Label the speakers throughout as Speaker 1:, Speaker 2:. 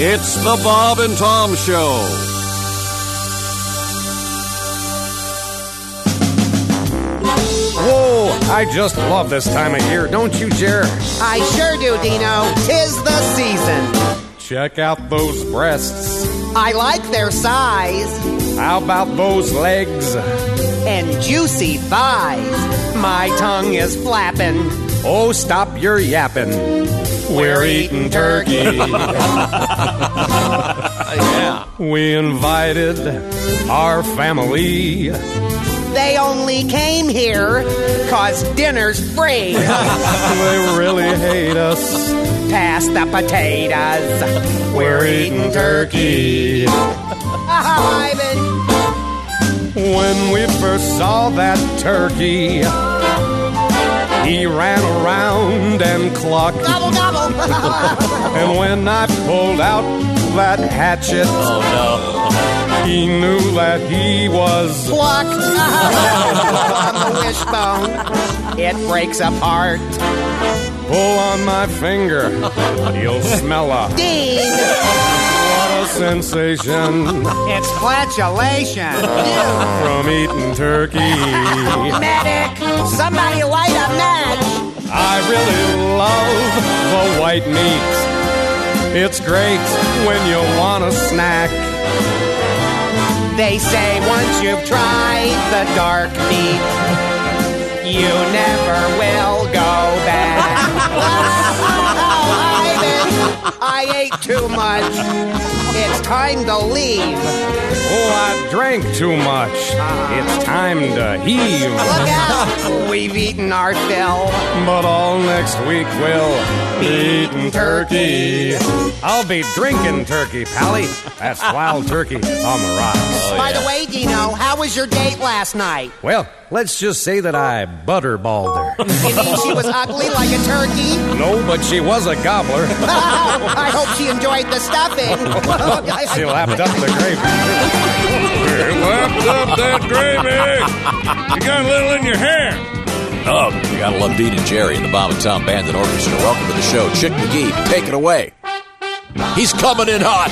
Speaker 1: It's the Bob and Tom Show.
Speaker 2: Whoa, I just love this time of year, don't you, Jer?
Speaker 3: I sure do, Dino. Tis the season.
Speaker 2: Check out those breasts.
Speaker 3: I like their size
Speaker 2: How about those legs?
Speaker 3: and juicy thighs. My tongue is flapping.
Speaker 2: Oh, stop your yapping. We're eating turkey. We invited our family.
Speaker 3: They only came here 'cause dinner's free.
Speaker 2: They really hate us.
Speaker 3: Pass the potatoes.
Speaker 2: We're eating turkey.
Speaker 3: Ivan.
Speaker 2: When we first saw that turkey, he ran around and clucked.
Speaker 3: Gobble, gobble.
Speaker 2: And when I pulled out that hatchet, oh no, he knew that he was.
Speaker 3: Plucked. On the wishbone. It breaks apart.
Speaker 2: Pull on my finger, you'll smell a,
Speaker 3: Dean.
Speaker 2: a sensation
Speaker 3: It's flatulation. Ew.
Speaker 2: from eating turkey. I
Speaker 3: Medic! Somebody light a match!
Speaker 2: really love the white meat. It's great when you want a snack.
Speaker 3: They say once you've tried the dark meat, you never will go back. Oh, Ivan, I ate too much. It's time to leave.
Speaker 2: Oh, I drank too much. It's time to heave.
Speaker 3: Look out! We've eaten our fill.
Speaker 2: But all next week we'll be eating turkey. I'll be drinking turkey, Pally. That's wild turkey on the rocks.
Speaker 3: Oh, By the way, Dino, how was your date last night?
Speaker 2: Well, let's just say that I butterballed her.
Speaker 3: You mean she was ugly like a turkey?
Speaker 2: No, but she was a gobbler.
Speaker 3: I hope she enjoyed the stuffing.
Speaker 2: She lapped up the gravy.
Speaker 4: Lapped up that gravy. You got a little in your hair.
Speaker 5: Oh, you gotta love Dean and Jerry and the Bob and Tom Band and Orchestra. Welcome to the show. Chick McGee, take it away. He's coming in hot.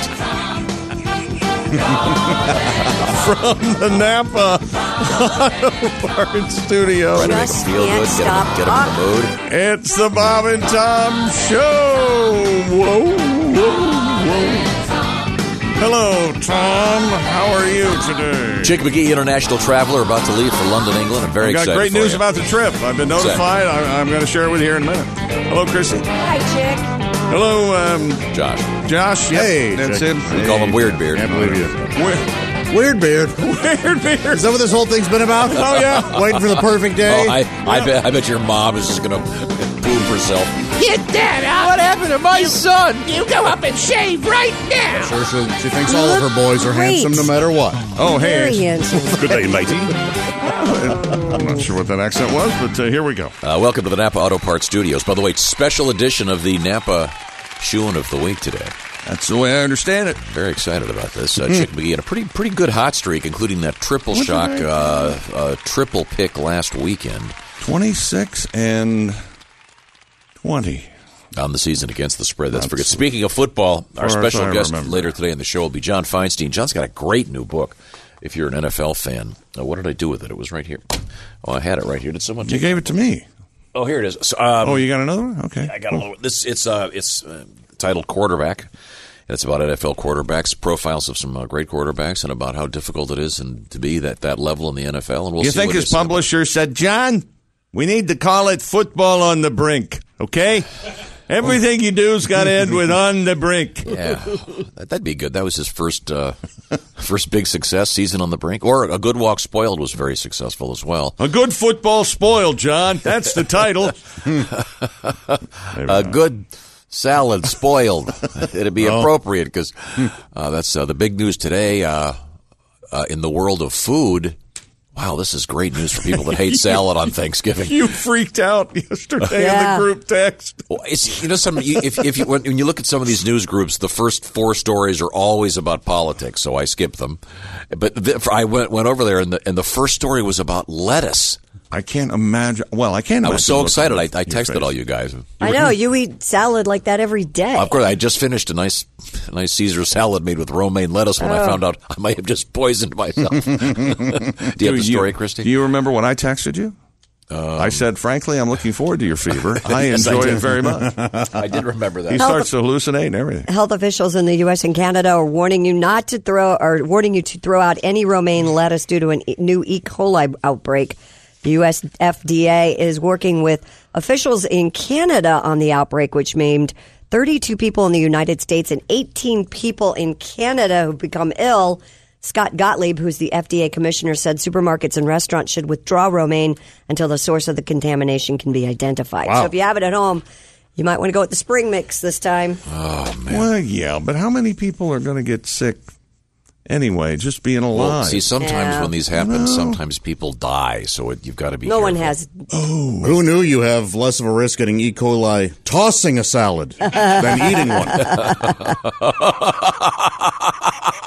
Speaker 4: From the Napa Auto Parts Studio,
Speaker 5: Try to make
Speaker 6: Just
Speaker 5: him feel
Speaker 6: can't
Speaker 5: good, get him,
Speaker 6: stop
Speaker 5: get him in the mood.
Speaker 4: it's the Bob and Tom Show. Whoa, whoa, whoa. Hello, Tom. How are you today?
Speaker 5: Chick McGee, international traveler, about to leave for London, England. I'm very
Speaker 4: I've got
Speaker 5: excited.
Speaker 4: great
Speaker 5: for
Speaker 4: news
Speaker 5: you.
Speaker 4: about the trip. I've been notified. I, I'm going to share it with you here in a minute. Hello, Chrissy.
Speaker 6: Hi, chick.
Speaker 4: Hello, um,
Speaker 5: Josh.
Speaker 4: Josh. Hey, that's him.
Speaker 5: We call him Weird Beard.
Speaker 4: Can't believe you.
Speaker 7: Weird beard.
Speaker 4: Weird Beard.
Speaker 7: Is that what this whole thing's been about?
Speaker 4: Oh yeah.
Speaker 7: Waiting for the perfect day.
Speaker 5: Oh, I, I, bet, I bet your mom is just gonna poop herself.
Speaker 7: Sure, she, she thinks all of her boys are
Speaker 6: Great.
Speaker 7: handsome no matter what.
Speaker 4: Oh
Speaker 6: Very
Speaker 4: hey.
Speaker 6: handsome.
Speaker 4: Good day, matey. I'm not sure what that accent was, but uh, here we go.
Speaker 5: Uh, welcome to the Napa Auto Parts Studios. By the way, special edition of the Napa Shoeing of the Week today.
Speaker 4: That's the way I understand it. Hmm.
Speaker 5: Very excited about this. Uh, Chick McGee in a pretty pretty good hot streak, including that triple shock, uh, uh, triple pick last weekend
Speaker 4: Twenty six and twenty.
Speaker 5: on the season against the spread. That's forget. Speaking of football, our
Speaker 4: Or if
Speaker 5: special
Speaker 4: I
Speaker 5: guest
Speaker 4: remember.
Speaker 5: later today in the show will be John Feinstein. John's got a great new book. If you're an NFL fan, uh, what did I do with it? It was right here. Oh, I had it right here. Did someone?
Speaker 4: You
Speaker 5: Take-
Speaker 4: gave it to me.
Speaker 5: oh, here it is. So, um,
Speaker 4: Oh, you got another one? Okay.
Speaker 5: I got a little. This it's uh it's uh, titled quarterback. It's about NFL quarterbacks, profiles of some uh, great quarterbacks, and about how difficult it is and to be that that level in the NFL. And we'll
Speaker 4: You
Speaker 5: see
Speaker 4: think
Speaker 5: what
Speaker 4: his
Speaker 5: they say.
Speaker 4: publisher said, John, we need to call it football on the brink, okay? Everything you do's got to end with on the brink.
Speaker 5: Yeah, That- that'd be good. That was his first uh, first big success season on the brink, or a good walk spoiled was very successful as well.
Speaker 4: A good football spoiled, John. That's the title.
Speaker 5: A good salad spoiled. It'd be
Speaker 4: Oh.
Speaker 5: appropriate because uh, that's uh, the big news today uh, uh, in the world of food. Wow, this is great news for people that hate salad on Thanksgiving.
Speaker 4: You freaked out yesterday
Speaker 6: Yeah.
Speaker 4: in the group text.
Speaker 5: Well, it's, you know, some you, if if you when, when you look at some of these news groups, the first four stories are always about politics, so I skipped them. But the, I went went over there, and the and the first story was about lettuce.
Speaker 4: I can't imagine. Well, I can't.
Speaker 5: I was so
Speaker 4: imagine
Speaker 5: excited.
Speaker 4: looking
Speaker 5: I,
Speaker 4: at
Speaker 5: I
Speaker 4: your
Speaker 5: texted
Speaker 4: face.
Speaker 5: all you guys.
Speaker 6: I know you eat salad like that every day.
Speaker 5: Of course, I just finished a nice, a nice Caesar salad made with romaine lettuce when I
Speaker 6: Oh.
Speaker 5: found out I might have just poisoned myself. Do you have
Speaker 4: Do
Speaker 5: the story,
Speaker 4: you,
Speaker 5: Christy? Um,
Speaker 4: Do you remember what I texted you? I said, frankly, I'm looking forward to your fever. I
Speaker 5: Yes, I
Speaker 4: enjoy
Speaker 5: did.
Speaker 4: it very much.
Speaker 5: I did remember that.
Speaker 4: He starts to hallucinate and everything.
Speaker 6: Health officials in the U.S. and Canada are warning you not to throw, or warning you to throw out any romaine lettuce due to a new E. coli outbreak. The U.S. FDA is working with officials in Canada on the outbreak, which maimed 32 people in the United States and 18 people in Canada who become ill. Scott Gottlieb, who's the FDA commissioner, said supermarkets and restaurants should withdraw romaine until the source of the contamination can be identified.
Speaker 2: Wow.
Speaker 6: So if you have it at home, you might want to go with the spring mix this time.
Speaker 5: Oh,
Speaker 4: Well, yeah, but how many people are going to get sick anyway? Just being alive.
Speaker 5: Well, see, sometimes
Speaker 6: Yeah.
Speaker 5: when these happen, sometimes people die. So it, you've got to be.
Speaker 6: No one
Speaker 5: careful.
Speaker 6: has.
Speaker 7: Who knew you have less of a risk getting E. coli tossing a salad than eating one?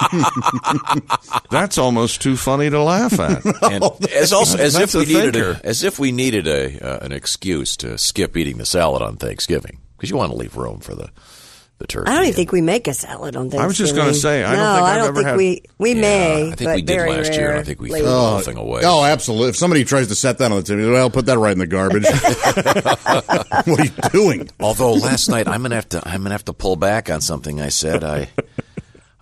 Speaker 4: That's almost too funny to laugh at.
Speaker 5: And as also as if
Speaker 4: That's a
Speaker 5: we needed a,
Speaker 4: thinker.
Speaker 5: as if we needed a uh, an excuse to skip eating the salad on Thanksgiving because you want to leave room for the the turkey.
Speaker 6: I don't even think we make a salad on Thanksgiving.
Speaker 4: was just gonna say, I don't
Speaker 6: no,
Speaker 4: think I've
Speaker 6: I don't
Speaker 4: ever
Speaker 6: think
Speaker 4: had-
Speaker 6: we we
Speaker 5: Yeah,
Speaker 6: may.
Speaker 5: I think
Speaker 6: but
Speaker 5: we did
Speaker 6: very
Speaker 5: last year, and I think we threw the whole thing away.
Speaker 7: Oh, absolutely. If somebody tries to set that on the table, well, put that right in the garbage. what are you doing?
Speaker 5: Although last night I'm gonna have to I'm gonna have to pull back on something I said. I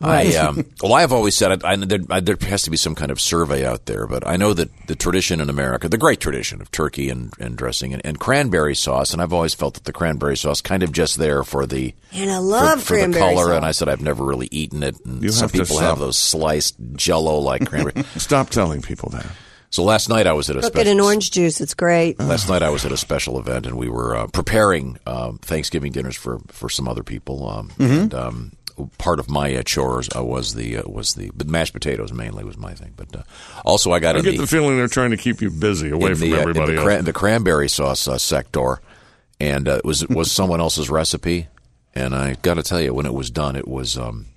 Speaker 5: I um, well I've always said I, I, there, I, there has to be some kind of survey out there, but I know that the tradition in America, the great tradition of turkey and, and dressing and, and cranberry sauce, and I've always felt that the cranberry sauce kind of just there for the
Speaker 6: And I love
Speaker 5: for, for the
Speaker 6: cranberry
Speaker 5: color.
Speaker 6: sauce.
Speaker 5: And I said I've never really eaten it, and
Speaker 4: You
Speaker 5: some
Speaker 4: have to
Speaker 5: people have
Speaker 4: stop.
Speaker 5: those sliced Jello like cranberry.
Speaker 4: Stop telling people that.
Speaker 5: so last night I was at a
Speaker 6: Cook
Speaker 5: special
Speaker 6: it in orange juice. It's great.
Speaker 5: Last night I was at a special event and we were uh, preparing um, Thanksgiving dinners for, for some other people. Um,
Speaker 4: Mm-hmm.
Speaker 5: And um, part of my uh, chores uh, was the uh, was the but mashed potatoes mainly was my thing. But uh, also I got
Speaker 4: I
Speaker 5: in
Speaker 4: get
Speaker 5: the,
Speaker 4: the feeling they're trying to keep you busy away
Speaker 5: in
Speaker 4: from
Speaker 5: the, uh, in
Speaker 4: everybody
Speaker 5: the,
Speaker 4: else.
Speaker 5: cran- the cranberry sauce uh, sector, and uh, it was it was someone else's recipe. And I got to tell you, when it was done, it was um,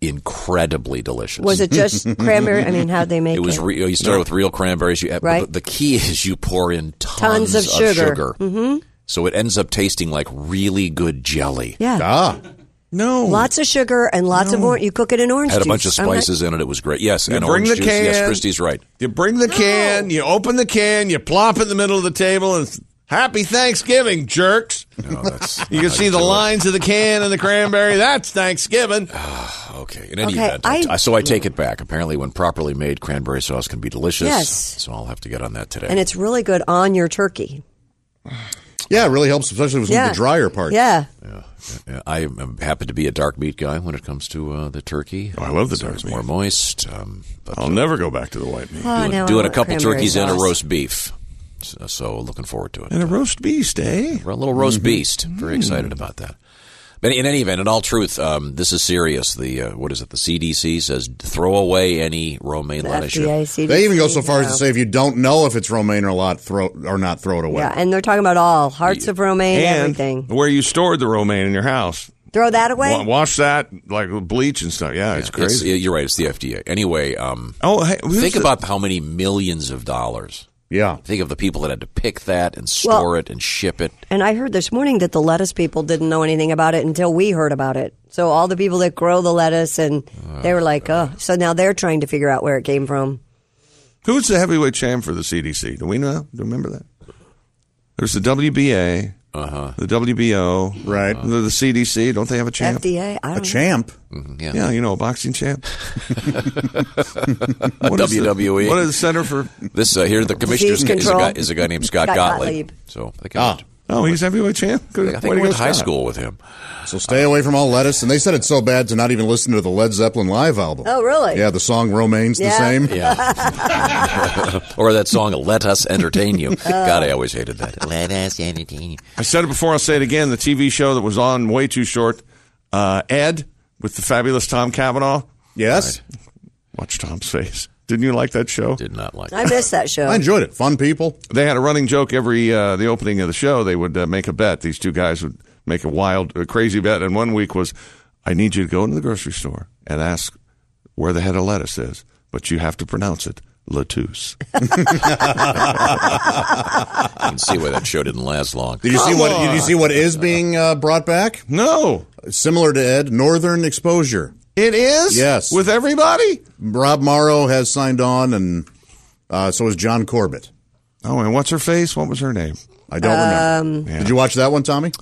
Speaker 5: incredibly delicious.
Speaker 6: Was it just cranberry? I mean, how'd they make it?
Speaker 5: It was re- you start with real cranberries. You add,
Speaker 6: Right.
Speaker 5: but the key is you pour in tons,
Speaker 6: Tons of sugar. Mm.
Speaker 5: Mm-hmm. So it ends up tasting like really good jelly.
Speaker 6: yeah,
Speaker 7: Ah,
Speaker 4: no.
Speaker 6: lots of sugar and lots of orange. You cook it in orange
Speaker 5: Had a
Speaker 6: juice.
Speaker 5: bunch of
Speaker 6: I'm not-
Speaker 5: spices in it. It was great. Yes, and
Speaker 4: bring
Speaker 5: orange
Speaker 4: the
Speaker 5: juice. Yes,
Speaker 4: can.
Speaker 5: Christie's right.
Speaker 4: You bring the can, you open the can, you plop it in the middle of the table, and it's, happy Thanksgiving, jerks.
Speaker 5: No, that's
Speaker 4: You
Speaker 5: how
Speaker 4: can see the
Speaker 5: do it.
Speaker 4: lines of the can and the cranberry. That's Thanksgiving.
Speaker 5: Ah. Okay. In any
Speaker 6: Okay,
Speaker 5: event, I-
Speaker 6: I- Mm.
Speaker 5: so I take it back. Apparently, when properly made, cranberry sauce can be delicious.
Speaker 6: Yes.
Speaker 5: So I'll have to get on that today.
Speaker 6: and it's really good on your turkey.
Speaker 7: yeah, it really helps, especially with some of
Speaker 6: Yeah,
Speaker 7: the drier parts.
Speaker 6: Yeah,
Speaker 5: Uh, I am- happen to be a dark meat guy when it comes to uh, the turkey.
Speaker 4: Oh, I love the
Speaker 5: So
Speaker 4: dark
Speaker 5: it's
Speaker 4: meat.
Speaker 5: more moist. Um, but
Speaker 4: I'll never go back to the white meat.
Speaker 6: oh,
Speaker 5: doing,
Speaker 6: now I
Speaker 5: doing a
Speaker 6: want
Speaker 5: couple
Speaker 6: cranberry
Speaker 5: turkeys and a
Speaker 6: sauce.
Speaker 5: roast beef. So, so looking forward to it.
Speaker 4: And a roast Mm. beast, eh? Mm-hmm.
Speaker 5: We're a little roast beast. Very excited about that. But in any event, in all truth, um, this is serious. The uh, what is it? The CDC says throw away any romaine lettuce.
Speaker 6: FDA, CDC,
Speaker 7: They even go so far as to
Speaker 6: no.
Speaker 7: say if you don't know if it's romaine or a lot, throw or not, throw it away.
Speaker 6: Yeah, and they're talking about all hearts of romaine, everything.
Speaker 4: where you stored the romaine in your house.
Speaker 6: Throw that away.
Speaker 4: Wa- wash that like with bleach and stuff. Yeah, it's
Speaker 5: It's-
Speaker 4: crazy.
Speaker 5: you're right. It's the FDA. Anyway, um,
Speaker 4: oh, hey, who's
Speaker 5: think
Speaker 4: the-
Speaker 5: about how many millions of dollars.
Speaker 7: Yeah.
Speaker 5: Think of the people that had to pick that and store
Speaker 6: Well-
Speaker 5: it and ship it.
Speaker 6: And I heard this morning that the lettuce people didn't know anything about it until we heard about it. So all the people that grow the lettuce and they were like, "Oh." So now they're trying to figure out where it came from.
Speaker 4: who's the heavyweight champ for the CDC? Do we know? Do you remember that? There's the WBA, uh-huh. the WBO,
Speaker 7: Right.
Speaker 4: The, the CDC. Don't they have a champ?
Speaker 6: FDA, I
Speaker 7: A
Speaker 6: don't
Speaker 7: champ.
Speaker 5: Mm-hmm,
Speaker 4: Yeah, you know, a boxing champ. What is the-
Speaker 5: WWE.
Speaker 4: what is the Center for?
Speaker 5: E. This uh, here, the commissioner is, a
Speaker 6: control.
Speaker 5: guy is a guy named Scott
Speaker 6: Scott
Speaker 5: Gottlieb.
Speaker 6: Gottlieb.
Speaker 5: So I think,
Speaker 7: Ah.
Speaker 4: Oh, he's heavyweight champ. Good.
Speaker 5: I
Speaker 4: Way
Speaker 5: think
Speaker 4: to
Speaker 5: I went
Speaker 4: go,
Speaker 5: to high
Speaker 4: Scott.
Speaker 5: school with him.
Speaker 7: So stay away from all lettuce. And they said it's so bad to not even listen to the Led Zeppelin live album.
Speaker 6: Oh, really?
Speaker 7: Yeah, the song Romaine's the
Speaker 6: Yeah.
Speaker 7: same.
Speaker 5: Yeah. or that song, Let Us Entertain You. God, I always hated that.
Speaker 8: Let us entertain you.
Speaker 4: I said it before. I'll say it again. The TV show that was on way too short. Uh, Ed with the fabulous Tom Cavanaugh.
Speaker 7: Yes.
Speaker 4: Watch Tom's face. Didn't you like that show?
Speaker 5: Did not like
Speaker 6: I missed that show.
Speaker 7: I enjoyed it. Fun people.
Speaker 4: They had a running joke every uh, the opening of the show. They would uh, make a bet. These two guys would make a wild, uh, crazy bet. And one week was, I need you to go into the grocery store and ask where the head of lettuce is, but you have to pronounce it
Speaker 9: Latouche.
Speaker 4: Ah.
Speaker 5: I can see why that show didn't last long.
Speaker 7: Did you see what? Did you see what is being uh, brought back?
Speaker 4: No.
Speaker 7: Similar to Ed, Northern Exposure.
Speaker 4: It is?
Speaker 7: Yes.
Speaker 4: With everybody?
Speaker 7: Rob Morrow has signed on, and uh, so is John Corbett.
Speaker 4: Oh, and what's her face? What was her name?
Speaker 7: I don't remember.
Speaker 5: Um,
Speaker 7: Did you watch that one, Tommy?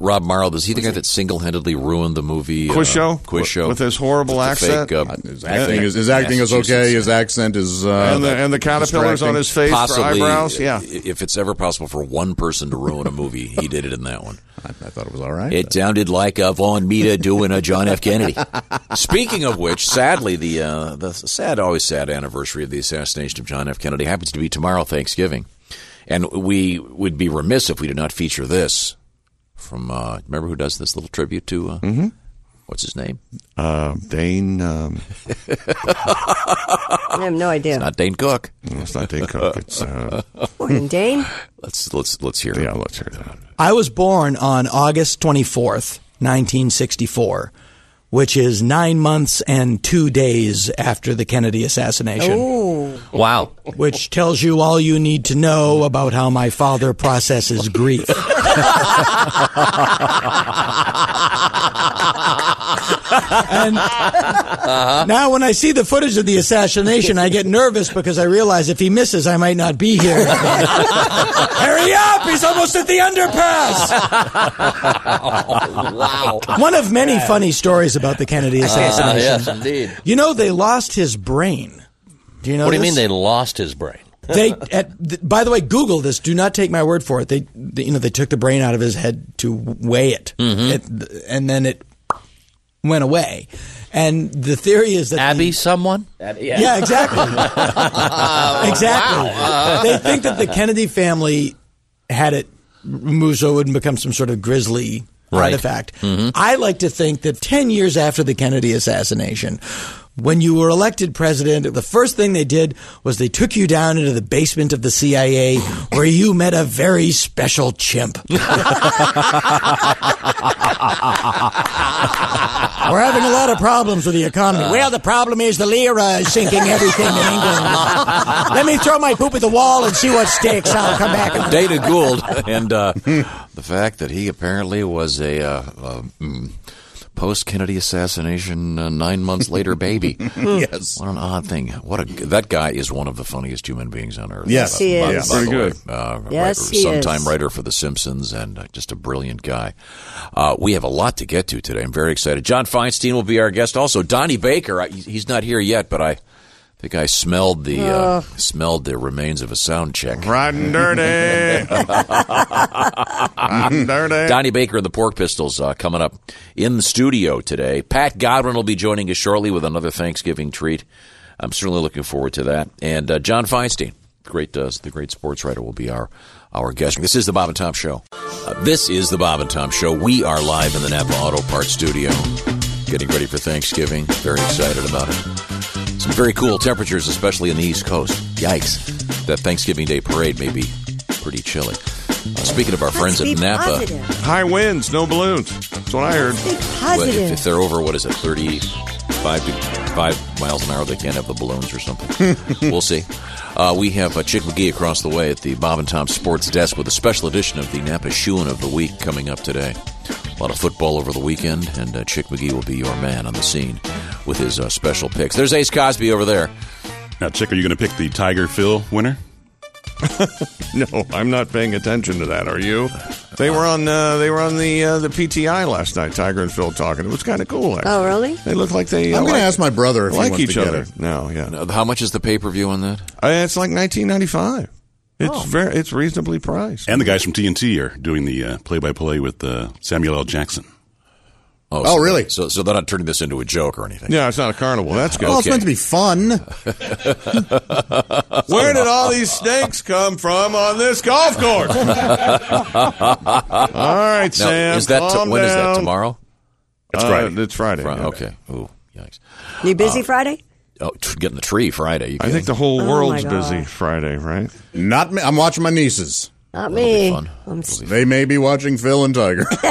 Speaker 5: Rob Morrow, is he the guy that single-handedly ruined the movie? uh,
Speaker 4: Quiz show?
Speaker 5: Quiz show.
Speaker 4: With his horrible
Speaker 5: the
Speaker 4: accent?
Speaker 5: fake, uh,
Speaker 7: His acting is, his acting is okay.
Speaker 5: Massachusetts.
Speaker 7: His accent is uh,
Speaker 4: and the and the caterpillars on
Speaker 7: distracting.
Speaker 4: his face for
Speaker 5: possibly,
Speaker 4: eyebrows? Yeah.
Speaker 5: i- if it's ever possible for one person to ruin a movie, he did it in that one.
Speaker 7: I thought it was all right.
Speaker 5: It sounded like a Von Mita doing a John F. Kennedy. Speaking of which, sadly, the uh, the sad, always sad anniversary of the assassination of John F. Kennedy happens to be tomorrow, Thanksgiving, and we would be remiss if we did not feature this from. Uh, remember who does this little tribute to? Uh, What's his name?
Speaker 4: Uh, Mm-hmm. Dane, um,
Speaker 2: I have no idea.
Speaker 5: Not Dane Cook.
Speaker 4: no, it's not Dane Cook. It's, uh,
Speaker 2: Morgan Dane.
Speaker 5: Let's let's let's hear.
Speaker 4: yeah,
Speaker 5: him.
Speaker 4: let's hear that.
Speaker 10: I was born on August 24th, 1964, which is nine months and two days after the Kennedy assassination,
Speaker 6: Oh. Wow.
Speaker 10: which tells you all you need to know about how my father processes grief. and now, when I see the footage of the assassination, I get nervous because I realize if he misses, I might not be here.
Speaker 5: uh-huh.
Speaker 10: Hurry up! He's almost at the underpass!
Speaker 5: Oh,
Speaker 6: Wow.
Speaker 10: One of many funny stories about the Kennedy
Speaker 5: Ah,
Speaker 10: assassination.
Speaker 6: yes, indeed.
Speaker 10: You know, they lost his brain. Do you know?
Speaker 6: What do you
Speaker 10: this?
Speaker 6: mean they lost his brain?
Speaker 10: They, at, th- by the way, Google this. Do not take my word for it. They, they- you know, they took the brain out of his head to weigh it,
Speaker 6: Mm-hmm.
Speaker 10: It- and then it went away. And the theory is that
Speaker 6: Abby, someone?
Speaker 10: yeah, exactly. exactly. they think that the Kennedy family had it removed so it wouldn't become some sort of grisly
Speaker 6: Right.
Speaker 10: artifact.
Speaker 5: Mm-hmm.
Speaker 10: I like to think that 10 years after the Kennedy assassination, when you were elected president, the first thing they did was they took you down into the basement of the CIA where you met a very special chimp. We're having a lot of problems with the economy. well, the problem is the lira is sinking everything in England. Let me throw my poop at the wall and see what sticks. I'll come back. And-
Speaker 5: Dana Gould, and uh, the fact that he apparently was a uh, uh, mm, post Kennedy assassination uh, nine months later baby.
Speaker 7: yes.
Speaker 5: What an odd thing! What a that guy is one of the funniest human beings on earth.
Speaker 7: Yes. Yes,
Speaker 2: he
Speaker 5: By-
Speaker 2: is.
Speaker 5: by
Speaker 4: Pretty
Speaker 5: the way,
Speaker 4: good.
Speaker 5: uh,
Speaker 2: Yes,
Speaker 5: writer,
Speaker 2: he
Speaker 5: sometime
Speaker 2: is.
Speaker 5: writer for The Simpsons, and uh, just a brilliant guy. Uh, we have a lot to get to today. I'm very excited. John Feinstein will be our guest. Also, Donnie Baker. I, he's not here yet, but I think I smelled the
Speaker 2: Oh.
Speaker 5: uh, smelled the remains of a sound check.
Speaker 4: Rotten Dirty. Rotten Dirty.
Speaker 5: Donnie Baker and the Pork Pistols uh, coming up in the studio today. Pat Godwin will be joining us shortly with another Thanksgiving treat. I'm certainly looking forward to that. And uh, John Feinstein, great uh, the great sports writer, will be our our guest. This is the Bob and Tom Show. Uh, this is the Bob and Tom Show. We are live in the Napa Auto Parts Studio, getting ready for Thanksgiving. Very excited about it. Some very cool temperatures, especially in the East Coast. Yikes. That Thanksgiving Day parade may be pretty chilly. Uh, speaking of our friends
Speaker 2: Let's be
Speaker 5: at Napa, uh,
Speaker 2: positive.
Speaker 4: High winds, no balloons. That's what I heard.
Speaker 2: Be
Speaker 5: well, if,
Speaker 2: positive.
Speaker 5: if they're over, what is it, 35 to 5 miles an hour, they can't have the balloons or something. we'll see. Uh, we have uh, Chick McGee across the way at the Bob and Tom Sports Desk with a special edition of the Napa Shoein' of the Week coming up today. A lot of football over the weekend, and uh, Chick McGee will be your man on the scene with his uh, special picks. There's Ace Cosby over there.
Speaker 9: Now, Chick, are you going to pick the Tiger Phil winner?
Speaker 4: No, I'm not paying attention to that. Are you? They were on. Uh, they were on the uh, the PTI last night. Tiger and Phil talking. It was kind of cool. Actually.
Speaker 2: Oh, really?
Speaker 4: They look like they.
Speaker 7: I'm going to ask my brother if he
Speaker 4: like
Speaker 7: wants
Speaker 4: each
Speaker 7: to
Speaker 4: other.
Speaker 7: get it.
Speaker 4: No, yeah.
Speaker 5: Uh, How much is the pay per view on that?
Speaker 4: Uh, it's like 1995. It's
Speaker 7: Oh.
Speaker 4: very. It's reasonably priced.
Speaker 9: And the guys from TNT are doing the uh, play-by-play with uh, Samuel L. Jackson.
Speaker 7: Oh,
Speaker 5: so-
Speaker 7: really?
Speaker 5: So, so they're not turning this into a joke or anything.
Speaker 4: Yeah, it's not a carnival. That's good.
Speaker 7: Well, Oh, it's meant to be fun.
Speaker 4: Where did all these snakes come from on this golf course? all
Speaker 5: Now,
Speaker 4: right, Sam.
Speaker 5: is that
Speaker 4: calm
Speaker 5: when is that
Speaker 4: down.
Speaker 5: tomorrow?
Speaker 9: That's
Speaker 4: Uh,
Speaker 9: right.
Speaker 4: It's Friday.
Speaker 5: Fri-
Speaker 4: yeah.
Speaker 5: Okay. Ooh, yikes.
Speaker 2: You
Speaker 4: Uh,
Speaker 2: busy Friday?
Speaker 5: Oh, t- getting the tree Friday. You
Speaker 4: I think the whole
Speaker 2: Oh,
Speaker 4: world's
Speaker 2: my
Speaker 4: busy
Speaker 2: gosh.
Speaker 4: Friday, right?
Speaker 7: Not me. I'm watching my nieces.
Speaker 6: Not me. I'm s-
Speaker 7: They may be watching Phil and Tiger.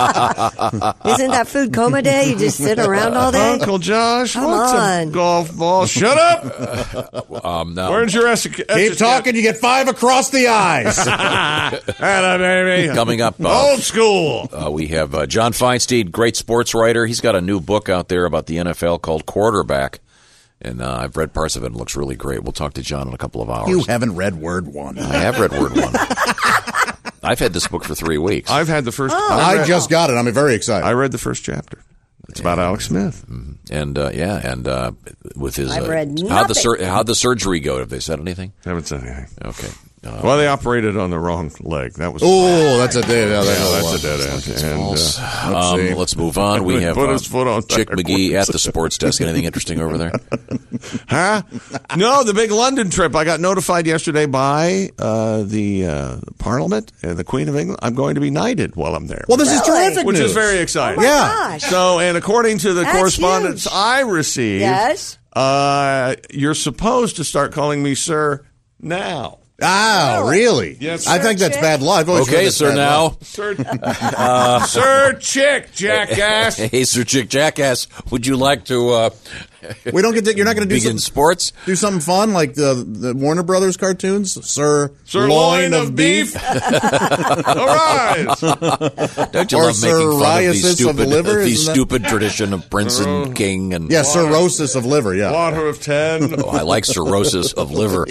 Speaker 6: Isn't that food coma day? You just sit around all day.
Speaker 4: Uncle Josh
Speaker 6: Come
Speaker 4: wants a
Speaker 6: on.
Speaker 4: golf ball. Shut up!
Speaker 5: Um, no.
Speaker 4: Where's your es-
Speaker 7: Keep talking, you get five across the eyes.
Speaker 4: Hello, baby.
Speaker 5: Coming up, uh,
Speaker 4: Old school.
Speaker 5: uh, we have uh, John Feinstein, great sports writer. He's got a new book out there about the NFL called Quarterback, and uh, I've read parts of it. and It looks really great. We'll talk to John in a couple of hours.
Speaker 7: you haven't read word one.
Speaker 5: I have read word one. I've had this book for three weeks.
Speaker 4: I've had the first.
Speaker 6: Oh.
Speaker 5: Oh.
Speaker 4: I,
Speaker 7: I
Speaker 4: read,
Speaker 7: just got it. I'm very excited.
Speaker 4: I read the first chapter. It's about Alex Smith.
Speaker 5: and uh, yeah, and uh, with his
Speaker 6: I've
Speaker 5: uh,
Speaker 6: read
Speaker 5: how the
Speaker 6: nothing.
Speaker 5: sur- how the surgery go? Have they said anything?
Speaker 4: Haven't said anything.
Speaker 5: Okay. Uh,
Speaker 4: Well, they operated on the wrong leg. That was.
Speaker 7: oh, that's a dead. Yeah,
Speaker 4: Yeah, that's a dead end. And, uh,
Speaker 5: um,
Speaker 7: see.
Speaker 5: let's move on. We
Speaker 4: He
Speaker 5: have
Speaker 4: put
Speaker 5: uh,
Speaker 4: his foot on
Speaker 5: Chick
Speaker 4: backwards.
Speaker 5: McGee at the sports desk. Anything interesting over there?
Speaker 4: Huh? No, the big London trip. I got notified yesterday by uh, the uh, Parliament and the Queen of England. I'm going to be knighted while I'm there.
Speaker 7: Well, this is
Speaker 6: Really?
Speaker 7: terrific
Speaker 4: which
Speaker 7: news.
Speaker 4: is very exciting.
Speaker 6: Oh my Yeah. gosh.
Speaker 4: So, and according to the
Speaker 6: That's
Speaker 4: correspondence
Speaker 6: huge.
Speaker 4: I received,
Speaker 6: Yes.
Speaker 4: uh, you're supposed to start calling me sir now.
Speaker 7: Ah, really?
Speaker 4: Yes.
Speaker 7: I think that's bad luck. I've always heard
Speaker 5: Okay,
Speaker 7: that's
Speaker 5: sir.
Speaker 7: bad
Speaker 5: Now,
Speaker 7: luck.
Speaker 4: Sir, Uh, sir Chick, jackass.
Speaker 5: hey, sir, Chick Jackass, would you like to uh,
Speaker 7: we don't get. To, you're not going to do
Speaker 5: begin
Speaker 7: some,
Speaker 5: sports?
Speaker 7: do something fun like the, the Warner Brothers cartoons, Sir
Speaker 4: Sirloin of beef. Arise.
Speaker 5: Don't you
Speaker 7: Or
Speaker 5: love making fun of these
Speaker 7: psoriasis of
Speaker 5: stupid,
Speaker 7: the liver,
Speaker 5: of these
Speaker 7: isn't that-
Speaker 5: stupid tradition of prince and king and
Speaker 7: Yeah, cirrhosis of liver. Yeah.
Speaker 4: Water of ten.
Speaker 5: Oh, I like cirrhosis of liver.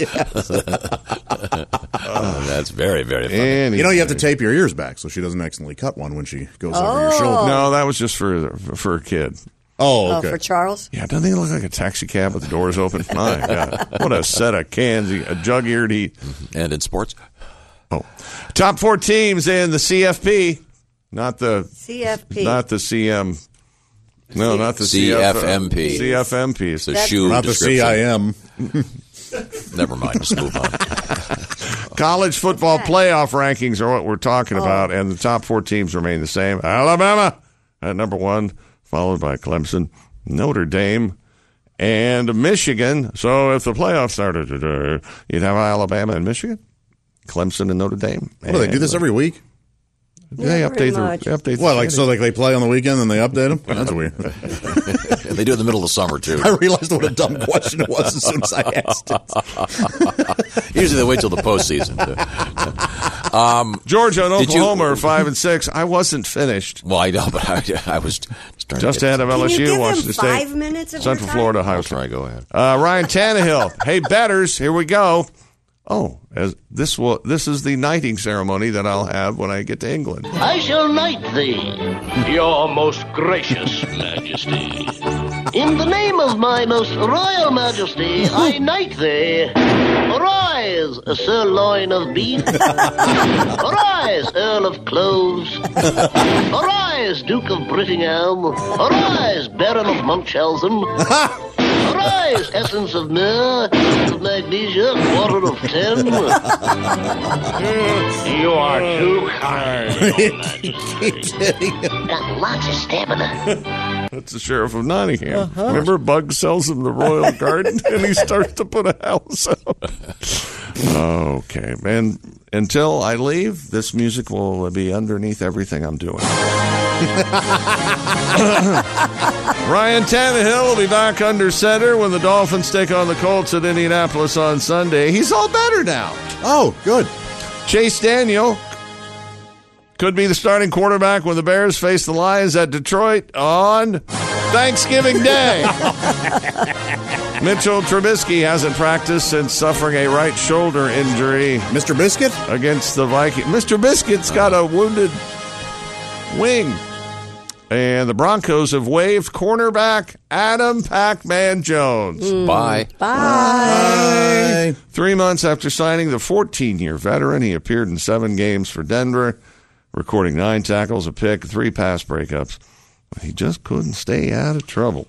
Speaker 5: Oh, that's very very funny.
Speaker 7: You know, you have to tape your ears back so she doesn't accidentally cut one when she goes over your
Speaker 6: Oh.
Speaker 7: shoulder.
Speaker 4: No, that was just for for a kid.
Speaker 7: Oh,
Speaker 6: Oh,
Speaker 7: okay.
Speaker 6: for Charles?
Speaker 4: Yeah, doesn't he look like a taxi cab with the doors open? My God, what a set of cans, a jug eared eat.
Speaker 5: Mm-hmm. And in sports,
Speaker 4: Top four teams in the CFP, not the
Speaker 6: CFP.
Speaker 4: not the CM. No, not the
Speaker 5: CFMP.
Speaker 4: CFMP.
Speaker 5: the shoe
Speaker 7: Not the
Speaker 5: description.
Speaker 7: CIM.
Speaker 5: Never mind. Just move on.
Speaker 4: College football playoff rankings are what we're talking about, and the top four teams remain the same. Alabama at number one, followed by Clemson, Notre Dame, and Michigan. So if the playoffs started today, you'd have Alabama and Michigan, Clemson and Notre Dame.
Speaker 7: What do they do this every week?
Speaker 4: Oh. They
Speaker 6: Yeah, pretty
Speaker 4: update their
Speaker 6: much.
Speaker 4: update.
Speaker 7: What,
Speaker 4: the
Speaker 7: like so? Like they play on the weekend and they update them? That's weird.
Speaker 5: And they do it in the middle of summer too.
Speaker 7: I realized what a dumb question it was as soon as I asked it.
Speaker 5: Usually they wait till the postseason. To,
Speaker 4: Georgia and
Speaker 5: Um, Did you-
Speaker 4: Oklahoma are five and six. I wasn't finished.
Speaker 5: well, I know, but I, I was just trying
Speaker 4: Just
Speaker 5: to get,
Speaker 4: ahead of
Speaker 6: Can you
Speaker 4: LSU,
Speaker 6: give them
Speaker 4: Washington
Speaker 6: five
Speaker 4: State,
Speaker 6: minutes of
Speaker 4: Central
Speaker 6: your time?
Speaker 4: Florida, Ohio
Speaker 5: I'll
Speaker 4: State.
Speaker 5: try. Go ahead.
Speaker 4: Uh, Ryan Tannehill. hey, batters, here we go. Oh, as this will this is the knighting ceremony that I'll have when I get to England.
Speaker 2: I shall knight thee, your most gracious majesty. In the name of my most royal majesty, I knight thee. Arise, sirloin of beef. Arise, Earl of Cloves. Arise, Duke of Brittingham. Arise, Baron of Munchausen. Arise, essence of myrrh, of magnesia, quarter of ten. Mm, You are too kind, your majesty. Got lots of stamina.
Speaker 4: That's the sheriff of Nottingham.
Speaker 6: Uh-huh.
Speaker 4: Remember, Bug sells him the royal garden, and he starts to put a house up. okay, man. Until I leave, this music will be underneath everything I'm doing. Ryan Tannehill will be back under center when the Dolphins take on the Colts at Indianapolis on Sunday. He's all better now.
Speaker 7: Oh, good.
Speaker 4: Chase Daniel could be the starting quarterback when the Bears face the Lions at Detroit on Thanksgiving Day. Mitchell Trubisky hasn't practiced since suffering a right shoulder injury
Speaker 7: Mr. Biscuit?
Speaker 4: against the Vikings. Mr. Biscuit's got a wounded wing. And the Broncos have waived cornerback Adam Pac-Man Jones.
Speaker 5: Bye.
Speaker 7: Hi.
Speaker 4: Three months after signing the 14 year veteran, he appeared in seven games for Denver, recording nine tackles, a pick, three pass breakups. He just couldn't stay out of trouble.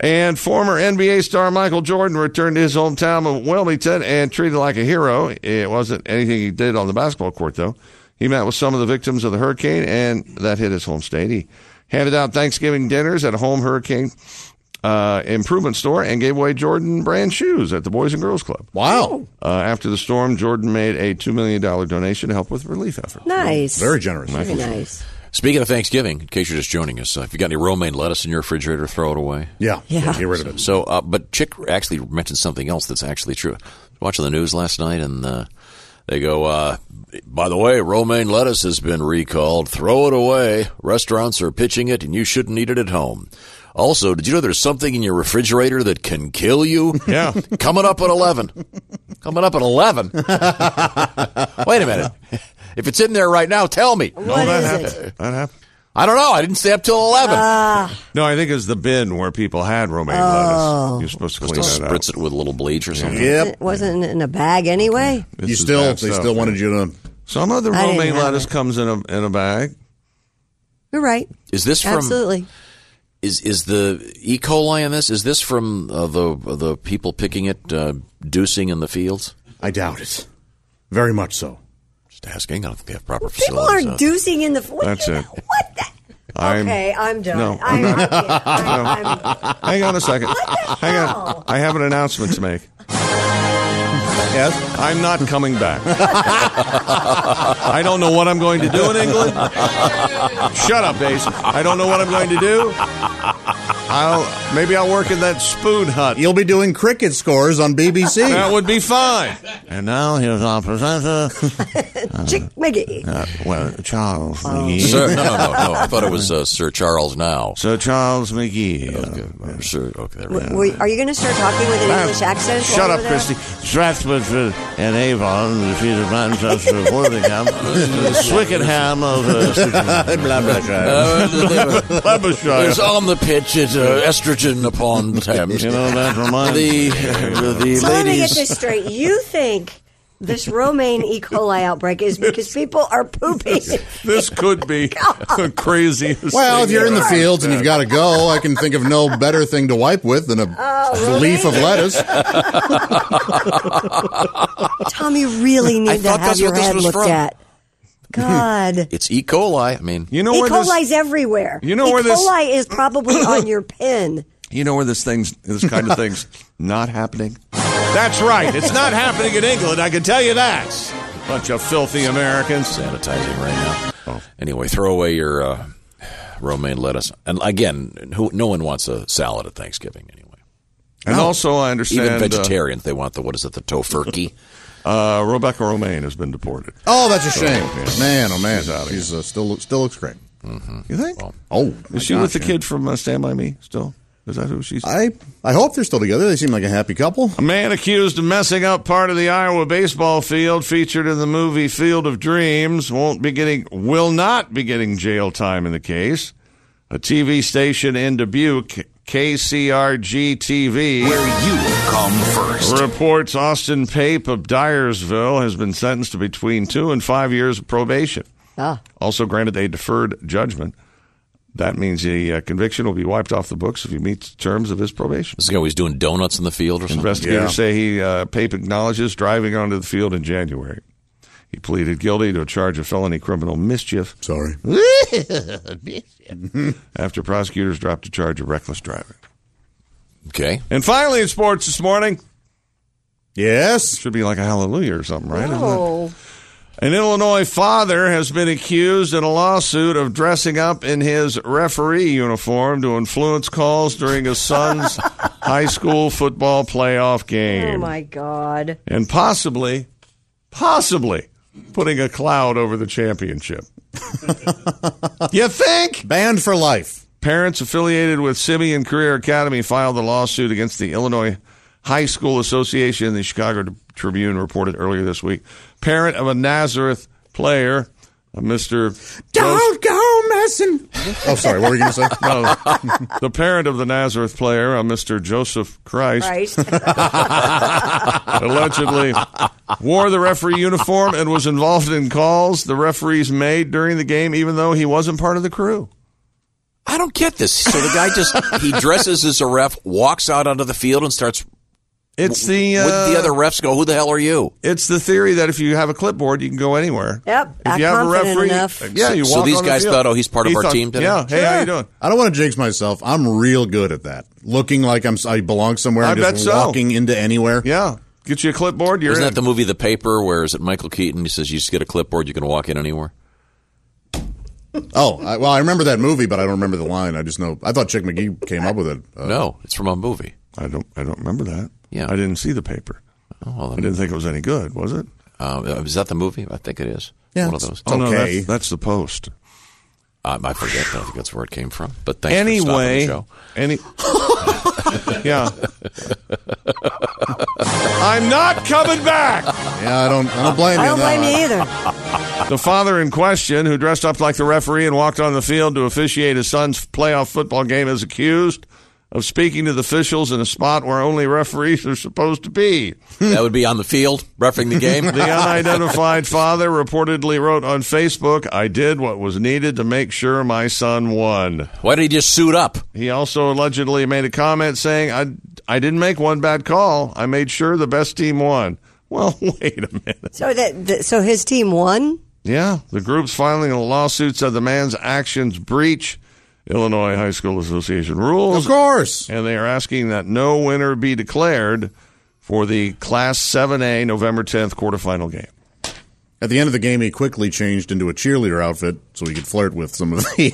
Speaker 4: And former NBA star Michael Jordan returned to his hometown of Wilmington and treated like a hero. It wasn't anything he did on the basketball court, though. He met with some of the victims of the hurricane, and that hit his home state. He handed out Thanksgiving dinners at home hurricane uh, improvement store and gave away Jordan brand shoes at the Boys and Girls Club.
Speaker 7: Wow.
Speaker 4: Uh, after the storm, Jordan made a $2 million donation to help with relief efforts.
Speaker 6: Nice.
Speaker 4: Very generous.
Speaker 6: Very
Speaker 4: Michael's-
Speaker 6: nice.
Speaker 5: Speaking of Thanksgiving, in case you're just joining us, uh, if you got any romaine lettuce in your refrigerator, throw it away.
Speaker 7: Yeah,
Speaker 6: Yeah.
Speaker 7: get rid of it.
Speaker 5: So, uh, but Chick actually mentioned something else that's actually true. I was watching the news last night, and uh, they go, uh, "By the way, romaine lettuce has been recalled. Throw it away. Restaurants are pitching it, and you shouldn't eat it at home." Also, did you know there's something in your refrigerator that can kill you?
Speaker 4: Yeah.
Speaker 5: Coming up at 11. Coming up at 11. Wait a minute. If it's in there right now, tell me.
Speaker 4: No, that happened. That happened.
Speaker 5: I don't know. I didn't stay up till 11.
Speaker 7: Ah.
Speaker 4: No, I think it was the bin where people had romaine
Speaker 7: Oh.
Speaker 4: lettuce. You're supposed to clean
Speaker 5: Supposed to
Speaker 4: that
Speaker 5: spritz it with a little bleach or something.
Speaker 6: It wasn't in a bag anyway.
Speaker 4: out.
Speaker 7: You still- they still wanted you to.
Speaker 4: Some other
Speaker 6: I didn't
Speaker 4: romaine
Speaker 6: have
Speaker 4: lettuce comes in a in a bag.
Speaker 6: You're right.
Speaker 5: Is this from
Speaker 6: Absolutely.
Speaker 5: is is the E. coli in this? Is this from uh, the the people picking it, uh, deucing in the fields?
Speaker 7: I doubt it. Very much so.
Speaker 5: Just asking. I don't think they have proper
Speaker 6: People
Speaker 5: facilities. uh,
Speaker 6: aren't
Speaker 5: out there.
Speaker 6: deucing in the. What do
Speaker 4: That's
Speaker 6: you-
Speaker 4: it.
Speaker 6: What the?
Speaker 4: I'm-
Speaker 6: okay, I'm done.
Speaker 4: No,
Speaker 6: I,
Speaker 4: I'm not.
Speaker 6: I, am
Speaker 4: Hang on a second. Hang on. I have an announcement to make. Yes, I'm not coming back. I don't know what I'm going to do in England. Shut up, Ace. I don't know what I'm going to do. I'll maybe I'll work in that spoon hut.
Speaker 7: You'll be doing cricket scores on BBC.
Speaker 4: That would be fine. And now here's our presenter,
Speaker 6: Chick Oh. McGee.
Speaker 4: uh, well, Charles
Speaker 5: Sir, no, no, no, no. I thought it was uh, Sir Charles now.
Speaker 4: Sir Charles McGee.
Speaker 5: Okay, uh, Sir, okay, there we
Speaker 6: W-
Speaker 5: go.
Speaker 6: w- are you going to start talking with an English accent? while
Speaker 4: Shut
Speaker 6: we're
Speaker 4: up,
Speaker 6: there?
Speaker 4: Christy. Stratford and Avon, the defeated Manchester of Worthingham, Swickenham of uh,
Speaker 5: There's
Speaker 4: Flabbershire.
Speaker 5: on the pitch at uh, Estrogen upon Thames.
Speaker 4: You know, that reminds
Speaker 5: the
Speaker 4: me.
Speaker 5: uh, the
Speaker 6: So let me get this
Speaker 5: ladies.
Speaker 6: straight. You think this romaine E. coli outbreak is because people are pooping?
Speaker 4: This could be the craziest.
Speaker 7: Well,
Speaker 4: thing
Speaker 7: if you're in the
Speaker 4: ever.
Speaker 7: fields and you've got to go, I can think of no better thing to wipe with than a
Speaker 6: Oh,
Speaker 7: leaf of
Speaker 6: really?
Speaker 7: lettuce.
Speaker 6: Tom, you really need to
Speaker 5: thought
Speaker 6: have
Speaker 5: that's
Speaker 6: your
Speaker 5: what this
Speaker 6: head
Speaker 5: was
Speaker 6: looked
Speaker 5: from.
Speaker 6: at. God.
Speaker 5: It's E. coli. I mean,
Speaker 4: You know
Speaker 6: E.
Speaker 4: where
Speaker 6: coli's
Speaker 4: this.
Speaker 6: everywhere.
Speaker 4: You know
Speaker 6: e.
Speaker 4: where this-
Speaker 6: coli is probably on your pin.
Speaker 4: You know where this things, this kind of things, not happening. That's right. It's not happening in England. I can tell you that. Bunch of filthy Americans.
Speaker 5: sanitizing right now. Anyway, throw away your uh, romaine lettuce. And again, who, no one wants a salad at Thanksgiving anyway.
Speaker 4: And also, I understand
Speaker 5: Even
Speaker 4: uh,
Speaker 5: vegetarians, they want the what is it, the tofurkey?
Speaker 4: Uh, Rebecca Romaine has been deported.
Speaker 7: Oh, that's a shame. Man, oh man, she's uh, still still looks great.
Speaker 4: You think?
Speaker 7: Oh, my
Speaker 4: Mm-hmm. Is she
Speaker 7: gosh,
Speaker 4: with the
Speaker 7: yeah.
Speaker 4: kid from uh, Stand By Me still? Is that who she's?
Speaker 7: I I hope they're still together. They seem like a happy couple.
Speaker 4: A man accused of messing up part of the Iowa baseball field featured in the movie Field of Dreams won't be getting will not be getting jail time in the case. A TV station in Dubuque, KCRG TV,
Speaker 11: you come first.
Speaker 4: reports Austin Pape of Dyersville has been sentenced to between two and five years of probation.
Speaker 6: Ah.
Speaker 4: Also granted a deferred judgment. That means the uh, conviction will be wiped off the books if he meets the terms of his probation.
Speaker 5: This guy was doing donuts in the field or something.
Speaker 4: Investigators
Speaker 7: Yeah.
Speaker 4: say he uh, Pape acknowledges driving onto the field in January. He pleaded guilty to a charge of felony criminal mischief
Speaker 7: Sorry.
Speaker 4: after prosecutors dropped a charge of reckless driving.
Speaker 5: Okay.
Speaker 4: And finally, in sports this morning,
Speaker 7: Yes.
Speaker 4: should be like a hallelujah or something, right? Isn't it?
Speaker 6: Oh.
Speaker 4: An Illinois father has been accused in a lawsuit of dressing up in his referee uniform to influence calls during his son's high school football playoff game.
Speaker 6: Oh, my God.
Speaker 4: and possibly, possibly putting a cloud over the championship. you think?
Speaker 7: Banned for life.
Speaker 4: Parents affiliated with Simeon Career Academy filed a lawsuit against the Illinois High School Association, the Chicago Tribune reported earlier this week. Parent of a Nazareth player, a Mr. Jos-
Speaker 7: go messing. Oh, sorry. What were you going to say?
Speaker 4: no, the parent of the Nazareth player, a Mr. Joseph Christ,
Speaker 6: Right.
Speaker 4: allegedly wore the referee uniform and was involved in calls the referees made during the game, even though he wasn't part of the crew.
Speaker 5: I don't get this. So the guy just he dresses as a ref, walks out onto the field, and starts
Speaker 4: It's the. Uh,
Speaker 5: Wouldn't the other refs go, who the hell are you?
Speaker 4: It's the theory that if you have a clipboard, you can go anywhere.
Speaker 6: Yep.
Speaker 4: If
Speaker 6: I'm
Speaker 4: you have a
Speaker 6: confident
Speaker 4: referee-
Speaker 6: enough.
Speaker 4: Yeah, you
Speaker 5: So
Speaker 4: walk
Speaker 5: these
Speaker 4: on the
Speaker 5: guys
Speaker 4: field.
Speaker 5: thought, oh, he's part of
Speaker 4: He
Speaker 5: our
Speaker 4: thought-
Speaker 5: team today?
Speaker 4: Yeah. Hey, how you doing?
Speaker 7: I don't want to jinx myself. I'm real good at that. Looking like I'm I belong somewhere.
Speaker 4: I
Speaker 7: and just
Speaker 4: bet so.
Speaker 7: Walking into anywhere.
Speaker 4: Yeah. Get you a clipboard. You're
Speaker 5: Isn't that
Speaker 4: in.
Speaker 5: the movie The Paper where is it Michael Keaton? He says you just get a clipboard, you can walk in anywhere.
Speaker 7: Oh, I, well, I remember that movie, but I don't remember the line. I just know I thought Chick McGee came up with it. Uh,
Speaker 5: no, it's from a movie.
Speaker 4: I don't. I don't remember that.
Speaker 5: Yeah. Oh,
Speaker 4: I didn't see the paper.
Speaker 5: well,
Speaker 4: I didn't think it was any good, was it?
Speaker 5: Uh, is that the movie? I think it is.
Speaker 4: Yeah,
Speaker 5: one of
Speaker 4: it's-
Speaker 5: those.
Speaker 4: it's Oh, no, okay. that's- the post.
Speaker 5: Um, I forget. I think that's where it came from. But thanks
Speaker 4: anyway,
Speaker 5: for stopping
Speaker 4: any. yeah, I'm not coming back.
Speaker 7: Yeah, I don't. I don't blame
Speaker 6: I don't blame you either.
Speaker 4: The father in question, who dressed up like the referee and walked on the field to officiate his son's playoff football game, is accused of speaking to the officials in a spot where only referees are supposed to be.
Speaker 5: the show. that would be on the field, refereeing the game.
Speaker 4: The unidentified father reportedly wrote on Facebook, I did what was needed to make sure my son won.
Speaker 5: Why did he just suit up?
Speaker 4: He also allegedly made a comment saying, I, I didn't make one bad call. I made sure the best team won. Well, wait a minute.
Speaker 6: So that that- so his team won.
Speaker 4: Yeah, the group's filing a lawsuit said the man's actions breach Illinois High School Association rules. Of
Speaker 7: course.
Speaker 4: And they are asking that no winner be declared for the Class 7A November 10th quarterfinal game.
Speaker 7: At the end of the game, he quickly changed into a cheerleader outfit so he could flirt with some of the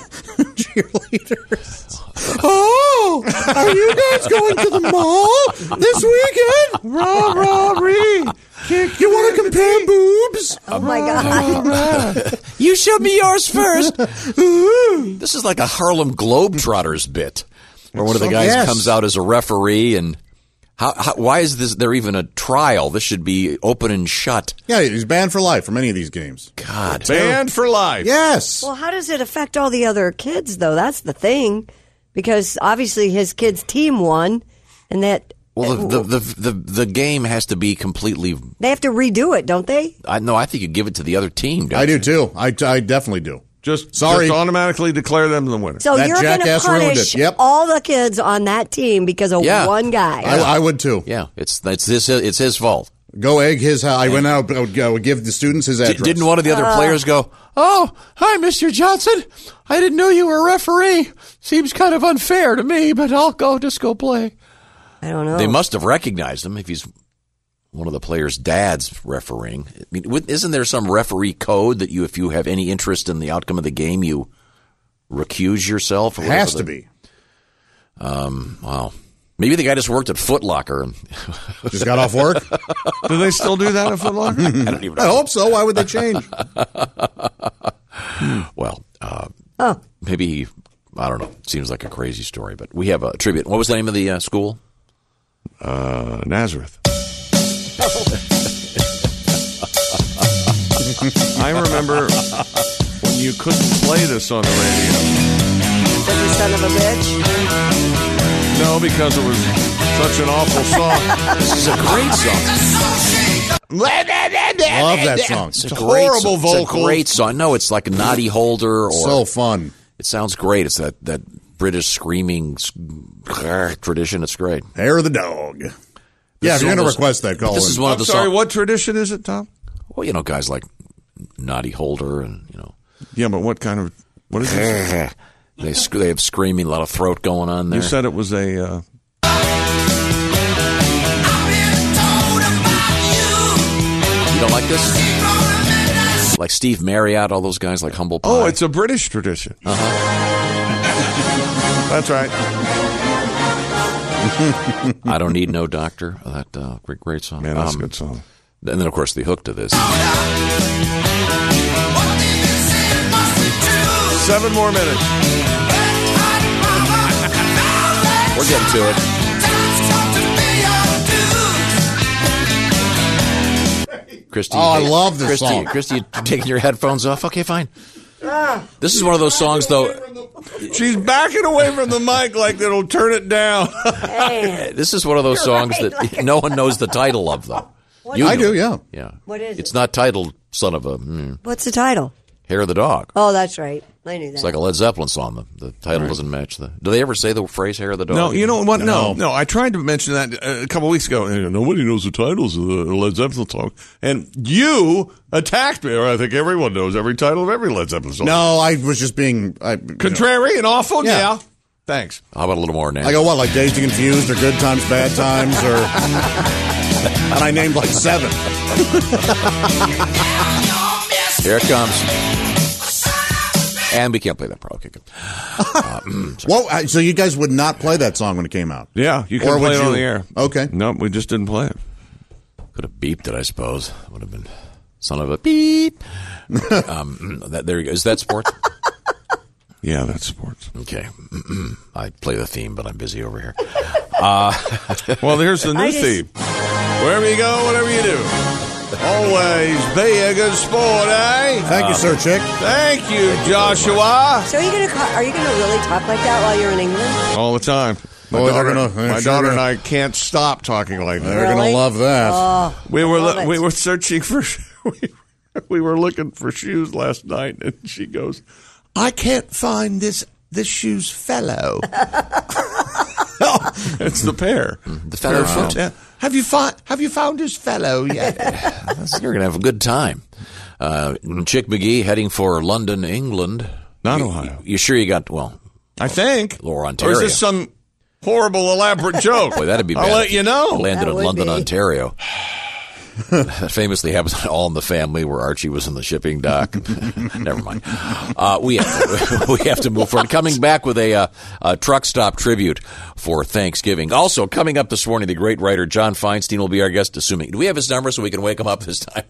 Speaker 7: cheerleaders.
Speaker 2: Oh, are you guys going to the mall this weekend? Rah, rah, ree. You want to compare boobs?
Speaker 6: Oh my god!
Speaker 5: You show me yours first. this is like a Harlem Globetrotters bit, where one of the guys
Speaker 7: Yes.
Speaker 5: comes out as a referee and. How, how, why is this there even a trial? This should be open and shut.
Speaker 7: yeah, he's banned for life from any of these games.
Speaker 5: God.
Speaker 4: Banned for life.
Speaker 7: Yes.
Speaker 6: Well, how does it affect all the other kids though? That's the thing, because obviously his kid's team won, and that
Speaker 5: Well, the, the, the, the, the game has to be completely.
Speaker 6: they have to redo it, don't they?
Speaker 5: I No, I think you give it to the other team. don't
Speaker 7: I do
Speaker 5: you?
Speaker 7: too. I, I definitely do.
Speaker 4: Just,
Speaker 7: Sorry.
Speaker 4: just automatically declare them the winner.
Speaker 6: So
Speaker 7: That
Speaker 6: you're going to
Speaker 7: jackass ruined
Speaker 6: punish
Speaker 7: it. Yep.
Speaker 6: all the kids on that team because of
Speaker 5: Yeah.
Speaker 6: one guy.
Speaker 7: I, I would too.
Speaker 5: Yeah, it's it's this it's his fault.
Speaker 7: Go egg his house. I went out. I would, I would give the students his
Speaker 5: D-
Speaker 7: address.
Speaker 5: didn't one of the other
Speaker 6: Uh.
Speaker 5: players go? Oh, hi, Mr. Johnson. I didn't know you were a referee. Seems kind of unfair to me, but I'll go just go play.
Speaker 6: I don't know.
Speaker 5: They must have recognized him if he's one of the players' dads refereeing. I mean, wouldn't- isn't there some referee code that you, if you have any interest in the outcome of the game, you recuse yourself? Or whatever
Speaker 7: Has to
Speaker 5: the-
Speaker 7: be.
Speaker 5: Um, wow. Maybe the guy just worked at Foot Locker. and-
Speaker 7: Just got off work.
Speaker 4: do they still do that at Foot Locker?
Speaker 5: I don't even
Speaker 7: I
Speaker 5: know.
Speaker 7: hope so. Why would they change?
Speaker 5: Well, uh,
Speaker 6: Oh.
Speaker 5: maybe he, I don't know. Seems like a crazy story, but we have a tribute. What was the name of the uh, school?
Speaker 4: Uh, Nazareth. I remember when you couldn't play this on the radio.
Speaker 6: Because you son of a bitch.
Speaker 4: No, because it was such an awful song.
Speaker 5: This is a great song.
Speaker 7: Love that song.
Speaker 5: It's a
Speaker 7: It's
Speaker 5: great song.
Speaker 7: horrible
Speaker 5: It's a
Speaker 7: vocals.
Speaker 5: great song. No, it's like Naughty Holder or
Speaker 7: So fun.
Speaker 5: it sounds great. It's that that British screaming s- tradition. It's great.
Speaker 7: Hair of the dog. yeah, if
Speaker 5: is
Speaker 7: you're going to
Speaker 5: almost-
Speaker 7: request that, call
Speaker 5: This
Speaker 7: in.
Speaker 5: is one of
Speaker 4: I'm
Speaker 5: the
Speaker 4: sorry,
Speaker 5: songs.
Speaker 4: what tradition is it, Tom?
Speaker 5: Well, you know, guys like Naughty Holder and you know
Speaker 4: Yeah, but what kind of what is it?
Speaker 5: they sc- they have screaming, a lot of throat going on there.
Speaker 4: You said it was a uh,
Speaker 5: You don't like this? Like Steve Marriott, all those guys like humble pie. Uh-huh.
Speaker 4: oh, it's a British tradition. That's right.
Speaker 5: I don't need no doctor. That uh, great, great song.
Speaker 4: Man, that's
Speaker 5: Um,
Speaker 4: a good song.
Speaker 5: And then, of course, the hook to this.
Speaker 4: Seven more minutes.
Speaker 5: We're getting to it. Christy,
Speaker 7: Oh, I love this
Speaker 5: Christy,
Speaker 7: song.
Speaker 5: Christy, you taking your headphones off? Okay, fine. This is one of those songs, though.
Speaker 4: She's backing away from the mic like it'll turn it down.
Speaker 5: This is one of those songs that no one knows the title of, though. You
Speaker 7: I
Speaker 5: know
Speaker 7: do,
Speaker 5: it.
Speaker 7: yeah.
Speaker 5: Yeah.
Speaker 6: What is
Speaker 5: It's
Speaker 6: it?
Speaker 5: not titled "Son of a." mm.
Speaker 6: What's the title?
Speaker 5: Hair of the Dog.
Speaker 6: Oh, that's right. I knew that.
Speaker 5: It's like a Led Zeppelin song. The, the title doesn't match the. Do they ever say the phrase "Hair of the Dog"?
Speaker 4: No, you know what? No, no. I tried to mention that uh, a couple weeks ago. and, you know, Nobody knows the titles of the Led Zeppelin song, and you attacked me. Or I think everyone knows every title of every Led Zeppelin song.
Speaker 12: No, I was just being I,
Speaker 4: contrary and awful. Yeah.
Speaker 12: Yeah.
Speaker 4: Thanks.
Speaker 5: How about a little more now?
Speaker 12: I go what like Dazed and Confused or Good Times Bad Times or, and I named like seven.
Speaker 5: Here it comes. And we can't play that probably. Uh, mm,
Speaker 12: Whoa! I- So you guys would not play that song when it came out?
Speaker 4: Yeah, you
Speaker 12: Or
Speaker 4: can play
Speaker 12: would
Speaker 4: it on
Speaker 12: you-
Speaker 4: the air.
Speaker 12: Okay.
Speaker 4: No, we just didn't play it.
Speaker 5: Could have beeped it, I suppose. Would have been son of a beep. um, that, there you go. Is that sports?
Speaker 4: yeah, that's sports.
Speaker 5: Okay. I play the theme, but I'm busy over here. Uh,
Speaker 4: well, here's the new theme. Wherever you go, whatever you do, always be a good sport, eh?
Speaker 12: Thank you, sir, Chick.
Speaker 4: Thank you, Joshua.
Speaker 6: Ah. So are you gonna ca- are you gonna really talk like that while you're in England?
Speaker 4: All the time. My
Speaker 12: Boy, they're
Speaker 4: daughter,
Speaker 12: gonna- they're
Speaker 4: my
Speaker 12: sure
Speaker 4: daughter
Speaker 12: gonna-
Speaker 4: and I can't stop talking like that.
Speaker 12: They're gonna Really? love that. Oh,
Speaker 4: we
Speaker 12: I
Speaker 4: were
Speaker 12: love it.
Speaker 4: we were searching for we, we were looking for shoes last night, and she goes, "I can't find this this shoes fellow." it's the pair. The
Speaker 5: fellow
Speaker 4: foot.
Speaker 5: found-
Speaker 4: Yeah. Have you found Have you found his fellow yet?
Speaker 5: You're going to have a good time. Uh, Chick McGee heading for London, England.
Speaker 4: Not
Speaker 5: you, Ohio. You sure you got, well.
Speaker 4: I think.
Speaker 5: Lower
Speaker 4: or
Speaker 5: Ontario.
Speaker 4: is this some horrible elaborate joke?
Speaker 5: Boy, that'd be bad.
Speaker 4: I'll
Speaker 5: if
Speaker 4: let you know.
Speaker 5: Landed in London, Ontario. that famously happens on All in the Family, where Archie was in the shipping dock. Never mind. Uh, we have, we have to move forward. Coming back with a, uh, a truck stop tribute for Thanksgiving. Also coming up this morning, the great writer John Feinstein will be our guest. Assuming do we have his number so we can wake him up this time?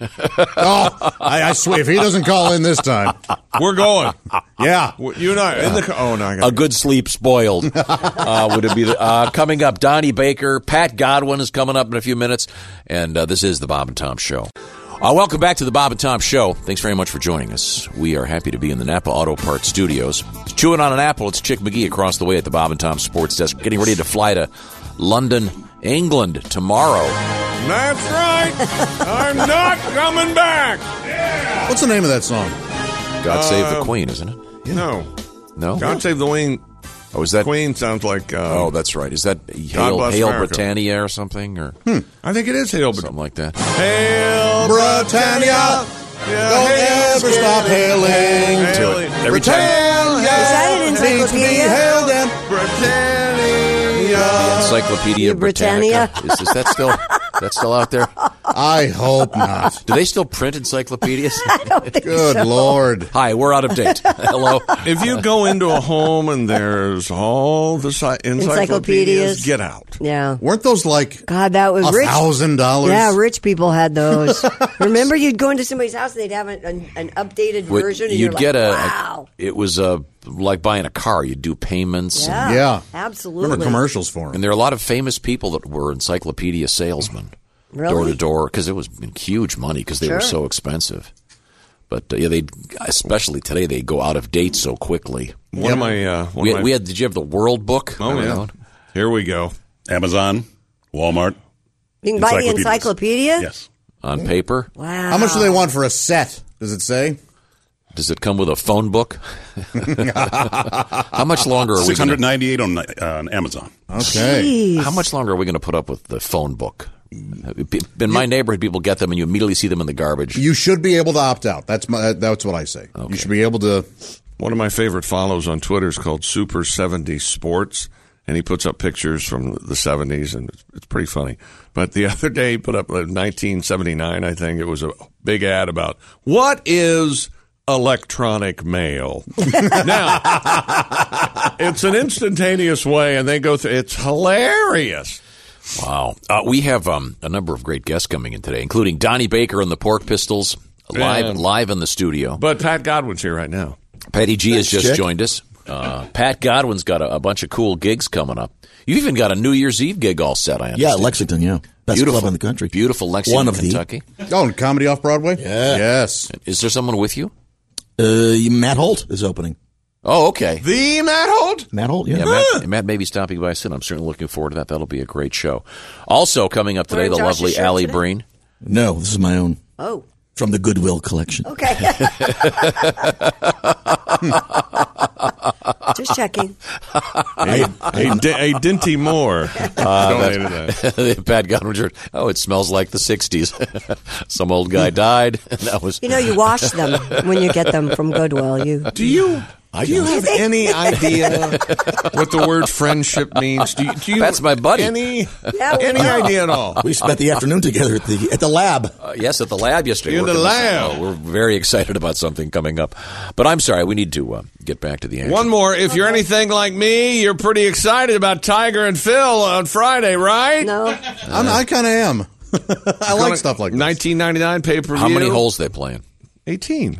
Speaker 12: oh, I, I swear, if he doesn't call in this time,
Speaker 4: we're going.
Speaker 12: Yeah,
Speaker 4: you and I in the. Oh no, I got
Speaker 5: a good sleep spoiled. uh, would it be the, uh, coming up? Donnie Baker, Pat Godwin is coming up in a few minutes, and uh, this is the Bob and Tom Show. Uh, welcome back to the Bob and Tom Show. Thanks very much for joining us. We are happy to be in the Napa Auto Parts Studios. Chewing on an apple, it's Chick McGee across the way at the Bob and Tom Sports Desk, getting ready to fly to London, England tomorrow.
Speaker 4: That's right. I'm not coming back.
Speaker 12: What's the name of that song?
Speaker 5: God save the
Speaker 4: Uh,
Speaker 5: Queen, isn't it?
Speaker 4: No.
Speaker 5: No,
Speaker 4: God Save the Queen.
Speaker 5: Oh, is that
Speaker 4: Queen sounds like? Um,
Speaker 5: oh, that's right. Is that Hail,
Speaker 4: Bless
Speaker 5: Hail
Speaker 4: America. Hmm.
Speaker 5: Britannia or something, or
Speaker 4: I think it is Hail
Speaker 5: something like that?
Speaker 4: Hail
Speaker 12: Britannia! Don't ever stop hailing.
Speaker 5: Do it. Every time-
Speaker 12: Britannia.
Speaker 6: Is that an
Speaker 12: needs to be
Speaker 6: encyclopedia?
Speaker 12: hailed and-
Speaker 5: Encyclopedia Britannica.
Speaker 6: Britannia.
Speaker 5: Is, is that still that's still out there?
Speaker 12: I hope not.
Speaker 5: Do they still print encyclopedias? I
Speaker 6: don't think
Speaker 12: Good
Speaker 5: so.
Speaker 12: lord.
Speaker 5: Hi, we're out of date. Hello.
Speaker 4: If you go into a home and there's all the sci- encyclopedias,
Speaker 6: Encyclopedias.
Speaker 4: get out.
Speaker 6: Yeah.
Speaker 12: Weren't those like
Speaker 6: God, that was
Speaker 12: a
Speaker 6: rich.
Speaker 12: thousand dollars?
Speaker 6: Yeah, rich people had those. Remember, you'd go into somebody's house and they'd have an, an, an updated
Speaker 5: Wait,
Speaker 6: version. And
Speaker 5: you'd
Speaker 6: you're
Speaker 5: get
Speaker 6: like,
Speaker 5: a,
Speaker 6: wow.
Speaker 5: It was uh, like buying a car. You do payments.
Speaker 6: Yeah,
Speaker 5: and,
Speaker 6: Yeah. absolutely. Remember commercials
Speaker 12: for
Speaker 5: And there are a lot of famous people that were encyclopedia salesmen, door to
Speaker 6: Really?
Speaker 5: door, because it was huge money because they were
Speaker 6: Sure.
Speaker 5: so expensive. But uh, yeah, they especially today they go out of date so quickly.
Speaker 4: One of my, uh, one
Speaker 5: we,
Speaker 4: of my-
Speaker 5: we had. Did you have the World Book?
Speaker 4: Oh,
Speaker 5: Remember
Speaker 4: yeah.
Speaker 5: that one?
Speaker 4: Here we go.
Speaker 13: Amazon, Walmart.
Speaker 6: You can buy the
Speaker 13: encyclopedias.
Speaker 6: encyclopedia?
Speaker 13: Yes.
Speaker 5: on paper.
Speaker 6: Wow.
Speaker 12: How much do they want for a set? Does it say?
Speaker 5: Does it come with a phone book? How much longer are we?
Speaker 13: Six hundred
Speaker 5: gonna-
Speaker 13: ninety-eight on uh, on Amazon.
Speaker 5: How much longer are we going to put up with the phone book? In my neighborhood, people get them and you immediately see them in the garbage.
Speaker 12: You should be able to opt out. That's my. That's what I say. You should be able to.
Speaker 4: One of my favorite follows on Twitter is called Super 70 Sports, and he puts up pictures from the 70s, and it's, it's pretty funny. But the other day, he put up uh, 1979, I think. It was a big ad about what is electronic mail? now, it's an instantaneous way, and they go through it's hilarious.
Speaker 5: Wow. Uh, we have um, a number of great guests coming in today, including Donnie Baker and the Pork Pistols, live
Speaker 4: Yeah.
Speaker 5: live in the studio.
Speaker 4: But Pat Godwin's here right now.
Speaker 5: Patty G has just
Speaker 4: Chick.
Speaker 5: joined us. Uh, Pat Godwin's got a, a bunch of cool gigs coming up. You even got a New Year's Eve gig all set. I
Speaker 14: Yeah,
Speaker 5: understand.
Speaker 14: Lexington. Yeah, best
Speaker 5: Beautiful.
Speaker 14: club in the country.
Speaker 5: Beautiful Lexington,
Speaker 14: One of the-
Speaker 5: Kentucky.
Speaker 12: Oh, and comedy off Broadway. Yeah. Yes.
Speaker 5: Is there someone with you?
Speaker 14: Uh, Matt Holt is opening.
Speaker 5: Oh, okay.
Speaker 4: The Matt Holt?
Speaker 14: Matt Holt. Yeah.
Speaker 5: Yeah, Matt, Matt may be stopping by soon. I'm certainly looking forward to that. That'll be a great show. Also coming up today,
Speaker 14: Wearing
Speaker 5: the
Speaker 14: Josh's
Speaker 5: lovely
Speaker 14: shirt
Speaker 5: Allie
Speaker 14: today?
Speaker 5: Breen.
Speaker 14: No, this is my own.
Speaker 6: Oh.
Speaker 14: From the Goodwill collection.
Speaker 6: Okay. Just checking.
Speaker 15: A, a, a Dinty Moore.
Speaker 5: Donated Uh, that. Pat Godwin shirt. Oh, it smells like the 60s. Some old guy died. and that was.
Speaker 6: You know, you wash them when you get them from Goodwill. You
Speaker 15: do you do you have any idea what the word friendship means? Do you, do you
Speaker 5: That's my buddy.
Speaker 15: Any
Speaker 6: Yeah, we
Speaker 15: any
Speaker 6: know.
Speaker 15: idea at all?
Speaker 14: We spent the afternoon together at the at the lab.
Speaker 5: Uh, yes, at the lab yesterday.
Speaker 15: In the
Speaker 5: Working with-
Speaker 15: lab.
Speaker 5: oh, we're very excited about something coming up. But I'm sorry, we need to uh, get back to the answer.
Speaker 4: One more. If you're anything like me, you're pretty excited about Tiger and Phil on Friday, right?
Speaker 6: No.
Speaker 12: I'm, I kind of am. I like stuff like that.
Speaker 4: 1999 pay per view.
Speaker 5: How many holes they playing?
Speaker 4: 18.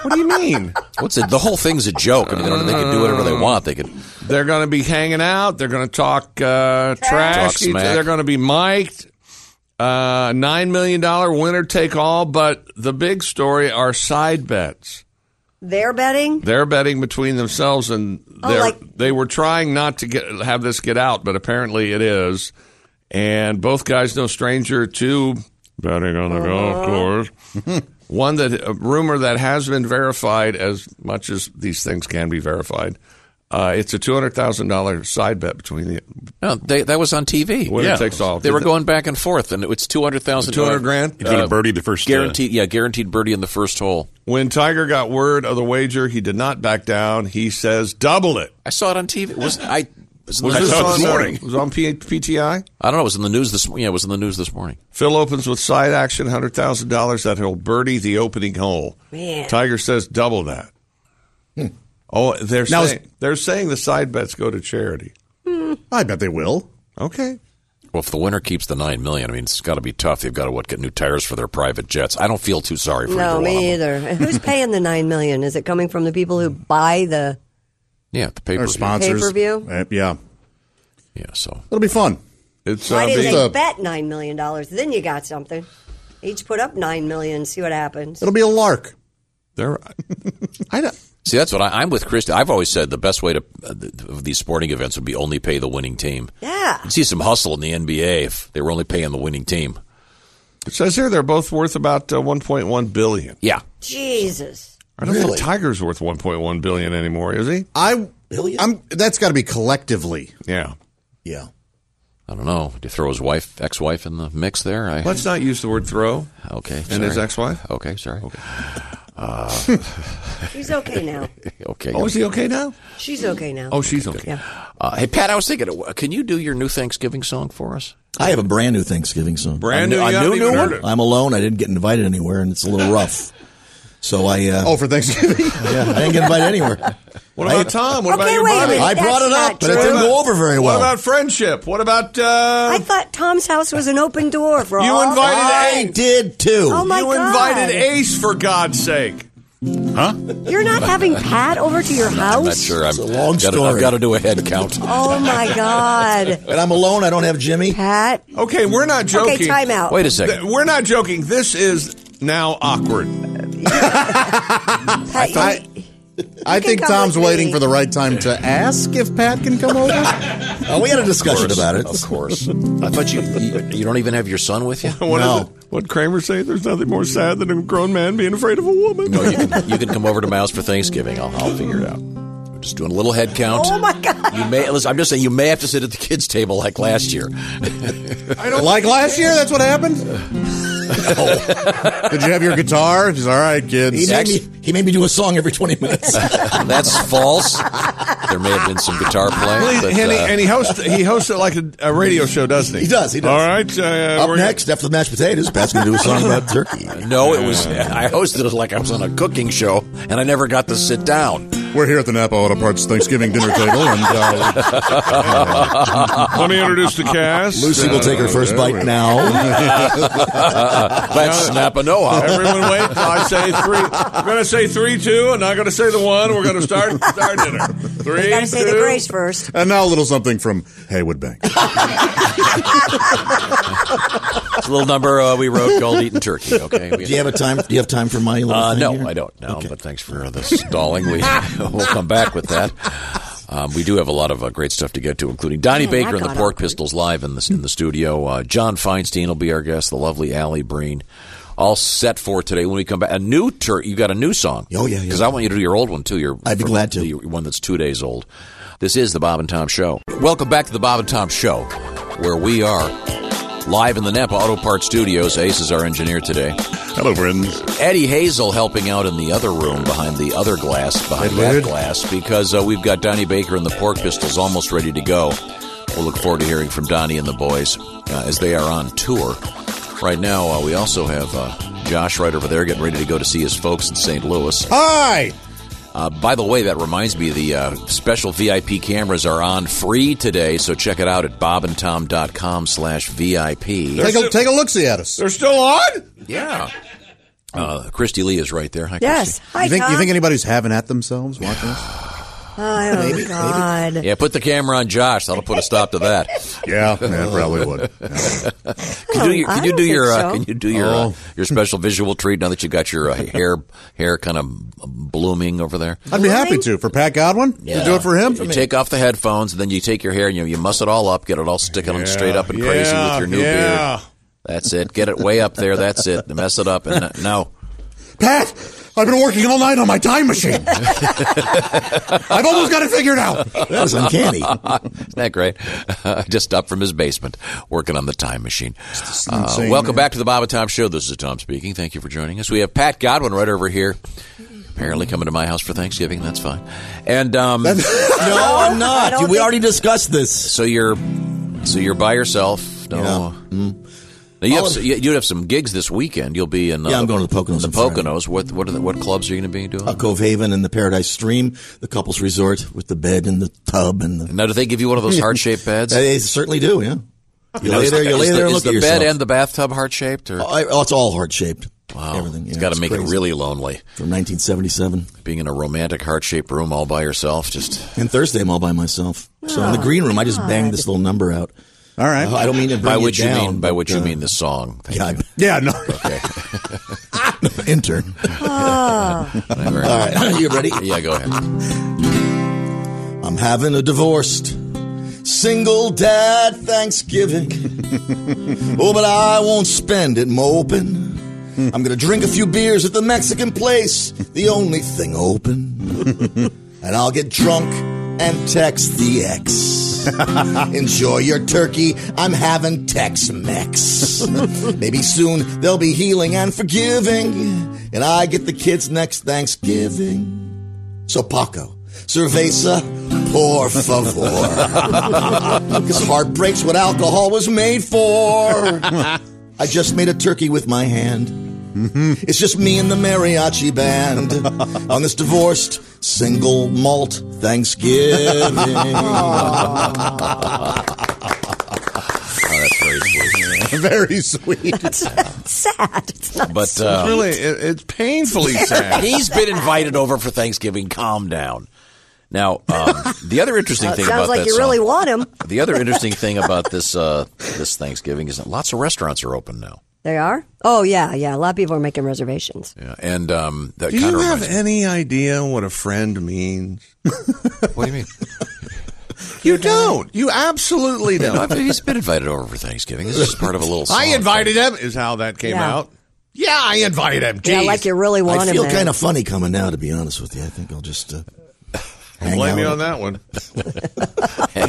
Speaker 4: what do you mean?
Speaker 5: What's it? The whole thing's a joke. I mean, they, don't- they can do whatever they want. They can.
Speaker 4: They're going to be hanging out. They're going to talk uh, trash.
Speaker 5: Talk smack.
Speaker 4: They're going to be mic'd. Uh, Nine million dollar winner take all. But the big story are side bets.
Speaker 6: They're betting.
Speaker 4: They're betting between themselves, and
Speaker 6: Oh,
Speaker 4: they're-
Speaker 6: like-
Speaker 4: they were trying not to get have this get out, but apparently it is. And both guys, no stranger to betting on
Speaker 6: Uh-huh.
Speaker 4: the golf course. One that a rumor that has been verified, as much as these things can be verified. Uh, it's a two hundred thousand dollar side bet between the
Speaker 5: No, they, that was on TV.
Speaker 4: Winner takes all.
Speaker 5: They were going back and forth, and it's two hundred thousand.
Speaker 4: 200 grand?
Speaker 13: If you get a birdie the first, uh,
Speaker 5: guaranteed. Yeah, guaranteed birdie in the first hole.
Speaker 4: When Tiger got word of the wager, he did not back down. He says, "Double it."
Speaker 5: I saw it on TV. Was I? Was, in
Speaker 4: Was
Speaker 5: the
Speaker 4: this
Speaker 5: news
Speaker 4: on, uh,
Speaker 5: morning?
Speaker 4: Was on P- PTI.
Speaker 5: I don't know. It was in the news this. Yeah, it was in the news this morning.
Speaker 4: Phil opens with side action, hundred thousand dollars that he'll birdie the opening hole.
Speaker 6: Man.
Speaker 4: Tiger says double that. Oh, they're
Speaker 12: Now is-
Speaker 4: saying they're saying the side bets go to charity.
Speaker 12: I bet they will.
Speaker 4: Okay,
Speaker 5: Well, if the winner keeps the nine million, I mean, it's got to be tough. They've got to what get new tires for their private jets. I don't feel too sorry for either
Speaker 6: No,
Speaker 5: one of
Speaker 6: me
Speaker 5: them.
Speaker 6: either. Who's paying the nine million? Is it coming from the people who buy the?
Speaker 5: Yeah, the paper
Speaker 12: They're sponsors.
Speaker 6: Pay-per-view?
Speaker 12: Uh, yeah.
Speaker 5: Yeah, so
Speaker 12: It'll be fun.
Speaker 4: it's
Speaker 6: Why
Speaker 4: uh,
Speaker 6: did
Speaker 4: be-
Speaker 6: they bet nine million dollars? Then you got something. Each put up nine million. See what happens.
Speaker 12: It'll be a lark.
Speaker 4: they're- I don't.
Speaker 5: see that's what I, I'm with Chris. I've always said the best way to uh, th- of these sporting events would be only pay the winning team.
Speaker 6: Yeah.
Speaker 5: You'd see some hustle in the NBA if they were only paying the winning team.
Speaker 4: It says here they're both worth about uh, one point one billion.
Speaker 5: Yeah,
Speaker 6: Jesus.
Speaker 4: I don't
Speaker 14: Really?
Speaker 4: think Tiger's worth one point one billion anymore, is he?
Speaker 12: I,
Speaker 14: Billion?
Speaker 12: I'm, that's got to be collectively.
Speaker 4: Yeah.
Speaker 14: Yeah.
Speaker 5: I don't know. Did you throw his wife, ex-wife, in the mix there? I
Speaker 4: Let's not use the word throw.
Speaker 5: okay.
Speaker 4: And his
Speaker 5: sorry.
Speaker 4: ex-wife?
Speaker 5: Okay, sorry. Okay.
Speaker 6: He's okay now.
Speaker 4: Oh, is he okay now?
Speaker 6: She's okay now.
Speaker 4: Oh, she's okay.
Speaker 5: Uh, hey Pat, I was thinking, uh, can you do your new Thanksgiving song for us?
Speaker 14: I have a brand new Thanksgiving song.
Speaker 4: Brand new? You
Speaker 14: I knew- I
Speaker 4: haven't
Speaker 14: knew
Speaker 4: even
Speaker 14: new
Speaker 4: heard
Speaker 14: one.
Speaker 4: it.
Speaker 14: I'm alone. I didn't get invited anywhere, and it's a little rough. So I, uh,
Speaker 12: Oh, for Thanksgiving.
Speaker 14: yeah, I didn't get invited anywhere.
Speaker 4: What about Tom? What about
Speaker 6: Okay,
Speaker 4: your
Speaker 6: wait a
Speaker 4: buddy?
Speaker 6: minute.
Speaker 14: I brought it
Speaker 6: That's
Speaker 14: up,
Speaker 6: not
Speaker 14: but it
Speaker 6: true.
Speaker 14: didn't go over very
Speaker 4: What
Speaker 14: well.
Speaker 4: about friendship? What about uh,
Speaker 6: I thought Tom's house was an open door for
Speaker 4: You
Speaker 6: all. the-
Speaker 4: invited
Speaker 14: I
Speaker 4: Ace.
Speaker 14: did too.
Speaker 6: Oh my
Speaker 4: you
Speaker 6: God.
Speaker 4: invited Ace for God's sake.
Speaker 6: You're not having Pat over to your house.
Speaker 5: I'm
Speaker 2: Oh,
Speaker 5: not sure. I'm,
Speaker 14: It's a long
Speaker 5: gotta, I've
Speaker 14: story.
Speaker 5: got to do a head count.
Speaker 6: Oh my God,
Speaker 14: and I'm alone. I don't have Jimmy.
Speaker 6: Pat.
Speaker 4: Okay, we're not joking.
Speaker 6: Okay, time out.
Speaker 5: Wait a
Speaker 4: Th-
Speaker 5: second.
Speaker 4: We're not joking. This is now awkward.
Speaker 6: Pat, you-
Speaker 12: I, I
Speaker 6: You can
Speaker 12: think
Speaker 6: come
Speaker 12: Tom's
Speaker 6: with
Speaker 12: waiting
Speaker 6: me.
Speaker 12: for the right time to ask if Pat can come over.
Speaker 14: Uh, we had a discussion about it.
Speaker 5: Of course. I thought you, you you don't even have your son with you.
Speaker 4: What is
Speaker 14: No.
Speaker 4: it? What Kramer say? There's nothing more sad than a grown man being afraid of a woman.
Speaker 5: No, you can, you can come over to my house for Thanksgiving. I'll, I'll figure it out. We're just doing a little head count.
Speaker 6: Oh my God.
Speaker 5: You may. Listen, I'm just saying you may have to sit at the kids' table like last year.
Speaker 12: like last year, that's what happened. Did you have your guitar? She's all right,
Speaker 14: He
Speaker 12: kids.
Speaker 14: made, me, he made me do a song every 20 minutes.
Speaker 5: That's false. There may have been some guitar playing.
Speaker 4: Well, he-
Speaker 5: but,
Speaker 4: and, he,
Speaker 5: uh,
Speaker 4: and he hosts he hosts it like a, a radio show, doesn't he?
Speaker 14: He does, he does.
Speaker 4: All right. Uh,
Speaker 14: Up
Speaker 4: we're-
Speaker 14: next, after the mashed potatoes, Pat's going to do a song about turkey.
Speaker 5: no, it was. I hosted it like I was on a cooking show, and I never got to sit down.
Speaker 12: We're here at the Napa Auto Parts Thanksgiving dinner table, and uh,
Speaker 4: Let me introduce the cast. Uh,
Speaker 14: Lucy will take her first bite now.
Speaker 5: That's Snapanoa.
Speaker 4: Everyone wait. till I say three. I'm going to say three, two, and I'm going to say the one. We're going to start start dinner. Three,
Speaker 6: You gotta say the
Speaker 4: two.
Speaker 6: grace first.
Speaker 12: and now a little something from Haywood Bank.
Speaker 5: It's a little number uh, we wrote called "Eating Turkey." Okay. We-
Speaker 14: Do you have a time? Do you have time for my little
Speaker 5: Uh,
Speaker 14: thing
Speaker 5: no,
Speaker 14: here?
Speaker 5: I don't. No, but thanks for the stalling. We, we'll come back with that. Um, we do have a lot of uh, great stuff to get to, including Donnie
Speaker 6: Man,
Speaker 5: Baker
Speaker 6: that
Speaker 5: and the
Speaker 6: got
Speaker 5: Pork
Speaker 6: awkward.
Speaker 5: Pistols live in the in the studio. Uh, John Feinstein will be our guest. The lovely Allie Breen. all set for today. When we come back, a new tur- you got a new song.
Speaker 14: Oh, yeah, yeah.
Speaker 5: Because I want you to do your old one too. Your
Speaker 14: I'd be glad to.
Speaker 5: Your one that's two days old. This is the Bob and Tom Show. Welcome back to the Bob and Tom Show, where we are live in the Napa Auto Parts Studios. Ace is our engineer today.
Speaker 13: Hello, friends.
Speaker 5: Eddie Hazel helping out in the other room behind the other glass, behind
Speaker 13: Ed
Speaker 5: that
Speaker 13: Leonard.
Speaker 5: glass, because uh, we've got Donnie Baker and the Pork Pistols almost ready to go. We'll look forward to hearing from Donnie and the boys uh, as they are on tour. Right now, uh, we also have uh, Josh right over there getting ready to go to see his folks in St. Louis.
Speaker 12: Hi!
Speaker 5: Uh, by the way, that reminds me the uh, special VIP cameras are on free today, so check it out at bobandtom.com slash VIP.
Speaker 12: Take a, take a look see at us. They're still on?
Speaker 5: Yeah. Uh, Christy Lee is right there. Hi,
Speaker 6: Yes. Hi,
Speaker 12: you think,
Speaker 6: Tom.
Speaker 12: You think anybody's having at themselves watching us?
Speaker 6: Oh, God.
Speaker 5: Yeah, put the camera on Josh. That'll put a stop to that.
Speaker 12: yeah, yeah, probably would.
Speaker 5: can you do your
Speaker 12: Oh, I
Speaker 5: can
Speaker 12: don't think so.
Speaker 5: you do your uh, can you do your uh,
Speaker 12: Oh.
Speaker 5: your special visual treat now that you've got your uh, hair hair kind of blooming over there?
Speaker 12: I'd be happy to for Pat Godwin. To do it for him.
Speaker 5: You take off the headphones and then you take your hair and you you muss it all up, get it all sticking and straight up and crazy with
Speaker 12: yeah,
Speaker 5: your new
Speaker 12: yeah.
Speaker 5: beard. That's it. Get it way up there. That's it. Mess it up and uh, no.
Speaker 12: Pat, I've been working all night on my time machine. I've almost got it figured out. That was uncanny.
Speaker 5: Isn't that great? Just up from his basement, working on the time machine. Uh,
Speaker 12: insane,
Speaker 5: welcome
Speaker 12: man.
Speaker 5: back to the Bob and Tom Show. This is Tom speaking. Thank you for joining us. We have Pat Godwin right over here. Apparently coming to my house for Thanksgiving. That's fine. And um, no,
Speaker 14: I'm not. We already
Speaker 5: discussed this. So you're so you're by yourself. No. Now, you,
Speaker 14: Mm-hmm. All
Speaker 5: have,
Speaker 14: of-
Speaker 5: you you have some gigs this weekend. You'll be in. Uh,
Speaker 14: Yeah, I'm going to the Poconos
Speaker 5: The
Speaker 14: on Friday.
Speaker 5: Poconos. What what are the, what clubs are you going to be doing?
Speaker 14: Uh, Cove Haven and the Paradise Stream, the couples resort with the bed and the tub and the.
Speaker 5: Now, do they give you one of those heart shaped beds?
Speaker 14: They certainly do. Yeah, you
Speaker 5: know,
Speaker 14: lay
Speaker 5: is
Speaker 14: there,
Speaker 5: the-
Speaker 14: you lay
Speaker 5: is
Speaker 14: there,
Speaker 5: the-
Speaker 14: and
Speaker 5: is
Speaker 14: look at
Speaker 5: the
Speaker 14: yourself.
Speaker 5: bed and the bathtub heart shaped, or
Speaker 14: Oh, I- oh, it's all heart shaped. Wow, everything.
Speaker 5: It's
Speaker 14: yeah,
Speaker 5: got to make it
Speaker 14: crazy.
Speaker 5: really lonely.
Speaker 14: From 1977,
Speaker 5: being in a romantic heart shaped room all by yourself, just
Speaker 14: and Thursday I'm all by myself. So in the green room, I just banged this little number out.
Speaker 12: All right.
Speaker 14: I don't mean to bring
Speaker 5: by
Speaker 14: it
Speaker 5: what you
Speaker 14: down,
Speaker 5: mean by
Speaker 14: but,
Speaker 5: what you
Speaker 14: uh,
Speaker 5: mean the song. Thank
Speaker 14: yeah,
Speaker 5: you.
Speaker 12: Yeah, no.
Speaker 14: intern.
Speaker 5: Whatever.
Speaker 14: All right, you ready?
Speaker 5: Yeah, go ahead.
Speaker 14: I'm having a divorced single dad Thanksgiving. oh, but I won't spend it moping. I'm going to drink a few beers at the Mexican place, the only thing open. and I'll get drunk and text the ex. Enjoy your turkey. I'm having Tex Mex. Maybe soon they'll be healing and forgiving. And I get the kids next Thanksgiving. So Paco, cerveza, por favor. Because heartbreak's what alcohol was made for. I just made a turkey with my hand. It's just me and the mariachi band on this divorced single malt Thanksgiving.
Speaker 12: Very sweet.
Speaker 6: sad. It's not
Speaker 5: But,
Speaker 6: sad.
Speaker 5: uh, It's really-
Speaker 15: it's painfully
Speaker 5: He's been invited over for Thanksgiving. Calm down. Now, um, the other interesting
Speaker 6: Well, it
Speaker 5: thing
Speaker 6: sounds
Speaker 5: about
Speaker 6: like
Speaker 5: that
Speaker 6: you
Speaker 5: song-
Speaker 6: really want him.
Speaker 5: the other interesting thing about this uh, this Thanksgiving is that lots of restaurants are open now,
Speaker 6: They are? Oh, yeah, yeah. A lot of people are making reservations.
Speaker 5: Yeah. and um, that
Speaker 15: Do
Speaker 5: kind
Speaker 15: you
Speaker 5: of
Speaker 15: have
Speaker 5: reminds me.
Speaker 15: any idea what a friend means?
Speaker 5: What do you mean?
Speaker 15: You don't. You absolutely
Speaker 5: No,
Speaker 15: don't.
Speaker 5: I've- he's been invited over for Thanksgiving. This is part of a little. Song
Speaker 15: I invited him. Is how that came
Speaker 6: Yeah.
Speaker 15: out. Yeah, I invited him.
Speaker 6: Yeah,
Speaker 15: Jeez.
Speaker 6: like you really want
Speaker 14: I
Speaker 6: him.
Speaker 14: feel
Speaker 6: there.
Speaker 14: kind of funny coming now, to be honest with you. I think I'll just. Uh, hang
Speaker 15: Blame me
Speaker 14: out with-
Speaker 15: on that one.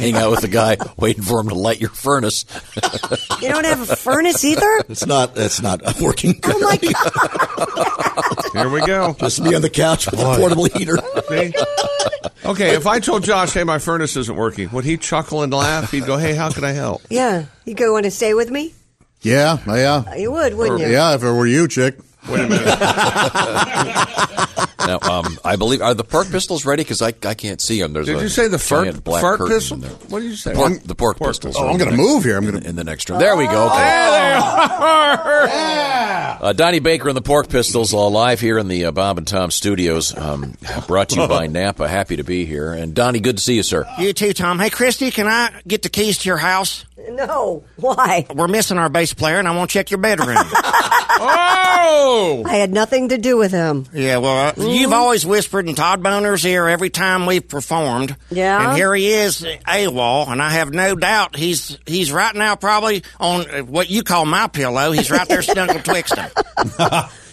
Speaker 5: hang out with the guy, waiting for him to light your furnace.
Speaker 6: You don't have a furnace either?
Speaker 14: It's not. It's not working.
Speaker 6: Oh, my God.
Speaker 15: Here we go.
Speaker 14: Just be on the couch with a portable heater.
Speaker 15: See? Okay, if I told Josh, "Hey, my furnace isn't working," would he chuckle and laugh? He'd go, "Hey, how can I help?"
Speaker 6: Yeah. You go want to stay with me?
Speaker 12: Yeah, yeah.
Speaker 6: You would, wouldn't you?
Speaker 12: Yeah, if it were you, chick.
Speaker 15: Wait a minute.
Speaker 5: Now, um, I believe are the pork pistols ready? Because I, I can't see them. There's
Speaker 15: Did
Speaker 5: a
Speaker 15: you say the fart,
Speaker 5: giant black
Speaker 15: fart
Speaker 5: curtain
Speaker 15: pistol?
Speaker 5: in there.
Speaker 15: What did you say?
Speaker 5: Pork- the pork, pistols.
Speaker 12: Oh,
Speaker 5: are
Speaker 12: I'm
Speaker 5: in
Speaker 12: going to
Speaker 5: the
Speaker 12: move here. I'm going
Speaker 5: next- in the next room. There we go.
Speaker 6: Oh.
Speaker 5: Okay. Uh, Donnie Baker and the Pork Pistols all live here in the uh, Bob and Tom Studios. Um, brought to you by Napa. Happy to be here. And Donnie, good to see you, sir.
Speaker 3: You too, Tom. Hey, Christy, can I get the keys to your house?
Speaker 6: No. Why?
Speaker 3: We're missing our bass player, and I won't check your bedroom.
Speaker 6: Oh! I had nothing to do with him.
Speaker 3: yeah, well, uh,
Speaker 6: Mm-hmm.
Speaker 3: you've always whispered in Todd Boner's ear every time we've performed.
Speaker 6: Yeah?
Speaker 3: And here he is, AWOL, and I have no doubt he's he's right now probably on uh, what you call my pillow. He's right there snuggled betwixt them.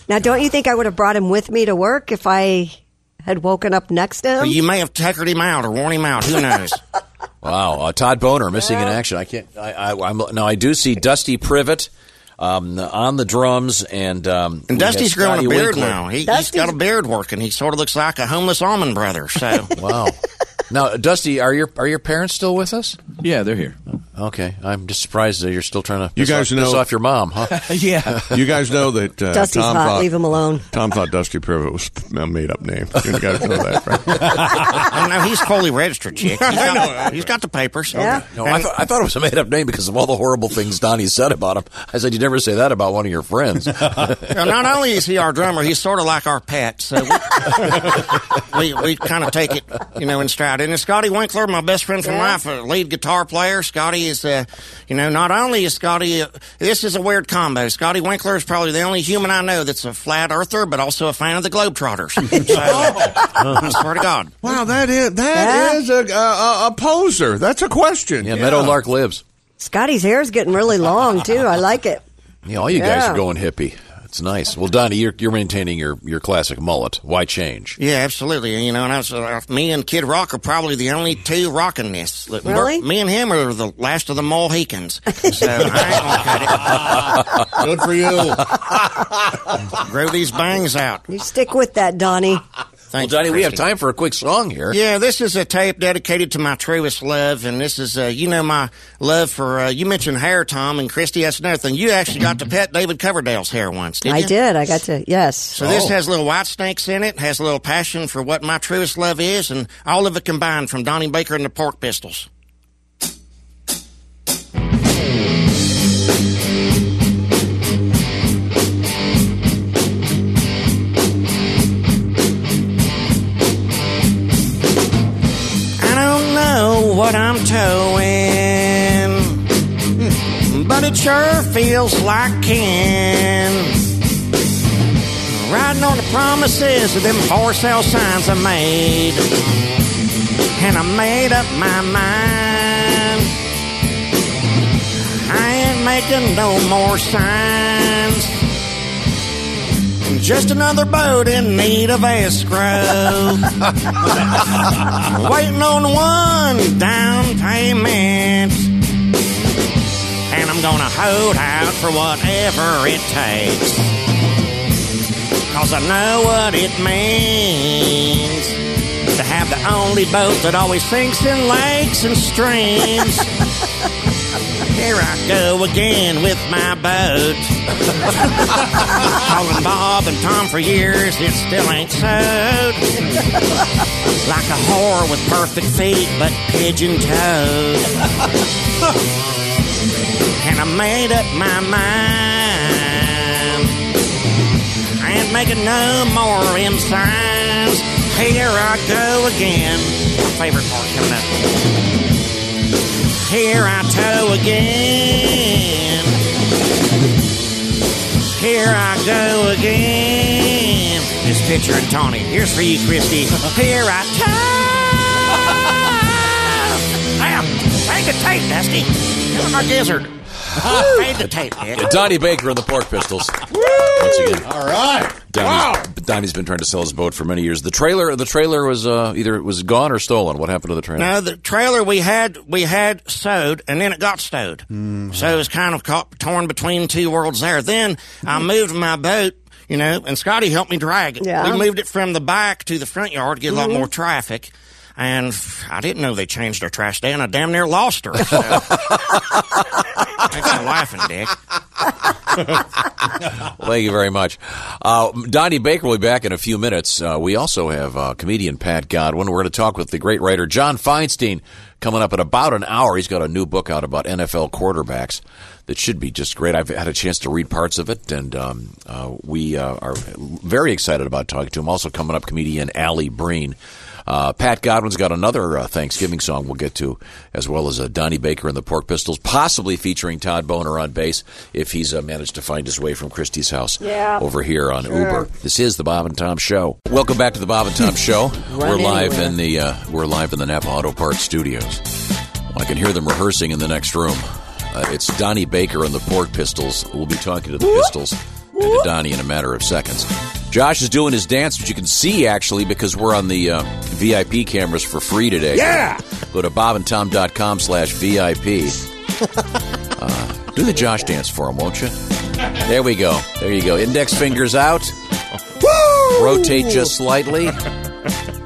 Speaker 6: Now, don't you think I would have brought him with me to work if I had woken up next to him?
Speaker 3: Well, you may have tuckered him out or worn him out. Who knows?
Speaker 5: Wow, uh, Todd Boner missing in action. I can't. I, I, I'm now. I do see Dusty Privet um, on the drums, and um,
Speaker 3: And
Speaker 5: we have
Speaker 3: Dusty's growing
Speaker 5: Scotty
Speaker 3: a beard
Speaker 5: Winkler.
Speaker 3: now. He, he's got a beard working. He sort of looks like a homeless almond brother. So
Speaker 5: wow. Now, Dusty, are your are your parents still with us?
Speaker 7: Yeah, they're here.
Speaker 5: Okay, I'm just surprised that you're still trying to
Speaker 15: You
Speaker 5: piss
Speaker 15: guys
Speaker 5: off, piss
Speaker 15: know-
Speaker 5: off your mom, huh?
Speaker 7: yeah.
Speaker 15: You guys know that uh,
Speaker 6: Dusty's
Speaker 15: Tom
Speaker 6: hot.
Speaker 15: thought
Speaker 6: Leave him alone.
Speaker 15: Tom thought Dusty Privet was a made up name. You guys know that, right?
Speaker 3: oh, no, he's fully registered, chick. He's
Speaker 5: I
Speaker 3: got, he's got the papers.
Speaker 5: Yeah. No, I, th- I thought it was a made up name because of all the horrible things Donnie said about him. I said, You'd never say that about one of your friends.
Speaker 3: Well, not only is he our drummer, he's sort of like our pet. So we, we, we kind of take it, you know, in stride. And then Scotty Winkler, my best friend from life, a lead guitar player. Scotty is, uh, you know, not only is Scotty, uh, this is a weird combo. Scotty Winkler is probably the only human I know that's a flat earther, but also a fan of the Globetrotters. So, I swear to God.
Speaker 15: Wow, that is that is a, a, a poser. That's a question. Yeah,
Speaker 5: Meadowlark lives.
Speaker 6: Scotty's hair's getting really long, too. I like it.
Speaker 5: Yeah, all you guys
Speaker 6: Yeah.
Speaker 5: are going hippie. It's nice. Well, Donnie, you're, you're maintaining your, your classic mullet. Why change?
Speaker 3: Yeah, absolutely. And, You know, and I was, uh, me and Kid Rock are probably the only two rocking this. Look, we're-
Speaker 5: Really?
Speaker 3: Me and him are the last of the Mohicans. So I ain't gonna cut it. Good for you. Grow these bangs out.
Speaker 6: You stick with that, Donnie.
Speaker 3: Thanks,
Speaker 5: well, Donnie, we have
Speaker 3: Christy.
Speaker 5: time for a quick song here.
Speaker 3: Yeah, this is a tape dedicated to my truest love, and this is, uh, you know, my love for. Uh, you mentioned hair, Tom and Christy. That's another thing. You actually got to pet David Coverdale's hair once, didn't
Speaker 6: I
Speaker 3: you?
Speaker 6: did. I got to, yes.
Speaker 3: So this has little white snakes in it, has a little passion for what my truest love is, and all of it combined from Donnie Baker and the Pork Pistols. I don't know what I'm towing, but it sure feels like kin. Riding on the promises of them for sale signs I made. And I made up my mind. I ain't making no more signs. Just another boat in need of escrow. Waiting on one down payment. And I'm gonna hold out for whatever it takes. Cause I know what it means to have the only boat that always sinks in lakes and streams. Here I go again with my boat. Calling Bob and Tom for years, it still ain't sewed. Like a whore with perfect feet, but pigeon toed. And I made up my mind. I ain't making no more M signs. Here I go again. My favorite part coming up. Here I tow again. Here I go again. This picture and Tawny. Here's for you, Christy. Here I tow. Ow. Take the tape, Dusty. Give me my gizzard. Fade the tape, Nick.
Speaker 5: Yeah, Donnie Baker and the Pork Pistols. Once again.
Speaker 3: All right.
Speaker 5: Donnie's, Donnie's been trying to sell his boat for many years. The trailer, the trailer was uh, either it was gone or stolen. What happened to the trailer?
Speaker 3: No, the trailer we had we had sewed, and then it got stowed. So it was kind of caught, torn between two worlds there. Then I moved my boat, you know, and Scotty helped me drag it.
Speaker 16: Yeah.
Speaker 3: We moved it from the back to the front yard, get a lot
Speaker 16: Mhm.
Speaker 3: more traffic. And I didn't know they changed her trash day, and I damn near lost her. So. Thanks for laughing, Dick.
Speaker 5: Well, Thank you very much. Uh, Donnie Baker will be back in a few minutes. Uh, we also have uh, comedian Pat Godwin. We're going to talk with the great writer John Feinstein coming up in about an hour. He's got a new book out about NFL quarterbacks that should be just great. I've had a chance to read parts of it, and um, uh, we uh, are very excited about talking to him. Also, coming up, comedian Allie Breen. Uh, Pat Godwin's got another uh, Thanksgiving song we'll get to, as well as uh, Donnie Baker and the Pork Pistols, possibly featuring Todd Boner on bass if he's uh, managed to find his way from Christie's house
Speaker 7: Yeah.
Speaker 5: over here on
Speaker 7: Sure.
Speaker 5: Uber. This is the Bob and Tom Show. Welcome back to the Bob and Tom Show. we're
Speaker 7: Run
Speaker 5: live
Speaker 7: anywhere.
Speaker 5: in the uh, we're live in the Napa Auto Parts studios. I can hear them rehearsing in the next room. Uh, it's Donnie Baker and the Pork Pistols. We'll be talking to the Pistols and to Donnie in a matter of seconds. Josh is doing his dance, which you can see actually because we're on the uh, VIP cameras for free today.
Speaker 7: Yeah!
Speaker 5: Go to bobandtom.com slash VIP. Uh, do the Josh dance for him, won't you? There we go. There you go. Index fingers out. Rotate just slightly.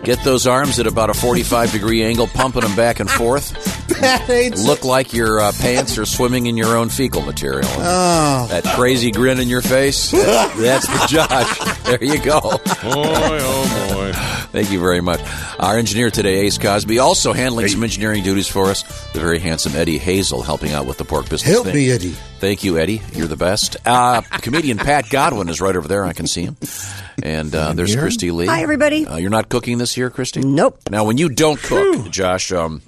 Speaker 5: Get those arms at about a 45 degree angle, pumping them back and forth.
Speaker 10: That ain't
Speaker 5: Look like your uh, pants are swimming in your own fecal material.
Speaker 10: Oh.
Speaker 5: That crazy grin in your face. That's the Josh. There you go. Boy, oh boy. Thank you very much. Our engineer today, Ace Cosby, also handling some engineering duties for us. The very handsome Eddie Hazel helping out with the pork business.
Speaker 12: Help
Speaker 5: thing.
Speaker 12: me, Eddie.
Speaker 5: Thank you, Eddie. You're the best. Uh, comedian Pat Godwin is right over there. I can see him. And uh, there's Christy Lee.
Speaker 6: Hi, everybody.
Speaker 5: Uh, you're not cooking this year, Christy?
Speaker 6: Nope.
Speaker 5: Now, when you don't cook, Josh, um,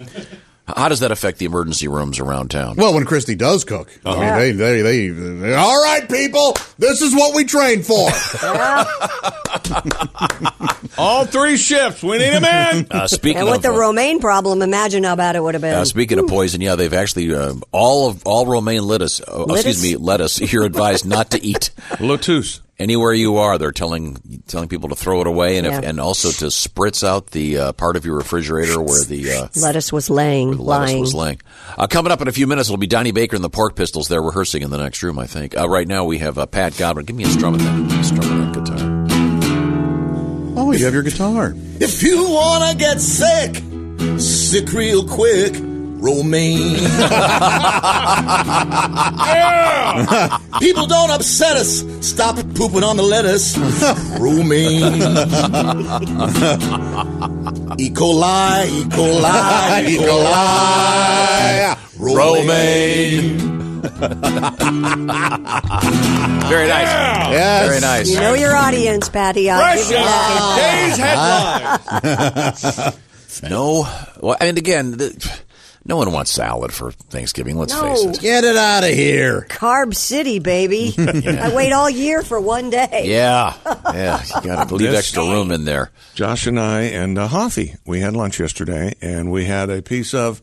Speaker 5: how does that affect the emergency rooms around town?
Speaker 12: Well, when Christy does cook, I mean,
Speaker 5: Uh-huh.
Speaker 12: they, they, they, they- all right,
Speaker 15: Oh,
Speaker 12: people, this is what we train for.
Speaker 4: All three shifts. We need a man.
Speaker 5: Uh, speaking
Speaker 6: and with
Speaker 5: of
Speaker 6: the
Speaker 5: uh,
Speaker 6: romaine problem, imagine how bad it would have been.
Speaker 5: Uh, speaking of poison, yeah, they've actually uh, all of all romaine lettuce. Uh,
Speaker 6: Lettuce?
Speaker 5: Excuse me, lettuce. You're advised not to eat lettuce anywhere you are. They're telling telling people to throw it away, and if,
Speaker 6: Yeah.
Speaker 5: and also to spritz out the uh, part of your refrigerator where the uh,
Speaker 6: lettuce was laying,
Speaker 5: lettuce
Speaker 6: lying.
Speaker 5: was laying. Uh, coming up in a few minutes, it'll be Donnie Baker and the Pork Pistols. They're rehearsing in the next room, I think. Uh, right now, we have uh, Pat Godwin. Give me a strum of that, strum of that guitar.
Speaker 12: Oh, you have your guitar.
Speaker 14: If you wanna get sick, sick real quick, romaine. People don't upset us. Stop pooping on the lettuce. Romaine. E. coli, E. coli, E. coli. Romaine.
Speaker 5: Very nice.
Speaker 6: Yes.
Speaker 5: Very nice.
Speaker 6: You know your audience, Patty. I'll give you that.
Speaker 5: no. Well, I mean, again, the, no one wants salad for Thanksgiving. Let's
Speaker 6: No.
Speaker 5: face it. Oh,
Speaker 6: Get it outta
Speaker 5: here.
Speaker 6: Carb City, baby.
Speaker 5: Yeah.
Speaker 6: I wait all year for one day.
Speaker 5: Yeah, yeah. You got to leave
Speaker 4: This-
Speaker 5: extra room in there.
Speaker 4: Josh and I and uh, Hoffy, we had lunch yesterday, and we had a piece of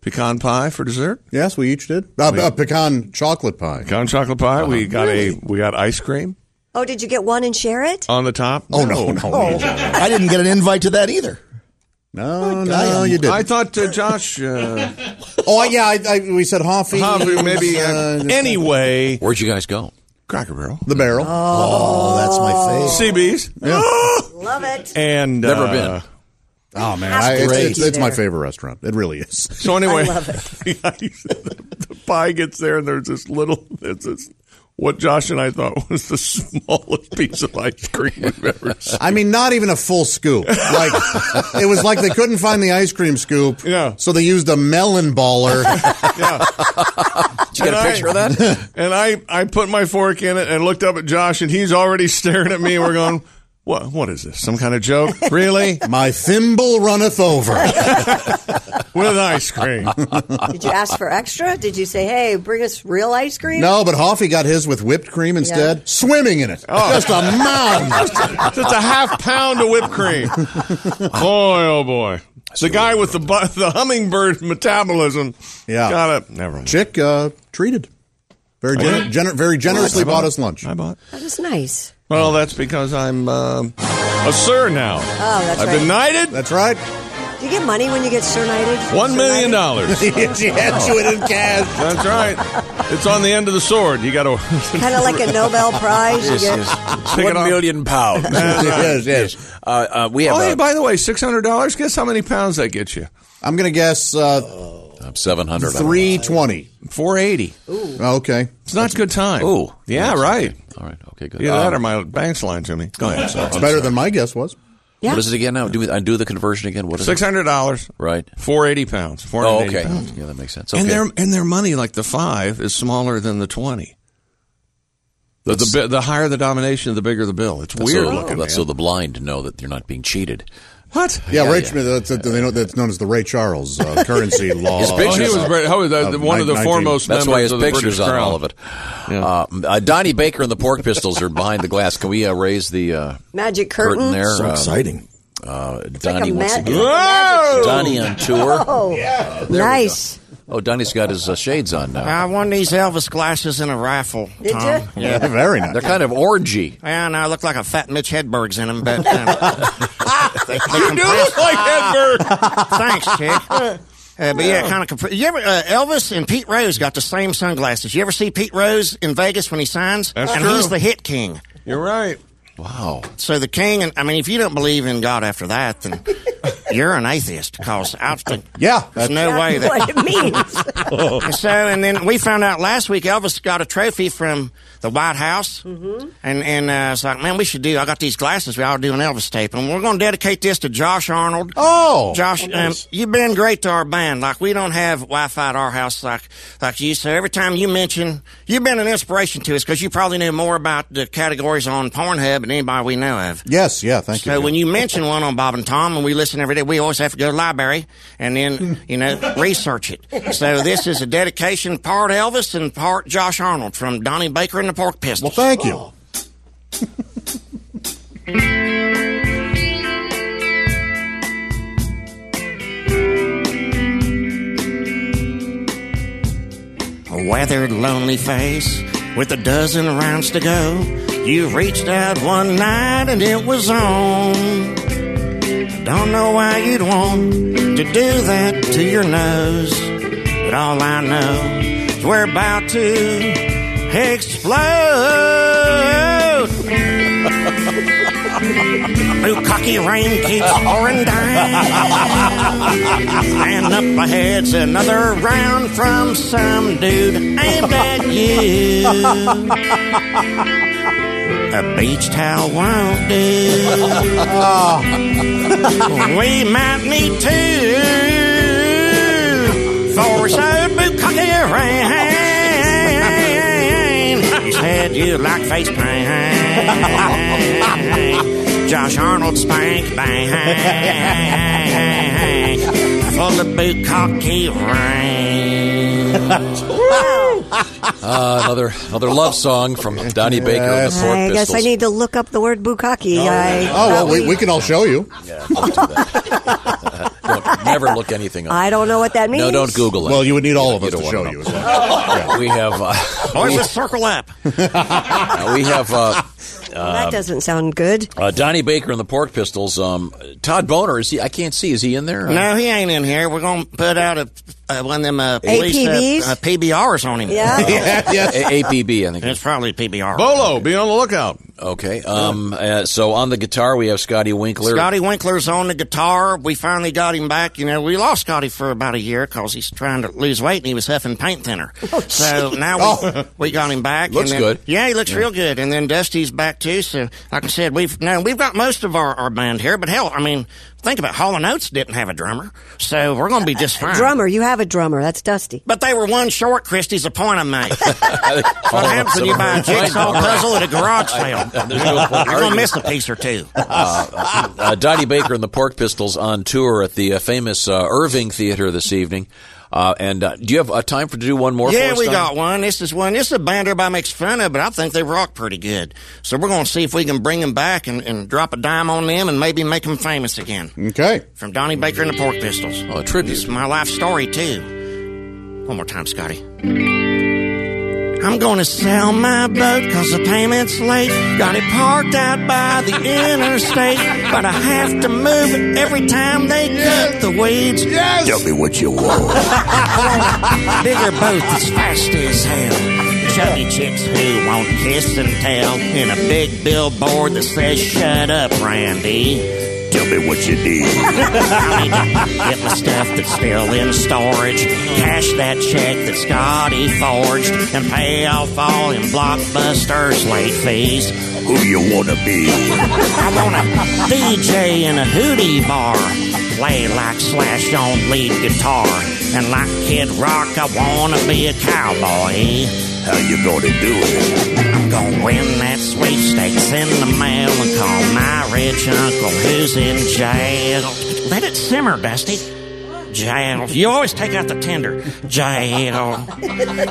Speaker 4: pecan pie for dessert.
Speaker 12: Yes, we each did. Uh, uh, pecan chocolate pie.
Speaker 4: Pecan chocolate pie.
Speaker 5: Uh-huh.
Speaker 4: We got
Speaker 6: Really?
Speaker 4: a we got ice cream
Speaker 6: Oh, did you get one and share it?
Speaker 4: on the top. Oh no, no,
Speaker 14: I didn't get an invite to that either.
Speaker 4: Oh,
Speaker 12: Oh, No, no, you didn't.
Speaker 4: I thought uh, Josh. Uh,
Speaker 12: oh, yeah, I, I, we said Hoffy.
Speaker 4: Hoffy, maybe, uh, anyway.
Speaker 5: Where'd you guys go?
Speaker 4: Cracker Barrel.
Speaker 12: The barrel.
Speaker 4: Oh, that's my favorite. CB's.
Speaker 6: Love it.
Speaker 4: Ah! And
Speaker 12: Never
Speaker 4: uh,
Speaker 12: been. Oh man,
Speaker 4: That's
Speaker 12: I, it's,
Speaker 4: great.
Speaker 12: it's, it's my
Speaker 4: There.
Speaker 12: favorite restaurant. It really is.
Speaker 4: So anyway,
Speaker 12: I love
Speaker 4: the, pie gets there, and there's this little, there's this what Josh and I thought was the smallest piece of ice cream we've ever seen.
Speaker 12: I mean, not even a full scoop. Like it was like they couldn't find the ice cream scoop. Yeah. So they used a melon baller.
Speaker 5: Did you get a picture of that?
Speaker 4: And I, I put my fork in it and looked up at Josh, and he's already staring at me. We're going, what, what is this? Some kind of joke? Really?
Speaker 12: my thimble runneth over
Speaker 4: with ice cream.
Speaker 6: Did you ask for extra? Did you say, hey, bring us real ice cream?
Speaker 12: No, but Hoffy got his with whipped cream instead, swimming in it. Just a mound.
Speaker 4: It's Oh, a half pound of whipped cream. Boy, oh boy. The guy with the bu- the hummingbird metabolism.
Speaker 12: Yeah.
Speaker 4: Got it. Never mind.
Speaker 12: Chick uh, treated. Very gener- gener- very generously
Speaker 4: I
Speaker 12: bought, us lunch.
Speaker 4: I bought.
Speaker 6: That was nice.
Speaker 4: Well, that's because I'm um a sir now.
Speaker 6: Oh, that's
Speaker 4: I've
Speaker 6: right.
Speaker 4: been knighted.
Speaker 12: uh, That's right.
Speaker 6: Do you get money when you get surnighted?
Speaker 4: One million dollars. That's right. It's on the end of the sword. You got to
Speaker 6: Kind of like a Nobel Prize. You get-
Speaker 4: Pick it
Speaker 5: One
Speaker 4: up.
Speaker 5: million pounds.
Speaker 4: Yes,
Speaker 5: yes. Uh, uh, we have.
Speaker 4: Oh, hey,
Speaker 5: uh,
Speaker 4: by the way, six hundred dollars. Guess how many pounds that gets you?
Speaker 12: I'm gonna guess uh,
Speaker 5: I'm seven hundred.
Speaker 12: three twenty.
Speaker 4: Four eighty.
Speaker 12: Oh, Okay.
Speaker 4: It's not good time.
Speaker 5: Ooh.
Speaker 4: Yeah, right.
Speaker 5: All right. Okay. Good.
Speaker 4: Either that
Speaker 5: Um,
Speaker 4: or my bank's lying to me. Go ahead.
Speaker 5: sorry.
Speaker 12: It's better than my guess was.
Speaker 5: What is it again? Now do we, I do the conversion again. What is
Speaker 4: Six hundred dollars.
Speaker 5: it? Right.
Speaker 4: Four eighty pounds. Four
Speaker 5: Oh,
Speaker 4: hundred eighty
Speaker 5: okay.
Speaker 4: pounds.
Speaker 5: Yeah, that makes sense.
Speaker 4: And
Speaker 5: Okay.
Speaker 4: their and their money, like the five, is smaller than the twenty. The, the bi- the higher the domination, the bigger the bill. It's
Speaker 5: That's
Speaker 4: weird
Speaker 5: so,
Speaker 4: looking.
Speaker 5: That's so
Speaker 4: man.
Speaker 5: the blind know that you're not being cheated.
Speaker 12: What? Yeah, Ray. That's, that- they know, that's known as the Ray Charles uh, currency law.
Speaker 5: His
Speaker 4: Oh,
Speaker 5: pictures. Oh,
Speaker 12: Uh, of nine- 19
Speaker 5: That's why his picture's on all of it. Uh, uh, Donnie Baker and the Pork Pistols are behind the glass. Can we uh, raise the uh,
Speaker 6: Magic curtain.
Speaker 5: there? um,
Speaker 6: So
Speaker 14: exciting.
Speaker 5: Uh,
Speaker 6: like
Speaker 5: Donnie
Speaker 6: a
Speaker 5: once
Speaker 6: ma-
Speaker 5: again.
Speaker 6: Whoa!
Speaker 5: Donnie on tour.
Speaker 6: Oh,
Speaker 5: There we go.
Speaker 6: nice.
Speaker 5: Oh, Donnie's got his uh, shades on now.
Speaker 3: I won these Elvis glasses in a raffle.
Speaker 6: Did
Speaker 3: Tom.
Speaker 6: you?
Speaker 3: Yeah.
Speaker 5: very nice. They're kind of orangey.
Speaker 3: Yeah, no, I look like a fat Mitch Hedberg's in them, but uh, they, they
Speaker 5: You do look like
Speaker 3: Hedberg. Thanks, Chick. Uh, but yeah, kind of. Comp- you ever uh, Elvis and Pete Rose got the same sunglasses. You ever see Pete Rose in Vegas when he signs?
Speaker 2: That's
Speaker 3: and
Speaker 2: true.
Speaker 3: he's the hit king.
Speaker 2: You're right.
Speaker 5: Wow.
Speaker 3: So the king, and I mean, if you don't believe in God after that, then you're an atheist. Cause I think
Speaker 12: yeah,
Speaker 3: there's no
Speaker 6: That's
Speaker 3: way that
Speaker 6: what it means.
Speaker 3: and so, and then we found out last week Elvis got a trophy from the White House, and and uh, it's like, man, we should do. I got these glasses. We all do an Elvis tape, and we're going to dedicate this to Josh Arnold.
Speaker 12: Oh,
Speaker 3: Josh, um, you've been great to our band. Like we don't have Wi-Fi at our house, like like you. So every time you mention, you've been an inspiration to us because you probably know more about the categories on Pornhub than anybody we know of.
Speaker 12: Yes, yeah, thank
Speaker 3: So
Speaker 12: you.
Speaker 3: when you mention one on Bob and Tom, and we listen every day, we always have to go to the library and then you know research it. So this is a dedication, part Elvis and part Josh Arnold from Donnie Baker and the Pork Pistols.
Speaker 12: Well, thank you.
Speaker 3: A weathered, lonely face with a dozen rounds to go. You reached out one night and it was on. Don't know why you'd want to do that to your nose, but all I know is we're about to explode. Bukkake rain keeps pouring down. And up ahead's another round from some dude aimed at you. A beach towel won't do. we might need two for some bukkake rain. You said you like face paint. Josh Arnold spank bang. Full of bukkake rain.
Speaker 5: Uh, another another love song from Donnie Baker and the Pork
Speaker 6: I guess
Speaker 5: Pistols.
Speaker 6: I need to look up the word bukkake. I,
Speaker 12: Oh well, we, we can all show you.
Speaker 5: Don't- never look anything up.
Speaker 6: I don't know what that means.
Speaker 5: No, don't Google it.
Speaker 12: Well, you would need all of us
Speaker 5: don't
Speaker 12: to
Speaker 5: wanna
Speaker 12: show
Speaker 5: know.
Speaker 12: you.
Speaker 5: We have uh,
Speaker 3: Or is it Oh, circle app?
Speaker 5: uh, we have uh,
Speaker 6: That
Speaker 5: uh,
Speaker 6: doesn't sound good.
Speaker 5: uh, Donnie Baker and the Pork Pistols. Um, Todd Boner is he? I can't see. Is he in there?
Speaker 3: No, he ain't in here. We're gonna put out a uh, one of them uh, police
Speaker 6: APBs?
Speaker 3: uh, uh, PBRs on him.
Speaker 6: Yeah.
Speaker 5: Yeah, A- APB. I think
Speaker 3: it's probably PBR.
Speaker 4: Bolo, be on the lookout.
Speaker 5: Okay. Um, uh, so on the guitar we have Scotty Winkler.
Speaker 3: Scotty Winkler's on the guitar. We finally got him back. You know, we lost Scotty for about a year because he's trying to lose weight and he was huffing paint thinner. so now we, we got him back. and
Speaker 5: Oh. Looks
Speaker 3: then-
Speaker 5: good.
Speaker 3: Yeah, he looks real good. And then Dusty's back too. So like I said, we've no, we've got most of our, our band here. But hell, I mean, think about Hall and Oates didn't have a drummer, so we're gonna be just fine.
Speaker 6: Drummer, you have a drummer. That's Dusty.
Speaker 3: But they were one short, Christie's a point I made.
Speaker 5: what
Speaker 3: What happens when you buy a jigsaw puzzle at a garage sale? You're going to miss a piece or two.
Speaker 5: uh, uh, Dottie Baker and the Pork Pistols on tour at the uh, famous uh, Irving Theater this evening. Uh, and uh, do you have uh, time for to do one more?
Speaker 3: Yeah,
Speaker 5: for us,
Speaker 3: we
Speaker 5: Don?
Speaker 3: got one. This is one. This is a band everybody makes fun of, but I think they rock pretty good. So we're going to see if we can bring them back and, and drop a dime on them and maybe make them famous again.
Speaker 12: Okay.
Speaker 3: From Donnie Baker and the Pork Pistols.
Speaker 5: Mm. Oh, a tribute.
Speaker 3: It's my life story, too. One more time, Scotty. I'm gonna sell my boat cause the payment's late. Got it parked out by the interstate, but I have to move it every time they cut the weeds. Yes!
Speaker 14: Tell me what you want.
Speaker 3: Bigger boat that's fast as hell. Chubby chicks who won't kiss and tell. And a big billboard that says, Shut up, Randy.
Speaker 14: Tell me what you need.
Speaker 3: Get my stuff that's still in storage. Cash that check that Scotty forged. And pay off all in Blockbuster's late fees.
Speaker 14: Who you wanna be?
Speaker 3: I want a DJ in a hootie bar. Play like Slash on lead guitar. And like Kid Rock, I wanna be a cowboy.
Speaker 17: How you gonna do it?
Speaker 3: I'm gonna win that sweepstakes in the mail and call my rich uncle who's in jail. Let it simmer, Dusty. Jail. You always take out the tender. Jail.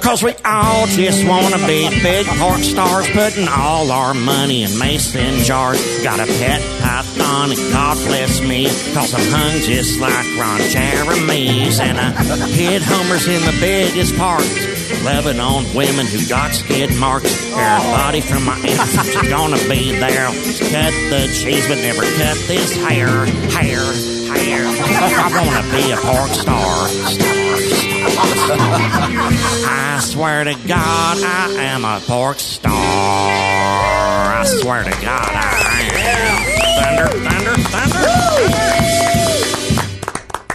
Speaker 3: Cause we all just wanna be big pork stars, putting all our money in mason jars. Got a pet python, and God bless me, cause I'm hung just like Ron Jeremy's. And I hit homers in the biggest parks, loving on women who got skid marks. Everybody from my ancestors is gonna be there. Cut the cheese, but never cut this hair, hair, hair. I wanna be a pork star. I swear to God, I am a pork star. I swear to God, I am. Thunder, thunder, thunder.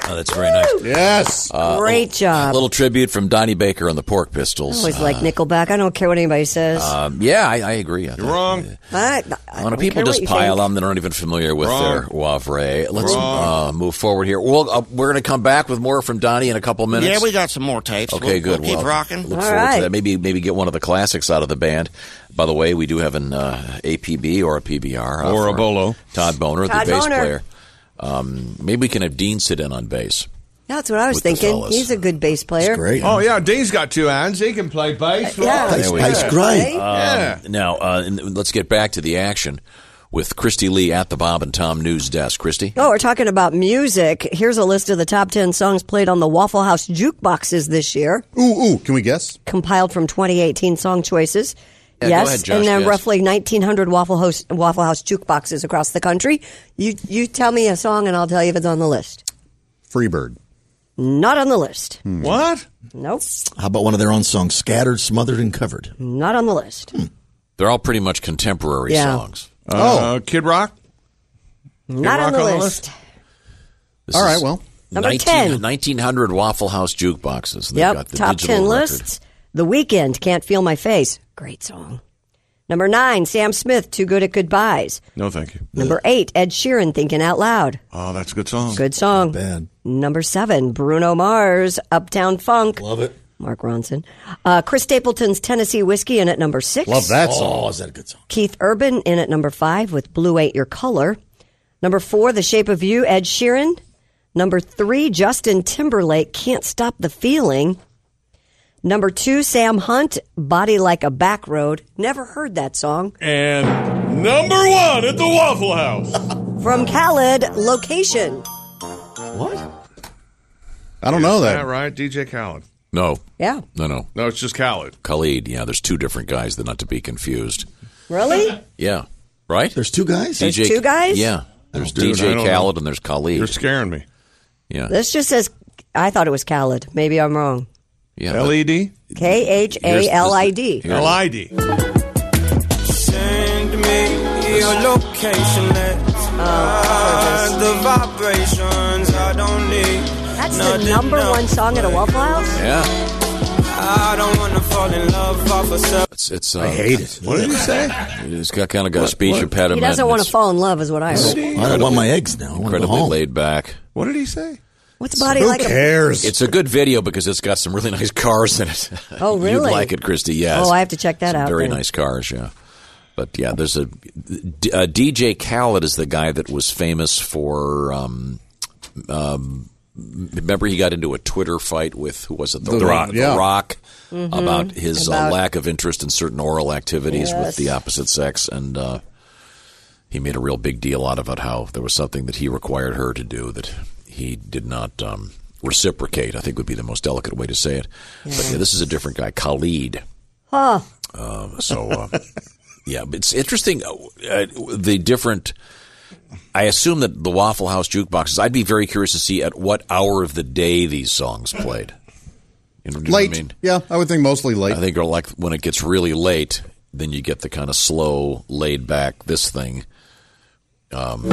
Speaker 5: Oh, that's very nice. Uh,
Speaker 6: Yes. Great job.
Speaker 5: little tribute from Donnie Baker on the Pork Pistols.
Speaker 6: I always like Nickelback. I don't care what anybody says.
Speaker 5: Um, yeah, I, I agree. You're wrong.
Speaker 6: I, I
Speaker 5: When
Speaker 6: don't
Speaker 5: people
Speaker 6: care what
Speaker 5: just
Speaker 6: you
Speaker 5: pile
Speaker 6: think.
Speaker 5: on, they aren't even familiar with their Wavre. Let's
Speaker 6: Wrong.
Speaker 5: uh, move forward here. Well, uh, we're going to come back with more from Donnie in a couple minutes.
Speaker 3: Yeah, we got some more tapes.
Speaker 5: Okay,
Speaker 3: We'll-
Speaker 5: good.
Speaker 3: we'll keep
Speaker 5: Well,
Speaker 3: rocking.
Speaker 5: Look
Speaker 3: All
Speaker 5: forward to
Speaker 3: right.
Speaker 5: that. Maybe maybe get one of the classics out of the band. By the way, we do have an uh, APB or a PBR uh,
Speaker 4: Or a
Speaker 5: for
Speaker 4: bolo.
Speaker 5: Todd Boner,
Speaker 6: Todd
Speaker 5: the bass
Speaker 6: Boner.
Speaker 5: player. Um, maybe we can have Dean sit in on bass.
Speaker 6: That's what I was
Speaker 5: with the
Speaker 6: thinking.
Speaker 5: fellas.
Speaker 6: He's a good bass player.
Speaker 4: Oh yeah, Dean's got two hands. He can play bass.
Speaker 6: yeah.
Speaker 4: Right?
Speaker 5: There we go. Um,
Speaker 4: yeah.
Speaker 5: Now, uh, and let's get back to the action with Christy Lee at the Bob and Tom News Desk. Christy?
Speaker 6: Oh, we're talking about music. Here's a list of the top 10 songs played on the Waffle House jukeboxes this year.
Speaker 7: Ooh, ooh, can we guess?
Speaker 6: Compiled from 2018 song choices.
Speaker 7: Yeah, go
Speaker 6: yes,
Speaker 7: ahead, Josh,
Speaker 6: and then
Speaker 7: yes.
Speaker 6: roughly 1,900 Waffle House, Waffle House jukeboxes across the country. You you tell me a song, and I'll tell you if it's on the list.
Speaker 7: Freebird.
Speaker 6: Not on the list.
Speaker 7: Hmm.
Speaker 4: What?
Speaker 6: Nope.
Speaker 14: How about one of their own songs, Scattered, Smothered, and Covered?
Speaker 6: Not on the list.
Speaker 5: They're all pretty much contemporary
Speaker 6: Yeah.
Speaker 5: songs.
Speaker 4: Uh, Kid Rock.
Speaker 6: Not
Speaker 4: Rock
Speaker 6: on the
Speaker 4: on the
Speaker 6: list.
Speaker 5: This
Speaker 6: All right,
Speaker 5: is
Speaker 6: well. Number 10.
Speaker 5: 1900 Waffle House jukeboxes. They've
Speaker 6: Yep.
Speaker 5: got the
Speaker 6: Top
Speaker 5: digital
Speaker 6: 10
Speaker 5: record.
Speaker 6: lists. The Weekend, Can't Feel My Face. Great song. Number 9, Sam Smith, Too Good at Goodbyes.
Speaker 4: No, thank you.
Speaker 6: Number eight, Ed Sheeran, Thinking Out Loud.
Speaker 4: Oh, that's a good song.
Speaker 6: Good song.
Speaker 14: bad.
Speaker 6: Number seven, Bruno Mars, Uptown Funk.
Speaker 14: Love it.
Speaker 6: Mark Ronson. Uh, Chris Stapleton's Tennessee Whiskey in at number six.
Speaker 14: Oh, is that a good song?
Speaker 6: Keith Urban in at number five with Blue Ain't Your Color. Number four, The Shape of You, Ed Sheeran. Number three, Justin Timberlake, Can't Stop the Feeling. Number two, Sam Hunt, Body Like a Back Road. Never heard that song.
Speaker 4: And number one at the Waffle House.
Speaker 6: From Khaled, Location.
Speaker 7: I don't
Speaker 4: know that. right? DJ Khaled.
Speaker 5: No.
Speaker 6: Yeah.
Speaker 5: No, no.
Speaker 4: No, it's just Khaled.
Speaker 5: Khalid, yeah. There's two different guys. They're not to be confused.
Speaker 6: Really?
Speaker 5: Yeah. Right? There's
Speaker 14: two guys?
Speaker 6: There's two guys?
Speaker 5: Yeah. There's
Speaker 4: dude, I
Speaker 5: DJ
Speaker 4: don't
Speaker 5: Khaled and there's Khalid. You're
Speaker 4: scaring me.
Speaker 5: Yeah.
Speaker 6: This just says, I thought it was Khaled. Maybe I'm wrong.
Speaker 5: yeah but-
Speaker 4: LED.
Speaker 6: K H A L I D.
Speaker 5: Here's-
Speaker 4: LID.
Speaker 16: Send me your location. Let's hide the vibrations. I don't need.
Speaker 6: That's the
Speaker 16: nothing
Speaker 6: number
Speaker 16: else.
Speaker 6: one song at a Waffle House?
Speaker 5: Yeah.
Speaker 16: I don't wanna fall in love off a sub.
Speaker 5: It's, it's, uh,
Speaker 16: I hate it.
Speaker 14: What did he say?
Speaker 5: He's got, kind of got a speech impediment.
Speaker 6: He doesn't want
Speaker 5: It's
Speaker 6: to fall in love, is what I heard.
Speaker 14: I don't want my eggs now. I want to go
Speaker 5: Incredibly
Speaker 14: home.
Speaker 5: laid back.
Speaker 4: What did he say?
Speaker 6: What's body like a.
Speaker 5: It's a good video because it's got some really nice cars in it.
Speaker 6: Oh, really?
Speaker 5: You'd like it, Christy? Yes.
Speaker 6: Oh, I have to check that
Speaker 5: Some
Speaker 6: out.
Speaker 5: Very
Speaker 6: then.
Speaker 5: nice cars, yeah. But yeah, there's a, D- uh DJ Khaled is the guy that was famous for. Um, um, remember, he got into a Twitter fight with who was it?
Speaker 7: The Rock, yeah.
Speaker 5: Rock,
Speaker 18: Mm-hmm.
Speaker 7: Mhm.
Speaker 5: Mm-hmm. about his
Speaker 7: About-
Speaker 5: Uh, lack of interest in certain oral activities
Speaker 7: Yes.
Speaker 5: with the opposite sex, and uh, he made a real big deal out of it. How there was something that he required her to do that he did not um, reciprocate. I think would be the most delicate way to say it. But yeah, this is a different guy, Khalid.
Speaker 6: Huh.
Speaker 5: Um, so, uh, yeah, but it's interesting uh, uh, the different. I assume that the Waffle House jukeboxes. I'd be very curious to see at what hour of the day these songs played. You know, do you know what
Speaker 7: Late.
Speaker 5: I mean?
Speaker 7: Yeah, I would think mostly late.
Speaker 5: I think, or like when it gets really late, then you get the kind of slow, laid back this thing. Um,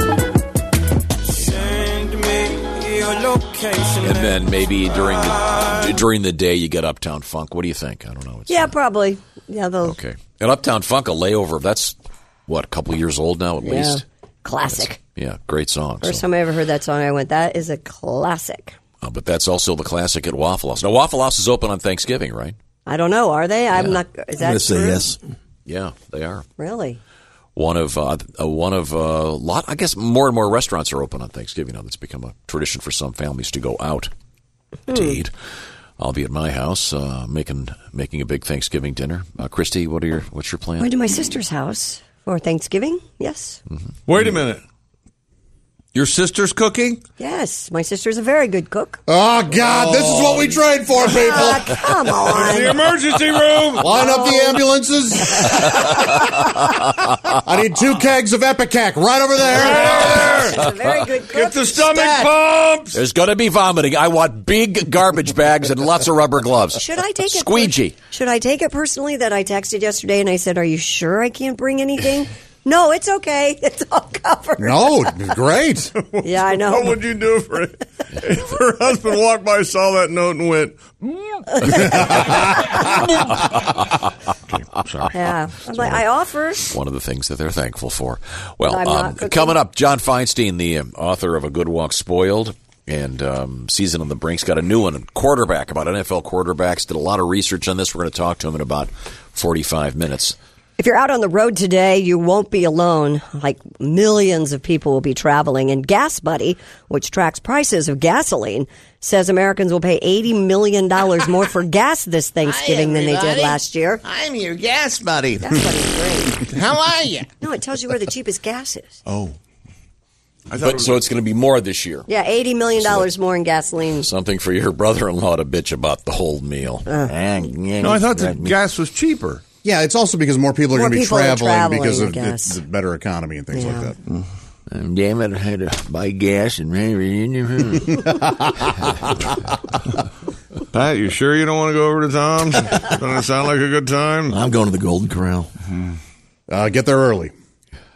Speaker 16: Send me your location.
Speaker 5: and then maybe during the during the day you get Uptown Funk. What do you think? I don't know.
Speaker 6: Yeah, probably. Yeah, they'll.
Speaker 5: Okay, and Uptown Funk, a layover. That's what a couple years old now at
Speaker 6: Yeah.
Speaker 5: least.
Speaker 6: Classic.
Speaker 5: Yeah, great song. so-
Speaker 6: First time I ever heard that song, I went, that is a classic.
Speaker 5: Uh, but that's also the classic at Waffle House. Now, Waffle House is open on Thanksgiving, right?
Speaker 6: I don't know. Are they? I'm not. Is that
Speaker 5: I'm gonna say
Speaker 6: true?
Speaker 5: yes. Yeah, they are.
Speaker 6: Really?
Speaker 5: One of uh, uh, one of a uh, lot. I guess more and more restaurants are open on Thanksgiving now. That's become a tradition for some families to go out to
Speaker 6: Hmm.
Speaker 5: eat. I'll be at my house uh, making making a big Thanksgiving dinner. Uh, Christy, what are your what's your plan?
Speaker 6: Going to my sister's house for Thanksgiving. Yes.
Speaker 4: Wait a minute. Your sister's cooking?
Speaker 6: Yes. My sister's a very good cook. Ah,
Speaker 4: Oh,
Speaker 12: God, this is what we trained for, people.
Speaker 6: come on.
Speaker 12: The
Speaker 4: emergency room.
Speaker 12: Line up the ambulances. I need two kegs of Epicac right over there.
Speaker 6: very good
Speaker 12: Get
Speaker 4: the stomach
Speaker 12: pump.
Speaker 5: There's going to be vomiting. I want big garbage bags and lots of rubber gloves.
Speaker 6: Should I take it-
Speaker 5: squeegee?
Speaker 6: Should I take it personally that I texted yesterday and I said, "Are you sure I can't bring anything?" no, it's okay. It's all covered.
Speaker 12: No, great.
Speaker 6: Yeah, I know.
Speaker 4: What would you do for it? If her husband walked by, saw that note, and went, "Mm."
Speaker 5: Sorry.
Speaker 6: Yeah. I'm like, I offer.
Speaker 5: one of the things that they're thankful for. Well,
Speaker 6: I'm not
Speaker 5: um,
Speaker 6: cooking.
Speaker 5: coming up, John Feinstein, the um, author of A Good Walk Spoiled and um, Season on the Brink's, got a new one, quarterback, about NFL quarterbacks. Did a lot of research on this. We're going to talk to him in about 45 minutes.
Speaker 6: If you're out on the road today, you won't be alone. Like millions of people will be traveling. And Gas Buddy, which tracks prices of gasoline, says Americans will pay $80 million more for gas this Thanksgiving than they did
Speaker 19: everybody.
Speaker 6: last year.
Speaker 19: I'm your gas buddy.
Speaker 6: How are you? No, it tells you where the cheapest gas is.
Speaker 5: Oh. but, so it's going to be more this year.
Speaker 6: Yeah, $80 million more in gasoline.
Speaker 5: Something for your brother in law to bitch about the whole meal. Ah,
Speaker 7: No, I thought the
Speaker 4: gas was cheaper.
Speaker 7: Yeah, it's also because more people are
Speaker 5: More
Speaker 7: going to be
Speaker 5: people are
Speaker 7: traveling,
Speaker 5: traveling,
Speaker 7: because
Speaker 5: I
Speaker 7: of the,
Speaker 5: guess.
Speaker 7: the better economy and things like that.
Speaker 19: Um, damn it, I had to buy gas and maybe.
Speaker 4: Pat, you sure you don't want to go over to Tom's? Doesn't it sound like a good time? Hmm.
Speaker 14: I'm going to the Golden Corral.
Speaker 7: Uh, get there early.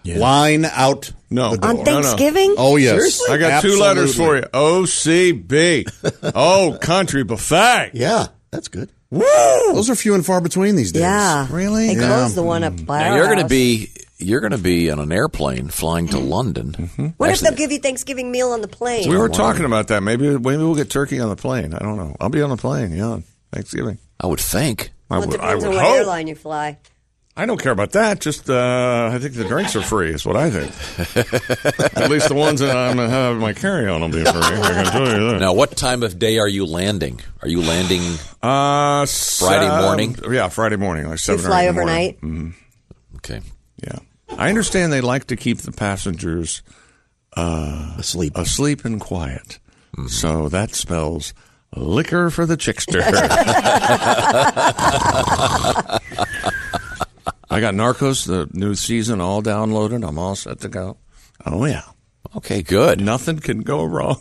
Speaker 7: Line out. No,
Speaker 4: On Thanksgiving?
Speaker 7: Oh yes,
Speaker 4: Seriously? I got two letters for you. OCB. oh, country buffet.
Speaker 14: Yeah, that's good.
Speaker 7: Woo! Those are few and far between these days. Mm.
Speaker 6: Yeah. Really? They
Speaker 5: Yeah.
Speaker 6: closed the one up by
Speaker 5: Now,
Speaker 6: our
Speaker 5: you're going to
Speaker 6: house.
Speaker 5: be. You're going to be on an airplane flying to London.
Speaker 4: Mm-hmm.
Speaker 6: What
Speaker 5: Actually,
Speaker 6: if they'll give you Thanksgiving meal on the plane?
Speaker 4: We were talking about that. Maybe maybe we'll get turkey on the plane. I don't know. I'll be on the plane. Yeah, Thanksgiving.
Speaker 5: I would think.
Speaker 4: I
Speaker 6: Well, it
Speaker 4: would. I
Speaker 6: depends on
Speaker 4: would
Speaker 6: what
Speaker 4: hope.
Speaker 6: airline you fly.
Speaker 4: I don't care about that. Just uh, I think the drinks are free. Is what I think. At least the ones that I'm gonna have in my carry on will be free. I can tell you that.
Speaker 5: Now, what time of day are you landing? Are you landing
Speaker 4: uh,
Speaker 5: Friday morning?
Speaker 4: Yeah, Friday morning, like seven. or
Speaker 6: fly
Speaker 4: eight in the
Speaker 6: overnight?
Speaker 4: morning. Mhm.
Speaker 5: Okay.
Speaker 4: Yeah, I understand they like to keep the passengers uh,
Speaker 14: asleep,
Speaker 4: asleep Mm-hmm. and quiet. So that spells liquor for the chickster. I got Narcos, the new season, all downloaded. I'm all set to go. Oh yeah.
Speaker 5: Okay, good.
Speaker 4: Nothing can go wrong.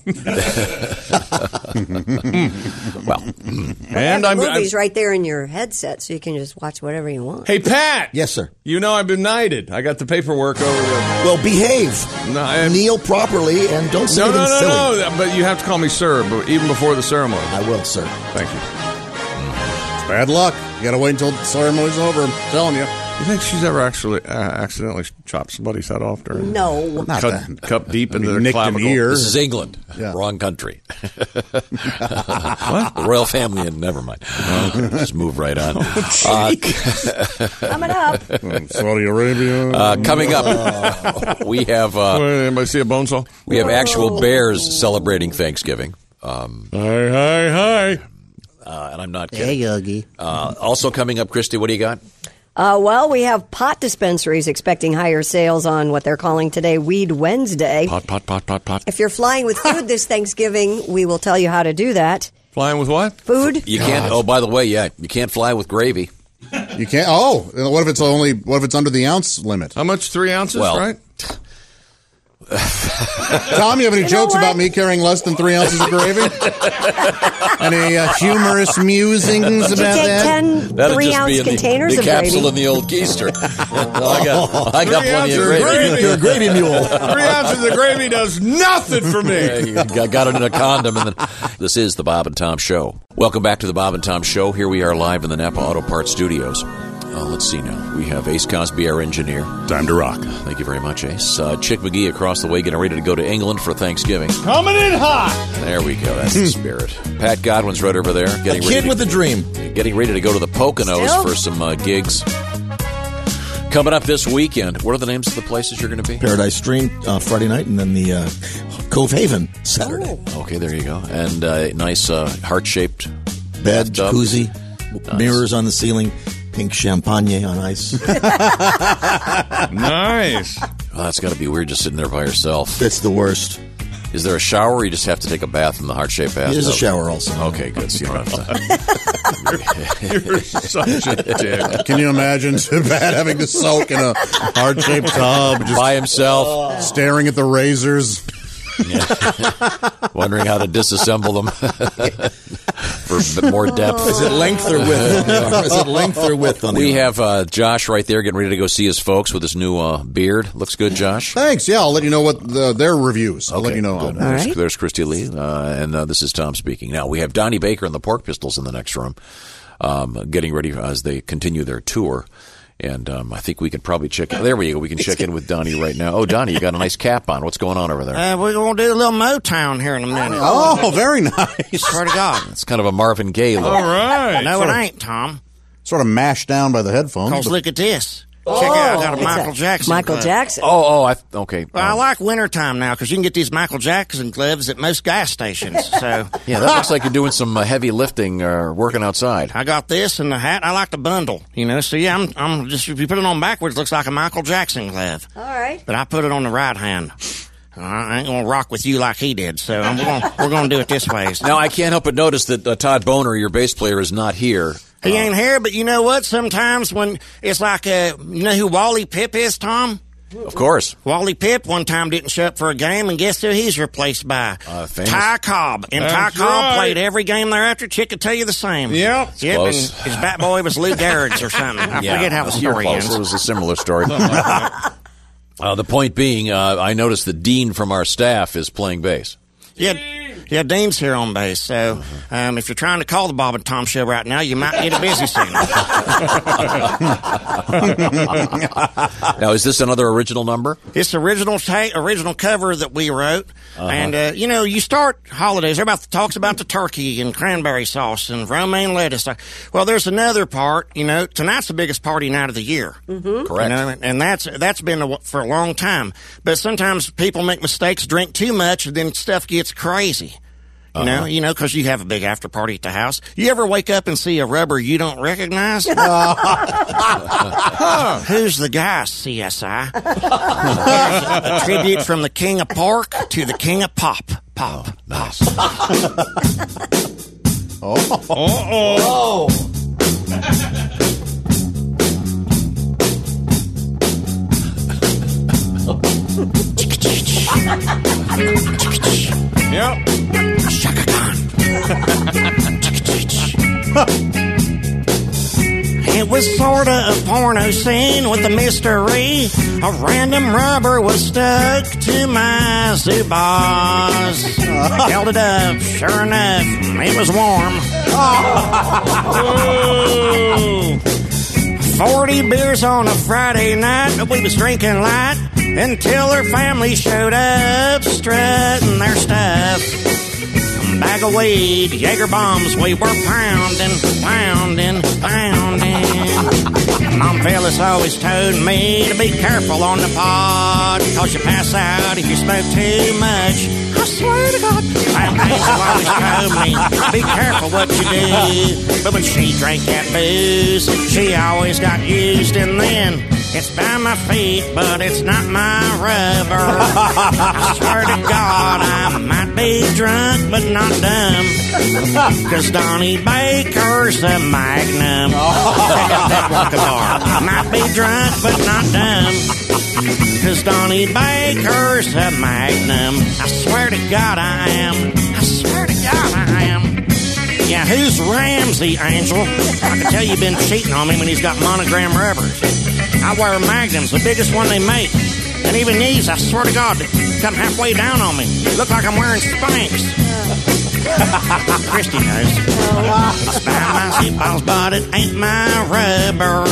Speaker 5: well,
Speaker 4: mm. and
Speaker 6: the
Speaker 4: I'm,
Speaker 6: movies
Speaker 4: I'm-
Speaker 6: right there in your headset, so you can just watch whatever you want.
Speaker 4: Hey Pat.
Speaker 14: Yes, sir.
Speaker 4: You know I've been knighted. I got the paperwork over. The-
Speaker 14: Well, behave.
Speaker 4: No, I-
Speaker 14: Kneel properly and don't say
Speaker 4: no,
Speaker 14: anything
Speaker 4: no, no,
Speaker 14: silly.
Speaker 4: no. But you have to call me sir, but even before the ceremony. I
Speaker 14: will, sir.
Speaker 4: Thank you.
Speaker 7: Bad luck. You got to wait until the ceremony's over. I'm telling you.
Speaker 4: You think she's ever actually uh, accidentally chopped somebody's head off during?
Speaker 6: No.
Speaker 4: Or
Speaker 6: Not
Speaker 4: cut, cut deep into
Speaker 7: mean,
Speaker 4: their
Speaker 7: nicked an
Speaker 4: clavicle.
Speaker 7: ear.
Speaker 5: This is England. Wrong country. The royal family, and never mind. Just move right on. Uh,
Speaker 6: Coming up.
Speaker 4: Um,
Speaker 7: Saudi Arabia.
Speaker 5: Uh, coming up, we have. Uh,
Speaker 4: anybody see a bone saw?
Speaker 5: We have actual bears celebrating Thanksgiving. Um,
Speaker 4: hi, hi, hi.
Speaker 5: Uh, and I'm not
Speaker 6: Hey,
Speaker 5: kidding.
Speaker 6: Yogi.
Speaker 5: Uh, also coming up, Christy, what do you got?
Speaker 6: Uh, well, we have pot dispensaries expecting higher sales on what they're calling today Weed Wednesday.
Speaker 4: Pot, pot, pot, pot, pot.
Speaker 6: If you're flying with food this Thanksgiving, we will tell you how to do that.
Speaker 4: Flying with what?
Speaker 6: Food.
Speaker 5: You can't. Oh, by the way, yeah, you can't fly with gravy.
Speaker 7: You can't. Oh, what if it's only? What if it's under the ounce limit?
Speaker 4: How much? Three ounces,
Speaker 5: Well-
Speaker 4: right?
Speaker 7: Tom, you have any jokes about me carrying less than three ounces of gravy? any uh, humorous musings
Speaker 6: Did you
Speaker 7: about
Speaker 6: take
Speaker 7: that?
Speaker 6: 10
Speaker 5: That'd
Speaker 6: three
Speaker 5: just
Speaker 6: ounce
Speaker 5: be in
Speaker 6: containers
Speaker 5: the,
Speaker 6: of
Speaker 5: the capsule
Speaker 6: gravy.
Speaker 5: in the old keister. Well, I got, I got
Speaker 4: Three
Speaker 5: plenty of
Speaker 4: ounces
Speaker 5: gravy.
Speaker 4: of gravy.
Speaker 14: You're a gravy mule.
Speaker 4: Three ounces of gravy does nothing for
Speaker 5: Yeah,
Speaker 4: me.
Speaker 5: you got, got it in a condom. And then, this is the Bob and Tom Show. Welcome back to the Bob and Tom Show. Here we are live in the Napa Auto Parts Studios. Uh, let's see now. We have Ace Cosby, our engineer. Time to rock. Thank you very much, Ace. Uh, Chick McGee across the way getting ready to go to England for Thanksgiving.
Speaker 3: Coming in hot.
Speaker 5: There we go. That's the spirit. Pat Godwin's right over there. Getting
Speaker 14: kid
Speaker 5: ready
Speaker 14: with Hmm. a dream.
Speaker 5: Getting ready to go to the Poconos
Speaker 14: Still?
Speaker 5: for some uh, gigs. Coming up this weekend. What are the names of the places you're going to be?
Speaker 14: Paradise Stream uh, Friday night, and then the uh, Cove Haven Saturday.
Speaker 5: Oh. Okay, there you go. And uh, nice uh, heart shaped
Speaker 14: Bed, jacuzzi, mirrors on the ceiling, pink champagne on ice.
Speaker 5: nice. Well, that's got to be weird just sitting there by yourself.
Speaker 14: It's the worst.
Speaker 5: Is there a shower or you just have to take a bath in the heart shaped bath? Oh.
Speaker 14: There's a shower also.
Speaker 5: Okay, good. So you don't have to.
Speaker 7: You're such a dick. Can you imagine Sabat having to soak in a heart shaped tub just
Speaker 5: by himself,
Speaker 7: staring at the razors?
Speaker 5: Wondering how to disassemble them for a bit more depth.
Speaker 14: Is it length or width? Is it length or width on the
Speaker 5: We have uh, Josh right there getting ready to go see his folks with his new uh, beard. Looks good, Josh.
Speaker 7: Thanks. Yeah, I'll let you know what the, their reviews. I'll let you know. on that.
Speaker 5: There's, there's Christy Lee, uh, and uh, this is Tom speaking. Now we have Donnie Baker and the Pork Pistols in the next room, um, getting ready as they continue their tour. And um, I think we can probably check. There we go. We can check in with Donnie right now. Oh, Donnie, you got a nice cap on. What's going on over there?
Speaker 3: Uh, we're going to do a little Motown here in a minute.
Speaker 5: Oh,
Speaker 3: very nice. Swear to God.
Speaker 5: It's kind of a Marvin Gaye look.
Speaker 3: No,
Speaker 7: Sort
Speaker 3: it
Speaker 7: of-
Speaker 3: ain't, Tom.
Speaker 7: Sort of mashed down by the headphones.
Speaker 3: Because look at this. Check out, I got a Michael Jackson. glove.
Speaker 5: Oh, oh, I okay.
Speaker 3: Well, I like wintertime now because you can get these Michael Jackson gloves at most gas stations. So
Speaker 5: Yeah, that looks like you're doing some uh, heavy lifting or working outside.
Speaker 3: I got this and the hat. I like the bundle, you know. So yeah, I'm, I'm just if you put it on backwards, it looks like a Michael Jackson glove. All
Speaker 20: right.
Speaker 3: But I put it on the right hand. I ain't gonna rock with you like he did. So I'm gonna, we're gonna do it this way.
Speaker 5: Now I can't help but notice that uh, Todd Boner, your bass player, is not here.
Speaker 3: He ain't here, but you know what? Sometimes when it's like, uh, you know who Wally Pip is, Tom?
Speaker 5: Of course.
Speaker 3: Wally Pip one time didn't show up for a game, and guess who he's replaced by?
Speaker 5: Uh, famous-
Speaker 3: Ty Cobb. And
Speaker 5: That's
Speaker 3: Ty Cobb
Speaker 5: right.
Speaker 3: played every game thereafter. Chick could tell you the same. Yep. Yep. And
Speaker 5: Close.
Speaker 3: his bat boy was Lou Garrig's or something. I forget how the
Speaker 5: you're
Speaker 3: story
Speaker 5: close.
Speaker 3: ends.
Speaker 5: It was a similar story. Uh, the point being, uh, I noticed that Dean from our staff is playing bass.
Speaker 3: Yeah, yeah, Dean's here on base. So um, if you're trying to call the Bob and Tom show right now, you might get a busy signal.
Speaker 5: now, is this another original number?
Speaker 3: It's the original ta- original cover that we wrote,
Speaker 5: Uh-huh.
Speaker 3: and uh, you know, you start holidays. Everybody talks about the turkey and cranberry sauce and romaine lettuce. Well, there's another part. You know, tonight's the biggest party night of the year. Mm-hmm.
Speaker 5: Correct.
Speaker 3: You know, and- and that's that's been a, for a long time. But sometimes people make mistakes, drink too much, and then stuff gets crazy. You know,
Speaker 5: Uh-huh.
Speaker 3: you know, because you have a big after party at the house. You ever wake up and see a rubber you don't recognize? Who's the guy, CSI? a tribute from the King of Pork to the King of Pop. Pop. nice.
Speaker 7: oh.
Speaker 3: oh.
Speaker 2: Yep.
Speaker 3: Shaka It was sorta a porno scene with a mystery. A random rubber was stuck to my Zubaz. Held it up, sure enough, it was warm. Forty beers on a Friday night, but we was drinking light until her family showed up, strutting their stuff. Bag of weed, Jaeger bombs, we were pounding, pounding, pounding. Mom Phyllis always told me to be careful on the pod, cause you pass out if you smoke too much. I swear to God. Aunt Hazel always told me, be careful what you do. But when she drank that booze, she always got used, and then it's by my feet, but it's not my rubber. I swear to God, I might be drunk, but not dumb. Cause Donnie Baker's a magnum. Check out that rock and bar. Might be drunk, but not dumb. Cause Donnie Baker's a magnum. I swear to God, I am. I swear to God, I am. Yeah, who's Ramsey, Angel? I can tell you've been cheating on me when he's got monogram rubbers. I wear magnums, the biggest one they make. And even these, I swear to God, come halfway down on me. Look like I'm wearing Spanx. Christy knows. It's by my seatbelts, but it ain't my rubber.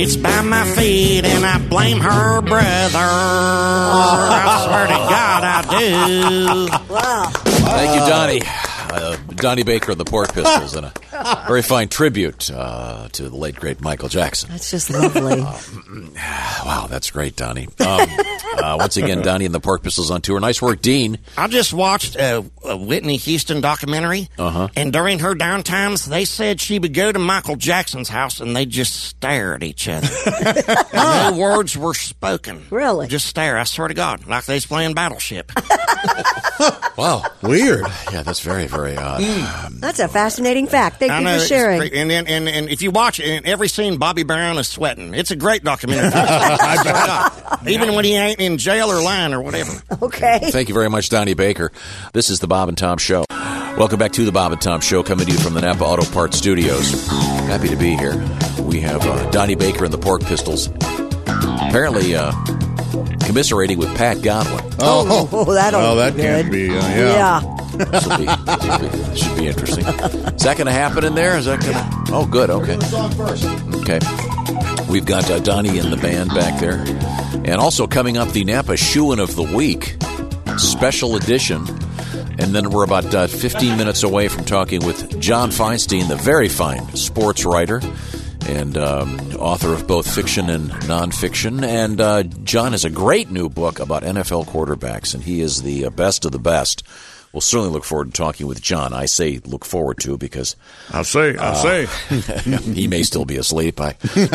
Speaker 3: It's by my feet, and I blame her brother. I swear to God, I do. Wow.
Speaker 5: Thank you, Donnie. Uh, Donnie Baker of the Pork Pistols, and a very fine tribute uh, to the late great Michael Jackson.
Speaker 6: That's just lovely.
Speaker 5: Wow, that's great, Donnie. Um, uh, once again, Donnie and the Pork Pistols on tour. Nice work, Dean.
Speaker 3: I just watched a, a Whitney Houston documentary,
Speaker 5: Uh huh.
Speaker 3: and during her downtimes, they said she would go to Michael Jackson's house, and they just stare at each other. no words were spoken. Really? Just stare. I swear to God, like they was playing Battleship.
Speaker 5: Wow,
Speaker 7: weird.
Speaker 5: Yeah, that's very, very uh, odd.
Speaker 6: That's a fascinating fact. Thank
Speaker 3: I
Speaker 6: you
Speaker 3: know,
Speaker 6: for
Speaker 3: it's
Speaker 6: sharing.
Speaker 3: great. And, and, and, and if you watch it, in every scene, Bobby Brown is sweating. It's a great documentary. I swear to God. Even when he ain't in jail or lying or whatever.
Speaker 6: Okay.
Speaker 5: Thank you very much, Donnie Baker. This is the Bob and Tom Show. Welcome back to the Bob and Tom Show, coming to you from the Napa Auto Parts Studios. Happy to be here. We have uh, Donnie Baker and the Pork Pistols, apparently uh, commiserating with Pat Godwin.
Speaker 6: Oh, that'll
Speaker 5: Oh, that
Speaker 6: be
Speaker 5: can't
Speaker 6: good.
Speaker 5: be, uh, yeah.
Speaker 6: yeah.
Speaker 5: This will be, this'll be- this should be interesting. Is that going to happen in there? Is that going to? Oh, good. Okay. Okay. We've got uh, Donnie and the band back there. And also coming up, the Napa Shoein' of the Week, special edition. And then we're about uh, 15 minutes away from talking with John Feinstein, the very fine sports writer and um, author of both fiction and nonfiction. And uh, John has a great new book about NFL quarterbacks, and he is the uh, best of the best. We'll certainly look forward to talking with John. I say look forward to because Uh,
Speaker 4: I
Speaker 3: Uh,
Speaker 4: say, I say.
Speaker 5: he may still be asleep. I don't,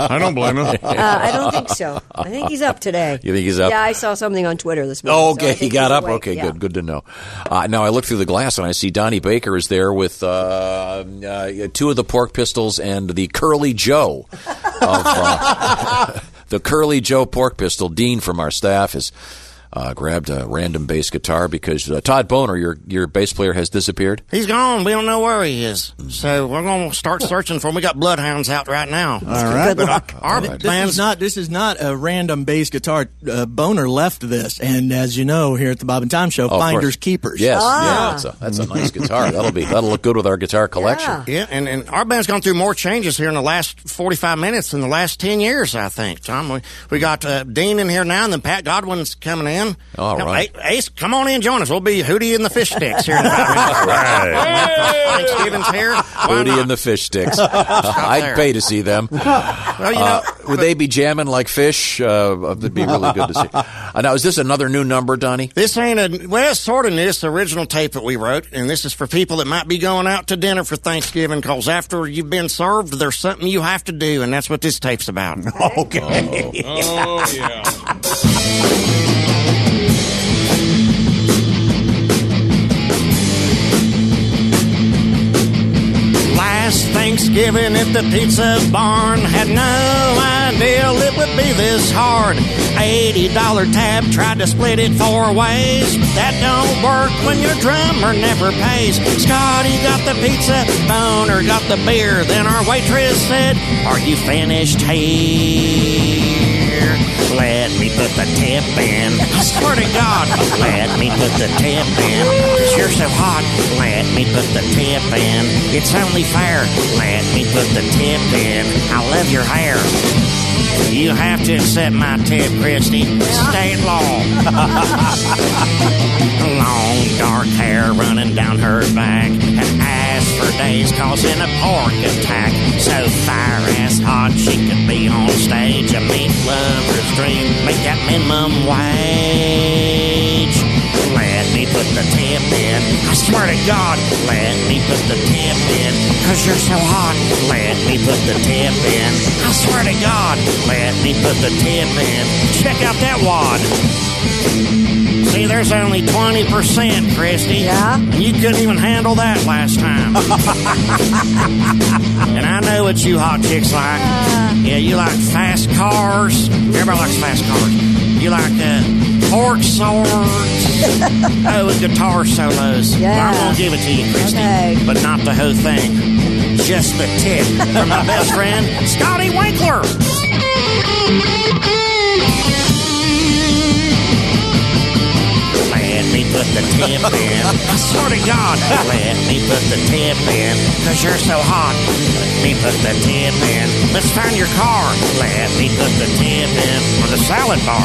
Speaker 4: I don't blame him.
Speaker 6: Uh, I don't think so. I think he's up today.
Speaker 5: You think he's up?
Speaker 6: Yeah, I saw something on Twitter this morning.
Speaker 5: Oh,
Speaker 6: so I
Speaker 5: okay. he
Speaker 6: think
Speaker 5: got
Speaker 6: he's
Speaker 5: up.
Speaker 6: awake.
Speaker 5: Okay,
Speaker 6: Yeah.
Speaker 5: good. Good to know. Uh, now I look through the glass and I see Donnie Baker is there with uh, uh, two of the Pork Pistols and the Curly Joe of uh, the Curly Joe Pork Pistol. Dean from our staff has uh, grabbed a random bass guitar because uh, Todd Boner, your your bass player, has disappeared.
Speaker 3: He's gone. We don't know where he is. So we're going to start searching for him. We got bloodhounds out right now. All
Speaker 21: right. Good
Speaker 3: But
Speaker 21: luck.
Speaker 3: our
Speaker 21: This
Speaker 3: plans
Speaker 21: is not this is not a random bass guitar. Uh, Boner left this, and as you know, here at the Bob and Tom Show,
Speaker 5: Oh, of
Speaker 21: finders
Speaker 5: course.
Speaker 21: keepers.
Speaker 5: Yes, yeah,
Speaker 6: Ah.
Speaker 5: that's a, that's a nice guitar. That'll be that'll look good with our guitar collection.
Speaker 3: Yeah, and, and our band's gone through more changes here in the last 45 minutes than the last 10 years, I think, Tom. We, we got uh, Dean in here now, and then Pat Godwin's coming in.
Speaker 5: All
Speaker 3: Now,
Speaker 5: right.
Speaker 3: A- Ace, come on in, join us. We'll be Hootie and the Fish Sticks here in about minutes. Thanksgiving's here.
Speaker 5: Booty and the fish sticks. I'd
Speaker 3: there.
Speaker 5: pay to see them.
Speaker 3: Well, you know,
Speaker 5: Uh, would they be jamming like fish? Uh, that'd be really good to see. Uh, now, is this another new number, Donnie?
Speaker 3: This ain't a well, it's sort of new. It's the original tape that we wrote, and this is for people that might be going out to dinner for Thanksgiving. Cause after you've been served, there's something you have to do, and that's what this tape's about. Okay.
Speaker 4: Oh, yeah.
Speaker 3: Last Thanksgiving at the pizza barn, had no idea it would be this hard. $80 tab, tried to split it four ways, but that don't work when your drummer never pays. Scotty got the pizza, Boner got the beer, then our waitress said, Are you finished here? Let me put the tip in. I swear to God, let me put the tip in. you you're so hot, let me put the tip in. It's only fair, let me put the tip in. I love your hair. You have to accept my tip, Christy. State law. Long dark hair running down her back. And ass for days causing a pork attack. So fire ass hot she could be on stage. A meat lover's dream. Make that minimum wage. Let me put the tip in. I swear to God, let me put the tip in. Cause you're so hot. Let me put the tip in. I swear to God, let me put the tip in. Check out that wad. See, there's only 20%, Christy. Yeah? And you couldn't even handle that last time. and I know what you hot chicks like. yeah, you like fast cars. Everybody likes fast cars. You like uh, fork swords. oh, and guitar solos. Yeah. I'm going to give it to you, Christy. But not the whole thing. Just the tip from my best friend, Scotty Winkler. Let me put the tip in. I swear to God, let me put the tip in. Cause you're so hot. Let me put the tip in. Let's find your car. Let me put the tip in. Or the salad bar.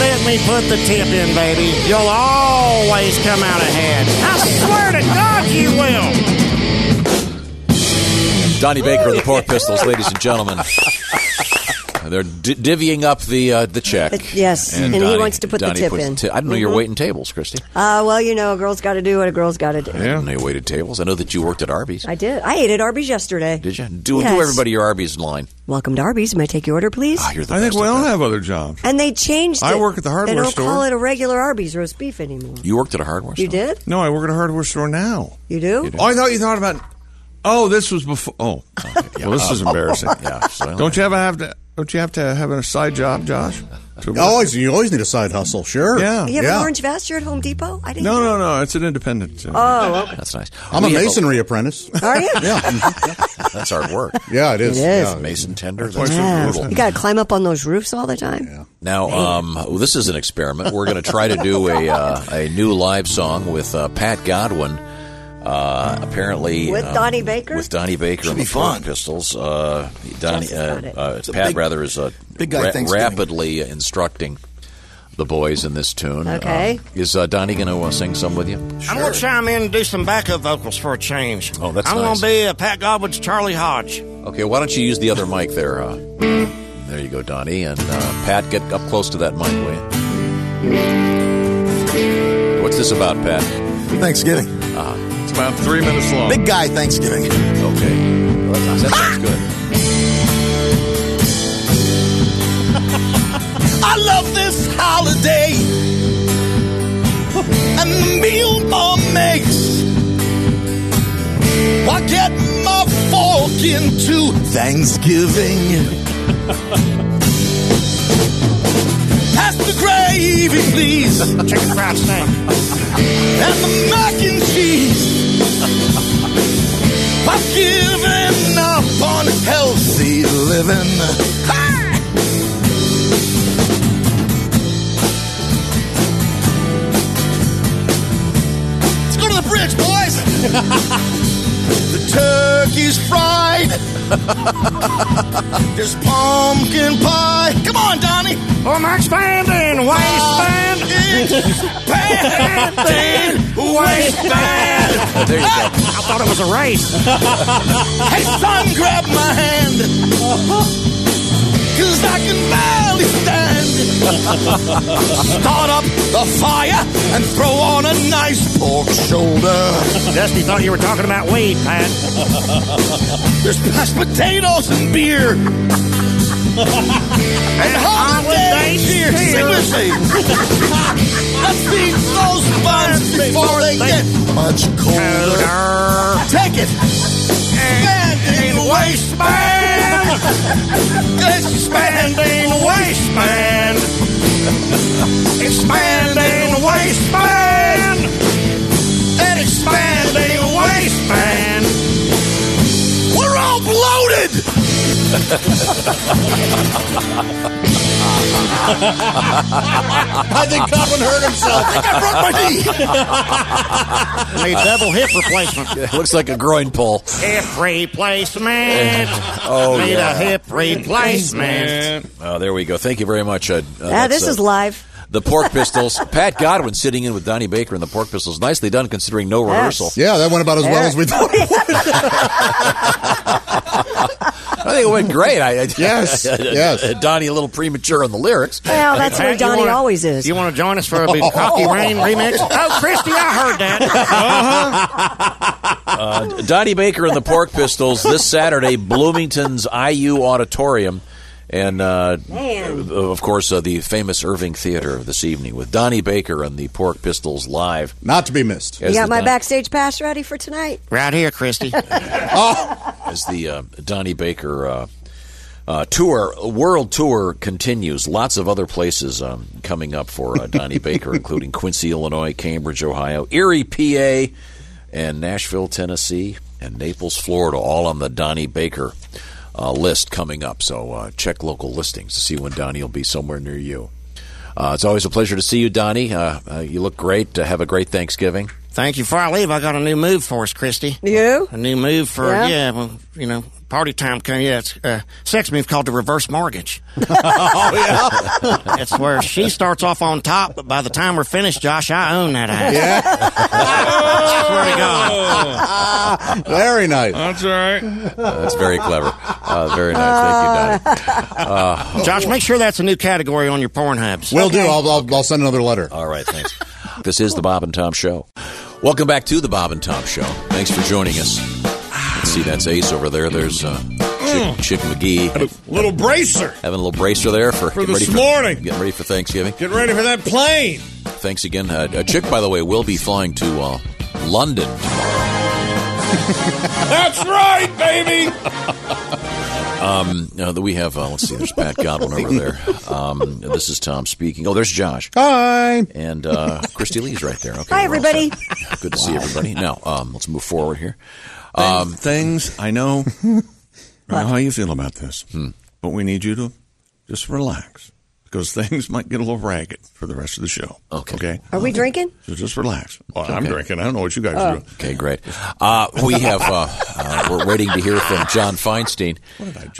Speaker 3: Let me put the tip in, baby. You'll always come out ahead. I swear to God, you will.
Speaker 5: Donnie Baker of the Pork Pistols, ladies and gentlemen. Uh, They're di- divvying up the uh, the check.
Speaker 6: It- yes, and he wants to put the
Speaker 5: Donnie
Speaker 6: tip
Speaker 5: puts
Speaker 6: in.
Speaker 5: ti- I didn't know you're
Speaker 6: Mhm.
Speaker 5: waiting tables, Christy.
Speaker 6: Uh, well, you know, a girl's got to do what a girl's got to do.
Speaker 5: I didn't know you waited tables. I know that you worked at Arby's.
Speaker 6: I did. I ate at Arby's yesterday.
Speaker 5: Did you? Do,
Speaker 6: Yes.
Speaker 5: do everybody your Arby's line. Ah,
Speaker 6: Welcome to Arby's. May I take your order, please?
Speaker 4: I think we all have other jobs.
Speaker 6: And they changed.
Speaker 4: I
Speaker 6: it.
Speaker 4: work at the hardware
Speaker 6: They don't
Speaker 4: store.
Speaker 6: call it a regular Arby's roast beef anymore.
Speaker 5: You worked at a hardware
Speaker 6: You did?
Speaker 4: No, I work at a hardware store now.
Speaker 6: You do?
Speaker 4: Oh, I thought you thought about. Oh, this was before. Oh, well, this is embarrassing.
Speaker 5: yeah, so-
Speaker 4: Don't you ever have to? Don't you have to have a side job, Josh? To
Speaker 7: Always, you always need a side hustle. Sure.
Speaker 4: Yeah.
Speaker 6: You have an orange vest. You're at Home Depot. I didn't.
Speaker 4: No, no, no. It's an independent. uh,
Speaker 6: Oh, okay.
Speaker 5: That's nice.
Speaker 7: I'm
Speaker 5: We
Speaker 7: a
Speaker 5: have
Speaker 7: masonry apprentice.
Speaker 6: Are you?
Speaker 5: That's hard work.
Speaker 7: Yeah, it is.
Speaker 6: It is.
Speaker 7: Yeah.
Speaker 5: Mason tender.
Speaker 6: Yeah.
Speaker 5: That's brutal.
Speaker 6: You got to climb up on those roofs all the time.
Speaker 5: Now, um, well, this is an experiment. We're going to try to do a uh, a new live song with uh, Pat Godwin. Uh, apparently,
Speaker 6: With
Speaker 5: um,
Speaker 6: Donnie Baker?
Speaker 5: With Donnie Baker and the Pork Pistols. Uh, Donnie, uh, uh, Pat rather is uh,
Speaker 14: big guy Thanksgiving.
Speaker 5: rapidly instructing the boys in this tune.
Speaker 3: Okay.
Speaker 5: Um, is uh, Donnie going to uh, sing some with you?
Speaker 3: I'm going to chime in and do some backup vocals for a change.
Speaker 5: Oh, that's
Speaker 3: I'm
Speaker 5: nice.
Speaker 3: going to be uh, Pat Godwin's Charlie Hodge.
Speaker 5: Okay, why don't you use the other mic there? Uh, there you go, Donnie. And uh, Pat, get up close to that mic, will you? What's this about, Pat?
Speaker 14: Thanksgiving.
Speaker 5: Uh,
Speaker 4: it's about three minutes long.
Speaker 14: Big guy Thanksgiving.
Speaker 5: Okay. Well, that- that sounds good.
Speaker 2: I love this holiday and the meal mom makes. I get my fork into
Speaker 14: Thanksgiving.
Speaker 2: pass the gravy, please. Chicken fried steak and the mac and cheese. I've given up on healthy living. Let's go to the bridge, boys. the turkey's fried. There's pumpkin pie. Come on, Donnie. Oh, I'm expanding, waistband. Expanding, waistband.
Speaker 5: There you
Speaker 2: I
Speaker 5: go.
Speaker 2: thought it was a race. hey, son, grab my hand. Cause I can barely stand. Start up the fire and throw on a nice pork shoulder. Dusty thought you were talking about weed, Pat. There's mashed potatoes and beer. and holiday cheer. Sing with me. Let's eat those buns before they get much colder. Take it. Expanding waistband. Expanding waistband. Expanding waistband. And expanding waistband. We're all bloated.
Speaker 5: I
Speaker 2: think Godwin hurt himself. I think I broke my knee.
Speaker 3: Need double hip replacement.
Speaker 5: It looks like a groin pull.
Speaker 3: Hip replacement.
Speaker 5: Oh,
Speaker 3: Need
Speaker 5: yeah.
Speaker 3: a hip replacement.
Speaker 5: Oh, there we go. Thank you very much. Uh, uh,
Speaker 6: yeah,
Speaker 5: that's,
Speaker 6: this
Speaker 5: uh,
Speaker 6: is live.
Speaker 5: The Pork Pistols. Pat Godwin sitting in with Donnie Baker and the Pork Pistols. Nicely done, considering no
Speaker 6: Yes.
Speaker 5: rehearsal.
Speaker 7: Yeah, that went about as well as we thought.
Speaker 5: I think it went great. I, I,
Speaker 7: Yes, yes.
Speaker 5: Donnie a little premature on the lyrics.
Speaker 6: Well, that's where
Speaker 3: Pat, you
Speaker 6: Donnie
Speaker 3: wanna-
Speaker 6: always is.
Speaker 3: You want to join us for a big Cocky Rain remix? Oh, Christy, I heard that.
Speaker 5: Uh, Donnie Baker and the Pork Pistols this Saturday, Bloomington's IU Auditorium. And, uh,
Speaker 6: Man.
Speaker 5: of course, uh, the famous Irving Theater this evening with Donnie Baker and the Pork Pistols live.
Speaker 7: Not to be missed.
Speaker 6: You got my backstage pass ready for tonight?
Speaker 5: Right here, Christy. As the uh, Donnie Baker uh, uh, tour, world tour continues, lots of other places um, coming up for uh, Donnie Baker, including Quincy, Illinois, Cambridge, Ohio, Erie, PA, and Nashville, Tennessee, and Naples, Florida, all on the Donnie Baker uh, list coming up. So uh, check local listings to see when Donnie will be somewhere near you. Uh, it's always a pleasure to see you, Donnie. Uh, uh, you look great. Uh, have a great Thanksgiving.
Speaker 3: Thank you. Before I leave, I got a new move for us, Christy.
Speaker 6: You?
Speaker 3: A new move for
Speaker 6: Yeah?
Speaker 3: yeah, well, you know, party time. Come, yeah, it's uh, sex move called the reverse mortgage.
Speaker 22: oh,
Speaker 3: It's where she starts off on top, but by the time we're finished, Josh, I own that house.
Speaker 22: Yeah.
Speaker 3: swear to God. Very nice.
Speaker 4: That's all right.
Speaker 5: Uh, that's very clever. Uh, very nice. Thank you, Donnie. Uh,
Speaker 3: Josh, make sure that's a new category on your Pornhubs.
Speaker 5: Will do.
Speaker 3: I'll, I'll, I'll send another letter.
Speaker 5: All right, thanks. this is the Bob and Tom Show. Welcome back to the Bob and Tom Show. Thanks for joining us. Let's see, that's Ace over there. There's uh, Chick, Chick McGee.
Speaker 7: Mm. Little bracer.
Speaker 5: Having a little bracer there for,
Speaker 7: For
Speaker 5: getting
Speaker 7: this
Speaker 5: ready
Speaker 7: morning.
Speaker 5: Getting ready for Thanksgiving.
Speaker 7: Get ready for that plane.
Speaker 5: Thanks again. Uh, uh, Chick, by the way, will be flying to uh, London.
Speaker 22: That's right, baby.
Speaker 5: Um, uh, we have, uh, let's see, there's Pat Godwin over there. Um, this is Tom speaking. Oh, there's Josh.
Speaker 6: Hi.
Speaker 5: And uh, Christy Lee's right there. Okay.
Speaker 6: Hi, everybody.
Speaker 5: Good to see everybody. Now, um, let's move forward here. Um,
Speaker 4: things I know. I don't know how you feel about this,
Speaker 7: Hmm.
Speaker 4: but we need you to just relax because things might get a little ragged for the rest of the show. Okay. Okay.
Speaker 6: Are we drinking?
Speaker 4: So just relax. Well, I'm
Speaker 5: Okay.
Speaker 4: drinking. I don't know what you guys
Speaker 6: Oh.
Speaker 4: do.
Speaker 5: Okay, great. Uh, we have, uh, uh, we're waiting to hear from John Feinstein.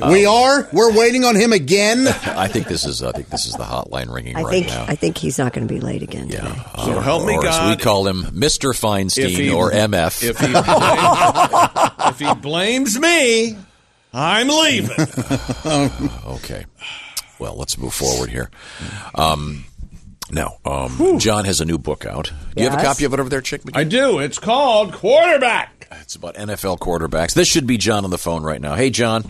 Speaker 5: Uh,
Speaker 12: we are. We're waiting on him again.
Speaker 5: I think this is, I think this is the hotline ringing
Speaker 6: I
Speaker 5: right
Speaker 6: think
Speaker 5: now. Oh,
Speaker 6: I think he's not going to be late again. Yeah.
Speaker 5: So help me or as we call him Mr. Feinstein
Speaker 4: If he-
Speaker 5: or MF.
Speaker 4: If he, blames, if he blames me, I'm leaving.
Speaker 5: okay. Well, let's move forward here. Um, now, um, John has a new book out. Do you have a
Speaker 4: Yes.
Speaker 5: copy of it over there, Chick?
Speaker 4: I do. It's called quarterback.
Speaker 5: It's about NFL quarterbacks. This should be John on the phone right now. Hey, John.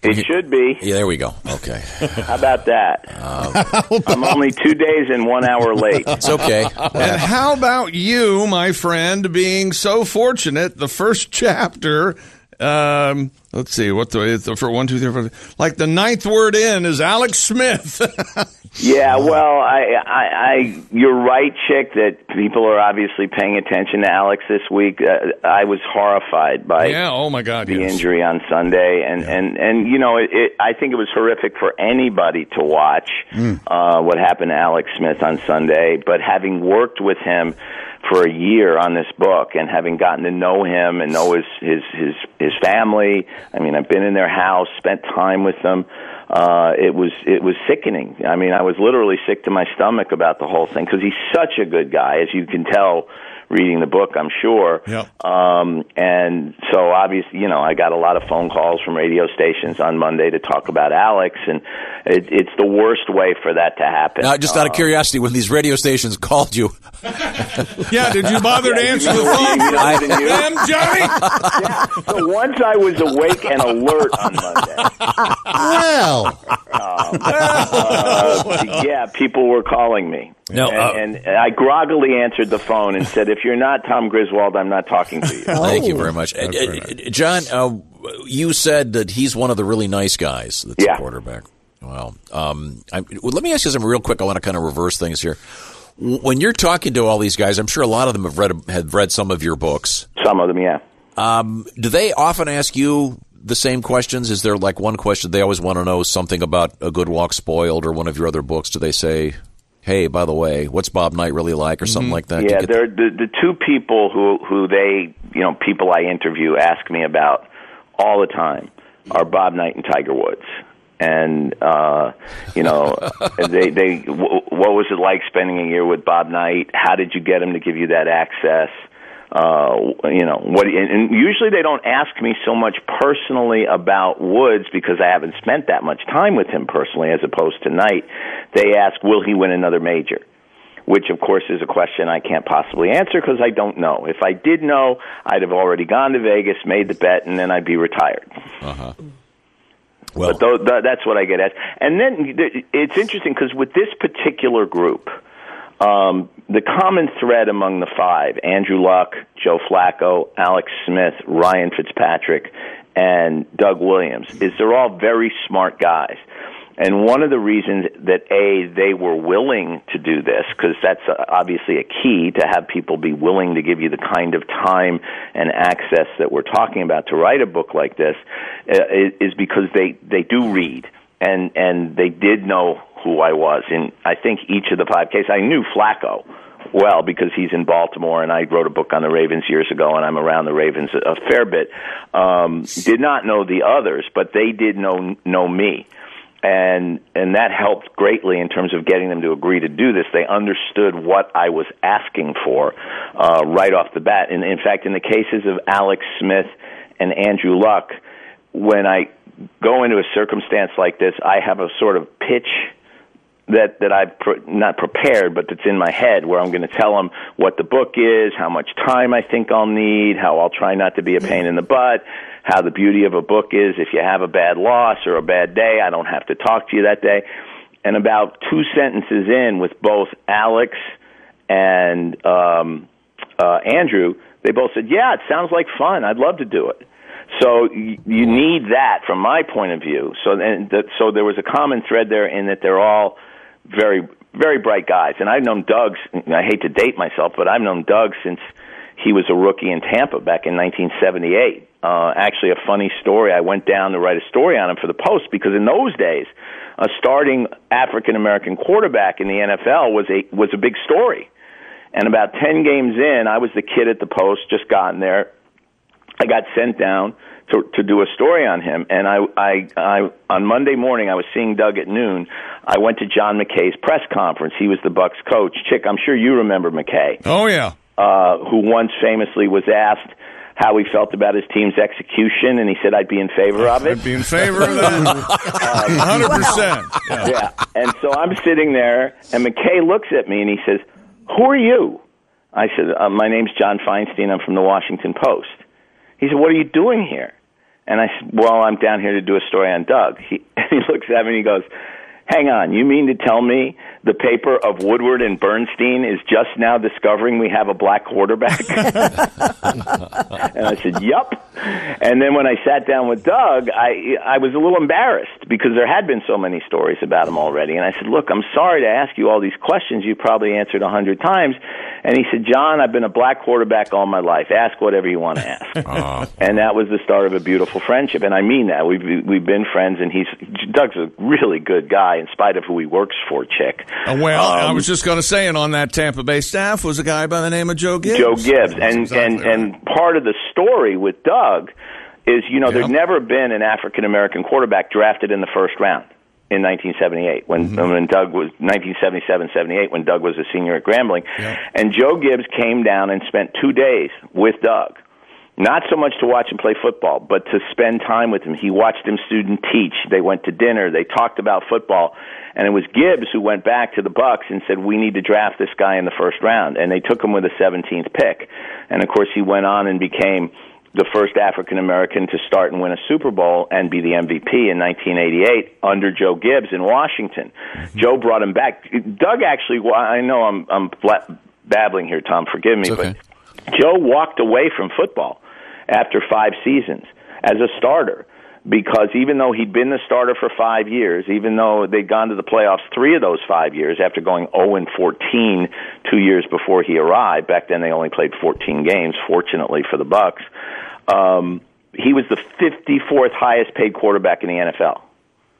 Speaker 5: It
Speaker 23: should be.
Speaker 5: Yeah, there we go. Okay.
Speaker 23: How about that? I'm only two days and one hour late.
Speaker 5: It's okay.
Speaker 4: And how about you, my friend, being so fortunate? The first chapter. Um, let's see what the, it's the for one, two, three, four, like the ninth word in is Alex Smith.
Speaker 23: Yeah, well, I, I, I, you're right, chick. That people are obviously paying attention to Alex this week. Uh, I was horrified by
Speaker 4: yeah. Oh my God.
Speaker 23: the
Speaker 4: yes.
Speaker 23: injury on Sunday, and and and you know, it, it, I think it was horrific for anybody to watch uh, what happened to Alex Smith on Sunday. But having worked with him for a year on this book, and having gotten to know him and know his his his his family, I mean, I've been in their house, spent time with them. Uh, it was it was sickening. I mean, I was literally sick to my stomach about the whole thing because he's such a good guy, as you can tell reading the book, I'm sure. Um, and so obviously, you know, I got a lot of phone calls from radio stations on Monday to talk about Alex, and it, it's the worst way for that to happen. Uh,
Speaker 5: Now, just out of curiosity, when these radio stations called you,
Speaker 4: yeah, did you bother to answer the phone? Damn, Johnny!
Speaker 23: so once I was awake and alert on Monday.
Speaker 12: Well.
Speaker 23: Um, uh, yeah, people were calling me.
Speaker 5: No, uh,
Speaker 23: and, and I groggily answered the phone and said, "If you're not Tom Griswold, I'm not talking to you."
Speaker 5: Thank
Speaker 4: Oh.
Speaker 5: you very much. Uh, uh, uh, John, uh, you said that he's one of the really nice guys that's a quarterback. Wow. Um, I, well, let me ask you something real quick. I want to kind of reverse things here. W- When you're talking to all these guys, I'm sure a lot of them have read have read some of your books.
Speaker 23: Some of them, yeah.
Speaker 5: Um, do they often ask you the same questions? Is there like one question they always want to know something about a good walk spoiled or one of your other books? Do they say, "Hey, by the way, what's Bob Knight really like?" or something like that? Do you
Speaker 23: Mm-hmm. Yeah,
Speaker 5: get-
Speaker 23: they're the, the two people who who they you know people I interview ask me about all the time are Bob Knight and Tiger Woods, and uh, you know they they w- what was it like spending a year with Bob Knight? How did you get him to give you that access? Uh, you know what? And, and usually they don't ask me so much personally about Woods because I haven't spent that much time with him personally, as opposed to Knight. They ask, will he win another major? which of course is a question I can't possibly answer because I don't know. If I did know, I'd have already gone to Vegas, made the bet, and then I'd be retired.
Speaker 5: Uh-huh.
Speaker 23: but tho- tho- that's what I get asked. And then th- it's interesting because with this particular group, um, the common thread among the five Andrew Luck, Joe Flacco, Alex Smith, Ryan Fitzpatrick, and Doug Williams is they're all very smart guys. And one of the reasons that A, they were willing to do this, because that's uh, obviously a key to have people be willing to give you the kind of time and access that we're talking about to write a book like this, uh, is is because they, they do read and and they did know who I was. In I think each of the five cases, I knew Flacco well because he's in Baltimore, and I wrote a book on the Ravens years ago, and I'm around the Ravens a, a fair bit. Um, did not know the others, but they did know know me. And and that helped greatly in terms of getting them to agree to do this. They understood what I was asking for uh, right off the bat. And in fact, in the cases of Alex Smith and Andrew Luck, when I go into a circumstance like this, I have a sort of pitch that that I've pre- not prepared, but that's in my head, where I'm going to tell them what the book is, how much time I think I'll need, how I'll try not to be a pain in the butt, how the beauty of a book is if you have a bad loss or a bad day, I don't have to talk to you that day. And about two sentences in, with both Alex and um, uh, Andrew, they both said, "Yeah, it sounds like fun. I'd love to do it." So you, you need that from my point of view. So and that, so there was a common thread there in that they're all very very bright guys. And I've known Doug. I hate to date myself, but I've known Doug since he was a rookie in Tampa back in 1978. Uh, actually, a funny story. I went down to write a story on him for the Post because in those days, a starting African American quarterback in the NFL was a was a big story. And about ten games in, I was the kid at the Post, just gotten there, I got sent down to to do a story on him, and I I I on Monday morning I was seeing Doug at noon. I went to John McKay's press conference. He was the Bucks coach. Chick, I'm sure you remember McKay.
Speaker 4: Oh yeah.
Speaker 23: Uh, who once famously was asked how he felt about his team's execution, and he said, "I'd be in favor of it."
Speaker 4: I'd be in favor of that. Hundred percent.
Speaker 23: yeah. And so I'm sitting there, and McKay looks at me and he says, "Who are you?" I said, uh, "My name's John Feinstein. I'm from the Washington Post." He said, "What are you doing here?" And I said, "Well, I'm down here to do a story on Doug." He, and he looks at me and he goes, "Hang on, you mean to tell me the paper of Woodward and Bernstein is just now discovering we have a black quarterback?" and I said, "Yup." And then when I sat down with Doug, I I was a little embarrassed because there had been so many stories about him already. And I said, "Look, I'm sorry to ask you all these questions. You probably answered a hundred times." And he said, "John, I've been a black quarterback all my life. Ask whatever you want to ask." and that was the start of a beautiful friendship. And I mean that. We've we've been friends, and he's Doug's a really good guy, in spite of who he works for. Chick
Speaker 4: Uh, Well, I
Speaker 23: Um,
Speaker 4: was just going to say, and on that Tampa Bay staff was a guy by the name of Joe Gibbs.
Speaker 23: Joe Gibbs, and and and part of the story with Doug is you know there'd never been an African American quarterback drafted in the first round. In 1978, when when Doug was 1977, 78, when Doug was a senior at Grambling, and Joe Gibbs came down and spent two days with Doug, not so much to watch him play football, but to spend time with him. He watched him student teach. They went to dinner. They talked about football, and it was Gibbs who went back to the Bucks and said, "We need to draft this guy in the first round." And they took him with a 17th pick, and of course he went on and became the first African American to start and win a Super Bowl and be the MVP in 1988 under Joe Gibbs in Washington. Joe brought him back. Doug actually, wa- I know I'm I'm bla- babbling here, Tom. Forgive me, but Joe walked away from football after five seasons as a starter because even though he'd been the starter for five years, even though they'd gone to the playoffs three of those five years after going 0 and 14 two years before he arrived, back then they only played 14 games, fortunately for the Bucks, um, he was the 54th highest paid quarterback in the NFL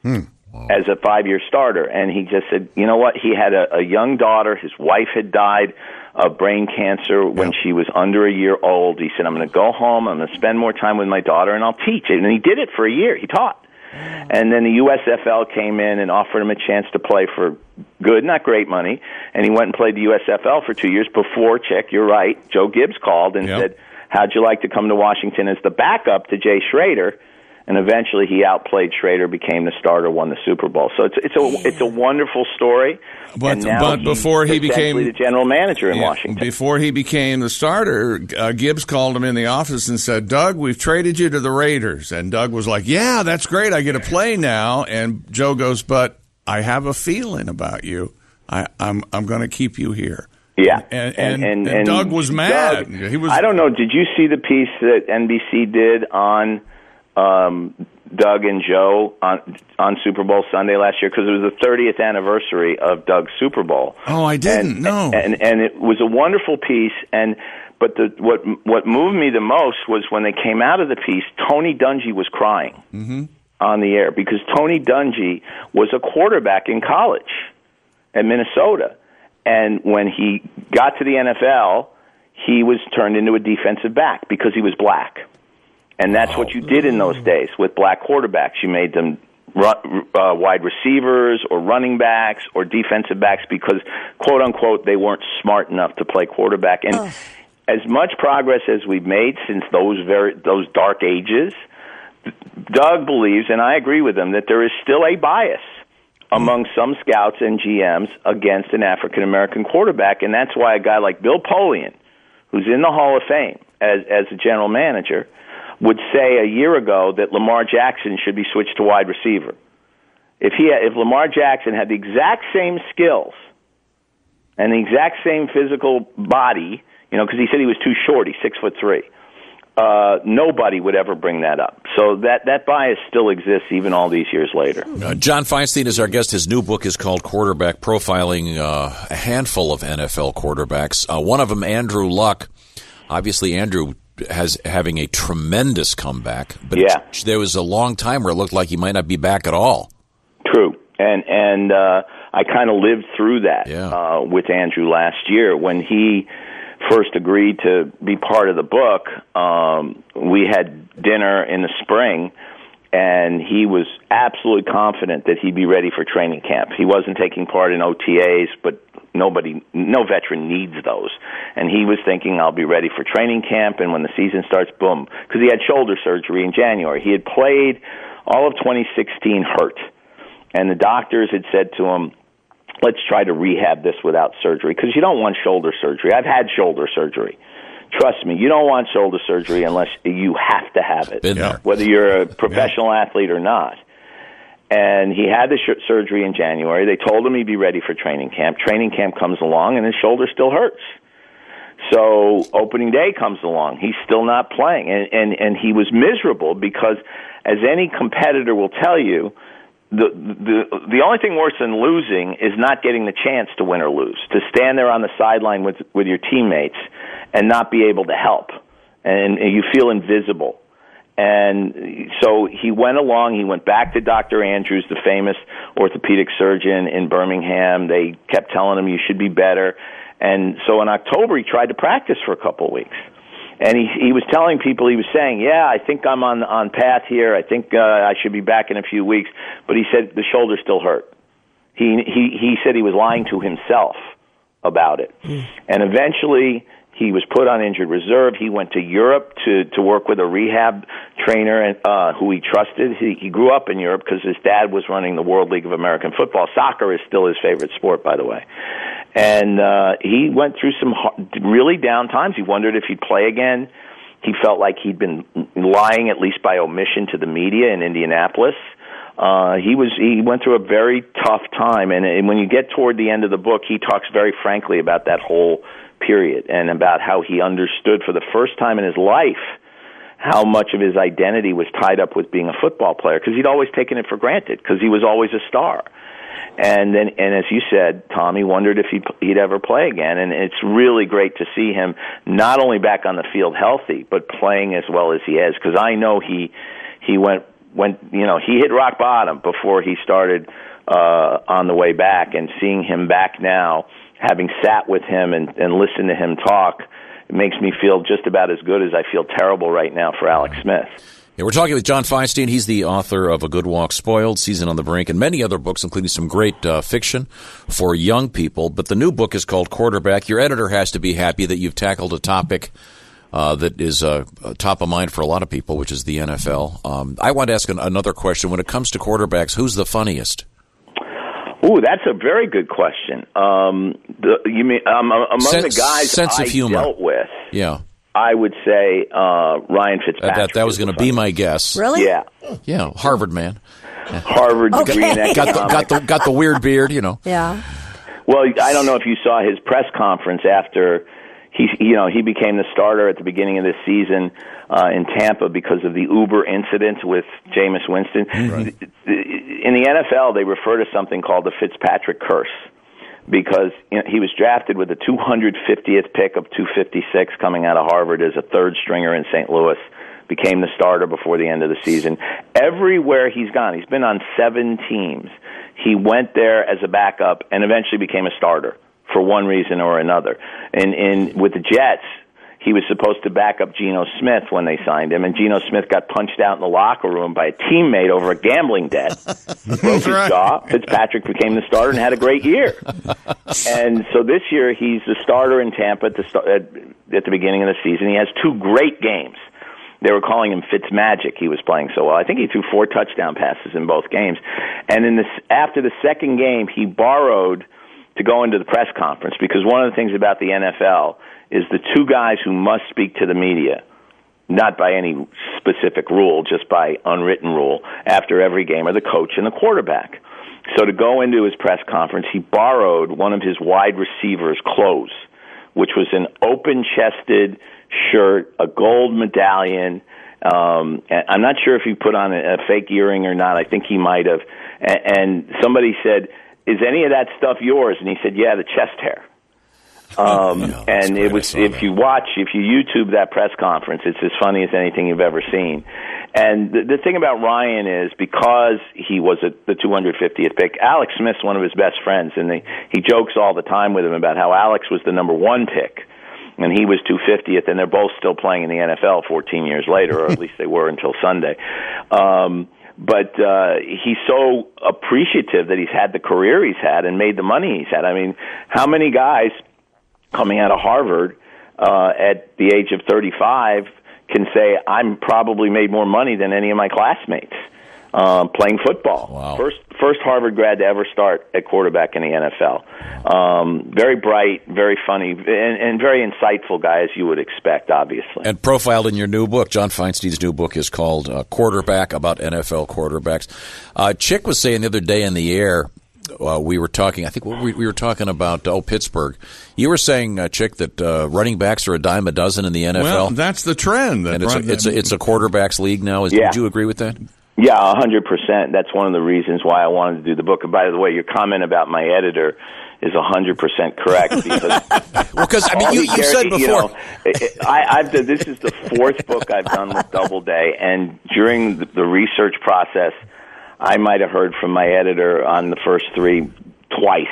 Speaker 23: as a five year starter. And he just said, you know what? He had a, a young daughter. His wife had died of brain cancer when she was under a year old. He said, I'm going to go home. I'm going to spend more time with my daughter and I'll teach. And he did it for a year. He taught. And then the USFL came in and offered him a chance to play for good, not great money. And he went and played the USFL for two years before, check, you're right, Joe Gibbs called and said, How'd you like to come to Washington as the backup to Jay Schrader? and eventually he outplayed Schrader, became the starter, won the Super Bowl. So it's it's a it's a wonderful story.
Speaker 4: But-
Speaker 23: And now
Speaker 4: but
Speaker 23: he's
Speaker 4: before he became-
Speaker 23: essentially the general manager in
Speaker 4: Yeah,
Speaker 23: Washington,
Speaker 4: Before he became the starter, uh, Gibbs called him in the office and said, Doug, we've traded you to the Raiders. And Doug was like, Yeah, that's great. I get to play now. And Joe goes, But I have a feeling about you. I, I'm, I'm going to keep you here.
Speaker 23: yeah.
Speaker 4: And, and, and, Doug was mad.
Speaker 23: Doug-
Speaker 4: he was.
Speaker 23: I don't know. Did you see the piece that NBC did on um, Doug and Joe on on Super Bowl Sunday last year? Because it was the 30th anniversary of Doug's Super Bowl.
Speaker 4: Oh, I didn't. no.
Speaker 23: and and it was a wonderful piece and but the what what moved me the most was when they came out of the piece Tony Dungy was crying
Speaker 4: Mhm.
Speaker 23: on the air because Tony Dungy was a quarterback in college at Minnesota. And when he got to the NFL, he was turned into a defensive back because he was black. And that's what you did in those days with black quarterbacks. You made them run, uh, wide receivers or running backs or defensive backs because, quote unquote, they weren't smart enough to play quarterback. And as much progress as we've made since those very those dark ages, Doug believes, and I agree with him, that there is still a bias among some scouts and GMs against an African American quarterback, and that's why a guy like Bill Polian, who's in the Hall of Fame as as a general manager, would say a year ago that Lamar Jackson should be switched to wide receiver. If he had, if Lamar Jackson had the exact same skills and the exact same physical body, you know, because he said he was too short, he's six foot three. Uh, nobody would ever bring that up. So that that bias still exists even all these years later.
Speaker 5: Uh, John Feinstein is our guest. His new book is called Quarterback Profiling uh, a handful of NFL quarterbacks. Uh, one of them, Andrew Luck. Obviously, Andrew has having a tremendous comeback, but
Speaker 23: Yeah.
Speaker 5: it- there was a long time where it looked like he might not be back at all.
Speaker 23: True, and and uh, I kind of lived through that uh, with Andrew last year when he first agreed to be part of the book. Um, we had dinner in the spring, and he was absolutely confident that he'd be ready for training camp. He wasn't taking part in OTAs, but nobody, no veteran needs those. And he was thinking, I'll be ready for training camp, and when the season starts, boom, because he had shoulder surgery in January. He had played all of 2016 hurt and the doctors had said to him, "Let's try to rehab this without surgery because you don't want shoulder surgery. I've had shoulder surgery. Trust me, you don't want shoulder surgery unless you have to have it,
Speaker 5: Been there.
Speaker 23: whether you're a professional athlete or not." And he had the sh- surgery in January. They told him he'd be ready for training camp. Training camp comes along, and his shoulder still hurts. So opening day comes along. He's still not playing, and and and he was miserable because, as any competitor will tell you, the the the only thing worse than losing is not getting the chance to win or lose. To stand there on the sideline with with your teammates and not be able to help, and, and you feel invisible. And so he went along. He went back to Dr. Andrews, the famous orthopedic surgeon in Birmingham. They kept telling him you should be better. And so in October, he tried to practice for a couple of weeks. And he he was telling people he was saying, "Yeah, I think I'm on on path here. I think uh, I should be back in a few weeks." But he said the shoulder still hurt. He he he said he was lying to himself about it. And eventually he was put on injured reserve. He went to Europe to, to work with a rehab trainer and, uh, who he trusted. He, he grew up in Europe because his dad was running the World League of American Football. Soccer is still his favorite sport, by the way. And uh, he went through some hard, really down times. He wondered if he'd play again. He felt like he'd been lying, at least by omission, to the media in Indianapolis uh, he was he went through a very tough time, and, and when you get toward the end of the book, he talks very frankly about that whole period and about how he understood for the first time in his life how much of his identity was tied up with being a football player because he'd always taken it for granted because he was always a star. And then, and as you said, Tommy wondered if he, he'd ever play again. And it's really great to see him not only back on the field healthy, but playing as well as he is. Because I know he he went went you know he hit rock bottom before he started uh, on the way back. And seeing him back now, having sat with him and, and listened to him talk, it makes me feel just about as good as I feel terrible right now for Alex Smith.
Speaker 5: Yeah, we're talking with John Feinstein. He's the author of A Good Walk Spoiled, Season on the Brink, and many other books, including some great uh, fiction for young people. But the new book is called Quarterback. Your editor has to be happy that you've tackled a topic uh, that is uh, top of mind for a lot of people, which is the NFL. Um, I want to ask an, another question. When it comes to quarterbacks, who's the funniest?
Speaker 23: Ooh, that's a very good question. Um, the, you mean um, among
Speaker 5: Sense-
Speaker 23: the guys
Speaker 5: sense of
Speaker 23: I
Speaker 5: humor.
Speaker 23: dealt with?
Speaker 5: Yeah,
Speaker 23: I would say uh, Ryan
Speaker 5: that
Speaker 23: Fitzpatrick.
Speaker 5: that, that was going to be my guess.
Speaker 23: Really? Yeah.
Speaker 5: Yeah, Harvard man.
Speaker 23: Harvard
Speaker 5: Got-
Speaker 23: degree in
Speaker 5: got the,
Speaker 23: economics.
Speaker 5: got the got the weird beard. You know.
Speaker 6: Yeah.
Speaker 23: Well, I don't know if you saw his press conference after he, you know, he became the starter at the beginning of this season uh, in Tampa because of the Uber incident with Jameis Winston. In the NFL, they refer to something called the Fitzpatrick curse because you know, he was drafted with the 250th pick of 256 coming out of Harvard as a third stringer in St. Louis. became the starter before the end of the season. Everywhere he's gone, he's been on seven teams. He went there as a backup and eventually became a starter for one reason or another. And in with the Jets, he was supposed to back up Geno Smith when they signed him, and Geno Smith got punched out in the locker room by a teammate over a gambling debt. Broke his jaw. Fitzpatrick became the starter and had a great year. and so this year he's the starter in Tampa at the, start, at, at the beginning of the season. He has two great games. They were calling him Fitz Magic. He was playing so well. I think he threw four touchdown passes in both games. And in this, after the second game, he borrowed to go into the press conference because one of the things about the NFL is the two guys who must speak to the media, not by any specific rule, just by unwritten rule, after every game are the coach and the quarterback. So to go into his press conference, he borrowed one of his wide receivers' clothes, which was an open chested shirt, a gold medallion. Um, and I'm not sure if he put on a, a fake earring or not. I think he might have. And, and somebody said, Is any of that stuff yours? And he said, Yeah, the chest hair. Um, and it was if you watch, if you YouTube that press conference, it's as funny as anything you've ever seen. And the, the thing about Ryan is because he was at the 250th pick, Alex Smith's one of his best friends, and they, he jokes all the time with him about how Alex was the number one pick. And he was 250th, and they're both still playing in the NFL 14 years later, or at least they were until Sunday. Um, but uh, he's so appreciative that he's had the career he's had and made the money he's had. I mean, how many guys coming out of Harvard uh, at the age of 35 can say, I'm probably made more money than any of my classmates uh, playing football. First, first Harvard grad to ever start at quarterback in the NFL. Um, very bright, very funny, and, and very insightful guy, as you would expect, obviously.
Speaker 5: And profiled in your new book, John Feinstein's new book is called uh, Quarterback about NFL quarterbacks. Uh, Chick was saying the other day in the air, uh, we were talking. I think what we, we were talking about oh Pittsburgh. You were saying, uh, Chick, that uh, running backs are a dime a dozen in the NFL.
Speaker 4: Well, that's the trend. that
Speaker 5: and it's
Speaker 4: run-
Speaker 5: a, it's, a, it's a quarterbacks league now. Is,
Speaker 4: Yeah.
Speaker 5: Would you agree with that?
Speaker 23: Yeah, a hundred percent. That's one of the reasons why I wanted to do the book. And by the way, your comment about my editor is a hundred percent correct because
Speaker 5: Well, because I mean,
Speaker 23: all
Speaker 5: you,
Speaker 23: he
Speaker 5: you
Speaker 23: cares-
Speaker 5: said
Speaker 23: you
Speaker 5: before.
Speaker 23: know, I, I've done, this is the fourth book I've done with Doubleday, and during the, the research process, I might have heard from my editor on the first three twice.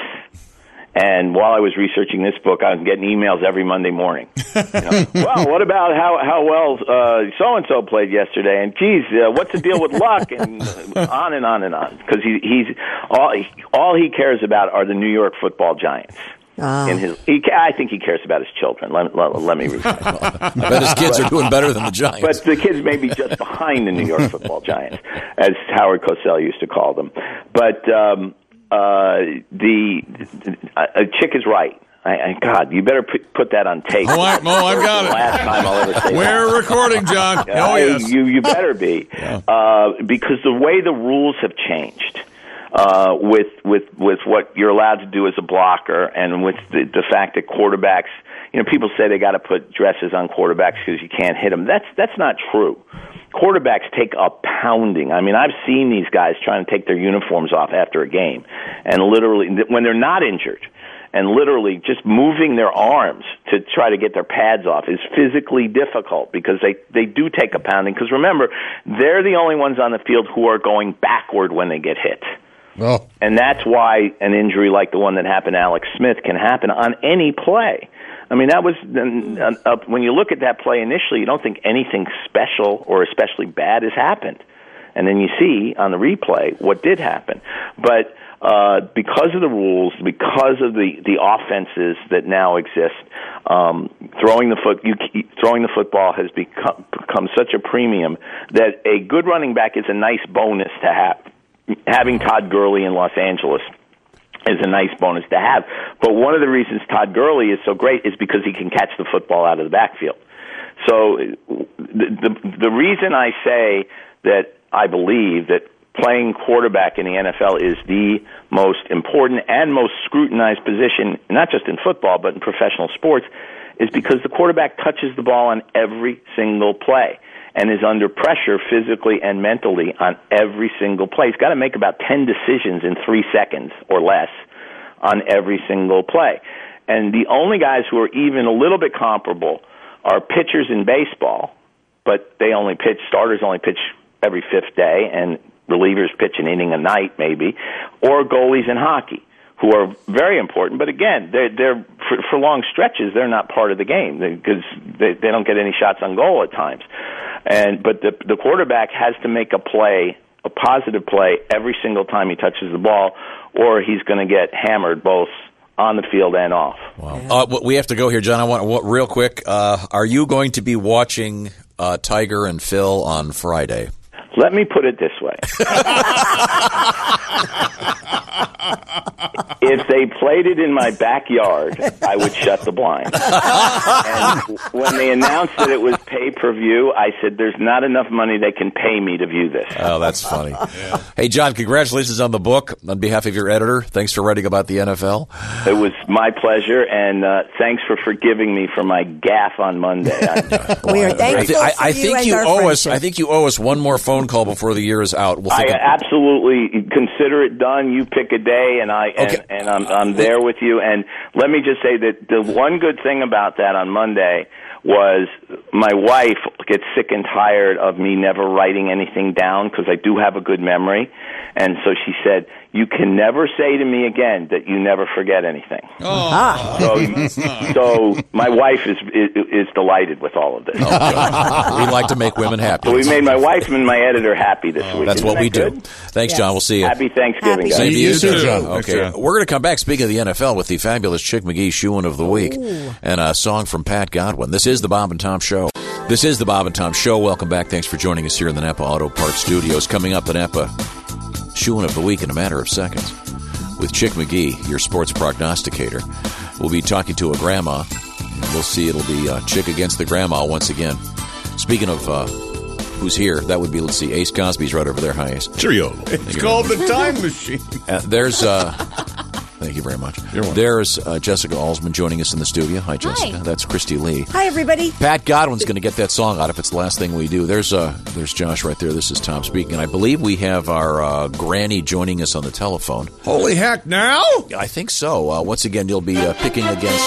Speaker 23: And while I was researching this book, I was getting emails every Monday morning. well, what about how how well so and so played yesterday? And geez, uh, what's the deal with luck? And uh, on and on and on because he, he's all he, all he cares about are the New York Football Giants.
Speaker 6: Ah.
Speaker 23: In his, he, ca- I think he cares about his children. Let, let, let me rephrase. I
Speaker 5: bet his kids are doing better than the Giants.
Speaker 23: Ah, But the kids may be just behind the New York Football Giants, as Howard Cosell used to call them. But um, uh, the, the uh, Chick is right. I, I, God, you better put, put that on tape.
Speaker 4: Oh, I- oh, I've got it.
Speaker 23: Last time I'll ever say that.
Speaker 4: We're recording, John.
Speaker 23: Yeah,
Speaker 4: Oh, yes.
Speaker 23: You you better be uh, because the way the rules have changed uh, with with with what you're allowed to do as a blocker and with the, the fact that quarterbacks, you know, people say they got to put dresses on quarterbacks because you can't hit them. That's that's not true. Quarterbacks take a pounding. I mean, I've seen these guys trying to take their uniforms off after a game, and literally when they're not injured, and literally just moving their arms to try to get their pads off is physically difficult because they they do take a pounding because remember they're the only ones on the field who are going backward when they get hit
Speaker 7: Oh.
Speaker 23: and that's why an injury like the one that happened to Alex Smith can happen on any play I mean that was uh, uh, when you look at that play initially you don't think anything special or especially bad has happened and then you see on the replay what did happen. But uh, because of the rules, because of the the offenses that now exist, um, throwing the foot you, throwing the football has become become such a premium that a good running back is a nice bonus to have. Having Todd Gurley in Los Angeles is a nice bonus to have. But one of the reasons Todd Gurley is so great is because he can catch the football out of the backfield. So the, the the reason I say that I believe that playing quarterback in the NFL is the most important and most scrutinized position, not just in football but in professional sports, is because the quarterback touches the ball on every single play and is under pressure physically and mentally on every single play. He's got to make about ten decisions in three seconds or less on every single play. And the only guys who are even a little bit comparable are pitchers in baseball, but they only pitch starters only pitch every fifth day, and relievers pitch an inning a night maybe, or goalies in hockey who are very important. But again, they're they're for, for long stretches they're not part of the game because they, they don't get any shots on goal at times. And but the the quarterback has to make a play, a positive play every single time he touches the ball, or he's going to get hammered both on the field and off.
Speaker 5: Uh, w- we have to go here, John. I want what, real quick. Uh, are you going to be watching uh, Tiger and Phil on Friday?
Speaker 23: Let me put it this way. if they played it in my backyard, I would shut the blinds. And when they announced that it was pay per view, I said, "There's not enough money they can pay me to view this."
Speaker 5: Oh, that's funny. Hey, John, congratulations on the book. On behalf of your editor, thanks for writing about the NFL.
Speaker 23: It was my pleasure, and uh, thanks for forgiving me for my gaff on Monday.
Speaker 6: we are
Speaker 5: I, thi-
Speaker 6: thankful
Speaker 5: I,
Speaker 6: for
Speaker 5: I
Speaker 6: you
Speaker 5: think
Speaker 6: and
Speaker 5: you
Speaker 6: our
Speaker 5: owe us.
Speaker 6: friendship.
Speaker 5: I think you owe us one more phone call before the year is out. We'll
Speaker 23: I
Speaker 5: think
Speaker 23: absolutely consider it done. You pick a day, and I and, and I'm I'm there with you. And let me just say that the one good thing about that on Monday was my wife gets sick and tired of me never writing anything down because I do have a good memory, and so she said, "You can never say to me again that you never forget anything." So, so my wife is, is is delighted with all of this.
Speaker 5: we Oh, like to make women happy.
Speaker 23: So we made my wife and my editor happy this
Speaker 17: Oh,
Speaker 23: week.
Speaker 5: That's
Speaker 23: Isn't
Speaker 5: what
Speaker 23: that
Speaker 5: we do.
Speaker 23: good?
Speaker 5: Thanks, John. We'll see you.
Speaker 23: Happy Thanksgiving, guys.
Speaker 5: Same to you, too.
Speaker 23: Thanks,
Speaker 5: Okay, we're going to come back. Speaking of the NFL, with the fabulous Chick McGee shoeing of the week and a song from Pat Godwin. This is the Bob and Tom Show. This is the Bob and Tom Show. Welcome back. Thanks for joining us here in the Napa Auto Parts Studios. Coming up, the Napa shoeing of the week in a matter of seconds with Chick McGee, your sports prognosticator. We'll be talking to a grandma. and We'll see. It'll be uh, Chick against the grandma once again. Speaking of. Uh, Who's here? That would be, let's see, Ace Cosby's right over there. Hi, Ace. Cheerio.
Speaker 4: It's called the time machine.
Speaker 5: Uh, there's uh thank you very much. There's uh, Jessica Alsman joining us in the studio. Hi Jessica. That's Christy Lee.
Speaker 6: Hi, everybody.
Speaker 5: Pat Godwin's going to get that song out if it's the last thing we do. There's uh there's Josh right there. This is Tom speaking. And I believe we have our uh, granny joining us on the telephone.
Speaker 4: Holy heck, now?
Speaker 5: I think so. Uh, once again, you'll be uh, picking against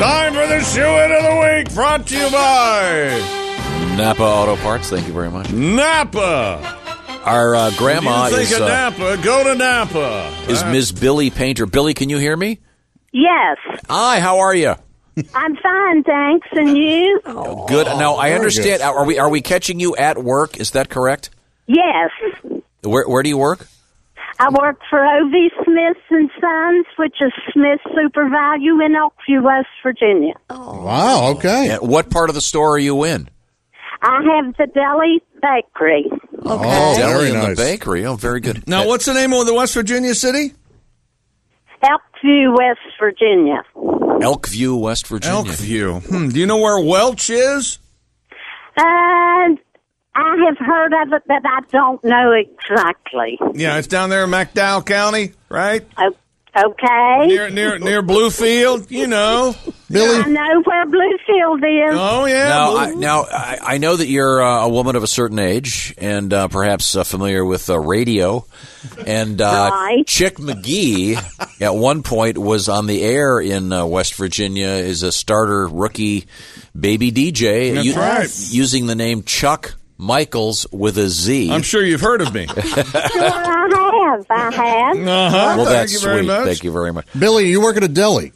Speaker 4: Time for the shoe in of the week brought to you by
Speaker 5: Napa Auto Parts. Thank you very much.
Speaker 4: Napa.
Speaker 5: Our uh, grandma
Speaker 4: If you think
Speaker 5: is
Speaker 4: of
Speaker 5: uh,
Speaker 4: Napa, go to Napa.
Speaker 5: is
Speaker 4: Uh,
Speaker 5: Ms. Billy Painter. Billy, can you hear me?
Speaker 24: Yes,
Speaker 5: Hi, how are you?
Speaker 24: I'm fine, thanks. And you?
Speaker 5: Good. now, I
Speaker 24: very
Speaker 5: understand.
Speaker 24: good.
Speaker 5: Are we are we catching you at work? Is that correct?
Speaker 24: Yes,
Speaker 5: Where where do you work?
Speaker 24: I work for O.V. Smith and Sons, which is Smith Super Value in Oakview, West Virginia.
Speaker 5: Wow, okay. what part of the store are you in?
Speaker 24: I have the deli bakery.
Speaker 5: Oh,
Speaker 4: very
Speaker 5: in
Speaker 4: nice.
Speaker 5: the bakery. Oh, very good.
Speaker 4: now, what's the name of the West Virginia city?
Speaker 24: Elkview, West Virginia.
Speaker 5: Elkview, West Virginia.
Speaker 4: Elkview. Hmm, do you know where Welch is?
Speaker 24: And I have heard of it, but I don't know exactly.
Speaker 4: Yeah, it's down there in McDowell County, right?
Speaker 24: Okay.
Speaker 4: Near near near Bluefield, you know.
Speaker 24: I know where Bluefield is.
Speaker 4: Oh yeah.
Speaker 5: Now, I, now I, I know that you're uh, a woman of a certain age and uh, perhaps uh, familiar with uh, radio. And uh, Chick McGee, at one point, was on the air in uh, West Virginia as a starter rookie baby DJ,
Speaker 4: That's
Speaker 5: u-
Speaker 4: right.
Speaker 5: using the name Chuck Michaels with a Z.
Speaker 4: I'm sure you've heard of me.
Speaker 24: Sure, I have. I have.
Speaker 4: Uh-huh.
Speaker 5: Well,
Speaker 4: Thank
Speaker 5: that's
Speaker 4: you very
Speaker 5: sweet.
Speaker 4: much.
Speaker 5: Thank you very much.
Speaker 7: Billy, you work at a deli.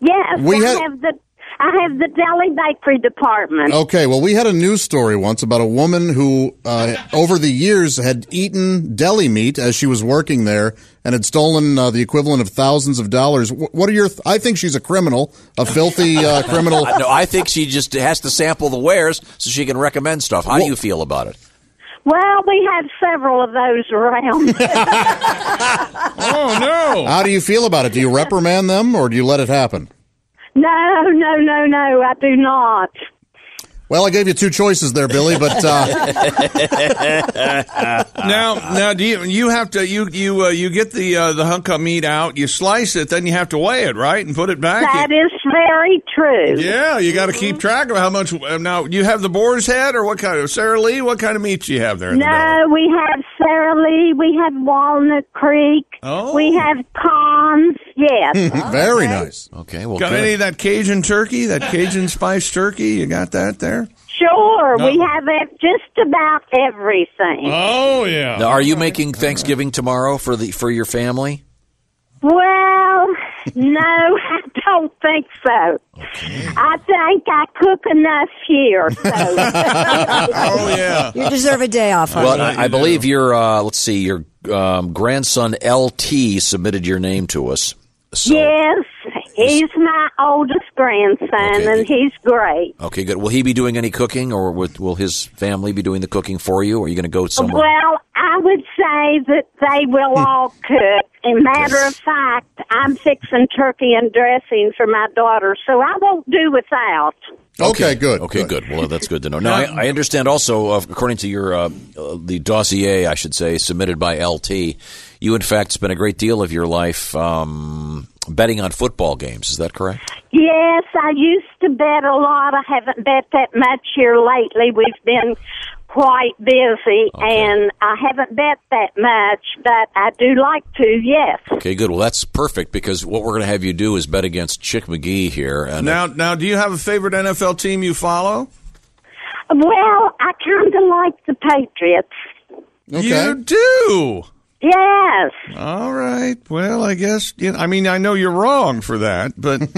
Speaker 24: Yes,
Speaker 7: We
Speaker 24: I
Speaker 7: had-
Speaker 24: have the I have the deli bakery department.
Speaker 4: Oh.
Speaker 7: Okay, well, we had a news story once about a woman who, uh, over the years, had eaten deli meat as she was working there and had stolen uh, the equivalent of thousands of dollars. Wh- What are your? Th- I think she's a criminal, a filthy uh, criminal.
Speaker 5: no, I think she just has to sample the wares so she can recommend stuff. How do you feel about it?
Speaker 24: Well, we have several of those around.
Speaker 4: oh no!
Speaker 7: How do you feel about it? Do you reprimand them or do you let it happen?
Speaker 24: no, no, no, no, I do not.
Speaker 7: Well, I gave you two choices there, Billy, but uh,
Speaker 4: now, now, do you you have to you you uh, you get the uh, the hunk of meat out, you slice it, then you have to weigh it, right, and put it back.
Speaker 24: That is Mm-hmm. very true.
Speaker 4: yeah, you got to keep track of how much. uh, Now, you have the boar's head, or what kind of Sara Lee? What kind of meat you have there? in the deli?
Speaker 24: No, we have Sara Lee, we have Walnut Creek,
Speaker 4: Oh.
Speaker 24: we have Cons, yes.
Speaker 7: very nice.
Speaker 5: Okay, well,
Speaker 4: got
Speaker 5: good.
Speaker 4: any of that Cajun turkey? That Cajun spice turkey? You got that there?
Speaker 24: Sure, Sure,
Speaker 5: No.
Speaker 24: we have ev- just about everything.
Speaker 4: Oh.
Speaker 5: Oh,
Speaker 4: yeah.
Speaker 5: Now, are you making Thanksgiving tomorrow for the for your family?
Speaker 24: Well, no, I don't think so. I think I cook enough here. So.
Speaker 5: Oh yeah.
Speaker 6: You deserve a day off, honey.
Speaker 5: Well, I, I believe your uh, let's see, your um, grandson LT submitted your name to us.
Speaker 24: yes, he's my oldest grandson, and he's great.
Speaker 5: Okay, good. Will he be doing any cooking, or would- will his family be doing the cooking for you? Or are you going to go somewhere?
Speaker 24: Well, I would say that they will all cook. And matter of fact, I'm fixing turkey and dressing for my daughter, so I won't do without.
Speaker 5: Okay, good. Okay, good. Well, that's good to know. Now, I, I understand also, uh, according to your uh, uh, the dossier, I should say, submitted by LT, you in fact spent a great deal of your life um, betting on football games. Is that correct?
Speaker 24: Yes, I used to bet a lot. I haven't bet that much here lately. We've been quite busy, and I haven't bet that much, but I do like to, yes.
Speaker 5: Okay, good. Well, that's perfect because what we're going to have you do is bet against Chick McGee here. And
Speaker 4: Now, now, do you have a favorite NFL team you follow?
Speaker 24: Well, I kind of like the Patriots.
Speaker 4: You do.
Speaker 24: Yes.
Speaker 4: All right. Well, I guess you know, I mean I know you're wrong for that, but uh,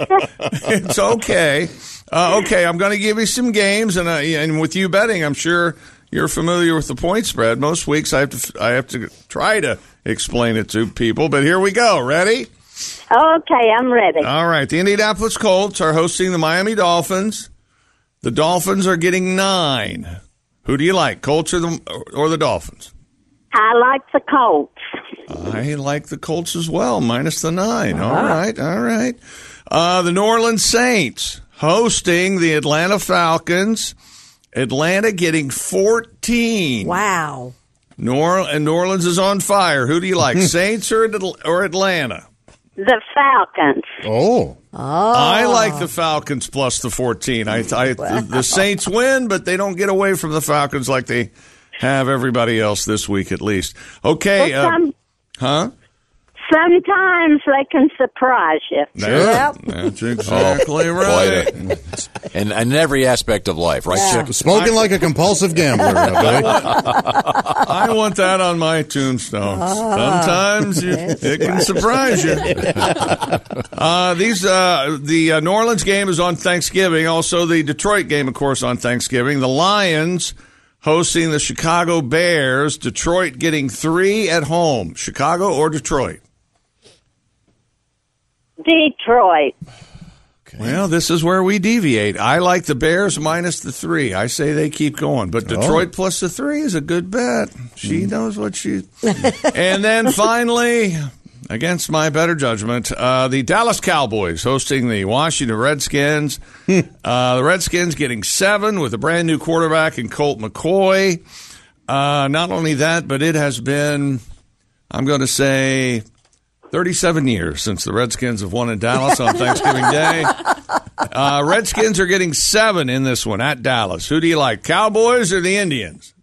Speaker 4: it- it's okay. Uh, okay, I'm going to give you some games, and I, and with you betting, I'm sure you're familiar with the point spread. Most weeks I have to I have to try to explain it to people, but here we go. Ready?
Speaker 24: Okay, I'm ready.
Speaker 4: All right. The Indianapolis Colts are hosting the Miami Dolphins. The Dolphins are getting nine. Who do you like, Colts or the or the Dolphins?
Speaker 24: I like the Colts. Uh-huh.
Speaker 4: I like the Colts as well, minus the nine. All right, all right. Uh, the New Orleans Saints hosting the Atlanta Falcons. Atlanta getting 14.
Speaker 6: Wow.
Speaker 4: New, Orle- and New Orleans is on fire. Who do you like, Saints or, Atl- or Atlanta?
Speaker 24: The Falcons.
Speaker 4: Oh.
Speaker 6: Oh.
Speaker 4: I like the Falcons plus the 14. I, I, the, the Saints win, but they don't get away from the Falcons like they have everybody else this week, at least. Okay.
Speaker 24: Well,
Speaker 4: uh,
Speaker 24: some-
Speaker 4: huh?
Speaker 24: Sometimes they can surprise you.
Speaker 4: That's, that's exactly
Speaker 5: Oh,
Speaker 4: right.
Speaker 5: boy, that- and in every aspect of life, right? Chick?
Speaker 7: Smoking like a compulsive gambler. okay?
Speaker 4: I want that on my tombstone.
Speaker 7: Ah,
Speaker 4: Sometimes you,
Speaker 7: that's
Speaker 4: it can
Speaker 7: right.
Speaker 4: surprise you. Uh, these uh, the uh, New Orleans game is on Thanksgiving. Also, the Detroit game, of course, on Thanksgiving. The Lions hosting the Chicago Bears. Detroit getting three at home. Chicago or Detroit?
Speaker 24: Detroit.
Speaker 4: Well, this is where we deviate. I like the Bears minus the three. I say they keep going, but
Speaker 7: Oh.
Speaker 4: Detroit plus the three is a good bet. Oh.
Speaker 7: Mm.
Speaker 4: She knows what she. and then finally, against my better judgment, uh, the Dallas Cowboys hosting the Washington Redskins. uh, the Redskins getting seven with a brand new quarterback in Colt McCoy. Uh, not only that, but it has been, I'm going to say, 37 years since the Redskins have won in Dallas on Thanksgiving Day. Uh, Redskins are getting seven in this one at Dallas. Who do you like, Cowboys or the Indians?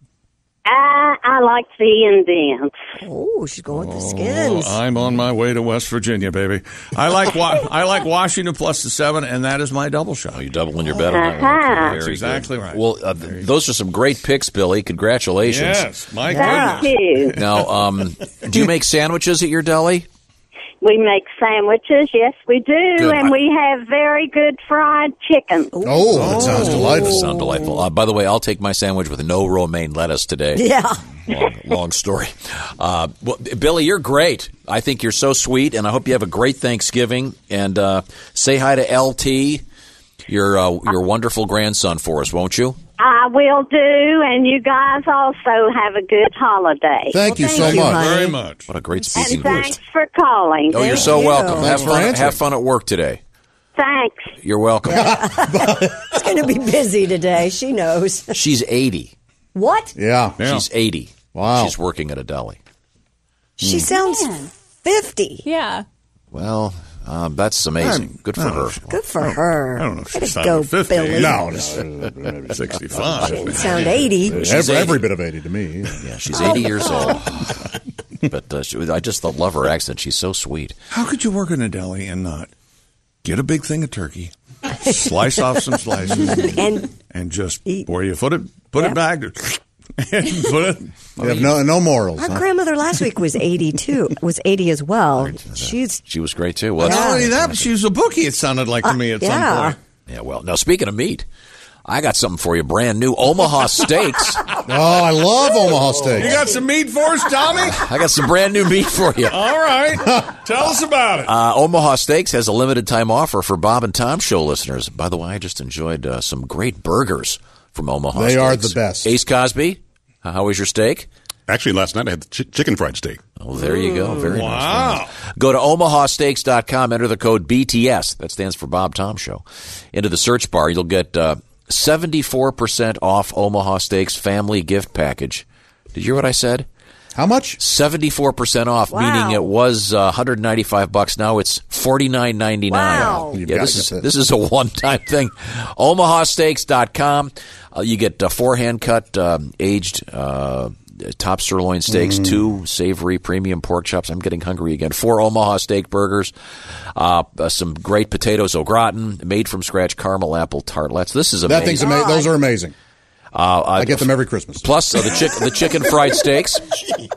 Speaker 24: I, I like the Indians.
Speaker 6: Oh, she's going with the
Speaker 4: Oh,
Speaker 6: skins.
Speaker 4: I'm on my way to West Virginia, baby. I like wa- I like Washington plus the seven, and that is my double shot.
Speaker 5: Oh, You doubling your bet on that one.
Speaker 24: Uh-huh.
Speaker 5: Very
Speaker 4: That's
Speaker 5: good.
Speaker 4: exactly right.
Speaker 5: Well, uh, those are some great picks, Billy. Congratulations.
Speaker 4: Yes, my
Speaker 24: Thank
Speaker 4: goodness.
Speaker 24: you.
Speaker 5: Now, um, do you make sandwiches at your deli?
Speaker 24: We make sandwiches. Yes, we do.
Speaker 5: Good.
Speaker 24: And we have very good fried chicken.
Speaker 5: Oh, that sounds delightful. Sound delightful. Uh, by the way, I'll take my sandwich with no romaine lettuce today.
Speaker 6: Yeah.
Speaker 5: Long, long story. Uh, well, Billy, you're great. I think you're so sweet, and I hope you have a great Thanksgiving. And uh, say hi to LT, your uh, your wonderful grandson, for us, won't you?
Speaker 24: I will do. And you guys also have a good holiday.
Speaker 4: Very much.
Speaker 5: What a great
Speaker 24: And
Speaker 5: speaking voice.
Speaker 24: thanks for calling.
Speaker 5: Oh, you're so welcome. Have fun, have fun at work today.
Speaker 24: Thanks.
Speaker 5: You're welcome.
Speaker 6: It's going to be busy today. She knows.
Speaker 5: She's 80.
Speaker 6: What?
Speaker 5: Yeah. She's 80. Wow. She's working at a deli. Hmm.
Speaker 6: She sounds 50.
Speaker 25: Yeah.
Speaker 5: Well, um, that's amazing. Good for her.
Speaker 6: Good for her.
Speaker 4: I don't know if
Speaker 6: Way
Speaker 4: she's
Speaker 6: to go,
Speaker 4: sounding 50.
Speaker 6: Billy.
Speaker 4: No, no. 65.
Speaker 6: Sound 80.
Speaker 5: She's
Speaker 7: Every,
Speaker 5: 80.
Speaker 7: every bit of 80 to me.
Speaker 5: Yeah, she's 80 years old. But uh, she, I just love her accent. She's so sweet.
Speaker 4: How could you work in a deli and not get a big thing of turkey, Slice off some slices
Speaker 6: and
Speaker 4: and just where you put it, put it back, and put it.
Speaker 7: You have no no morals.
Speaker 6: Our grandmother last week was 82, was 80 as well. She's
Speaker 5: She was great too.
Speaker 4: Well,
Speaker 5: Wasn't
Speaker 4: not
Speaker 5: she?
Speaker 4: only that, but she was a bookie. It sounded like
Speaker 6: Uh,
Speaker 4: to me at some point.
Speaker 5: Yeah, well, now speaking of meat, I got something for you, brand new Omaha steaks. oh,
Speaker 7: I love Omaha
Speaker 4: You got some meat for us, Tommy?
Speaker 5: I got some brand new meat for you.
Speaker 4: All right, tell us about it.
Speaker 5: Uh, Omaha Steaks has a limited time offer for Bob and Tom show listeners. By the way, I just enjoyed uh, some great burgers from Omaha.
Speaker 7: They are
Speaker 5: Steaks.
Speaker 7: the best.
Speaker 5: Ace Cosby, uh, how was your steak?
Speaker 13: Actually, last night I had the chi- chicken fried steak.
Speaker 5: Oh, there you go. Very nice, very
Speaker 13: Wow.
Speaker 5: nice. Go to omahasteaks.com, enter the code BTS, that stands for Bob Tom Show, into the search bar. You'll get uh, 74% off Omaha Steaks family gift package. Did you hear what I said?
Speaker 7: How much?
Speaker 5: 74% off, meaning it was uh, 195 bucks. Now it's 49.99.
Speaker 4: Wow. You've
Speaker 5: Yeah,
Speaker 4: gotta
Speaker 5: this
Speaker 4: get
Speaker 5: is
Speaker 4: that.
Speaker 5: this is a one-time thing. omahasteaks.com. Uh, you get uh, four hand-cut um, aged uh, top sirloin steaks,
Speaker 4: Mm.
Speaker 5: two savory premium pork chops. I'm getting hungry again. Four Omaha steak burgers, uh, uh, some great potatoes au gratin, made from scratch caramel apple tartlets. This is amazing.
Speaker 7: That thing's amazing. Those are amazing.
Speaker 5: Uh, I
Speaker 7: get them every Christmas.
Speaker 5: Plus uh, the chick the chicken fried steaks.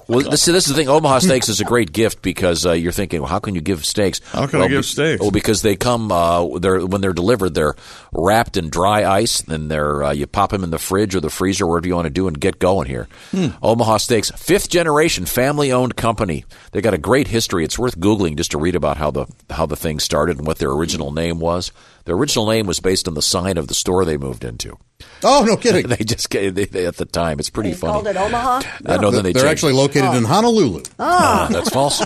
Speaker 5: Well, this, this is the thing. Omaha steaks is a great gift because uh, you're thinking, well, how can you give steaks? How
Speaker 4: can I give steaks?
Speaker 5: Well, because they come. Uh, they're when they're delivered, they're wrapped in dry ice. Then they're uh, you pop them in the fridge or the freezer, wherever you want to do, and get going here. Omaha Steaks, fifth generation family owned company. They got a great history. It's worth googling just to read about how the how the thing started and what their original name was. Their original name was based on the sign of the store they moved into.
Speaker 7: Oh no, kidding!
Speaker 5: they just they, they, at the time it's pretty funny.
Speaker 6: called it Omaha. Oh,
Speaker 5: I know that they
Speaker 7: They're
Speaker 5: changed.
Speaker 7: actually located
Speaker 25: Oh.
Speaker 7: in Honolulu.
Speaker 5: Uh, that's false.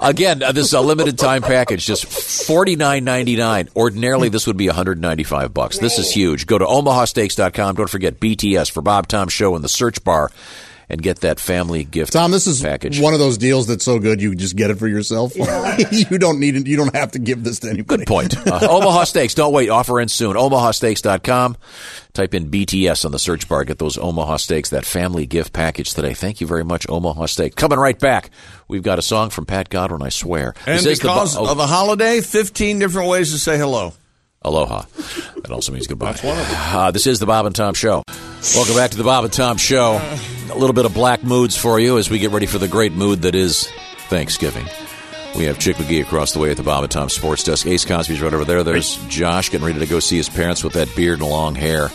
Speaker 5: Again, uh, this is a limited time package, just forty nine ninety nine. Ordinarily, this would be one hundred ninety five bucks. This is huge. Go to omahasteaks.com. Don't forget BTS for Bob Tom Show in the search bar, and get that family gift.
Speaker 7: Tom, this is
Speaker 5: package.
Speaker 7: one of those deals that's so good you just get it for yourself. you don't need it. You don't have to give this to anybody.
Speaker 5: Good point. Uh, Omaha Steaks. Don't wait. Offer ends soon. OmahaSteaks.com. Type in BTS on the search bar. Get those Omaha Steaks, that family gift package today. Thank you very much, Omaha Steak. Coming right back. We've got a song from Pat Godwin, I swear.
Speaker 4: And
Speaker 5: This is the bo-
Speaker 4: because
Speaker 5: oh,
Speaker 4: of a holiday, 15 different ways to say hello.
Speaker 5: Aloha. That also means goodbye. Uh, this is the Bob and Tom Show. Welcome back to the Bob and Tom Show. A little bit of black moods for you as we get ready for the great mood that is Thanksgiving. We have Chick McGee across the way at the Bob and Tom Sports Desk. Ace Cosby's right over there. There's Josh getting ready to go see his parents with that beard and long hair.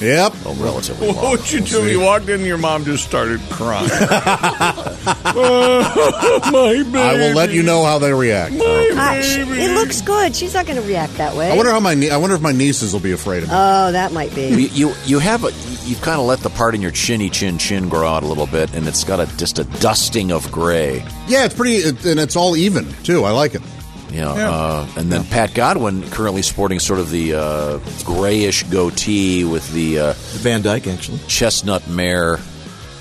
Speaker 7: Yep.
Speaker 5: Oh, relatively
Speaker 4: What
Speaker 5: long.
Speaker 4: would you do? You walked in, your mom just started crying. Oh,
Speaker 7: I will let you know how they react.
Speaker 6: Gosh, it looks good. She's not going to react that way.
Speaker 7: I wonder how my nie- I wonder if my nieces will be afraid of me.
Speaker 6: Oh, that might
Speaker 5: You,
Speaker 6: be.
Speaker 5: you you have a you've kind of let the part in your chinny chin chin grow out a little bit, and it's got a just a dusting of gray.
Speaker 7: Yeah, it's pretty, it, and it's all even too. I like it.
Speaker 5: Yeah, Uh, and then Pat Godwin currently sporting sort of the uh, grayish goatee with the uh, Van Dyke actually chestnut mare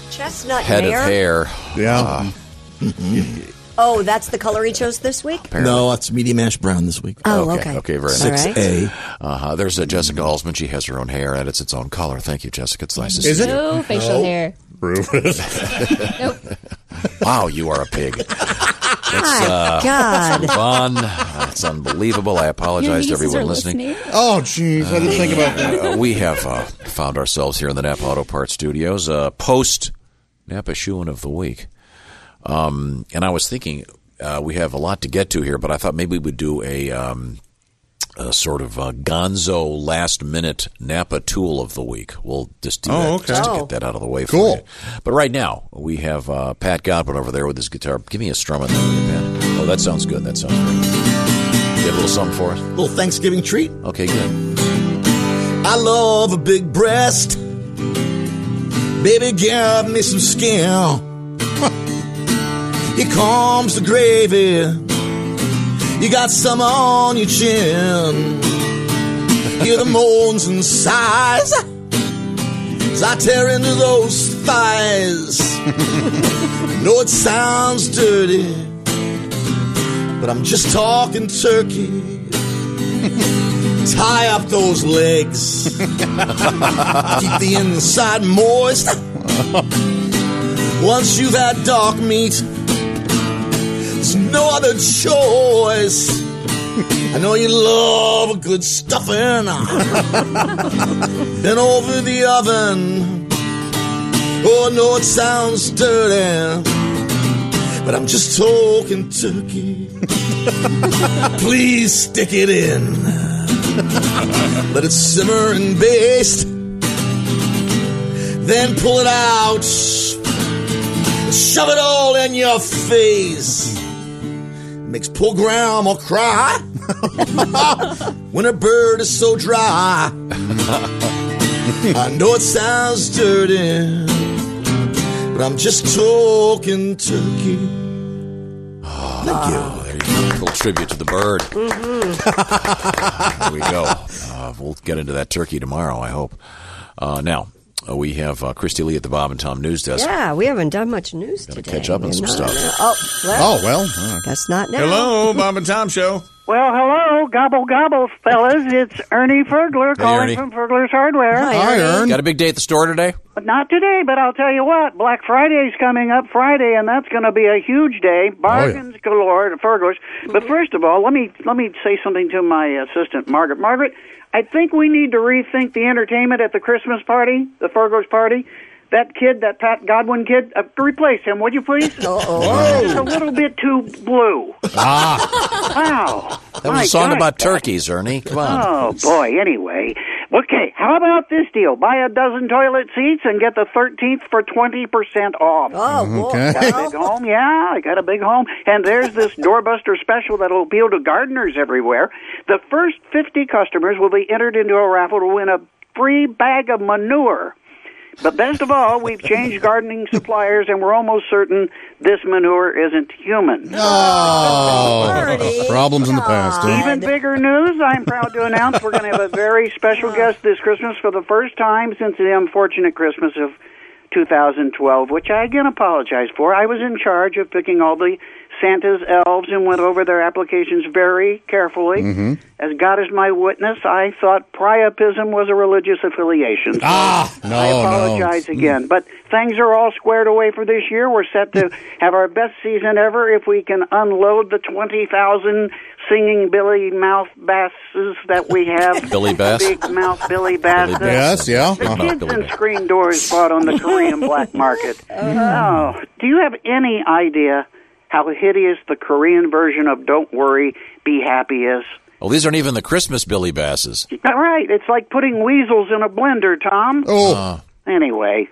Speaker 6: Chestnut
Speaker 5: head
Speaker 6: mare?
Speaker 5: of hair. Ah,
Speaker 7: Yeah, Mm-hmm.
Speaker 2: Mm-hmm.
Speaker 6: Oh, that's the color he chose this week.
Speaker 5: No,
Speaker 19: it's medium ash brown this week.
Speaker 6: Oh,
Speaker 5: okay,
Speaker 6: okay.
Speaker 5: very
Speaker 6: All
Speaker 5: nice.
Speaker 6: right.
Speaker 5: Uh-huh. There's uh, Jessica Alsman. She has her own hair and it's its own color. Thank you, Jessica. It's nice to
Speaker 7: Is
Speaker 5: see
Speaker 7: it?
Speaker 5: you.
Speaker 25: No facial
Speaker 7: Nope.
Speaker 25: hair.
Speaker 5: Wow, you are a pig. That's,
Speaker 6: My God.
Speaker 5: Move on. That's unbelievable. I apologize to
Speaker 25: Your nieces
Speaker 5: everyone
Speaker 25: are
Speaker 5: listening.
Speaker 7: Oh, jeez, I didn't think about that.
Speaker 5: Uh, we have uh, found ourselves here in the Napa Auto Parts Studios, uh, post Napa Shoeing of the Week. Um, and I was thinking uh, we have a lot to get to here, but I thought maybe we'd do a, um, a sort of uh gonzo last minute Napa Tool of the Week. We'll just do
Speaker 4: Oh,
Speaker 5: that
Speaker 4: okay.
Speaker 5: just to
Speaker 4: Oh.
Speaker 5: get that out of the way
Speaker 4: Cool.
Speaker 5: for you. But right now, we have uh, Pat Godwin over there with his guitar. Give me a strum on that, will you, Pat. Oh, that sounds good. That sounds great. You have a little something for us? A
Speaker 19: little Thanksgiving treat.
Speaker 5: Okay, good.
Speaker 19: I love a big breast. Baby, give me some skin. Here comes the gravy. You got some on your chin. Hear the moans and sighs as I tear into those thighs. know it sounds dirty, but I'm just talking turkey. Tie up those legs. Keep the inside moist. Once you've had dark meat, there's no other choice
Speaker 14: I know you love a good stuffing. then over the oven. Oh, I know it sounds dirty, but I'm just talking turkey. Please stick it in. Let it simmer and baste. Then pull it out. Shove it all in your face. Makes poor grandma cry when a bird is so dry. I know it sounds dirty, but I'm just talking turkey.
Speaker 5: Thank you. There you go. A little tribute to the bird.
Speaker 7: Mm-hmm.
Speaker 5: There we go. Uh, we'll get into that turkey tomorrow, I hope. Uh, now, uh, we have uh, Christy Lee at the Bob and Tom News Desk.
Speaker 6: Yeah, we haven't done much news
Speaker 5: Gotta
Speaker 6: today.
Speaker 5: catch up on
Speaker 6: We've
Speaker 5: some
Speaker 6: not-
Speaker 5: stuff.
Speaker 6: Oh, well,
Speaker 7: well.
Speaker 6: Guess not now.
Speaker 4: Hello, Bob and Tom Show.
Speaker 25: Well, hello, gobble gobble, fellas. It's Ernie Fergler
Speaker 5: Hey,
Speaker 25: calling
Speaker 5: Ernie.
Speaker 25: from Fergler's Hardware.
Speaker 5: Got a big day at the store today?
Speaker 25: But not today, but I'll tell you what, Black Friday's coming up Friday, and that's going to be a huge
Speaker 5: Oh,
Speaker 25: day. Bargains galore at Fergler's.
Speaker 4: Mm-hmm.
Speaker 25: But first of all, let me let me say something to my assistant, Margaret. Margaret, I think we need to rethink the entertainment at the Christmas party, the Fergler's party. That kid, that Pat Godwin kid, uh, replace him, would you please?
Speaker 5: Uh-oh.
Speaker 25: He's a little bit too blue.
Speaker 5: Ah,
Speaker 25: Wow.
Speaker 5: that was
Speaker 25: My
Speaker 5: a song
Speaker 25: gosh,
Speaker 5: about turkeys, Ernie. Come on.
Speaker 25: Oh boy. Anyway, okay. How about this deal? Buy a dozen toilet seats and get the thirteenth for twenty percent off.
Speaker 5: Mm-hmm.
Speaker 6: Oh,
Speaker 25: okay. Got a big home, yeah. I got a big home, and there's this doorbuster special that'll appeal to gardeners everywhere. The first fifty customers will be entered into a raffle to win a free bag of manure. But best of all, we've changed gardening suppliers, and we're almost certain this manure isn't human.
Speaker 5: Uh,
Speaker 7: Oh, problems in the past. eh?
Speaker 25: Even bigger news, I'm proud to announce we're going to have a very special guest this Christmas for the first time since the unfortunate Christmas of 2012, which I again apologize for. I was in charge of picking all the Santa's elves and went over their applications very carefully. As God is my witness, I thought priapism was a religious affiliation. Ah, I
Speaker 7: no, no.
Speaker 2: Oh,
Speaker 7: Mm.
Speaker 25: apologize
Speaker 2: Mm.
Speaker 25: again. But things are all squared away for this year. We're set to have our best season ever if we can unload the 20,000 singing Billy Mouth Basses that we have.
Speaker 5: Billy Bass?
Speaker 25: Big Mouth Billy Basses.
Speaker 7: Bass, yeah.
Speaker 25: The kids
Speaker 5: Billy
Speaker 25: and screen doors bought on the Korean black market. Oh, do you have any idea how hideous the Korean version of Don't Worry, Be Happy is?
Speaker 5: Well, Oh, these aren't even the Christmas Billy Basses.
Speaker 25: All right, it's like putting weasels in a blender, Tom.
Speaker 5: Uh,
Speaker 25: Anyway,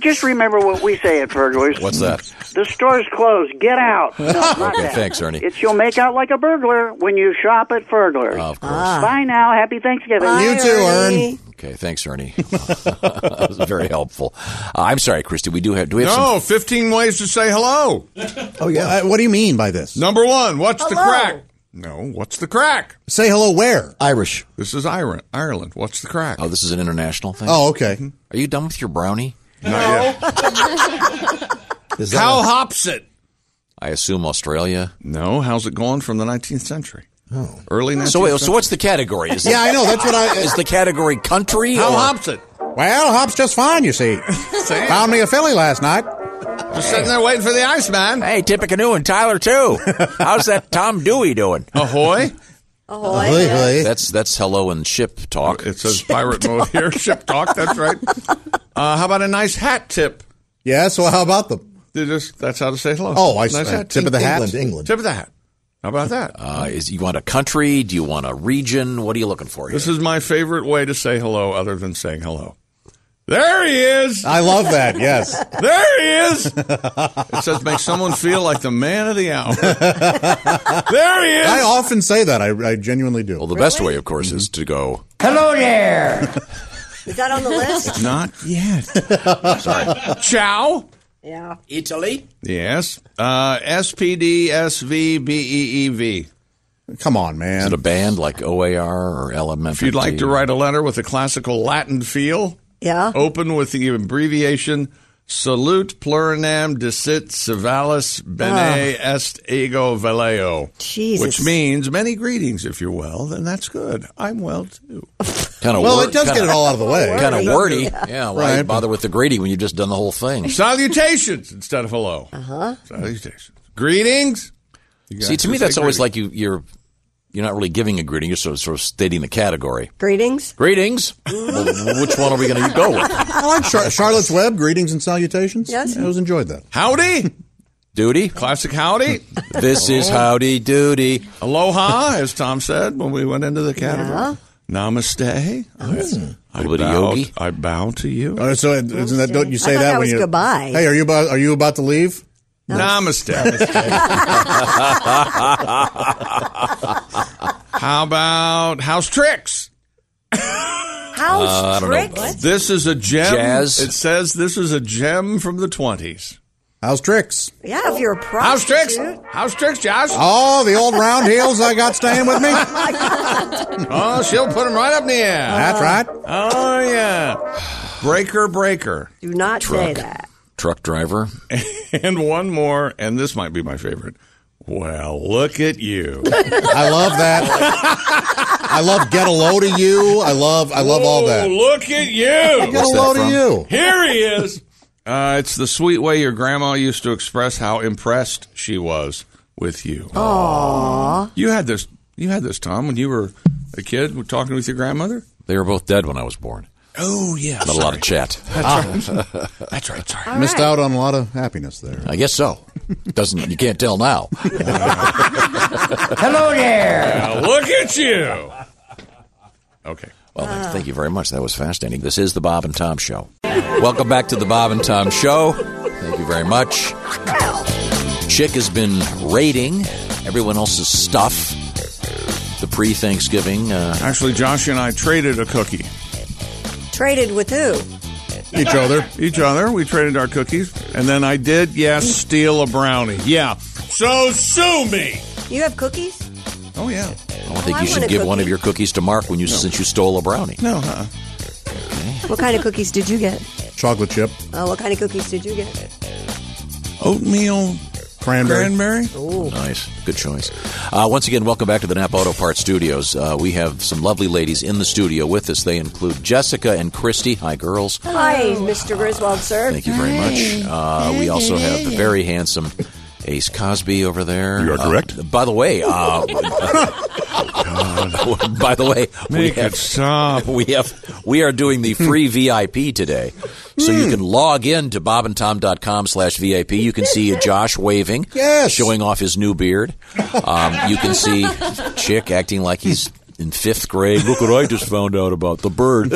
Speaker 25: just remember what we say at Burglars.
Speaker 5: what's that?
Speaker 25: The store's closed. Get out. No, not
Speaker 5: Okay,
Speaker 25: that.
Speaker 5: thanks, Ernie.
Speaker 25: It's you'll make out like a burglar when you shop at Burglars.
Speaker 5: Of course.
Speaker 25: Bye now. Happy Thanksgiving.
Speaker 7: You too, Ernie.
Speaker 5: Okay, thanks, Ernie. that was very helpful. Uh, I'm sorry, Christy. We do have. Do we have some?
Speaker 4: No, 15 ways to say hello.
Speaker 7: Oh yeah. What do you mean by this?
Speaker 4: Number one, what's the
Speaker 6: Hello.
Speaker 4: crack? No, what's the crack?
Speaker 7: Say hello where?
Speaker 2: Irish.
Speaker 4: This is Ireland. Ireland. What's the crack? Mm-hmm.
Speaker 5: Oh, this is an international thing.
Speaker 7: Oh, okay.
Speaker 5: Are you done with your brownie?
Speaker 4: Not yet.
Speaker 2: Is that
Speaker 4: How
Speaker 2: a-
Speaker 4: hops it?
Speaker 5: I assume Australia.
Speaker 4: No, how's it going from the 19th century? Oh. Early 19th
Speaker 5: So, wait, so
Speaker 4: century.
Speaker 5: what's the category? Is
Speaker 7: Yeah, I know. That's what I.
Speaker 5: is the category country?
Speaker 4: How
Speaker 5: or-
Speaker 4: hops it?
Speaker 7: Well, hop's just fine, you see. Found me a filly last night.
Speaker 4: Just sitting there waiting for the ice man.
Speaker 5: Hey, Tippecanoe and Tyler too. How's that Tom Dewey doing?
Speaker 4: Ahoy.
Speaker 6: Oh, I guess.
Speaker 5: That's that's hello and ship talk.
Speaker 4: It says pirate mode here. Ship talk. That's right. Uh, how about a nice hat tip?
Speaker 7: Yeah. So how about them?
Speaker 4: They just- that's how to say hello.
Speaker 7: Oh, I-
Speaker 4: nice
Speaker 7: I-
Speaker 4: hat
Speaker 7: tip of the hat?
Speaker 4: England, England. Tip of the hat. How about that?
Speaker 5: Uh, is you want a country? Do you want a region? What are you looking for here?
Speaker 4: This is my favorite way to say hello other than saying hello. There he is.
Speaker 7: I love that. Yes.
Speaker 4: There he is. It says make someone feel like the man of the hour. there he is.
Speaker 7: I often say that. I, I genuinely do.
Speaker 5: well, the best way, of course, is to go.
Speaker 26: Hello there.
Speaker 6: Is that on the list?
Speaker 4: Not yet. Sorry. Ciao.
Speaker 6: yeah.
Speaker 5: Italy.
Speaker 4: Yes. Uh, S P D S V B E E V.
Speaker 7: Come on, man.
Speaker 5: Is it a band like OAR or LMFT?
Speaker 4: If you'd like to write a letter with a classical Latin feel,
Speaker 6: Yeah.
Speaker 5: Oh.
Speaker 4: open with the abbreviation Salute Plurinam Desit Civalis Bene Est Ego Valeo.
Speaker 6: Jesus.
Speaker 4: Which means many greetings. If you're well, then that's good. I'm well too.
Speaker 5: kind of
Speaker 7: Well, it does get it all out of the way.
Speaker 5: Kind of
Speaker 7: It does
Speaker 5: wordy.
Speaker 7: do that.
Speaker 5: Yeah, why
Speaker 7: Right.
Speaker 5: bother with the greedy when you've just done the whole thing?
Speaker 4: Salutations instead of
Speaker 6: Uh-huh.
Speaker 4: hello. Uh huh. Salutations. Greetings. You
Speaker 5: See,
Speaker 4: guys
Speaker 5: to me,
Speaker 4: just
Speaker 5: that's
Speaker 4: say
Speaker 5: always
Speaker 4: greetings.
Speaker 5: like you, you're you're not really giving a greeting. You're sort of, sort of stating the category.
Speaker 6: Greetings.
Speaker 5: Greetings. Well, which one are we going to go with?
Speaker 7: I like Char- Charlotte's Web greetings and salutations.
Speaker 6: Yes.
Speaker 7: I always enjoyed that.
Speaker 4: Howdy.
Speaker 5: Duty.
Speaker 4: Classic howdy.
Speaker 5: This is howdy doody.
Speaker 4: Aloha, as Tom said when we went into the category.
Speaker 6: Yeah.
Speaker 4: Namaste.
Speaker 6: Mm.
Speaker 4: I,
Speaker 5: little bit of
Speaker 4: bow,
Speaker 5: yogi.
Speaker 4: I bow to you.
Speaker 7: Uh, so it- isn't that don't you say
Speaker 6: I thought that
Speaker 7: when
Speaker 6: was
Speaker 7: you
Speaker 6: goodbye.
Speaker 7: Hey, are you about are you about to leave?
Speaker 4: Namaste. How about house tricks?
Speaker 6: House
Speaker 5: Uh, I don't know.
Speaker 6: tricks.
Speaker 4: This is a gem.
Speaker 5: Jazz.
Speaker 4: It says this is a gem from the 20s.
Speaker 7: How's tricks?
Speaker 6: Yeah, if you're a
Speaker 4: House
Speaker 6: prostitute.
Speaker 4: tricks. House tricks, Josh.
Speaker 7: Oh, the old round heels I got staying with me.
Speaker 4: Oh, she'll put them right up in the air.
Speaker 7: That's
Speaker 6: Uh-huh.
Speaker 7: right.
Speaker 4: Oh, yeah. Breaker, breaker.
Speaker 6: Do not say
Speaker 5: Truck.
Speaker 6: that.
Speaker 5: Truck driver.
Speaker 4: And one more, and this might be my favorite. Well, look at you.
Speaker 7: I love that. I love get a load of you. I love I love all
Speaker 4: Oh,
Speaker 7: that.
Speaker 4: look at
Speaker 7: Get a
Speaker 4: you.
Speaker 7: load of you.
Speaker 4: Here he is. Uh, it's the sweet way your grandma used to express how impressed she was with you. Aww. You had this. You had this, Tom, when you were a kid, were talking with your grandmother.
Speaker 5: They were both dead when I was born.
Speaker 4: Oh yeah,
Speaker 5: Not a lot of chat. Ah.
Speaker 4: that's right. Sorry.
Speaker 7: Missed out on a lot of happiness there.
Speaker 5: I guess so. Doesn't you can't tell now.
Speaker 22: Hello there.
Speaker 4: Now look at you. Okay.
Speaker 5: Well, then, thank you very much. That was fascinating. This is the Bob and Tom Show. Welcome back to the Bob and Tom Show. Thank you very much. Chick has been raiding everyone else's stuff. The pre-Thanksgiving. Uh,
Speaker 4: Actually, Josh and I traded a cookie.
Speaker 6: Traded with who?
Speaker 4: Each other. Each other. We traded our cookies. And then I did, yes, steal a brownie. Yeah. So sue me.
Speaker 6: You have cookies?
Speaker 4: Oh, yeah.
Speaker 5: I don't think
Speaker 6: I
Speaker 5: you
Speaker 6: want
Speaker 5: should
Speaker 6: a
Speaker 5: give one
Speaker 6: cookie.
Speaker 5: of your cookies to Mark when you since you stole a brownie.
Speaker 4: No, uh-uh.
Speaker 6: What kind of cookies did you get?
Speaker 7: Chocolate chip,
Speaker 6: Uh, what kind of cookies did you get?
Speaker 4: Oatmeal
Speaker 7: cranberry.
Speaker 4: cranberry?
Speaker 5: Nice. Good choice. Uh, once again, welcome back to the Napa Auto Parts Studios. Uh, we have some lovely ladies in the studio with us. They include Jessica and Christy. Hi, girls.
Speaker 6: Hi, Mr. Griswold, sir.
Speaker 5: Thank you very much. Uh, we also have the very handsome Ace Cosby over there.
Speaker 13: You are
Speaker 5: Uh,
Speaker 13: correct.
Speaker 5: by the way, uh, by the way, we
Speaker 4: Make it
Speaker 5: have,
Speaker 4: stop.
Speaker 5: we have we are doing the free VIP today, so you can log in to bobandtom.com slash VIP. You can see Josh waving,
Speaker 7: Yes.
Speaker 5: showing off his new beard. Um, you can see Chick acting like he's. In fifth grade, look what I just found out about the bird.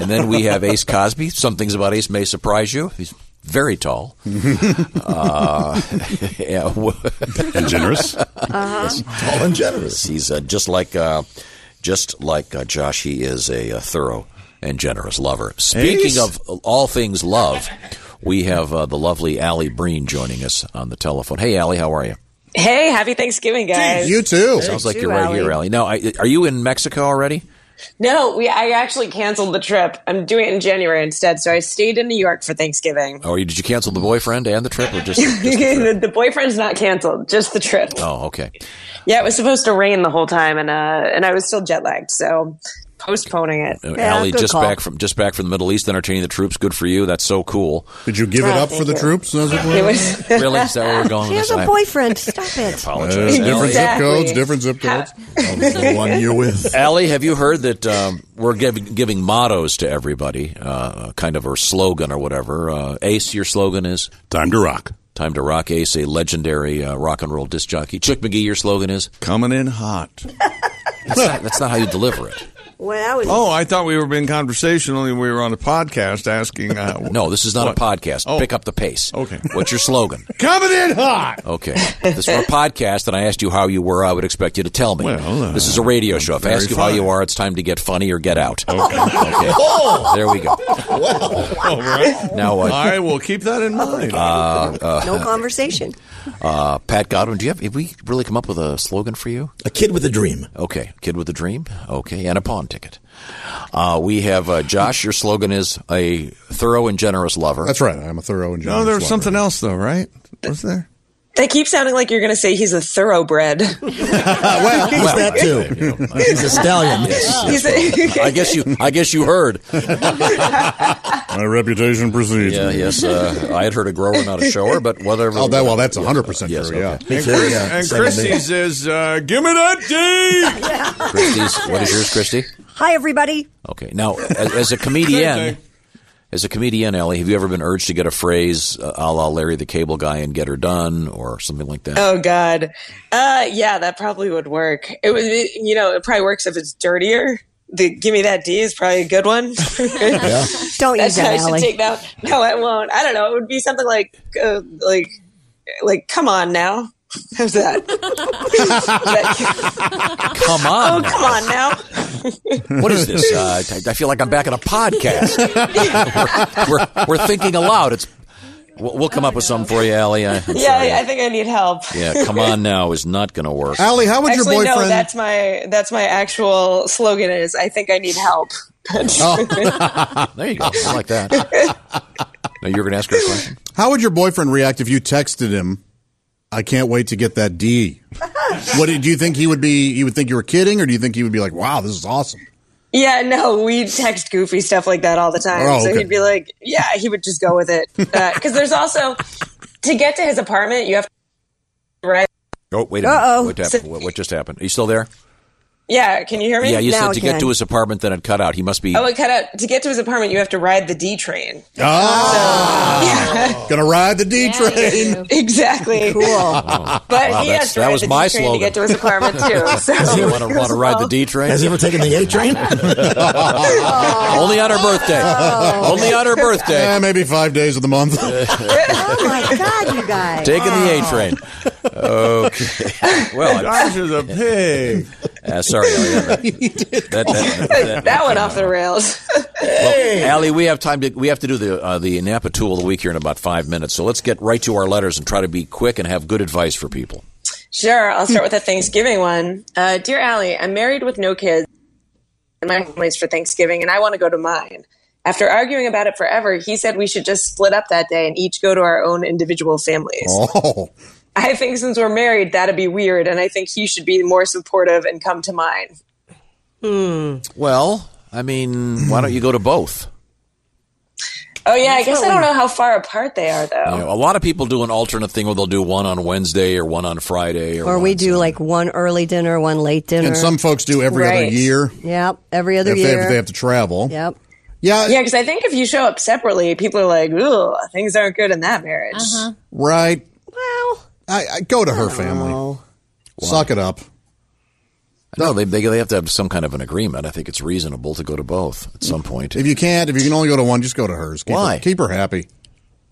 Speaker 5: And then we have Ace Cosby. Some things about Ace may surprise you. He's very tall. uh, yeah, w-
Speaker 13: And generous.
Speaker 5: tall and generous. He's uh, just like uh, just like uh, Josh. He is a, uh thorough and generous lover. Speaking
Speaker 4: Ace?
Speaker 5: of all things love, we have uh, the lovely Allie Breen joining us on the telephone. Hey, Allie, how are you?
Speaker 27: Hey, happy Thanksgiving, guys.
Speaker 7: You too.
Speaker 5: Sounds like
Speaker 6: you,
Speaker 5: you're right
Speaker 6: Allie.
Speaker 5: here, Allie. Now, I, are you in Mexico already?
Speaker 27: no, we I actually canceled the trip. I'm doing it in January instead, so I stayed in New York for Thanksgiving.
Speaker 5: Or did you cancel the boyfriend and the trip, or just? just the trip?
Speaker 27: the, the boyfriend's not canceled, just the trip.
Speaker 5: Oh, okay.
Speaker 27: Yeah, it was supposed to rain the whole time, and uh, and I was still jet lagged, so postponing it.
Speaker 5: Uh,
Speaker 6: Yeah,
Speaker 5: Allie,
Speaker 6: good
Speaker 5: just
Speaker 6: call.
Speaker 5: back from just back from the Middle East, entertaining the troops. Good for you. That's so cool.
Speaker 7: Did you give it
Speaker 27: Oh,
Speaker 7: up for
Speaker 27: thank
Speaker 7: the
Speaker 27: you.
Speaker 7: troops? As it
Speaker 27: It
Speaker 7: were?
Speaker 27: was
Speaker 5: Really? Is that where we're going
Speaker 6: She
Speaker 5: with
Speaker 6: has
Speaker 5: this?
Speaker 6: a
Speaker 5: I
Speaker 6: boyfriend. Stop it.
Speaker 5: apologize.
Speaker 7: Uh, Different
Speaker 5: Allie,
Speaker 7: zip
Speaker 27: Exactly.
Speaker 7: codes, different zip codes. the one you're with.
Speaker 5: Allie, have you heard that um, we're giving, giving mottos to everybody, uh, kind of or slogan or whatever? Uh, Ace, your slogan is
Speaker 13: Time to rock.
Speaker 5: "Time to Rock." Ace, a legendary uh, rock and roll disc jockey. Chick McGee, your slogan is
Speaker 4: Coming in hot.
Speaker 5: that's not, that's not how you deliver it.
Speaker 6: When I was
Speaker 4: Oh, I thought we were being conversational and we were on a podcast asking. Uh,
Speaker 5: No, this is not a
Speaker 4: What?
Speaker 5: podcast.
Speaker 4: Oh.
Speaker 5: Pick up the pace.
Speaker 4: Okay.
Speaker 5: What's your slogan?
Speaker 4: Coming in hot.
Speaker 5: Okay. If this were a podcast and I asked you how you were, I would expect you to tell me.
Speaker 4: Well, uh,
Speaker 5: this is a radio show. If I
Speaker 4: very
Speaker 5: ask you how
Speaker 4: fine.
Speaker 5: you are, it's time to get funny or get out. Okay. okay.
Speaker 4: Oh,
Speaker 5: There we go.
Speaker 4: All right.
Speaker 5: Now, uh,
Speaker 4: I will keep that in mind.
Speaker 6: no conversation.
Speaker 5: Uh, Pat Godwin, do you have? Have we really come up with a slogan for you?
Speaker 10: A kid with a dream.
Speaker 5: Okay, kid with a dream. Okay, and a pawn ticket. Uh, we have uh, Josh. Your slogan is a thorough and generous lover.
Speaker 7: That's right. I'm a thorough and
Speaker 4: no,
Speaker 7: generous
Speaker 4: there was
Speaker 7: lover.
Speaker 4: something else though, right? Was there?
Speaker 27: They keep sounding like you're going to say he's a thoroughbred.
Speaker 14: well, he's that too. He's a stallion.
Speaker 27: He's a-
Speaker 5: I guess you. I guess you heard.
Speaker 7: My reputation precedes.
Speaker 5: Yeah, yes. Uh, I had heard a grower, not a shower, but whatever.
Speaker 7: Oh, that, well, that's 100%
Speaker 5: Yes,
Speaker 7: true, yeah.
Speaker 5: okay.
Speaker 7: Me
Speaker 4: And, Chris, and
Speaker 5: Same with me.
Speaker 4: Christie's is, uh, give me that D!
Speaker 5: Christie's. What is yours, Christy?
Speaker 6: Hi, everybody.
Speaker 5: Okay. Now, as, as a
Speaker 6: Same
Speaker 5: comedian, as a comedian, Ellie, have you ever been urged to get a phrase uh, a la Larry the Cable Guy and get her done or something like that?
Speaker 27: oh God, uh, yeah, that probably would work. It would, be- you know, it probably works if it's dirtier. The "Give me that D" is probably a good one.
Speaker 6: Don't
Speaker 27: That's
Speaker 6: use that,
Speaker 27: I should
Speaker 6: Allie.
Speaker 27: take that. No, I won't. I don't know. It would be something like, uh, like, like, come on now. How's that?
Speaker 5: Come on.
Speaker 27: oh, come on now.
Speaker 5: What is this? Uh, I- I feel like I'm back in a podcast. we're, we're, we're thinking aloud. It's we'll, we'll come up with something for you, Allie. I- I'm
Speaker 27: yeah,
Speaker 5: sorry.
Speaker 27: I, I think I need help.
Speaker 5: uh, yeah. Come on now is not going to work.
Speaker 7: Allie, how would your
Speaker 27: Actually, No,
Speaker 7: boyfriend-
Speaker 27: that's my that's my actual slogan. Is I think I need help.
Speaker 5: Oh. there you go. I like that. Now you're going to ask her a question.
Speaker 7: How would your boyfriend react if you texted him, I can't wait to get that D? what do you think he would be? He would think you were kidding, or do you think he would be like, wow, this is awesome?
Speaker 27: Yeah, no, we text goofy stuff like that all the time.
Speaker 7: Oh,
Speaker 27: So
Speaker 7: okay.
Speaker 27: he'd be like, yeah, he would just go with it. Because there's also, to get to his apartment, you have to right.
Speaker 5: Oh, wait a
Speaker 27: Uh-oh.
Speaker 5: minute. What, happened? What, what just happened? Are you still there?
Speaker 27: Yeah, can you hear me?
Speaker 5: Yeah, you said to get to his apartment, then it cut out. He must be.
Speaker 27: Oh, it cut out. To get to his apartment, you have to ride the D train.
Speaker 7: Gonna ride the D train.
Speaker 27: Exactly. Cool.
Speaker 7: Oh.
Speaker 27: But
Speaker 5: wow,
Speaker 27: he
Speaker 5: that's-
Speaker 27: has to
Speaker 5: that
Speaker 27: ride
Speaker 5: was
Speaker 27: the
Speaker 5: my
Speaker 27: D train to
Speaker 5: slogan.
Speaker 27: get to his apartment too. So.
Speaker 5: you want to want to ride the D train?
Speaker 14: Has he ever taken the A train?
Speaker 5: Only on her birthday. Only on her birthday.
Speaker 7: Eh, Oh. maybe five days of the month.
Speaker 6: Oh my God, you guys.
Speaker 5: Taking the A train. Okay. Well, I'm-
Speaker 4: Josh is a pig.
Speaker 5: uh, sorry, Allie. That, that, that, that-
Speaker 27: that went off the rails.
Speaker 5: well, Allie, we have time to we have to do the uh, the Napa tool of the week here in about five minutes. So let's get right to our letters and try to be quick and have good advice for people.
Speaker 27: Sure, I'll start with a Thanksgiving one. Uh, Dear Allie, I'm married with no kids. And my family's for Thanksgiving, and I want to go to mine. After arguing about it forever, he said we should just split up that day and each go to our own individual families.
Speaker 7: Oh,
Speaker 27: I think since we're married, that'd be weird, and I think he should be more supportive and come to mine. Hmm.
Speaker 5: Well, I mean, why don't you go to both?
Speaker 27: Oh yeah, I guess I don't know how far apart they are though.
Speaker 5: You know, a lot of people do an alternate thing where they'll do one on Wednesday or one on Friday or,
Speaker 6: Or
Speaker 5: one-
Speaker 6: we do like one early dinner, one late dinner.
Speaker 7: and some folks do every other
Speaker 27: Right.
Speaker 7: year
Speaker 6: Yep, every
Speaker 7: if
Speaker 6: other
Speaker 7: they,
Speaker 6: year.
Speaker 7: if they have to travel.
Speaker 6: Yep.
Speaker 7: Yeah,
Speaker 27: Yeah, because I think if you show up separately, people are like, "Ooh, things aren't good in that marriage."
Speaker 7: right. Well, I, I go to
Speaker 5: Oh.
Speaker 7: her family. Suck it up.
Speaker 5: No, they, they they have to have some kind of an agreement. I think it's reasonable to go to both at some point.
Speaker 7: If you can't, if you can only go to one, just go to hers. Keep
Speaker 5: Why?
Speaker 7: Her, keep her happy.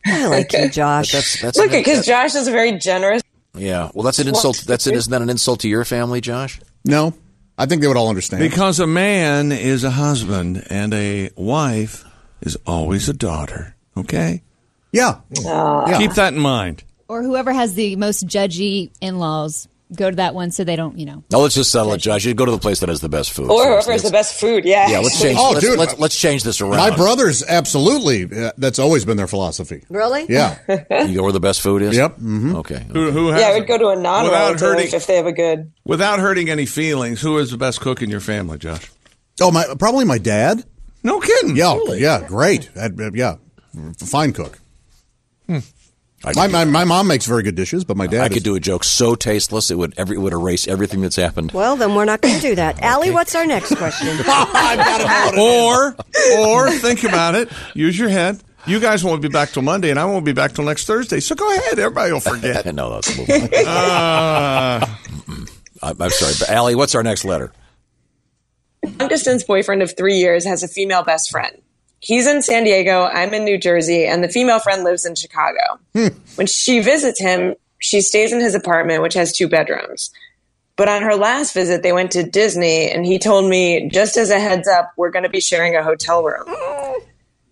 Speaker 6: I like you, Josh.
Speaker 5: That's that's
Speaker 27: Look, because Josh is very generous.
Speaker 5: yeah. Well, that's an insult. That's an, isn't that an insult to your family, Josh?
Speaker 7: No, I think they would all understand.
Speaker 4: Because a man is a husband and a wife is always a daughter. Okay?
Speaker 7: yeah.
Speaker 6: Uh.
Speaker 27: Uh,
Speaker 7: Yeah.
Speaker 4: Keep that in mind.
Speaker 28: Or whoever has the most judgy in laws, go to that one so they don't, you know.
Speaker 5: No, let's just settle it, Josh. You go to the place that has the best food.
Speaker 27: Or
Speaker 5: Seriously,
Speaker 27: whoever has the best food, yeah.
Speaker 5: Yeah, let's change.
Speaker 7: Oh,
Speaker 5: let's,
Speaker 7: dude.
Speaker 5: let's, let's change this around.
Speaker 7: My brothers, absolutely. uh, That's always been their philosophy.
Speaker 6: Really?
Speaker 7: Yeah.
Speaker 5: You know where the best food is?
Speaker 7: yep. hmm
Speaker 5: Okay.
Speaker 4: Who, who has
Speaker 27: Yeah, I
Speaker 4: it?
Speaker 27: would go to a
Speaker 4: Without
Speaker 27: non-relative
Speaker 4: hurting,
Speaker 27: if they have a good.
Speaker 4: without hurting any feelings, who is the best cook in your family, Josh?
Speaker 7: Oh, my, probably my dad.
Speaker 4: No kidding.
Speaker 7: Yeah. Yeah. Great. That- that- yeah. Fine cook.
Speaker 4: Hmm.
Speaker 5: I could,
Speaker 7: My,
Speaker 5: do,
Speaker 7: my, my mom makes very good dishes, but my dad.
Speaker 5: I could
Speaker 7: is-
Speaker 5: do a joke so tasteless it would every it would erase everything that's happened.
Speaker 6: Well, then we're not going to do that. Allie, what's our next question?
Speaker 4: Or, or think about it. Use your head. You guys won't be back till Monday, and I won't be back till next Thursday. So go ahead. Everybody will forget.
Speaker 5: no, that's a little.
Speaker 4: Uh,
Speaker 7: Ah.
Speaker 5: I'm, I'm sorry, but Allie, what's our next letter?
Speaker 27: Long-distance boyfriend of three years has a female best friend. He's in San Diego, I'm in New Jersey, and the female friend lives in Chicago.
Speaker 7: Hmm.
Speaker 27: When she visits him, she stays in his apartment, which has two bedrooms. But on her last visit, they went to Disney, and he told me, just as a heads up, we're going to be sharing a hotel room.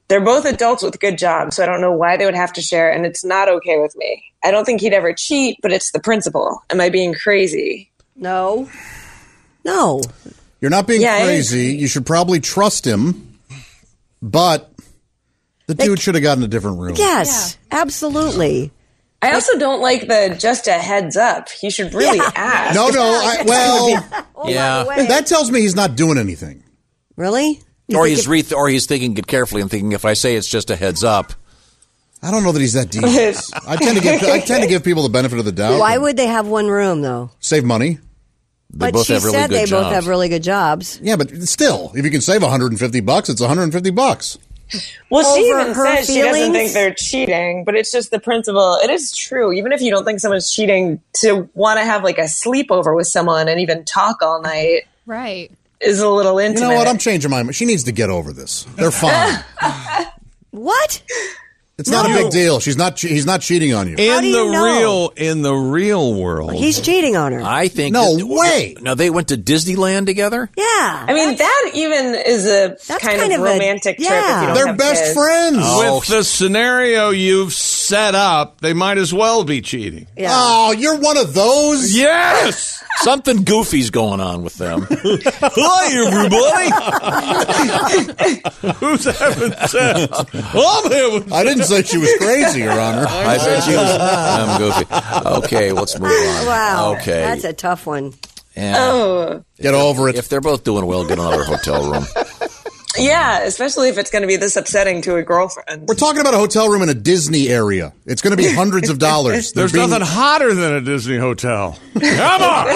Speaker 27: They're both adults with good jobs, so I don't know why they would have to share, and it's not okay with me. I don't think he'd ever cheat, but it's the principle. Am I being crazy?
Speaker 6: no. No.
Speaker 7: You're not being
Speaker 27: Yeah, it is-
Speaker 7: crazy. You should probably trust him, but the dude should have gotten a different room.
Speaker 6: Yes, absolutely.
Speaker 27: I also don't like the just a heads up. He should really ask.
Speaker 7: No, no. I, well,
Speaker 5: yeah.
Speaker 7: that tells me he's not doing anything.
Speaker 6: Really?
Speaker 5: Or he's re- or he's thinking it carefully and thinking if I say it's just a heads up.
Speaker 7: I don't know that he's that deep. I tend to give I tend to give people the benefit of the doubt.
Speaker 6: Why would they have one room though?
Speaker 7: save money?
Speaker 5: They
Speaker 6: but she said they both have really good jobs.
Speaker 7: Yeah, but still, if you can save 150 bucks, it's 150 bucks.
Speaker 27: Well, she
Speaker 6: Over
Speaker 27: even
Speaker 6: her
Speaker 27: says she doesn't
Speaker 6: feelings?
Speaker 27: think they're cheating, but it's just the principle. It is true. Even if you don't think someone's cheating, to want to have like a sleepover with someone and even talk all night
Speaker 28: Right.
Speaker 27: is a little
Speaker 7: You
Speaker 27: intimate.
Speaker 7: know what? I'm changing my mind. She needs to get over this. They're fine.
Speaker 6: What?
Speaker 7: It's not a big deal. She's not. che- He's not cheating on you.
Speaker 5: in the real in the real world.
Speaker 6: He's cheating on her.
Speaker 5: I think
Speaker 7: No
Speaker 5: that-
Speaker 7: way.
Speaker 5: Now they went to Disneyland together?
Speaker 6: Yeah.
Speaker 27: I mean, that even is a kind,
Speaker 6: kind
Speaker 27: of
Speaker 6: of a-
Speaker 27: romantic trip. If
Speaker 6: yeah.
Speaker 4: Um,
Speaker 27: you don't
Speaker 7: They're
Speaker 27: have
Speaker 7: best
Speaker 27: kids.
Speaker 7: friends.
Speaker 4: With the scenario you've set up, they might as well be cheating.
Speaker 6: Yeah.
Speaker 7: Oh, you're one of those.
Speaker 4: Yes.
Speaker 5: Something goofy's going on with them. Hi everybody.
Speaker 4: Who's having sex? I'm having
Speaker 7: I didn't say she was crazy, Your Honor.
Speaker 5: I said she was I'm goofy. Okay, let's move
Speaker 7: Oh,
Speaker 5: on.
Speaker 6: Wow.
Speaker 5: Okay.
Speaker 6: That's a tough one.
Speaker 5: Yeah.
Speaker 27: Oh.
Speaker 7: Get over it.
Speaker 5: If they're both doing well, get another hotel room.
Speaker 27: Yeah, especially if it's going to be this upsetting to a girlfriend.
Speaker 7: We're talking about a hotel room in a Disney area. It's going to be hundreds of dollars. They're
Speaker 4: There's
Speaker 7: being-
Speaker 4: nothing hotter than a Disney hotel. Come on.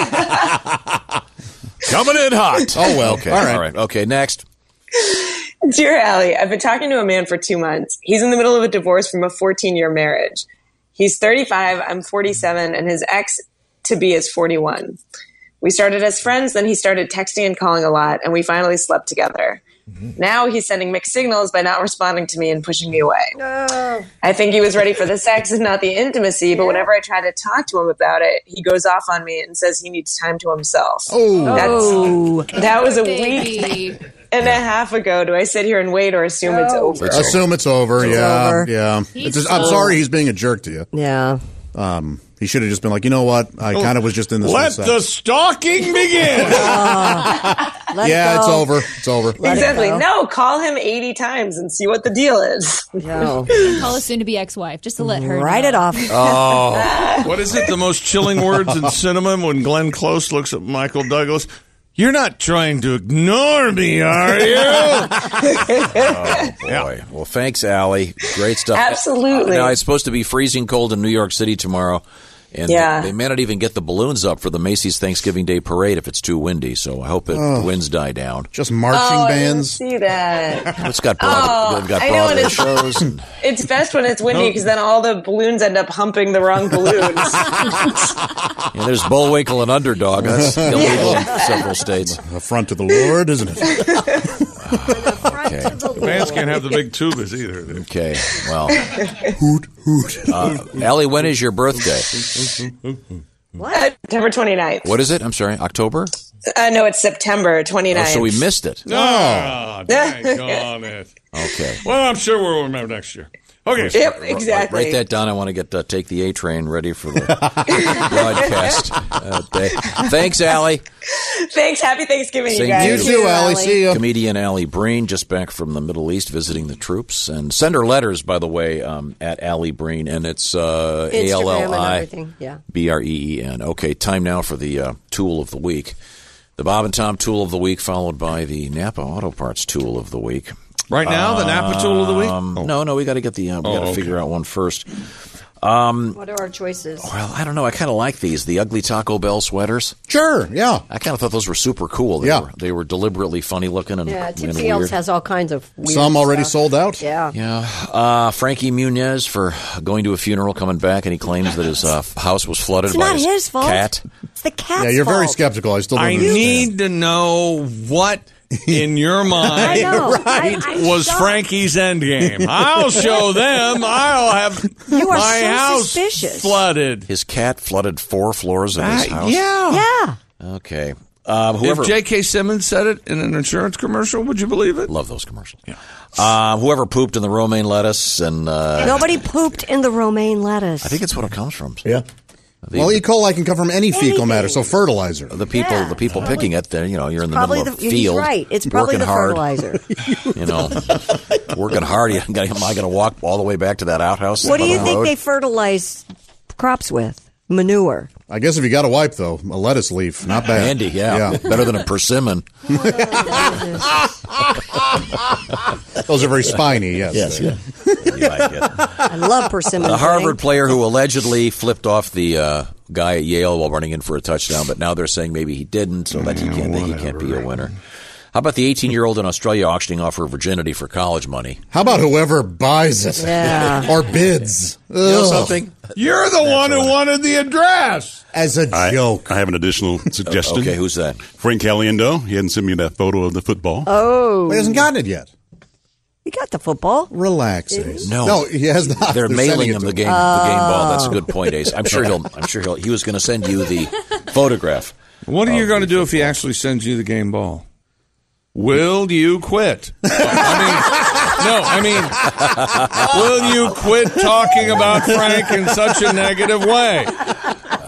Speaker 5: Coming in hot.
Speaker 7: Oh well.
Speaker 5: Okay.
Speaker 7: All right.
Speaker 5: All right. Okay, next.
Speaker 27: Dear Allie, I've been talking to a man for two months. He's in the middle of a divorce from a 14 year marriage. He's 35, I'm 47, and his ex to be is 41. We started as friends, then he started texting and calling a lot, and we finally slept together. Now he's sending mixed signals by not responding to me and pushing me away.
Speaker 6: No.
Speaker 27: I think he was ready for the sex and not the intimacy, but whenever I try to talk to him about it, he goes off on me and says he needs time to himself.
Speaker 7: Oh.
Speaker 6: Oh.
Speaker 27: That was a week and a half ago. Do I sit here and wait or assume it's over?
Speaker 7: Assume it's over. yeah.
Speaker 6: over.
Speaker 7: Yeah.
Speaker 28: He's
Speaker 7: It's just- I'm
Speaker 28: so-
Speaker 7: sorry he's being a jerk to you.
Speaker 6: Yeah.
Speaker 7: Um, he should have just been like, you know what? I kind of was just in this.
Speaker 4: Oh, Let
Speaker 7: for a
Speaker 4: the
Speaker 7: sec."
Speaker 4: stalking begin.
Speaker 6: Ah. Let it
Speaker 7: yeah, it's
Speaker 6: go.
Speaker 7: over. It's over.
Speaker 6: Let it
Speaker 27: Exactly.
Speaker 6: go.
Speaker 27: No, call him 80 times and see what the deal is.
Speaker 6: No.
Speaker 28: Call a soon-to-be ex-wife just to let her
Speaker 6: Write
Speaker 28: know.
Speaker 6: it off.
Speaker 7: Uh,
Speaker 4: Oh, what is it? The most chilling words in cinema when Glenn Close looks at Michael Douglas. You're not trying to ignore me, are you?
Speaker 5: Boy. Well, thanks, Allie. Great stuff.
Speaker 27: Absolutely.
Speaker 5: Now, it's supposed to be freezing cold in New York City tomorrow. And
Speaker 27: Yeah.
Speaker 5: they may not even get the balloons up for the Macy's Thanksgiving Day parade if it's too windy. So I hope that the winds die down.
Speaker 7: Just marching
Speaker 27: oh, I didn't
Speaker 7: bands.
Speaker 27: see that.
Speaker 5: It's got Broadway,
Speaker 27: Oh,
Speaker 5: they've got
Speaker 27: I know, and
Speaker 5: Broadway
Speaker 27: it's-
Speaker 5: shows. And,
Speaker 27: It's best when it's windy because then all the balloons end up humping the wrong balloons.
Speaker 5: you know, there's Bullwinkle and Underdog. That's illegal in several states.
Speaker 7: Affront to the Lord, isn't it?
Speaker 5: Okay.
Speaker 4: Fans can't have the big tubas either.
Speaker 5: Okay. Well. Uh, Allie, when is your birthday?
Speaker 27: what? Uh, September 29th.
Speaker 5: What is it? I'm sorry. October?
Speaker 27: Uh, no, it's September 29th.
Speaker 5: Oh, so we missed it.
Speaker 4: Oh, dang on it.
Speaker 5: Okay.
Speaker 4: Well, I'm sure we'll remember next year. Okay.
Speaker 27: Yep, exactly.
Speaker 5: Write that down. I want to get uh, take the A train ready for the broadcast uh, day. Thanks, Allie.
Speaker 27: Thanks. Happy Thanksgiving,
Speaker 5: Same
Speaker 27: you guys.
Speaker 5: to
Speaker 7: you
Speaker 5: Thank
Speaker 7: too, Allie. See you.
Speaker 5: Comedian Allie Breen, just back from the Middle East visiting the troops, and send her letters by the way um, at Allie Breen, and it's uh, A L
Speaker 6: Instagram
Speaker 7: Oh,
Speaker 5: L
Speaker 6: and
Speaker 5: I
Speaker 6: everything. Yeah.
Speaker 5: B R E E N. Okay, time now for the uh, tool of the week, the Bob and Tom tool of the week, followed by the Napa Auto Parts tool of the week.
Speaker 4: Right now, the Napa tool of the week.
Speaker 5: Um, No, no, we got to get the uh, we
Speaker 4: Oh,
Speaker 5: got to
Speaker 4: okay.
Speaker 5: figure out one first. Um,
Speaker 6: What are our choices?
Speaker 7: Oh,
Speaker 5: Well, I don't know. I kind of like these, the ugly Taco Bell sweaters.
Speaker 7: Sure. Yeah.
Speaker 5: I kind of thought those were super cool. They
Speaker 7: Yeah.
Speaker 5: were they were deliberately funny looking and,
Speaker 6: Yeah,
Speaker 5: and
Speaker 6: Tipsy
Speaker 5: weird.
Speaker 6: Elves has all kinds of weird
Speaker 7: Some already
Speaker 6: stuff.
Speaker 7: sold out.
Speaker 6: Yeah.
Speaker 5: yeah, uh, Frankie Muniz for going to a funeral, coming back, and he claims that his uh, house was flooded
Speaker 6: It's
Speaker 5: by
Speaker 6: not his fault.
Speaker 5: cat.
Speaker 6: It's the cat's
Speaker 7: Yeah, you're very
Speaker 6: fault.
Speaker 7: skeptical. I still don't
Speaker 4: I
Speaker 7: understand.
Speaker 4: need to know what in your
Speaker 6: I
Speaker 4: mind
Speaker 6: know. I, I'm
Speaker 4: was
Speaker 6: shocked.
Speaker 4: Frankie's end game. I'll show them. I'll have
Speaker 6: You are
Speaker 4: my
Speaker 6: so
Speaker 4: house
Speaker 6: suspicious.
Speaker 4: flooded.
Speaker 5: His cat flooded four floors of his
Speaker 4: Uh,
Speaker 5: house.
Speaker 4: yeah.
Speaker 6: Yeah.
Speaker 5: Okay. Um, whoever
Speaker 4: If J.K. Simmons said it in an insurance commercial, would you believe it?
Speaker 5: love those commercials. Yeah. Uh, whoever pooped in the romaine lettuce and uh,
Speaker 6: Nobody pooped in the romaine lettuce.
Speaker 5: I think it's what it comes from.
Speaker 7: Yeah.
Speaker 5: The,
Speaker 7: Well, E. coli can come from any fecal matter, so fertilizer.
Speaker 5: the people,
Speaker 6: Yeah,
Speaker 5: the people picking it, they're you know, you're in the
Speaker 6: probably
Speaker 5: middle
Speaker 6: the
Speaker 5: of a field.
Speaker 6: He's right. It's probably
Speaker 5: working
Speaker 6: the
Speaker 5: hard.
Speaker 6: fertilizer.
Speaker 5: you know, working hard. Am I going to walk all the way back to that outhouse?
Speaker 6: what do
Speaker 5: by the
Speaker 6: you think
Speaker 5: road?
Speaker 6: they fertilize crops with? Manure.
Speaker 7: I guess if you got a wipe though, a lettuce leaf, not bad.
Speaker 5: Handy, yeah. Better than a persimmon.
Speaker 6: Oh,
Speaker 7: Those are very spiny. Yes.
Speaker 5: Yes,
Speaker 7: They-
Speaker 6: I love persimmon.
Speaker 5: The
Speaker 6: pudding.
Speaker 5: Harvard player who allegedly flipped off the uh, guy at Yale while running in for a touchdown, but now they're saying maybe he didn't, so that he can't, that he can't be a winner. How about the 18 year old in Australia auctioning off her virginity for college money?
Speaker 7: How about whoever buys it
Speaker 6: Yeah.
Speaker 7: or bids?
Speaker 5: You know
Speaker 7: Ugh.
Speaker 5: something?
Speaker 4: You're the one who wanted the address.
Speaker 7: As a
Speaker 13: I, joke. I have an additional suggestion.
Speaker 5: okay, who's that?
Speaker 13: Frank Caliendo. He hadn't sent me that photo of the football.
Speaker 6: Oh.
Speaker 7: He hasn't gotten it yet.
Speaker 6: You got the football.
Speaker 7: Relax. Ace. No, he has not.
Speaker 5: They're,
Speaker 7: They're sending
Speaker 5: mailing
Speaker 7: it
Speaker 5: him
Speaker 7: to
Speaker 5: the
Speaker 7: him.
Speaker 5: game, the game ball. That's a good point, Ace. I'm sure he'll. I'm sure he'll. He was going to send you the photograph.
Speaker 4: What are you going to do if he actually sends you the game ball? Will you quit? I mean, no, I mean, will you quit talking about Frank in such a negative way?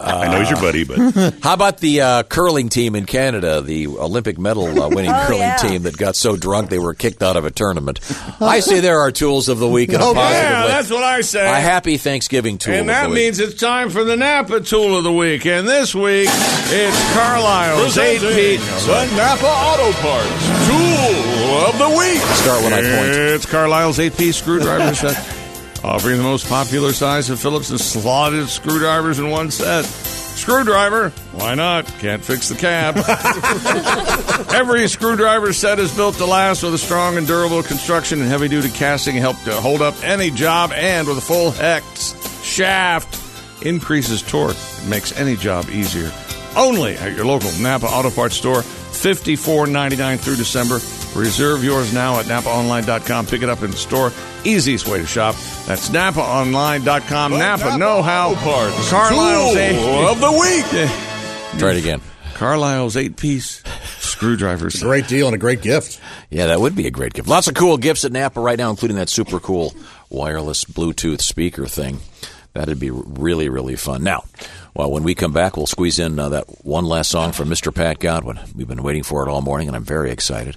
Speaker 13: I know he's your buddy, but
Speaker 5: How about the uh, curling team in Canada, the Olympic medal uh, winning curling team that got so drunk they were kicked out of a tournament? I say there are tools of the week in a
Speaker 4: Oh,
Speaker 5: positive
Speaker 4: yeah,
Speaker 5: way.
Speaker 4: that's what I say.
Speaker 5: A happy Thanksgiving tool.
Speaker 4: And
Speaker 5: of
Speaker 4: that
Speaker 5: the week.
Speaker 4: means it's time for the Napa Tool of the Week. And this week, it's Carlisle's 8 feet. The Napa Auto Parts Tool of the Week.
Speaker 5: Start when I point.
Speaker 4: It's Carlisle's 8 piece screwdriver set, offering the most popular size of Phillips and slotted screwdrivers in one set. Screwdriver, why not? Can't fix the cab. Every screwdriver set is built to last with a strong and durable construction and heavy duty casting help to hold up any job and with a full hex shaft increases torque. It makes any job easier. Only at your local Napa Auto Parts store, $54.99 through December. Reserve yours now at napaonline.com. Pick it up in store. Easiest way to shop. That's napaonline.com. Napa, Know How Parts. Carlisle's
Speaker 15: Tool
Speaker 4: eight-
Speaker 15: of the week.
Speaker 5: Try it again.
Speaker 4: Carlisle's eight piece screwdriver set.
Speaker 7: Great deal and a great gift.
Speaker 5: Yeah, that would be a great gift. Lots of cool gifts at Napa right now, including that super cool wireless Bluetooth speaker thing. That'd be really, really fun. Now, well, when we come back, we'll squeeze in uh, that one last song from Mr. Pat Godwin. We've been waiting for it all morning, and I'm very excited.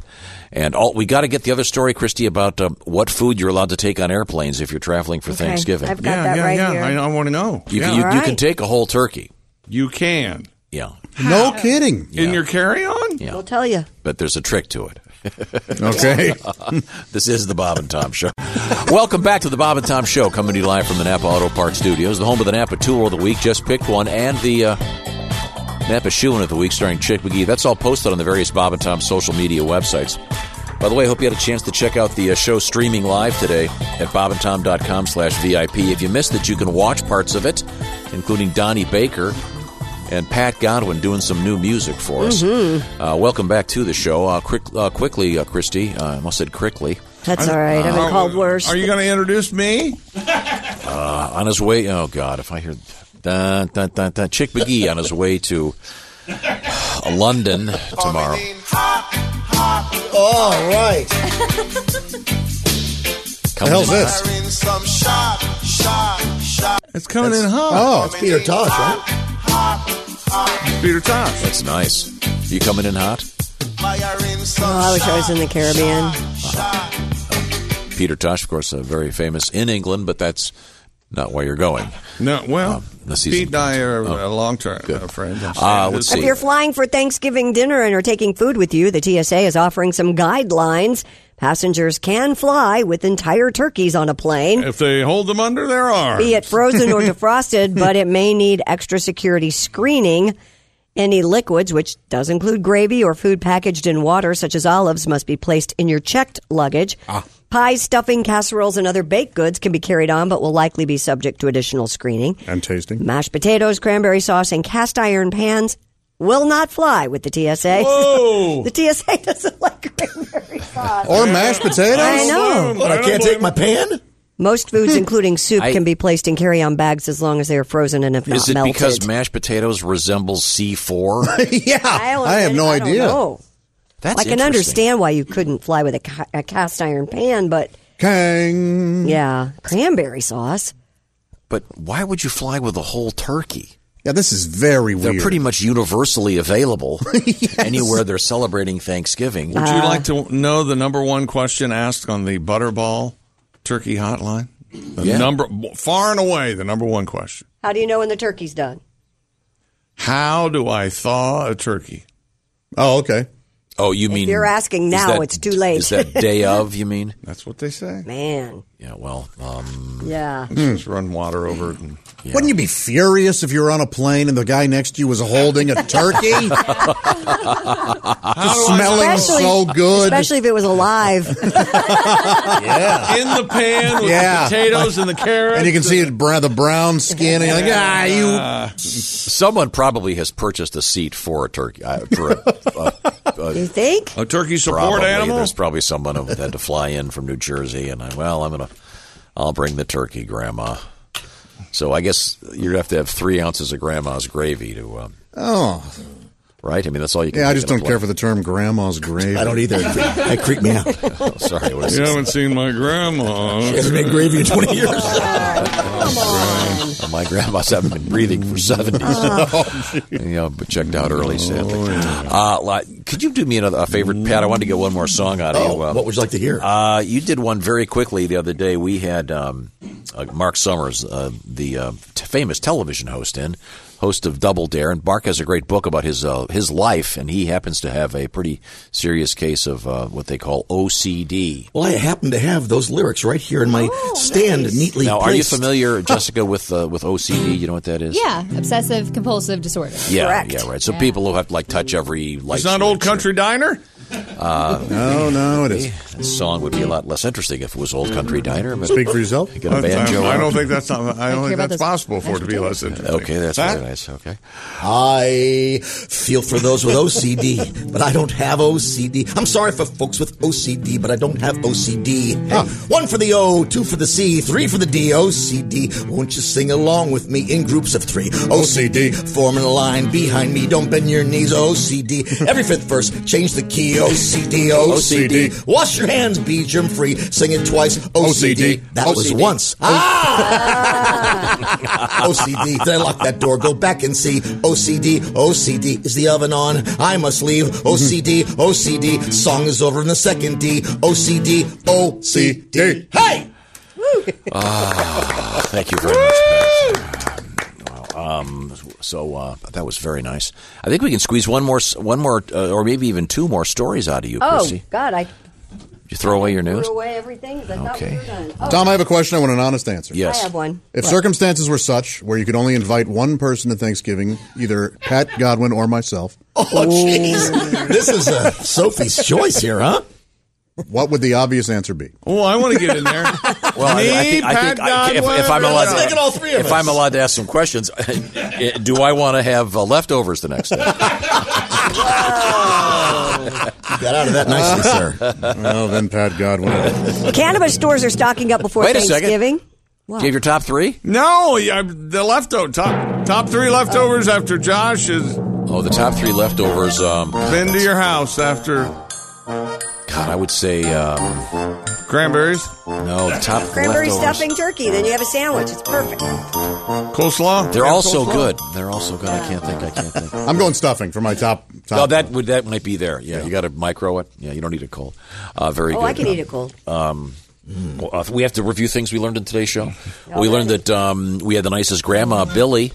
Speaker 5: And all, we got to get the other story, Christy, about uh, what food you're allowed to take on airplanes if you're traveling for
Speaker 6: Okay,
Speaker 5: Thanksgiving.
Speaker 6: I've got that right here.
Speaker 4: I, I want to know.
Speaker 5: You,
Speaker 4: Yeah.
Speaker 5: can, you,
Speaker 6: All
Speaker 5: you
Speaker 6: right.
Speaker 5: can take a whole turkey.
Speaker 4: You can.
Speaker 5: Yeah,
Speaker 7: No kidding.
Speaker 4: In your carry on?
Speaker 5: yeah.
Speaker 6: We'll tell you.
Speaker 5: but there's a trick to it.
Speaker 7: Okay.
Speaker 5: this is the Bob and Tom Show. Welcome back to the Bob and Tom Show, coming to you live from the Napa Auto Parts Studios, the home of the Napa Tool of the Week. Just picked one, and the uh, Napa Shoeing of the Week, starring Chick McGee. That's all posted on the various Bob and Tom social media websites. By the way, I hope you had a chance to check out the uh, show streaming live today at bobandtom.com slash VIP. If you missed it, you can watch parts of it, including Donnie Baker and Pat Godwin doing some new music for us.
Speaker 2: Mm-hmm.
Speaker 5: Uh, welcome back to the show. Uh, quick, uh, quickly, uh, Christy, uh, I almost said quickly.
Speaker 6: That's all right. I've been called worse.
Speaker 4: Uh, Are you going to introduce me?
Speaker 5: Uh, on his way, oh God, if I hear dun, dun, dun, dun, Chick McGee on his way to uh, London tomorrow.
Speaker 19: All right.
Speaker 5: Come
Speaker 7: hell's
Speaker 5: in.
Speaker 7: this?
Speaker 4: It's coming in hot.
Speaker 7: Oh,
Speaker 19: It's Peter Tosh, right?
Speaker 4: Peter Tosh.
Speaker 5: That's nice. You coming in hot?
Speaker 6: Oh, I wish I was in the Caribbean.
Speaker 5: Peter Tosh, of course, uh, very famous in England, but that's not why you're going.
Speaker 4: No, well,
Speaker 5: Uh, the season Oh,
Speaker 4: Pete and I are uh long term uh, friends. I'm
Speaker 5: Uh,
Speaker 4: saying
Speaker 5: let's
Speaker 4: this-
Speaker 5: see.
Speaker 6: If you're flying for Thanksgiving dinner and are taking food with you, the TSA is offering some guidelines. Passengers can fly with entire turkeys on a plane,
Speaker 4: If they hold them under their arm.
Speaker 6: be it frozen or defrosted, but it may need extra security screening. Any liquids, which does include gravy or food packaged in water, such as olives, must be placed in your checked luggage.
Speaker 7: Ah.
Speaker 6: Pies, stuffing, casseroles, and other baked goods can be carried on, but will likely be subject to additional screening.
Speaker 7: And tasting.
Speaker 6: Mashed potatoes, cranberry sauce, and cast iron pans will not fly with the TSA.
Speaker 4: Whoa!
Speaker 6: the TSA doesn't like cranberry sauce.
Speaker 7: Or mashed potatoes.
Speaker 6: I know.
Speaker 19: But I can't take my pan?
Speaker 6: Most foods, including soup,
Speaker 5: Hmm. I-
Speaker 6: can be placed in carry-on bags as long as they are frozen and if not
Speaker 5: Is it
Speaker 6: melted.
Speaker 5: because mashed potatoes resembles C4?
Speaker 7: yeah. I,
Speaker 6: don't-
Speaker 7: have no
Speaker 6: don't
Speaker 7: idea.
Speaker 6: know.
Speaker 5: That's
Speaker 6: I can
Speaker 5: interesting.
Speaker 6: understand why you couldn't fly with a, ca- a cast iron pan, but
Speaker 7: Kang.
Speaker 6: yeah, cranberry sauce.
Speaker 5: But why would you fly with a whole turkey?
Speaker 7: Yeah, this is very
Speaker 5: They're
Speaker 7: weird.
Speaker 5: pretty much universally available anywhere they're celebrating Thanksgiving.
Speaker 4: Would
Speaker 7: Uh,
Speaker 4: you like to know the number one question asked on the Butterball Turkey Hotline? The
Speaker 5: Yeah.
Speaker 4: number far and away the number one question.
Speaker 6: How do you know when the turkey's done?
Speaker 4: How do I thaw a turkey?
Speaker 7: Oh, okay.
Speaker 5: Oh, you mean
Speaker 6: You're asking
Speaker 5: is
Speaker 6: now.
Speaker 5: that-
Speaker 6: it's too late.
Speaker 5: Is that day of? You mean?
Speaker 4: That's what they say.
Speaker 6: Man.
Speaker 5: Yeah. Well. Um,
Speaker 6: Yeah.
Speaker 4: Just run water over it. And,
Speaker 7: Wouldn't you be furious if you were on a plane and the guy next to you was holding a turkey? Just
Speaker 5: Oh,
Speaker 7: smelling
Speaker 6: Especially-
Speaker 7: so good.
Speaker 6: Especially if it was alive.
Speaker 4: yeah. In the pan with
Speaker 7: Yeah.
Speaker 4: the potatoes and the carrots.
Speaker 7: And you can see it, br- the brown skin. And you're like, ah, you.
Speaker 5: Someone probably has purchased a seat for a turkey. Uh, for a, a, a,
Speaker 6: you think?
Speaker 4: A turkey support
Speaker 5: probably,
Speaker 4: animal?
Speaker 5: There's probably someone who had to fly in from New Jersey, and I well, I'm gonna, I'll bring the turkey, Grandma. So I guess you'd have to have three ounces of Grandma's gravy to, um,
Speaker 7: Oh.
Speaker 5: right? I mean, that's all you can.
Speaker 7: Yeah, I
Speaker 5: make
Speaker 7: just
Speaker 5: in a
Speaker 7: don't care
Speaker 5: plate.
Speaker 7: for the term grandma's grave.
Speaker 5: I don't either.
Speaker 7: I
Speaker 5: That creeped me out. Oh, sorry, what is
Speaker 4: you
Speaker 5: this?
Speaker 4: haven't seen my grandma.
Speaker 5: She hasn't made gravy in 20 years. Oh, my grandma's haven't been breathing for 70s. you know, but checked out early, sadly.
Speaker 14: Oh,
Speaker 5: uh, li- could you do me another a favor, Pat? I wanted to get one more song out of you. Uh,
Speaker 14: Oh, what would you like to hear?
Speaker 5: Uh, you did one very quickly the other day. We had um, uh, Mark Summers, uh, the uh, t- famous television host, in host of Double Dare, and Mark has a great book about his uh, his life, and he happens to have a pretty serious case of uh, what they call OCD.
Speaker 14: Well, I happen to have those lyrics right here in my
Speaker 6: Oh,
Speaker 14: stand, neatly
Speaker 5: Now, are you
Speaker 14: placed.
Speaker 5: familiar, Jessica, with uh, with OCD? You know what that is?
Speaker 29: Yeah, obsessive compulsive disorder.
Speaker 5: Yeah, yeah, right. So people who have to like touch every light.
Speaker 4: It's not
Speaker 5: switch
Speaker 4: old country diner.
Speaker 5: or- Uh,
Speaker 7: no, no, it is.
Speaker 5: This song would be a lot less interesting if it was old country diner. but-
Speaker 7: Speak for yourself.
Speaker 5: Get a banjo.
Speaker 4: I, I don't
Speaker 5: out.
Speaker 4: think that's not. I don't
Speaker 7: care
Speaker 4: think
Speaker 7: about
Speaker 4: that's
Speaker 7: those
Speaker 4: possible for it to be less interesting.
Speaker 5: Okay, that's
Speaker 4: Huh?
Speaker 5: very nice. Okay.
Speaker 14: I feel for those with OCD, but I don't have OCD. I'm sorry for folks with OCD, but I don't have OCD. Hey, One for the O, two for the C, three for the D, OCD. Won't you sing along with me in groups of three? OCD, forming a line behind me. Don't bend your knees, OCD. Every fifth verse, change the key, OCD, OCD. Wash your hands, be germ free. Sing it twice, OCD.
Speaker 30: OCD.
Speaker 14: That was
Speaker 30: OCD.
Speaker 14: once. OCD. Did I lock that door? Go back and see. OCD. OCD. Is the oven on? I must leave. OCD. OCD. Song is over in the second D. OCD. OCD. Hey!
Speaker 5: Ah, thank you very much. Pat. Wow. Um, so uh, that was very nice. I think we can squeeze one more, s- one more, uh, or maybe even two more stories out of you,
Speaker 6: oh,
Speaker 5: Chrissy.
Speaker 6: God. I
Speaker 5: Did you throw away your
Speaker 6: threw
Speaker 5: news?
Speaker 6: away everything. 'cause I thought we
Speaker 5: Okay.
Speaker 6: were done. Oh,
Speaker 7: Tom, I have a question. I want an honest answer.
Speaker 6: Yes. I have one.
Speaker 7: If
Speaker 6: What?
Speaker 7: circumstances were such where you could only invite one person to Thanksgiving, either Pat Godwin or myself,
Speaker 14: Oh, jeez. this is uh, Sophie's choice here, huh?
Speaker 7: what would the obvious answer be?
Speaker 4: Oh, I want to get in there.
Speaker 5: Well,
Speaker 4: Me,
Speaker 5: I, I think, I
Speaker 4: Pat
Speaker 5: think I, if,
Speaker 4: Godwin,
Speaker 5: if I'm allowed,
Speaker 4: Let's make it all three of
Speaker 5: if
Speaker 4: us.
Speaker 5: I'm allowed to ask some questions, eh, do I want to have uh, leftovers the next day?
Speaker 14: Got out of that nicely, sir.
Speaker 7: well, then Pat Godwin.
Speaker 6: Cannabis stores are stocking up before
Speaker 5: Wait a second.
Speaker 6: Thanksgiving.
Speaker 5: Do you have your top three?
Speaker 4: No, I, the leftover top top three leftovers after Josh has
Speaker 5: Oh, the top three leftovers. Um,
Speaker 4: been to your house after
Speaker 5: God, I would say um,
Speaker 4: cranberries,
Speaker 5: no. The top
Speaker 6: Cranberry
Speaker 5: leftovers.
Speaker 6: stuffing turkey. Then you have a sandwich. It's perfect.
Speaker 4: coleslaw.
Speaker 5: They're
Speaker 4: Yeah,
Speaker 5: all so
Speaker 4: coleslaw.
Speaker 5: good. They're all so good. I can't think. I can't think.
Speaker 7: I'm going stuffing for my top. top
Speaker 5: No, that would that might be there. Yeah, you got to micro it. Yeah, you don't need it cold. Uh, very
Speaker 6: Oh,
Speaker 5: good.
Speaker 6: I can eat it cold.
Speaker 5: Um, well, uh, we have to review things we learned in today's show. We learned that um, we had the nicest grandma, Billy.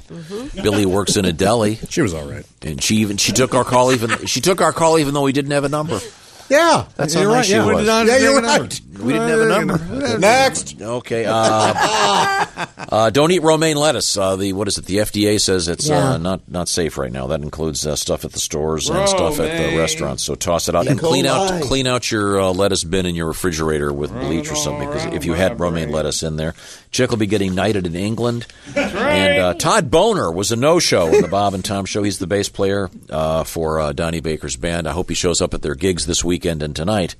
Speaker 5: Billy works in a deli,
Speaker 7: She was all right.
Speaker 5: and she even she took our call even she took our call even though we didn't have a number.
Speaker 7: Yeah,
Speaker 5: That's
Speaker 7: you're
Speaker 5: how nice
Speaker 7: right.
Speaker 5: she
Speaker 7: yeah.
Speaker 5: was.
Speaker 7: Yeah, you're
Speaker 4: Number.
Speaker 7: right.
Speaker 5: We didn't have a number.
Speaker 7: Next.
Speaker 5: Okay. Uh, uh, don't eat romaine lettuce. Uh, the what is it? The FDA says it's
Speaker 6: Yeah.
Speaker 5: uh, not not safe right now. That includes uh, stuff at the stores and stuff at the
Speaker 4: Romaine.
Speaker 5: restaurants. So toss it out
Speaker 14: E.
Speaker 5: and clean out
Speaker 14: coli.
Speaker 5: clean out your uh, lettuce bin in your refrigerator with bleach or something because if you had romaine lettuce in there, Chick will be getting knighted in England. And uh, Todd Boner was a no show in the Bob and Tom show. He's the bass player uh, for uh, Donnie Baker's band. I hope he shows up at their gigs this weekend and tonight.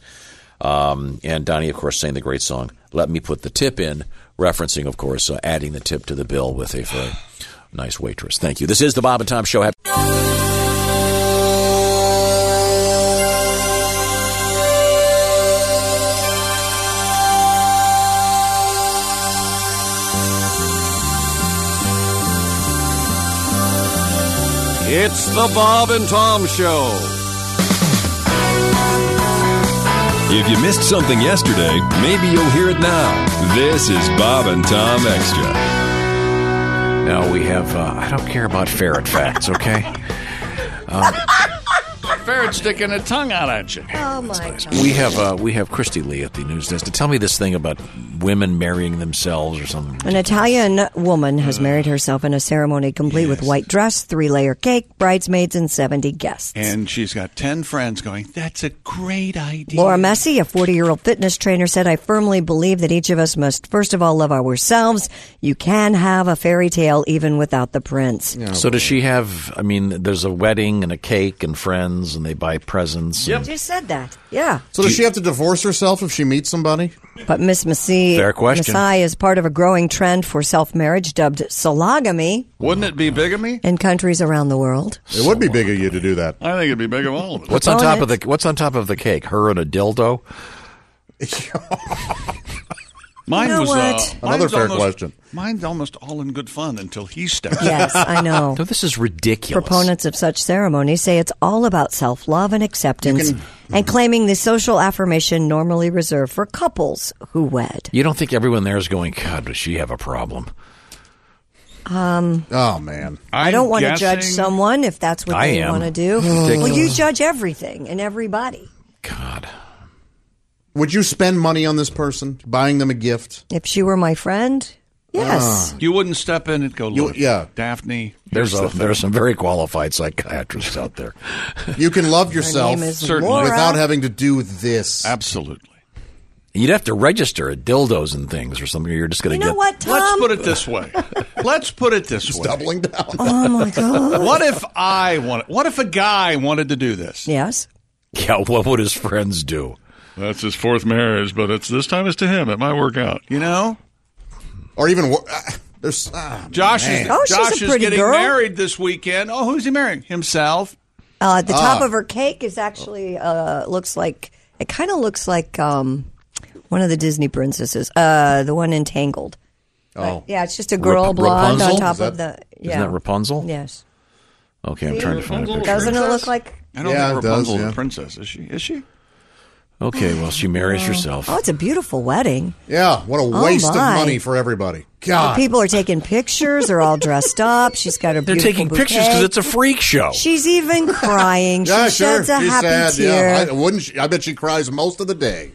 Speaker 5: Um, and Donnie, of course, sang the great song "Let Me Put the Tip In," referencing, of course, uh, adding the tip to the bill with a very nice waitress. Thank you. This is the Bob and Tom Show. Happy-
Speaker 31: It's the Bob and Tom Show.
Speaker 2: If you missed something yesterday, maybe you'll hear it now. This is Bob and Tom Extra.
Speaker 5: No, we have. Uh, I don't care about ferret facts. Okay. Um,
Speaker 16: Ferret sticking a tongue out at you. Oh my god.
Speaker 5: we have uh, we have Christy Lee at the news desk to tell me this thing about women marrying themselves or something.
Speaker 6: An Italian woman has married herself in a ceremony complete with white dress, three layer cake, bridesmaids, and 70 guests.
Speaker 16: And she's got 10 friends going, that's a great idea.
Speaker 6: Laura Messi, a 40 year old fitness trainer, said, I firmly believe that each of us must, first of all, love ourselves. You can have a fairy tale even without the prince.
Speaker 5: so does she have? I mean, there's a wedding and a cake and friends, and they buy presents.
Speaker 6: You just said that. Yeah.
Speaker 7: So does she have to divorce herself if she meets somebody?
Speaker 6: But Miss Messi,
Speaker 5: Fair question.
Speaker 6: Masai is part of a growing trend for self marriage dubbed sologamy
Speaker 16: Wouldn't it be bigamy?
Speaker 6: in countries around the world.
Speaker 7: It would be big of you to do that.
Speaker 16: I think it'd be big of all of us.
Speaker 5: What's on top of the What's on top of the cake? Her and a dildo.
Speaker 16: Mine
Speaker 5: You know
Speaker 16: was
Speaker 5: what?
Speaker 16: Uh,
Speaker 5: Another
Speaker 16: mine's
Speaker 5: fair
Speaker 16: almost-
Speaker 5: question.
Speaker 16: Mine's almost all in good fun until he steps.
Speaker 6: Yes, I know.
Speaker 5: No, this is ridiculous.
Speaker 6: Proponents of such ceremonies say it's all about self love and acceptance
Speaker 5: You can-
Speaker 6: and claiming the social affirmation normally reserved for couples who wed.
Speaker 5: You don't think everyone there is going? God, does she have a problem?
Speaker 6: Um,
Speaker 7: Oh man,
Speaker 6: I don't want to judge someone if that's what
Speaker 5: I
Speaker 6: they
Speaker 5: am.
Speaker 6: want to do.
Speaker 5: Ridiculous.
Speaker 6: Well, you judge everything and everybody.
Speaker 7: Would you spend money on this person, buying them a gift?
Speaker 6: If she were my friend, yes.
Speaker 16: You wouldn't step in and go,
Speaker 7: You-
Speaker 16: look,
Speaker 7: yeah.
Speaker 16: Daphne.
Speaker 5: There's
Speaker 16: here's
Speaker 5: a,
Speaker 16: the thing."
Speaker 5: there's some very qualified psychiatrists out there.
Speaker 7: You can love yourself
Speaker 16: name is
Speaker 7: certainly
Speaker 16: Laura.
Speaker 7: without having to do this.
Speaker 16: Absolutely.
Speaker 5: You'd have to register at dildos and things or something. or You're just going to get.
Speaker 16: Let's put it this way. Let's put it this way.
Speaker 7: doubling down.
Speaker 6: Oh my god.
Speaker 16: What if I wanted? What if a guy wanted to do this?
Speaker 6: Yes.
Speaker 5: Yeah, what would his friends do?
Speaker 13: That's his fourth marriage, but it's this time it's to him. It might work out.
Speaker 16: You know,
Speaker 7: or even wor- ah, there's ah,
Speaker 16: Josh is
Speaker 7: man. Oh, she's
Speaker 16: Josh
Speaker 7: a
Speaker 16: is
Speaker 7: pretty
Speaker 16: getting
Speaker 7: girl.
Speaker 16: married this weekend. Oh, who's he marrying? Himself.
Speaker 6: Uh, the top
Speaker 16: Ah.
Speaker 6: of her cake is actually uh, looks like it kind of looks like um, one of the Disney princesses, uh, the one entangled.
Speaker 5: Oh.
Speaker 6: yeah, it's just a girl
Speaker 5: Rap-
Speaker 6: blonde
Speaker 5: Rapunzel?
Speaker 6: on top
Speaker 5: Is that-
Speaker 6: of the. Yeah.
Speaker 5: Isn't that Rapunzel?
Speaker 6: Yes.
Speaker 5: Okay, I'm
Speaker 6: See?
Speaker 5: trying to find a picture.
Speaker 6: Doesn't it look like?
Speaker 16: I don't
Speaker 5: Yeah,
Speaker 16: think
Speaker 5: it does,
Speaker 16: Rapunzel's
Speaker 5: yeah.
Speaker 16: a princess, is she? Is she?
Speaker 5: Okay, well, she marries herself.
Speaker 6: Oh, it's a beautiful wedding.
Speaker 7: Yeah, what a
Speaker 6: Oh,
Speaker 7: waste of
Speaker 6: my.
Speaker 7: money for everybody. God,
Speaker 6: The people are taking pictures. They're all dressed up. She's got her.
Speaker 5: They're
Speaker 6: beautiful
Speaker 5: taking pictures 'cause
Speaker 6: bouquet.
Speaker 5: it's a freak show.
Speaker 6: She's even crying. She
Speaker 7: yeah, sure.
Speaker 6: sheds a
Speaker 7: She's
Speaker 6: happy
Speaker 7: sad.
Speaker 6: tear.
Speaker 7: Yeah, I, wouldn't she? I bet she cries most of the day.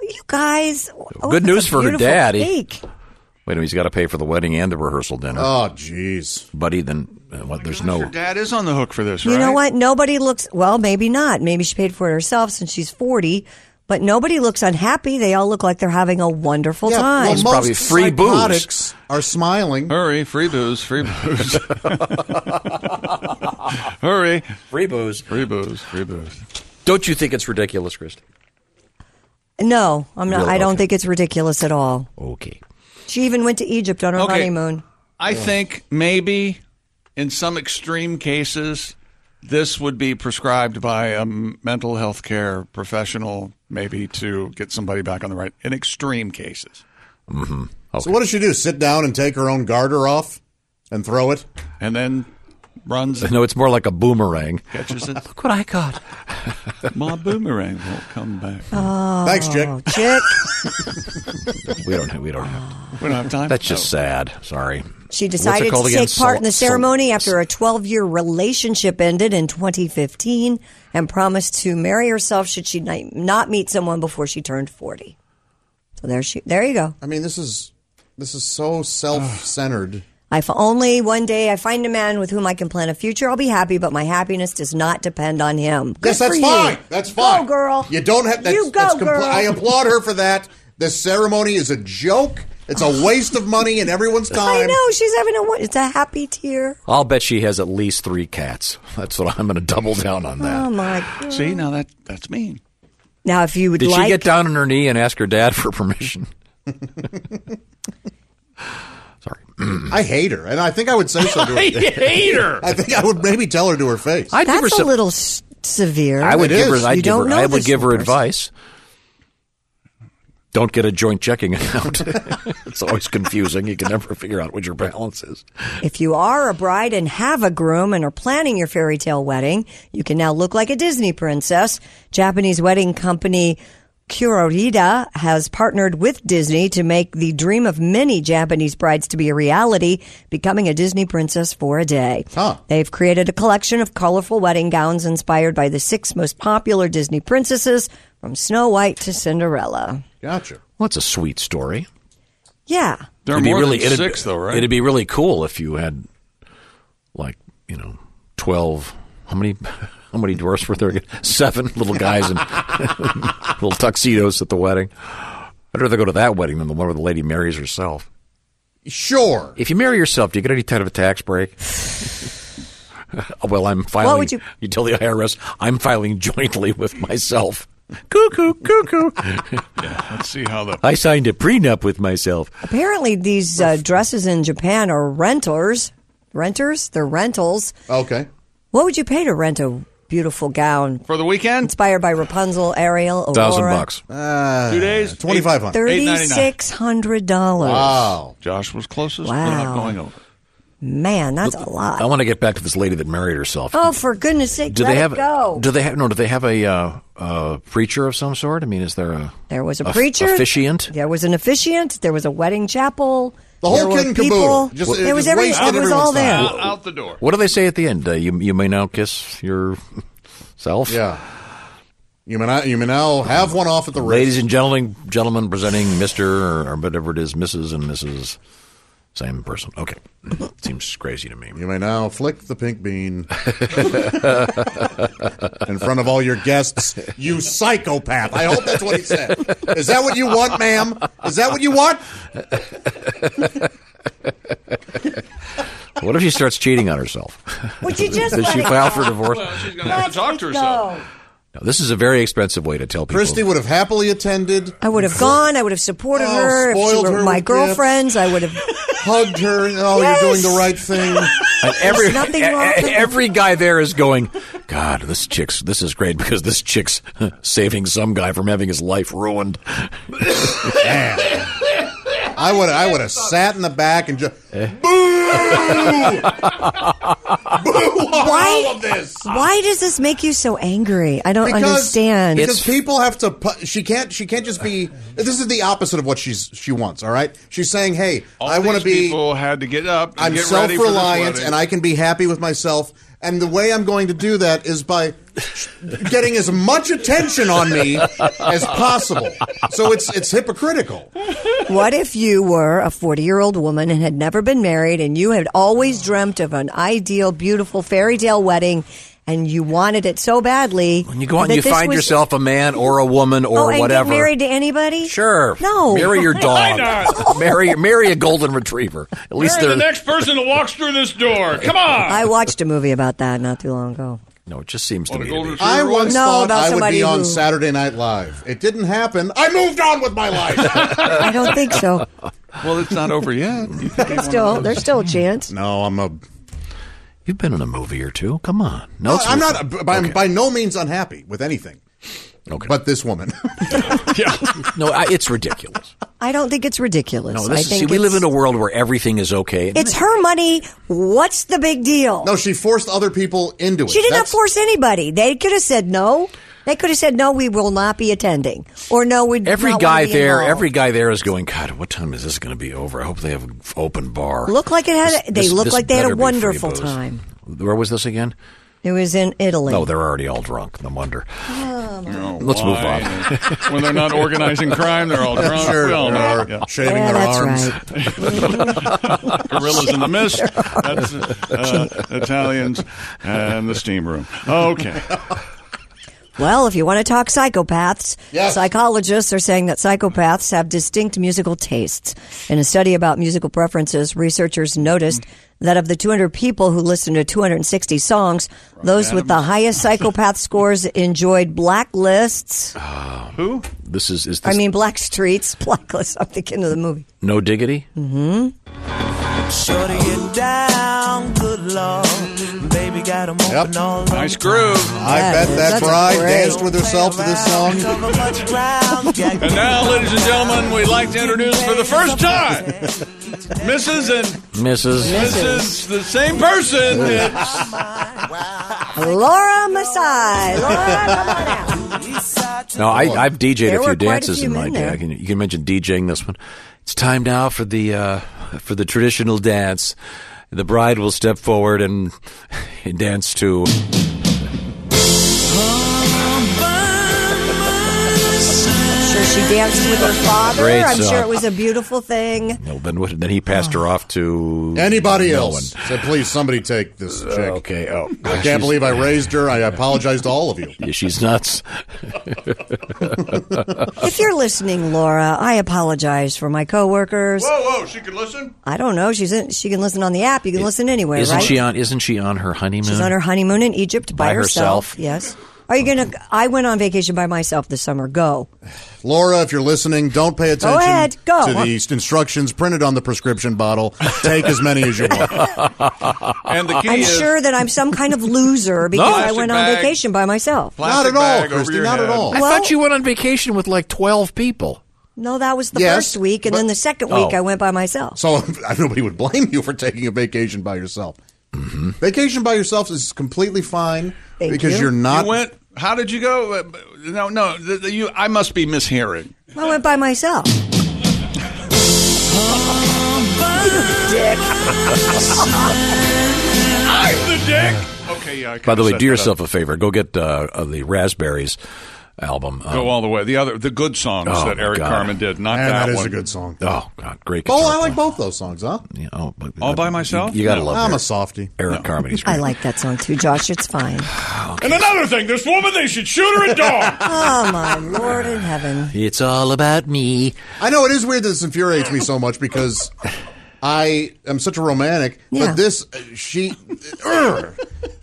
Speaker 6: you guys. oh,
Speaker 5: Good
Speaker 6: that's
Speaker 5: news
Speaker 6: a
Speaker 5: for her
Speaker 6: beautiful
Speaker 5: daddy.
Speaker 6: cake.
Speaker 5: Wait a minute, he's got to pay for the wedding and the rehearsal dinner.
Speaker 7: Oh, jeez,
Speaker 5: buddy. Then uh, what? There's no.
Speaker 16: Dad is on the hook for this,
Speaker 6: You
Speaker 16: right?
Speaker 6: know what? Nobody looks well. Maybe not. Maybe she paid for it herself since she's forty. But nobody looks unhappy. They all look like they're having a wonderful time.
Speaker 7: most psychotics Are smiling.
Speaker 16: Hurry, free booze, free booze. Hurry.
Speaker 5: Free booze.
Speaker 16: Free booze, free booze.
Speaker 5: Don't you think it's ridiculous, Christy?
Speaker 6: No, I'm not.
Speaker 5: Really?
Speaker 6: I don't
Speaker 5: Okay.
Speaker 6: think it's ridiculous at all.
Speaker 5: Okay.
Speaker 6: She even went to Egypt on her
Speaker 16: Okay.
Speaker 6: honeymoon.
Speaker 16: I think maybe in some extreme cases, this would be prescribed by a m- mental health care professional, maybe to get somebody back on the right. In extreme cases,
Speaker 5: Mm-hmm.
Speaker 7: So what does she do? Sit down and take her own garter off and throw it,
Speaker 16: and then runs.
Speaker 5: No, it's more like a boomerang.
Speaker 16: Catches it.
Speaker 5: What I got?
Speaker 16: My boomerang won't come back.
Speaker 6: Oh,
Speaker 7: Thanks, Chick.
Speaker 6: Chick.
Speaker 5: We don't. have- We don't have.
Speaker 16: We don't have time. Oh.
Speaker 5: That's just sad. Sorry.
Speaker 6: She
Speaker 5: What's it
Speaker 6: decided to
Speaker 5: called again?
Speaker 6: take part in the
Speaker 5: Sol-
Speaker 6: ceremony after a 12 year relationship ended in 2015 and promised to marry herself should she ni- not meet someone before she turned 40. So there she there you go.
Speaker 7: I mean, this is this is so self-centered.
Speaker 6: If only one day I find a man with whom I can plan a future, I'll be happy, but my happiness does not depend on him. Good
Speaker 7: yes, that's
Speaker 6: for you.
Speaker 7: fine. That's fine.
Speaker 6: Go, girl.
Speaker 7: You don't have. That's,
Speaker 6: You go,
Speaker 7: that's
Speaker 6: girl.
Speaker 7: I applaud her for that. The ceremony is a joke. It's a waste of money and everyone's time.
Speaker 6: I know. She's having a, wo- it's a happy tear.
Speaker 5: I'll bet she has at least three cats. That's what I'm going to double down on that.
Speaker 6: Oh, my God.
Speaker 16: See, now that that's mean.
Speaker 6: Now, if you would
Speaker 5: Did
Speaker 6: like.
Speaker 5: she get down on her knee and ask her dad for permission?
Speaker 7: I hate her, and I think I would say so to her.
Speaker 5: I hate her.
Speaker 7: I think I would maybe tell her to her face.
Speaker 5: I'd
Speaker 6: That's
Speaker 5: give her
Speaker 6: a
Speaker 5: some-
Speaker 6: little s- severe.
Speaker 5: I would give her. I'd
Speaker 6: you
Speaker 5: give
Speaker 6: don't
Speaker 5: her.
Speaker 6: know
Speaker 5: I would
Speaker 6: this
Speaker 5: give her
Speaker 6: person.
Speaker 5: advice. Don't get a joint checking account. it's always confusing. You can never figure out what your balance is.
Speaker 6: If you are a bride and have a groom and are planning your fairy tale wedding, you can now look like a Disney princess. Japanese wedding company Kurorida has partnered with Disney to make the dream of many Japanese brides to be a reality, becoming a Disney princess for a day. They've created a collection of colorful wedding gowns inspired by the six most popular Disney princesses, from Snow White to Cinderella.
Speaker 5: Gotcha. Well, it's a sweet story.
Speaker 6: Yeah.
Speaker 16: There are
Speaker 5: It'd be
Speaker 16: more
Speaker 5: really-
Speaker 16: than
Speaker 5: it'd-
Speaker 16: six, though, right?
Speaker 5: It'd be really cool if you had, like, you know, twelve. How many? How many dwarfs were there? Seven little guys in little tuxedos at the wedding. I'd rather go to that wedding than the one where the lady marries herself.
Speaker 7: Sure.
Speaker 5: If you marry yourself, do you get any type of a tax break? well, I'm filing.
Speaker 6: would you-
Speaker 5: tell the IRS I'm filing jointly with myself. Cuckoo, cuckoo.
Speaker 16: yeah, let's see how the
Speaker 5: I signed a prenup with myself.
Speaker 6: Apparently, these uh, dresses in Japan are renters. Renters? They're rentals.
Speaker 7: Okay.
Speaker 6: What would you pay to rent a beautiful gown?
Speaker 16: For the weekend?
Speaker 6: Inspired by Rapunzel, Ariel, Aurora.
Speaker 7: Uh,
Speaker 16: Two days?
Speaker 7: Twenty five hundred.
Speaker 6: Thirty-six hundred dollars.
Speaker 16: Josh was closest.
Speaker 6: Wow.
Speaker 16: We're not going over.
Speaker 6: Man, that's a lot.
Speaker 5: I want to get back to this lady that married herself.
Speaker 6: Oh, for goodness sake,
Speaker 5: do
Speaker 6: let
Speaker 5: they have?
Speaker 6: it go.
Speaker 5: Do they have? No, do they have a uh, uh, preacher of some sort? I mean, is there a?
Speaker 6: there was a
Speaker 5: f-
Speaker 6: preacher.
Speaker 5: officiant.
Speaker 6: There was an officiant. There was a wedding chapel.
Speaker 5: The whole
Speaker 6: there were
Speaker 5: kit and caboodle.
Speaker 6: people.
Speaker 5: Just-
Speaker 6: there
Speaker 5: it
Speaker 6: was
Speaker 5: just
Speaker 6: every.
Speaker 5: wasted
Speaker 6: It was all
Speaker 5: everyone's
Speaker 6: there.
Speaker 5: time.
Speaker 16: Out the door.
Speaker 5: What do they say at the end? Uh, you you may now kiss your self.
Speaker 7: Yeah. You may not, you may now have one off at the wrist.
Speaker 5: Ladies and gentlemen, gentlemen presenting Mister or, or whatever it is, Mrs. and Mrs. Same person. Okay, seems crazy to me.
Speaker 7: You may now flick the pink bean in front of all your guests. You psychopath! I hope that's what he said. Is that what you want, ma'am? Is that what you want?
Speaker 5: What if she starts cheating on herself?
Speaker 6: Would you just
Speaker 5: Does
Speaker 6: let
Speaker 5: she
Speaker 6: it
Speaker 5: file
Speaker 6: go?
Speaker 5: for divorce?
Speaker 16: gonna have to talk to
Speaker 6: No.
Speaker 5: No, this is a very expensive way to tell people.
Speaker 7: Christy would have happily attended.
Speaker 6: I would have gone. I would have supported
Speaker 7: Oh,
Speaker 6: her. If she
Speaker 7: spoiled
Speaker 6: were
Speaker 7: her
Speaker 6: my
Speaker 7: with
Speaker 6: girlfriends, I would have
Speaker 7: hugged her. Oh, you're doing the right thing.
Speaker 5: And every
Speaker 6: There's nothing wrong with
Speaker 5: e- e- every guy there is going, God, this chick's this is great because this chick's saving some guy from having his life ruined.
Speaker 7: Man. I would I would have sat in the back and just boo boo on all of this.
Speaker 6: Why does this make you so angry? I don't understand.
Speaker 7: Because people have to. pu- She can't. She can't just be. This is the opposite of what she's she wants. All right. She's saying, "Hey,
Speaker 16: All
Speaker 7: I want to
Speaker 16: these
Speaker 7: be.
Speaker 16: People had to get up. and
Speaker 7: I'm
Speaker 16: get
Speaker 7: self
Speaker 16: ready for this
Speaker 7: reliant,
Speaker 16: wedding.
Speaker 7: and I can be happy with myself. And the way I'm going to do that is by getting as much attention on me as possible. So it's it's hypocritical.
Speaker 6: what if you were a 40 year old woman and had never been married and you had always dreamt of an ideal, beautiful fairy tale wedding and you wanted it so badly?
Speaker 5: When you go out and
Speaker 6: that
Speaker 5: you
Speaker 6: this
Speaker 5: find
Speaker 6: was-
Speaker 5: yourself a man or a woman or
Speaker 6: oh, and
Speaker 5: whatever.
Speaker 6: Get married to anybody?
Speaker 5: Sure.
Speaker 6: No.
Speaker 5: Marry your
Speaker 6: Why
Speaker 5: dog. marry marry a golden retriever. At least
Speaker 16: You're the
Speaker 5: they're
Speaker 16: next person that walks through this door. Come on.
Speaker 6: I watched a movie about that not too long ago.
Speaker 5: No, it just seems to
Speaker 16: On a
Speaker 5: me.
Speaker 16: golden
Speaker 5: To be.
Speaker 7: I once
Speaker 6: No,
Speaker 7: thought
Speaker 6: about
Speaker 7: I would
Speaker 6: somebody
Speaker 7: be on
Speaker 6: who-
Speaker 7: Saturday Night Live. It didn't happen. I moved on with my life.
Speaker 6: I don't think so.
Speaker 16: Well, it's not over yet.
Speaker 6: There's still, there's still a chance.
Speaker 7: no, I'm a.
Speaker 5: You've been in a movie or two. Come on. No,
Speaker 7: No,
Speaker 5: it's
Speaker 7: I'm
Speaker 5: worth
Speaker 7: not.
Speaker 5: it.
Speaker 7: By,
Speaker 5: Okay.
Speaker 7: by no means unhappy with anything.
Speaker 5: Okay.
Speaker 7: But this woman.
Speaker 5: no, I, it's ridiculous.
Speaker 6: I don't think it's ridiculous.
Speaker 5: No,
Speaker 6: I
Speaker 5: this is,
Speaker 6: think
Speaker 5: see, we live
Speaker 6: it's-
Speaker 5: in a world where everything is okay.
Speaker 6: It's her money. What's the big deal?
Speaker 7: no, she forced other people into it.
Speaker 6: She did not
Speaker 7: That's-
Speaker 6: force anybody. They could have said no. They could have said no. We will not be attending, or no. We
Speaker 5: Every
Speaker 6: not
Speaker 5: guy
Speaker 6: wanna be
Speaker 5: there,
Speaker 6: involved."
Speaker 5: every guy there is going. God, what time is this going to be over? I hope they have an open bar.
Speaker 6: Looked like it had- they looked like they had
Speaker 5: better
Speaker 6: a
Speaker 5: be free
Speaker 6: wonderful
Speaker 5: booze.
Speaker 6: time.
Speaker 5: Where was this again?
Speaker 6: It was in Italy. Oh,
Speaker 5: No, they're already all drunk. No wonder.
Speaker 16: No,
Speaker 5: Let's move
Speaker 16: why?
Speaker 5: on.
Speaker 16: when they're not organizing crime, they're all drunk.
Speaker 7: Sure,
Speaker 16: we all
Speaker 7: there
Speaker 16: know.
Speaker 7: are
Speaker 16: Yeah.
Speaker 7: shaving
Speaker 6: yeah,
Speaker 7: their
Speaker 6: that's
Speaker 7: arms.
Speaker 6: right.
Speaker 16: Gorillas in the mist. That's uh, Italians and the steam room. Okay.
Speaker 6: Well, if you want to talk psychopaths, psychologists are saying that psychopaths have distinct musical tastes. In a study about musical preferences, researchers noticed that of the 200 people who listened to 260 songs, those with the highest psychopath scores enjoyed blacklists.
Speaker 5: Oh.
Speaker 16: Who?
Speaker 5: This is is this
Speaker 6: I mean, black streets, blacklist. I'm thinking of the movie.
Speaker 5: no diggity?
Speaker 6: Hmm.
Speaker 19: Shutting it down, good lord. Baby got 'em open all over.
Speaker 16: Nice groove.
Speaker 7: I bet
Speaker 6: is-
Speaker 7: that
Speaker 6: that's
Speaker 7: bride
Speaker 6: great.
Speaker 7: danced with herself to this song.
Speaker 19: Cover much ground.
Speaker 16: And now, ladies and gentlemen, we'd like to introduce for the first time Mrs. and
Speaker 5: Mrs.
Speaker 16: Mrs. the same person. It's
Speaker 6: Laura Masai. Laura, come on out.
Speaker 5: No, I, I've DJed
Speaker 6: There
Speaker 5: a few
Speaker 6: were quite a
Speaker 5: dances
Speaker 6: few
Speaker 5: in my
Speaker 6: men
Speaker 5: day.
Speaker 6: there.
Speaker 5: I can, you can mention DJing this one. It's time now for the uh, for the traditional dance. The bride will step forward and, and dance to.
Speaker 6: Sure, she danced with her father.
Speaker 5: Great
Speaker 6: I'm
Speaker 5: song.
Speaker 6: sure it was a beautiful thing.
Speaker 5: No, then what- then he passed her off to
Speaker 7: Anybody
Speaker 5: no
Speaker 7: else?
Speaker 5: one.
Speaker 7: Said, please, somebody take this chick.
Speaker 5: okay. Oh,
Speaker 7: I
Speaker 5: She's-
Speaker 7: can't believe I raised her. I apologize to all of you.
Speaker 5: Yeah, she's nuts.
Speaker 6: If you're listening, Laura, I apologize for my coworkers.
Speaker 16: Whoa, whoa, she could listen?
Speaker 6: I don't know. She's in, she can listen on the app. You can listen anywhere,
Speaker 5: isn't
Speaker 6: right?
Speaker 5: she on? Isn't she on her honeymoon?
Speaker 6: She's on her honeymoon in Egypt by,
Speaker 5: By herself.
Speaker 6: Yes. Are you gonna? I went on vacation by myself this summer. Go.
Speaker 7: Laura, if you're listening, don't pay attention
Speaker 6: ahead, go.
Speaker 7: to the instructions printed on the prescription bottle. Take as many as you want.
Speaker 16: and the key
Speaker 6: I'm
Speaker 16: is
Speaker 6: sure that I'm some kind of loser because I
Speaker 16: Plastic
Speaker 6: went on
Speaker 16: bag.
Speaker 6: vacation by myself.
Speaker 16: Plastic
Speaker 7: Not at all,
Speaker 16: bag over
Speaker 7: Christy,
Speaker 16: your
Speaker 7: not at
Speaker 16: head.
Speaker 7: all.
Speaker 5: I thought you went on vacation with like twelve people.
Speaker 6: No, that was the
Speaker 7: Yes,
Speaker 6: first week, and then the second
Speaker 7: Oh.
Speaker 6: week I went by myself.
Speaker 7: So nobody would blame you for taking a vacation by yourself.
Speaker 5: Mm-hmm.
Speaker 7: Vacation by yourself is completely fine
Speaker 6: Thank
Speaker 7: because
Speaker 6: you.
Speaker 7: are not.
Speaker 16: You went. How did you go? Uh, No, no. th- th- You. I must be mishearing.
Speaker 6: I went by myself. Dick.
Speaker 16: I'm the dick. Okay.
Speaker 18: uh,
Speaker 16: Yeah. I
Speaker 5: By the
Speaker 16: kinda
Speaker 5: way,
Speaker 16: set
Speaker 5: do
Speaker 16: that
Speaker 5: yourself
Speaker 16: up.
Speaker 5: a favor. Go get uh, uh, the Raspberries album. Um,
Speaker 16: Go all the way. The other, the good songs
Speaker 5: Oh,
Speaker 16: that Eric
Speaker 5: God.
Speaker 16: Carmen did. Not
Speaker 7: Man,
Speaker 16: that,
Speaker 7: that is
Speaker 16: one.
Speaker 7: a good song.
Speaker 5: Oh God, great.
Speaker 7: Oh,
Speaker 5: guitar
Speaker 7: I like
Speaker 5: player.
Speaker 7: both those songs, huh?
Speaker 5: Yeah, oh, but-
Speaker 16: All by myself?
Speaker 5: You, gotta
Speaker 16: No.
Speaker 5: love.
Speaker 7: I'm
Speaker 5: Eric.
Speaker 7: a softy.
Speaker 5: Eric Carmen. He's
Speaker 6: I
Speaker 5: great.
Speaker 6: like that song too, Josh. It's fine.
Speaker 16: And another thing, this woman, they should shoot her at dawn.
Speaker 6: Oh my Lord in heaven.
Speaker 5: It's all about me.
Speaker 7: I know it is weird that this infuriates me so much because I am such a romantic,
Speaker 6: Yeah.
Speaker 7: but this uh, she er,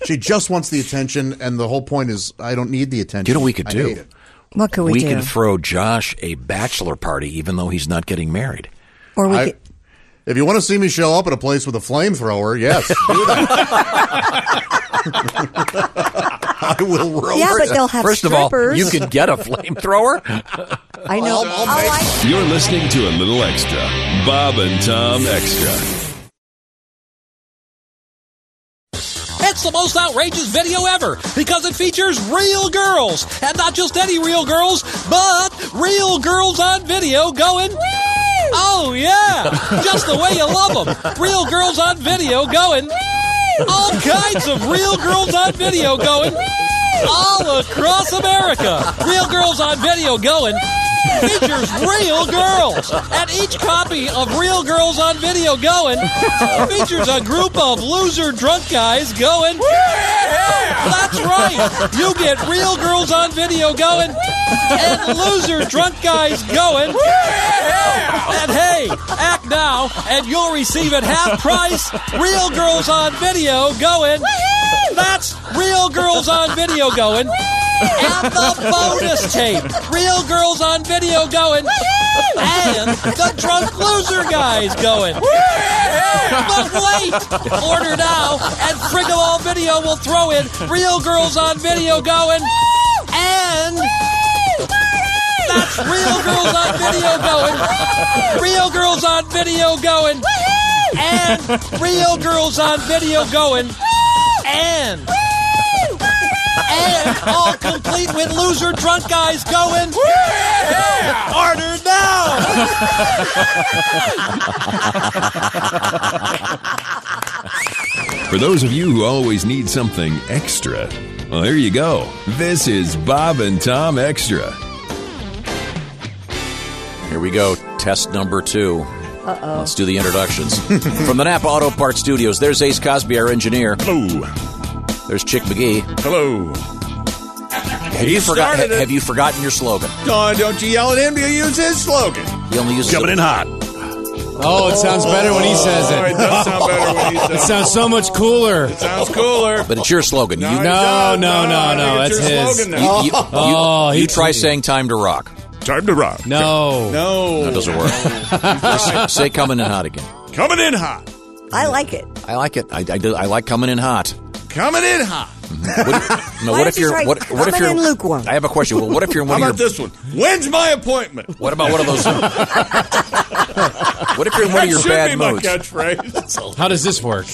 Speaker 7: she just wants the attention, and the whole point is I don't need the attention.
Speaker 5: You know what we could
Speaker 7: I
Speaker 5: do?
Speaker 7: hate it.
Speaker 6: What could we,
Speaker 5: we
Speaker 6: do?
Speaker 5: can throw Josh a bachelor party, even though he's not getting married.
Speaker 6: or we
Speaker 7: I-
Speaker 6: could-
Speaker 7: if you want to see me show up at a place with a flamethrower, yes, do that. I will. Roll
Speaker 6: yeah, but they'll have
Speaker 5: First of all,
Speaker 6: strippers.
Speaker 5: you could get a flamethrower.
Speaker 6: I know.
Speaker 7: I'll- I'll
Speaker 6: Oh, I-
Speaker 17: You're listening to a little extra. Bob and Tom Extra.
Speaker 21: It's the most outrageous video ever because it features real girls. And not just any real girls, but real girls on video going, Oh, yeah. Just the way you love them. Real girls on video going, All kinds of real girls on video going, All across America. Real girls on video going, Features real girls. And each copy of Real Girls on Video Going features a group of loser drunk guys going. That's right. You get real girls on video going and loser drunk guys going. And hey, act now and you'll receive at half price real girls on video going. That's real girls on video going. And the bonus tape. Real girls on video going. And the drunk loser guys going. But wait! Order now, and Frigolo Video will throw in real girls on video going, and that's real girls on video going, real girls on video going, and real girls on video going, and. And all complete with loser drunk guys going. Order now!
Speaker 17: For those of you who always need something extra, well, there you go. This is Bob and Tom Extra.
Speaker 5: Here we go. Test number 2
Speaker 6: Oh,
Speaker 5: Uh-oh. Let's do the introductions. From the Napa Auto Parts Studios, there's Ace Cosby, our engineer. Hello. There's Chick McGee. Hello. Have you, forgot,
Speaker 4: started it.
Speaker 5: have you forgotten your slogan?
Speaker 4: Don, don't you yell at him? You use his slogan.
Speaker 5: He only uses
Speaker 4: Coming
Speaker 5: it-
Speaker 4: in hot.
Speaker 18: Oh, it sounds better when he says it.
Speaker 16: it does sound better when he says
Speaker 18: It sounds so much cooler.
Speaker 16: Sounds cooler.
Speaker 5: But it's your slogan. You,
Speaker 18: No, no, no, no.
Speaker 16: it's
Speaker 18: That's
Speaker 16: your
Speaker 18: his.
Speaker 16: slogan
Speaker 5: you,
Speaker 16: now.
Speaker 5: you- you-
Speaker 18: Oh,
Speaker 5: you
Speaker 18: he
Speaker 5: try
Speaker 18: cheated.
Speaker 5: saying time to rock.
Speaker 4: Time to rock.
Speaker 18: No.
Speaker 16: No.
Speaker 5: That doesn't work. Say coming in hot again.
Speaker 16: Coming in hot.
Speaker 6: I like it.
Speaker 5: I like it. I, I, do- I like coming in hot.
Speaker 16: Coming in hot.
Speaker 5: What, no,
Speaker 6: Why
Speaker 5: what
Speaker 6: don't
Speaker 5: if
Speaker 6: you
Speaker 5: you're
Speaker 6: try
Speaker 5: what, what if
Speaker 6: coming
Speaker 5: you're
Speaker 6: in lukewarm?
Speaker 5: I have a question. Well, what if you're in
Speaker 16: How
Speaker 5: one
Speaker 16: about
Speaker 5: of your
Speaker 16: this one? When's my appointment?
Speaker 5: what about one of those? what if you're in one
Speaker 16: That
Speaker 5: of your
Speaker 16: should be
Speaker 5: bad
Speaker 16: my
Speaker 5: moods?
Speaker 16: catchphrase.
Speaker 18: How does this work?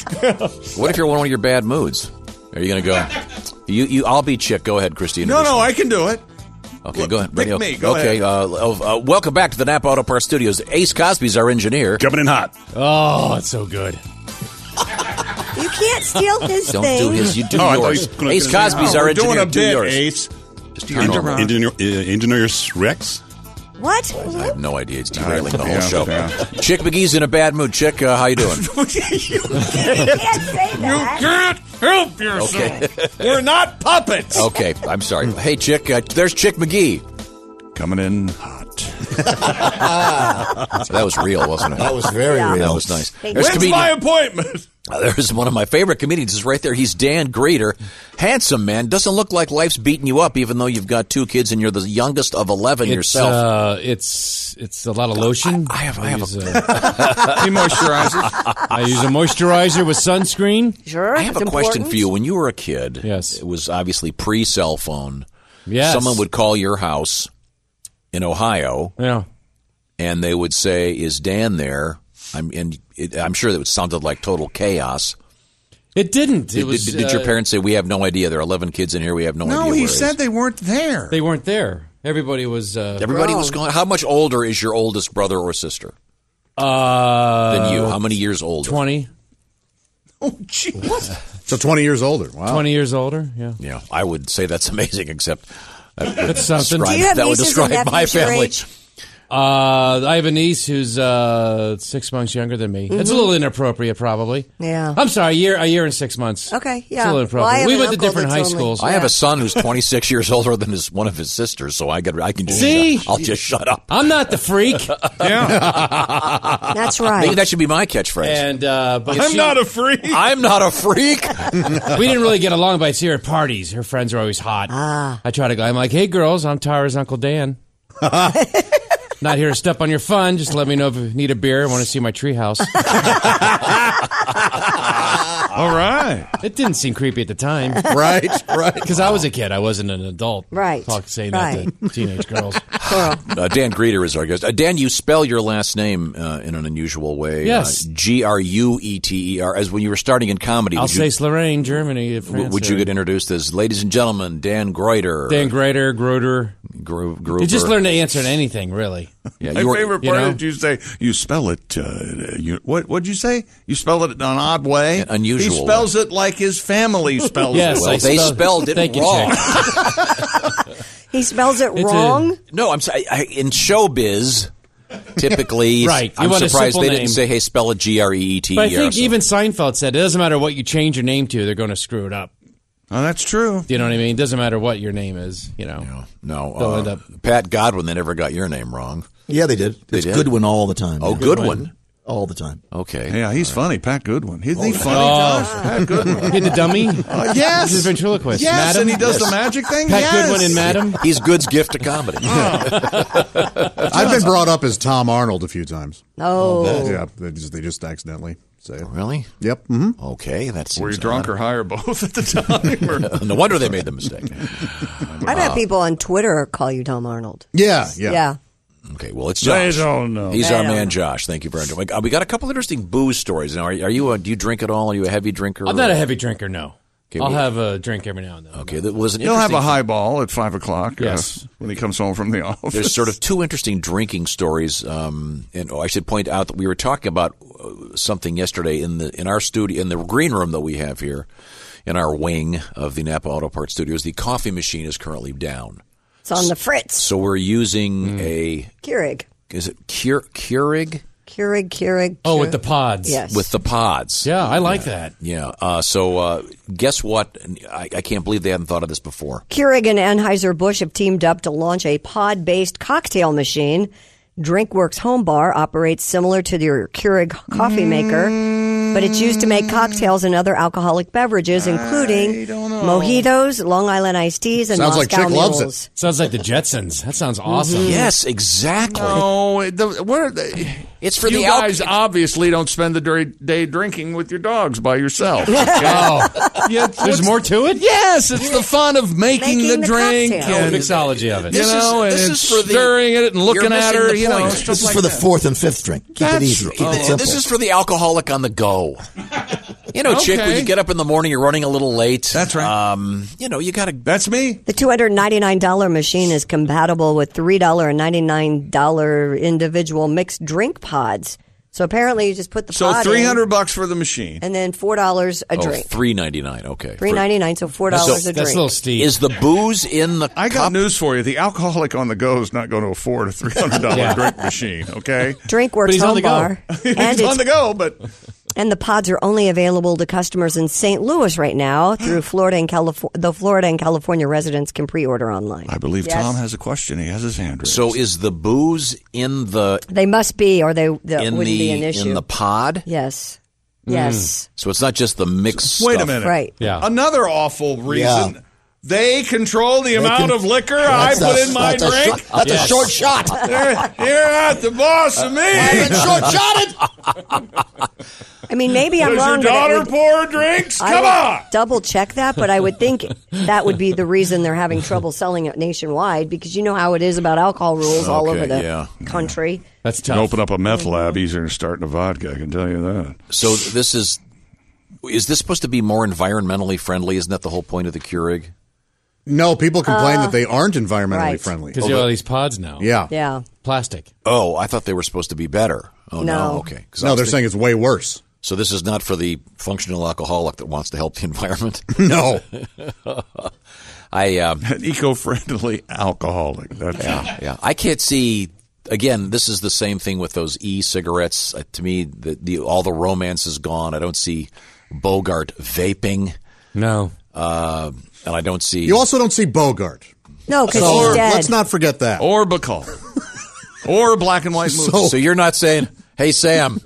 Speaker 5: What if you're in one of your bad moods? Are you gonna go? You, you, I'll be chick. Go ahead, Christine.
Speaker 16: no, no, I can do it.
Speaker 5: Okay, go ahead.
Speaker 16: pick
Speaker 5: Radio.
Speaker 16: me. Go
Speaker 5: okay,
Speaker 16: ahead.
Speaker 5: Uh, oh, uh, welcome back to the Napa Auto Parts Studios. Ace Cosby's our engineer. Coming in hot.
Speaker 18: Oh, it's so good.
Speaker 6: You can't steal his
Speaker 5: Don't
Speaker 6: thing.
Speaker 5: do his. You do
Speaker 13: Oh, I thought
Speaker 5: yours.
Speaker 13: he was gonna
Speaker 5: Ace
Speaker 13: do his.
Speaker 5: Cosby's
Speaker 13: Oh,
Speaker 5: our
Speaker 13: we're
Speaker 5: engineer.
Speaker 13: doing a
Speaker 5: do
Speaker 13: bit,
Speaker 5: yours.
Speaker 13: Ace.
Speaker 5: Just your
Speaker 13: Engineer,
Speaker 5: normal.
Speaker 13: engineer, uh, engineer Rex.
Speaker 6: What?
Speaker 5: I have no idea. It's derailing the whole
Speaker 13: Yeah,
Speaker 5: show.
Speaker 13: yeah.
Speaker 5: Chick McGee's in a bad mood. Chick, uh, how you
Speaker 22: you
Speaker 5: doing?
Speaker 22: can't say that. You can't help yourself.
Speaker 5: Okay.
Speaker 22: We're not puppets.
Speaker 5: okay, I'm sorry. Hey, Chick. Uh, there's Chick McGee.
Speaker 16: Coming in hot.
Speaker 5: that was real, wasn't it?
Speaker 16: That was very Yeah. real.
Speaker 5: That was nice.
Speaker 16: Thank
Speaker 5: There's
Speaker 16: you. When's my appointment?
Speaker 5: Uh, There's one of my favorite comedians is right there. He's Dan Grader, handsome man. Doesn't look like life's beating you up, even though you've got two kids and you're the youngest of eleven
Speaker 18: It's,
Speaker 5: yourself.
Speaker 18: Uh, it's it's a lot of lotion. uh, I, have I, use a,
Speaker 5: He moisturizes.
Speaker 18: I use a moisturizer with sunscreen.
Speaker 6: Sure.
Speaker 5: I have a question for you. When you were a kid, yes, it was obviously pre-cell phone.
Speaker 18: Yes.
Speaker 5: someone would call your house in Ohio.
Speaker 18: Yeah,
Speaker 5: and they would say, "Is Dan there?" I'm and it, I'm sure that sounded like total chaos.
Speaker 18: It didn't. It
Speaker 5: Did,
Speaker 18: was,
Speaker 5: did- did your
Speaker 18: uh,
Speaker 5: parents say, "We have no idea. There are 11 kids in here. We have no, idea."
Speaker 18: No,
Speaker 5: where
Speaker 18: he
Speaker 5: it is?"
Speaker 18: said-
Speaker 16: They weren't there.
Speaker 18: They weren't there. Everybody was. Uh,
Speaker 5: Everybody was gone. How much older is your oldest brother or sister
Speaker 18: Uh,
Speaker 5: than you? How many years older?
Speaker 18: Twenty.
Speaker 16: Oh, gee. What?
Speaker 5: So 20 years older. Wow.
Speaker 18: 20 years older. Yeah.
Speaker 5: Yeah, I would say that's amazing. Except that would
Speaker 18: That's something.
Speaker 5: describe- that would describe my family.
Speaker 18: Uh, I have a niece who's uh, six months younger than me. It's a
Speaker 6: Mhm.
Speaker 18: little inappropriate, probably.
Speaker 6: Yeah.
Speaker 18: I'm sorry, a year, a year and six months.
Speaker 6: Okay,
Speaker 18: It's a
Speaker 6: yeah.
Speaker 18: little
Speaker 6: Well, I
Speaker 18: inappropriate.
Speaker 6: have
Speaker 18: we
Speaker 6: an
Speaker 18: went to
Speaker 6: uncle
Speaker 18: different
Speaker 6: that's
Speaker 18: high
Speaker 6: only-
Speaker 18: schools.
Speaker 5: I have a son who's 26 years older than his one of his sisters, so I got I can just
Speaker 18: See?
Speaker 5: I'll just shut up.
Speaker 18: I'm not the freak.
Speaker 5: yeah,
Speaker 18: That's right.
Speaker 5: Maybe that should be my catchphrase.
Speaker 18: And uh, but
Speaker 5: I'm not
Speaker 18: a
Speaker 16: freak.
Speaker 5: I'm not a freak.
Speaker 18: we didn't really get along, but I see her at parties. Her friends are always hot. Ah. I try to go. I'm like, hey girls, I'm Tara's uncle Dan. not here to step on your fun. Just let me know if you need a beer. I want to see my treehouse. All
Speaker 16: right.
Speaker 18: It didn't seem creepy at the time.
Speaker 7: Right, right.
Speaker 18: Because I was a kid. I wasn't an adult.
Speaker 6: Right,
Speaker 18: Talk saying that to
Speaker 6: right.
Speaker 18: teenage girls.
Speaker 5: Uh, Dan Greeter is our guest. Uh, Dan, you spell your last name uh, in an unusual way. Uh,
Speaker 18: Yes.
Speaker 5: G R U E T E R. As when you were starting in comedy, would you,
Speaker 18: Alsace Lorraine, Germany. if
Speaker 5: w-
Speaker 18: France
Speaker 5: would you
Speaker 18: or-
Speaker 5: get introduced as, ladies and gentlemen, Dan Greiter?
Speaker 18: Dan Greater, Groder.
Speaker 5: Gro- Grover.
Speaker 18: You just learn to answer to anything, really.
Speaker 5: Yeah,
Speaker 4: My favorite
Speaker 18: you
Speaker 4: part
Speaker 18: know?
Speaker 4: is you say you spell it. Uh, you, what what'd you say? You spell it in an odd way,
Speaker 5: unusual
Speaker 4: He spells it like his family spells
Speaker 18: Yes,
Speaker 4: it.
Speaker 18: Well, I they spelled- spelled it thank you, wrong.
Speaker 6: He spells it
Speaker 5: It's a-
Speaker 6: wrong.
Speaker 5: No, I'm sorry. I, in showbiz, typically,
Speaker 18: Right, you
Speaker 5: I'm
Speaker 18: want a
Speaker 5: surprised
Speaker 18: simple
Speaker 5: they
Speaker 18: name.
Speaker 5: didn't say, "Hey, spell it G R E E T E
Speaker 18: But
Speaker 5: R."
Speaker 18: I think even Seinfeld said it doesn't matter what you change your name to, they're going to screw it up.
Speaker 4: Oh, that's true.
Speaker 18: You know what I mean? It doesn't matter what your name is. You know,
Speaker 5: no,
Speaker 18: they'll
Speaker 5: uh,
Speaker 18: end up.
Speaker 5: Pat Godwin. They never got your name wrong.
Speaker 14: Yeah, they did.
Speaker 5: They
Speaker 14: it's
Speaker 5: did?
Speaker 14: Goodwin all the time.
Speaker 5: Oh,
Speaker 14: yeah.
Speaker 5: Goodwin.
Speaker 14: all the time.
Speaker 5: Okay.
Speaker 4: Yeah, he's funny, Pat Goodwin. Isn't he
Speaker 14: Oh,
Speaker 4: funny,
Speaker 14: yeah.
Speaker 4: Josh? Pat Goodwin.
Speaker 18: He the dummy?
Speaker 4: Ah, Uh, yes.
Speaker 18: This is ventriloquist.
Speaker 4: Yes,
Speaker 18: Madam?
Speaker 4: and he does
Speaker 18: Yes.
Speaker 4: the magic thing.
Speaker 18: Pat
Speaker 4: yes.
Speaker 18: Goodwin and Madam?
Speaker 5: He's Good's gift to comedy.
Speaker 18: Oh.
Speaker 7: I've been brought up as Tom Arnold a few times.
Speaker 6: Oh.
Speaker 7: yeah. They just, they just accidentally say it.
Speaker 5: Really?
Speaker 7: Yep. hmm
Speaker 5: Okay, that's.
Speaker 4: Were you drunk or high or both at the time? or-
Speaker 5: no wonder they made the mistake.
Speaker 6: I've had people on Twitter call you Tom Arnold.
Speaker 5: Yeah, yeah.
Speaker 6: Yeah.
Speaker 5: Okay, well, it's
Speaker 4: They
Speaker 5: Josh.
Speaker 4: don't know.
Speaker 5: He's
Speaker 6: They
Speaker 5: our
Speaker 6: don't
Speaker 5: man, Josh. Thank you very much. Uh, We got a couple interesting booze stories. Now, are, are you? A, do you drink at all? Are you a heavy drinker?
Speaker 18: I'm not a heavy drinker. No,
Speaker 5: Okay,
Speaker 18: I'll
Speaker 5: well-
Speaker 18: have a drink every now and then.
Speaker 5: Okay, that was an.
Speaker 4: He'll have
Speaker 5: interesting-
Speaker 4: a highball at five o'clock. uh,
Speaker 5: Yes.
Speaker 4: when he comes home from the office.
Speaker 5: There's sort of two interesting drinking stories, um, and oh, I should point out that we were talking about uh, something yesterday in the in our studio in the green room that we have here, in our wing of the Napa Auto Parts Studios. The coffee machine is currently down,
Speaker 6: It's on the Fritz.
Speaker 5: so we're using
Speaker 4: Hmm.
Speaker 5: a
Speaker 6: Keurig.
Speaker 5: is it Keur- Keurig
Speaker 6: Keurig, Keurig.
Speaker 18: Oh,
Speaker 5: Oh,
Speaker 6: Keurig. Yes.
Speaker 5: with the pods.
Speaker 18: Yeah, I like that.
Speaker 5: Yeah. Uh, so uh, guess what? I, I can't believe they haven't thought of this before.
Speaker 6: Keurig and Anheuser-Busch have teamed up to launch a pod-based cocktail machine. DrinkWorks Home Bar operates similar to your Keurig coffee maker, but it's used to make cocktails and other alcoholic beverages, including mojitos, Long Island iced teas, and Moscow mules.
Speaker 18: Sounds like the Jetsons. That sounds awesome.
Speaker 5: Yes, exactly.
Speaker 4: No, Oh, it- the, where the,
Speaker 5: it's for
Speaker 4: you
Speaker 18: the al-
Speaker 4: guys. obviously, don't spend the dir- day drinking with your dogs by yourself.
Speaker 18: Oh.
Speaker 4: yeah,
Speaker 18: There's more to it.
Speaker 4: Yes, it's the fun of making, the, drink
Speaker 18: Oh,
Speaker 4: and
Speaker 18: the mixology of it.
Speaker 4: you know, and
Speaker 5: this
Speaker 4: it's
Speaker 5: is for the-
Speaker 4: stirring at it and
Speaker 5: you're
Speaker 4: looking at
Speaker 5: missing
Speaker 4: her.
Speaker 5: the
Speaker 4: You know,
Speaker 5: point.
Speaker 4: stuff
Speaker 14: This is
Speaker 4: like
Speaker 14: for the
Speaker 4: that.
Speaker 5: oh,
Speaker 14: fourth and fifth drink. Keep
Speaker 4: That's-
Speaker 14: it easy. Keep
Speaker 4: oh,
Speaker 14: it simple.
Speaker 5: This is for the alcoholic on the go. You know, chick, when you get up in the morning, you're running a little late. That's
Speaker 6: right.
Speaker 5: Um, you know, you got to.
Speaker 4: That's me.
Speaker 6: The $299 machine is compatible with $3.99 individual mixed drink pods. So apparently you just put the
Speaker 4: So
Speaker 6: pod in
Speaker 4: three hundred bucks for the machine.
Speaker 6: and then $4 a
Speaker 5: oh,
Speaker 6: drink.
Speaker 5: Three ninety nine. Okay.
Speaker 6: Three ninety nine, so $4 a drink.
Speaker 5: steep. Is the booze in the?
Speaker 4: I got news for you. The alcoholic on the go is not going to afford a three hundred dollar
Speaker 6: Yeah.
Speaker 4: drink machine. Okay,
Speaker 6: Drink works home bar.
Speaker 4: he's on the go, but
Speaker 6: and the pods are only available to customers in St. Louis right now through Florida and California. The Florida and California residents can pre-order online.
Speaker 4: I believe
Speaker 6: Yes.
Speaker 4: Tom has a question. He has his hand raised.
Speaker 5: So is the booze in the
Speaker 6: They must be, or they that
Speaker 5: in
Speaker 6: wouldn't be
Speaker 5: the
Speaker 6: an issue.
Speaker 5: in the pod? Mm.
Speaker 6: yes, yes.
Speaker 5: So it's not just the mixed.
Speaker 4: Wait a
Speaker 5: stuff.
Speaker 4: minute.
Speaker 6: Right.
Speaker 5: Yeah.
Speaker 4: Another awful reason. They control the
Speaker 5: They
Speaker 4: amount
Speaker 5: can-
Speaker 4: of liquor I
Speaker 5: That's
Speaker 4: put
Speaker 5: a-
Speaker 4: in my
Speaker 5: that's a
Speaker 4: drink.
Speaker 5: short- that's a Yes. short
Speaker 14: shot.
Speaker 4: They're- You're not the boss of me.
Speaker 14: I've been short-shotted.
Speaker 6: I mean, maybe I'm
Speaker 4: Does
Speaker 6: wrong.
Speaker 4: Your
Speaker 6: but it
Speaker 4: daughter
Speaker 6: would-
Speaker 4: pour drinks?
Speaker 6: I
Speaker 4: Come
Speaker 6: would
Speaker 4: on.
Speaker 6: Double check that, but I would think that would be the reason they're having trouble selling it nationwide because you know how it is about alcohol rules all
Speaker 4: Okay,
Speaker 6: over the
Speaker 4: yeah.
Speaker 6: country.
Speaker 4: That's tough. open up a meth
Speaker 5: Mm-hmm.
Speaker 4: lab easier than starting a vodka. I can tell you that.
Speaker 5: So this is is this supposed to be more environmentally friendly? Isn't that the whole point of the Keurig?
Speaker 7: No, people complain
Speaker 5: Uh,
Speaker 7: that they aren't environmentally
Speaker 5: right.
Speaker 7: friendly.
Speaker 5: Because you have all these
Speaker 7: pods now. Yeah.
Speaker 6: Yeah.
Speaker 5: Plastic. Oh, I thought they were supposed to be better. Oh no,
Speaker 7: No.
Speaker 5: okay. 'Cause
Speaker 7: No,
Speaker 5: I was
Speaker 7: they're saying it's way worse.
Speaker 5: So this is not for the functional alcoholic that wants to help the environment.
Speaker 7: No.
Speaker 5: I um,
Speaker 4: an eco-friendly alcoholic. That's
Speaker 5: yeah, yeah. I can't see. Again, this is the same thing with those e-cigarettes. Uh, to me, the, the all the romance is gone. I don't see Bogart vaping.
Speaker 18: No,
Speaker 5: uh, and I don't see.
Speaker 7: You also don't see Bogart.
Speaker 6: No,
Speaker 5: 'cause he's dead.
Speaker 7: Let's not forget that.
Speaker 4: Or Bacall. or black and white
Speaker 5: So, you're not saying, "Hey Sam,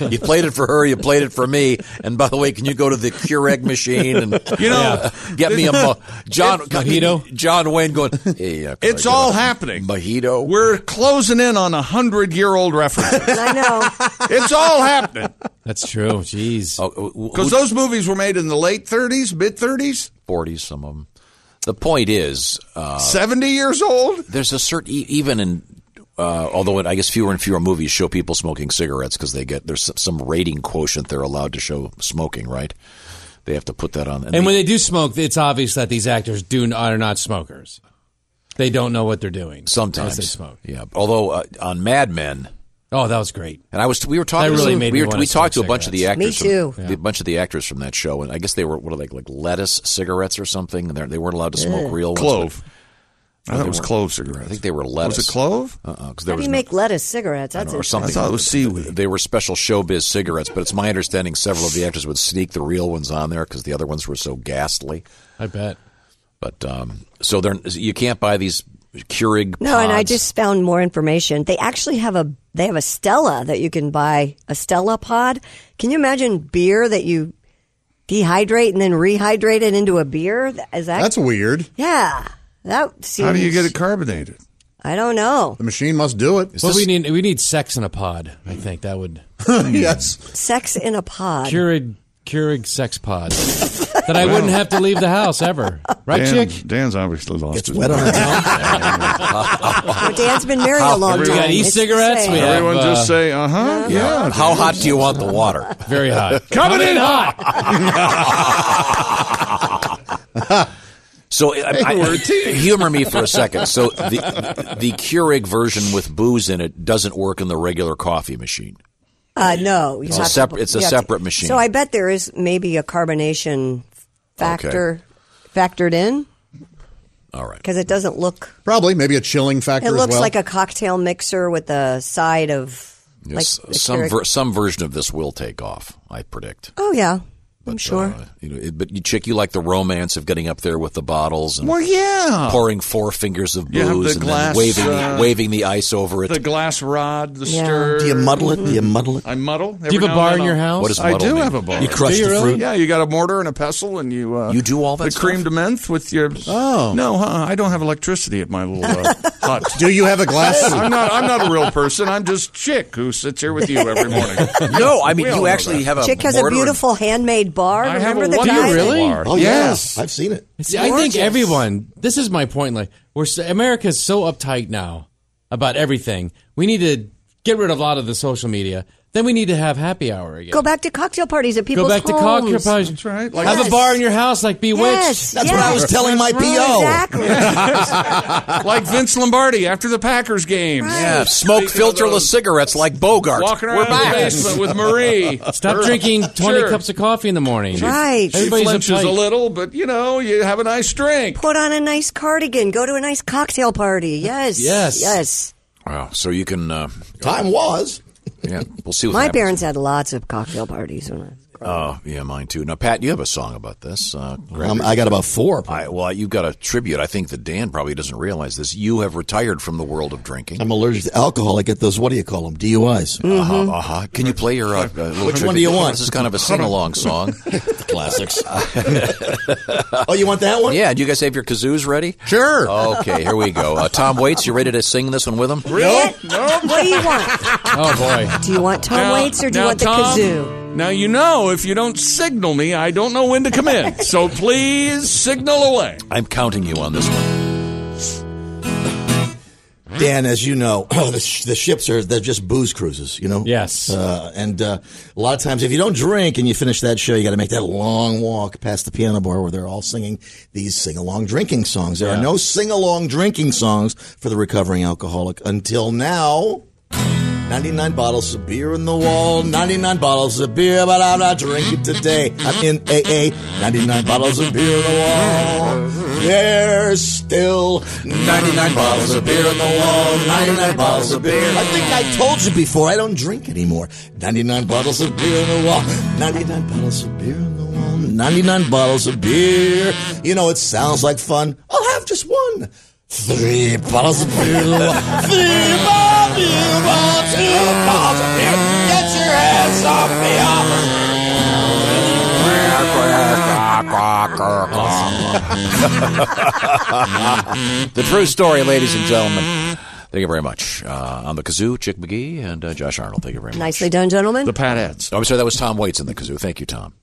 Speaker 5: you played it for her, you played it for me." And by the way, can you go to the Keurig machine and
Speaker 4: You know,
Speaker 5: get me a mo- John
Speaker 4: It's-
Speaker 5: mojito? John Wayne going, "Hey, yeah, can I
Speaker 4: It's
Speaker 5: get
Speaker 4: all
Speaker 5: a
Speaker 4: happening.
Speaker 5: Mojito.
Speaker 4: We're closing in on a hundred-year-old reference.
Speaker 6: I know.
Speaker 4: it's all happening
Speaker 18: That's true. Jeez.
Speaker 5: Oh,
Speaker 4: because those movies were made in the late '30s, mid '30s,
Speaker 5: forties, some of them. The point is, uh,
Speaker 4: seventy years old.
Speaker 5: There's a certain e- even in. Uh, although it, I guess fewer and fewer movies show people smoking cigarettes because they get there's s- some rating quotient they're allowed to show smoking, right? They have to put that on.
Speaker 18: And when they do smoke, it's obvious that these actors do are not smokers. They don't know what they're doing.
Speaker 5: Sometimes
Speaker 18: they smoke.
Speaker 5: Yeah. Although uh, on Mad Men.
Speaker 18: Oh, that was great.
Speaker 5: And I was we were talking.
Speaker 18: That really
Speaker 5: to,
Speaker 18: made
Speaker 5: we,
Speaker 18: me
Speaker 5: were,
Speaker 18: wanna
Speaker 5: we talked to a
Speaker 18: smoke
Speaker 5: bunch of the actors.
Speaker 6: cigarettes. Me too.
Speaker 5: From, A bunch of the actors from that show, and I guess they were what are they like lettuce cigarettes or something? And they're- they weren't allowed to smoke
Speaker 6: Ugh.
Speaker 5: real
Speaker 4: Clove.
Speaker 5: Ones,
Speaker 4: I thought it
Speaker 5: they
Speaker 4: was
Speaker 5: weren't-
Speaker 4: clove cigarettes.
Speaker 5: I think they were lettuce.
Speaker 4: it clove?
Speaker 5: Uh uh 'cause there
Speaker 6: How do
Speaker 5: was
Speaker 6: you
Speaker 5: no-
Speaker 6: make lettuce cigarettes? That's
Speaker 5: or something.
Speaker 6: interesting.
Speaker 4: thought it was seaweed.
Speaker 5: They were special showbiz cigarettes, but it's my understanding several of the actors would sneak the real ones on there because the other ones were so ghastly.
Speaker 18: I bet.
Speaker 5: But um, so they're you can't buy these Keurig.
Speaker 6: No, and I
Speaker 5: pods.
Speaker 6: just found more information. They actually have a they have a Stella that you can buy a Stella pod. Can you imagine beer that you dehydrate and then rehydrate it into a beer? Is that
Speaker 7: That's weird.
Speaker 6: yeah? That seems.
Speaker 7: How do you get
Speaker 4: it carbonated?
Speaker 6: I don't know.
Speaker 7: The machine must do it.
Speaker 18: Well, we need we need sex in a pod. I think that would
Speaker 7: yes.
Speaker 6: Sex in a pod.
Speaker 18: Keurig Keurig sex pod that I wouldn't have to leave the house ever. Right,
Speaker 4: Dan,
Speaker 18: chick?
Speaker 4: Dan's obviously lost his
Speaker 18: wet on
Speaker 4: mind.
Speaker 6: Well, Dan's been married a long
Speaker 18: We
Speaker 6: time.
Speaker 18: got
Speaker 6: It's
Speaker 18: e-cigarettes. We
Speaker 6: insane.
Speaker 18: have,
Speaker 4: Everyone
Speaker 18: uh,
Speaker 4: just say, uh huh. Yeah.
Speaker 5: How hot do you want the water?
Speaker 18: Very hot.
Speaker 4: Coming in
Speaker 5: So I, I- humor me for a second. So the the Keurig version with booze in it doesn't work in the regular coffee machine.
Speaker 6: Uh, no, you
Speaker 5: It's a
Speaker 6: have to-
Speaker 5: separ- it's a
Speaker 6: you have to-
Speaker 5: separate machine.
Speaker 6: So I bet there is maybe a carbonation factor factored in
Speaker 5: All right.
Speaker 6: because it doesn't look.
Speaker 7: Probably maybe a chilling factor.
Speaker 6: It
Speaker 7: as
Speaker 6: looks
Speaker 7: well.
Speaker 6: like a cocktail mixer with a side of
Speaker 5: Yes,
Speaker 6: like
Speaker 5: some
Speaker 6: eccentric-
Speaker 5: ver- some version of this will take off, I predict.
Speaker 6: oh yeah, I'm sure.
Speaker 5: You know, it, but you chick, you like the romance of getting up there with the bottles and
Speaker 4: Well, yeah.
Speaker 5: pouring four fingers of
Speaker 4: You
Speaker 5: booze
Speaker 4: have the
Speaker 5: and
Speaker 4: glass,
Speaker 5: then waving
Speaker 4: uh,
Speaker 5: the, waving the ice over it.
Speaker 4: The glass rod, the
Speaker 5: Yeah.
Speaker 4: stir.
Speaker 5: Do you muddle
Speaker 6: Mm-hmm.
Speaker 5: it? Do you
Speaker 4: muddle it? I muddle.
Speaker 5: Do you have a bar in your house? What does
Speaker 4: I
Speaker 5: muddle
Speaker 4: do
Speaker 5: mean?
Speaker 4: have a bar.
Speaker 5: You crush Do you the really? fruit?
Speaker 4: Yeah, you got a mortar and a pestle, and you uh,
Speaker 5: You do all that
Speaker 4: The
Speaker 5: stuff?
Speaker 4: creamed menthe with your. Oh no, uh, I don't have electricity at my little uh, hut.
Speaker 7: Do you have a glass?
Speaker 4: I'm not. I'm not a real person. I'm just chick who sits here with you every morning.
Speaker 5: no, I mean
Speaker 4: We all
Speaker 5: you
Speaker 4: know
Speaker 5: actually
Speaker 4: that.
Speaker 5: have a
Speaker 6: Chick has a
Speaker 5: mortar and-
Speaker 6: beautiful handmade bar.
Speaker 4: I have
Speaker 6: Remember
Speaker 4: a
Speaker 6: the
Speaker 4: wonderful
Speaker 6: guy?
Speaker 4: bar.
Speaker 14: Oh,
Speaker 4: yes.
Speaker 14: yeah. I've seen it.
Speaker 18: See, I think everyone. This is my point. Like we're so, America's so uptight now about everything. We need to get rid of a lot of the social media. Then we need to have happy hour again.
Speaker 6: Go back to cocktail parties at people's
Speaker 18: Go back to
Speaker 6: homes.
Speaker 18: cocktail parties. That's right. have a bar in your house, like Bewitched.
Speaker 6: Yes, That's what yes. I was telling my That's right. PO. Exactly.
Speaker 16: like Vince Lombardi after the Packers game.
Speaker 5: Yeah, smoke filterless cigarettes like Bogart.
Speaker 16: Walking around the basement with Marie.
Speaker 18: Stop
Speaker 16: Sure.
Speaker 18: drinking 20
Speaker 16: Sure.
Speaker 18: cups of coffee in the morning.
Speaker 16: She flinches a little, but you know, you have a nice drink.
Speaker 6: Put on a nice cardigan. Go to a nice cocktail party. Yes.
Speaker 5: Yes.
Speaker 6: Yes.
Speaker 5: Wow. So you can. Uh,
Speaker 14: Time was.
Speaker 5: Yeah, we'll see what
Speaker 6: my
Speaker 5: happens.
Speaker 6: parents had lots of cocktail parties when I
Speaker 5: Oh, yeah, mine too. Now, Pat, you have a song about this. Uh,
Speaker 14: Um, I got about four.
Speaker 5: I, well, you've got a tribute. I think that Dan probably doesn't realize this. You have retired from the world of drinking.
Speaker 14: I'm allergic to alcohol. I get those, what do you call them? DUIs.
Speaker 5: Uh-huh, uh-huh. Can you play your uh, uh, little
Speaker 14: Which
Speaker 5: tribute?
Speaker 14: one do you want?
Speaker 5: This is kind of a sing-along song.
Speaker 14: Classics. oh, you want that one?
Speaker 5: Yeah. Do you guys have your kazoos ready?
Speaker 7: Sure.
Speaker 5: Okay. Here we go. Uh, Tom Waits, you ready to sing this one with him?
Speaker 6: What do you want?
Speaker 5: Oh boy.
Speaker 6: Do you want Tom
Speaker 16: Now-
Speaker 6: Waits or do you
Speaker 16: now,
Speaker 6: want the
Speaker 16: Tom,
Speaker 6: kazoo?
Speaker 16: Now you know if you don't signal me, I don't know when to come in. So please signal away.
Speaker 5: I'm counting you on this one.
Speaker 14: Dan, as you know, the, sh- the ships are they're just booze cruises, you know.
Speaker 18: Yes.
Speaker 14: Uh, and uh, a lot of times, if you don't drink and you finish that show, you got to make that long walk past the piano bar where they're all singing these sing-along drinking songs. There are no sing-along drinking songs for the recovering alcoholic until now. 99 bottles of beer in the wall, 99 bottles of beer, but I'm not drinking today. I'm in AA, 99 bottles of beer in the wall. There's still 99 bottles of beer in the wall, 99 bottles of beer. I think I told you before, I don't drink anymore. 99 bottles of beer in the wall, 99 bottles of beer in the wall, 99 bottles of beer. You know, it sounds like fun. I'll have just one. Three bottles of beer in the wall. Three bottles, two bottles, two bottles of beer. Get your hands off me.
Speaker 5: the true story, ladies and gentlemen. Thank you very much. Uh, on the kazoo, Chick McGee and uh, Josh Arnold. Thank you very much.
Speaker 6: Nicely done, gentlemen.
Speaker 5: Pat Eds. Oh, I'm sorry, that was Tom Waits in the kazoo. Thank you, Tom.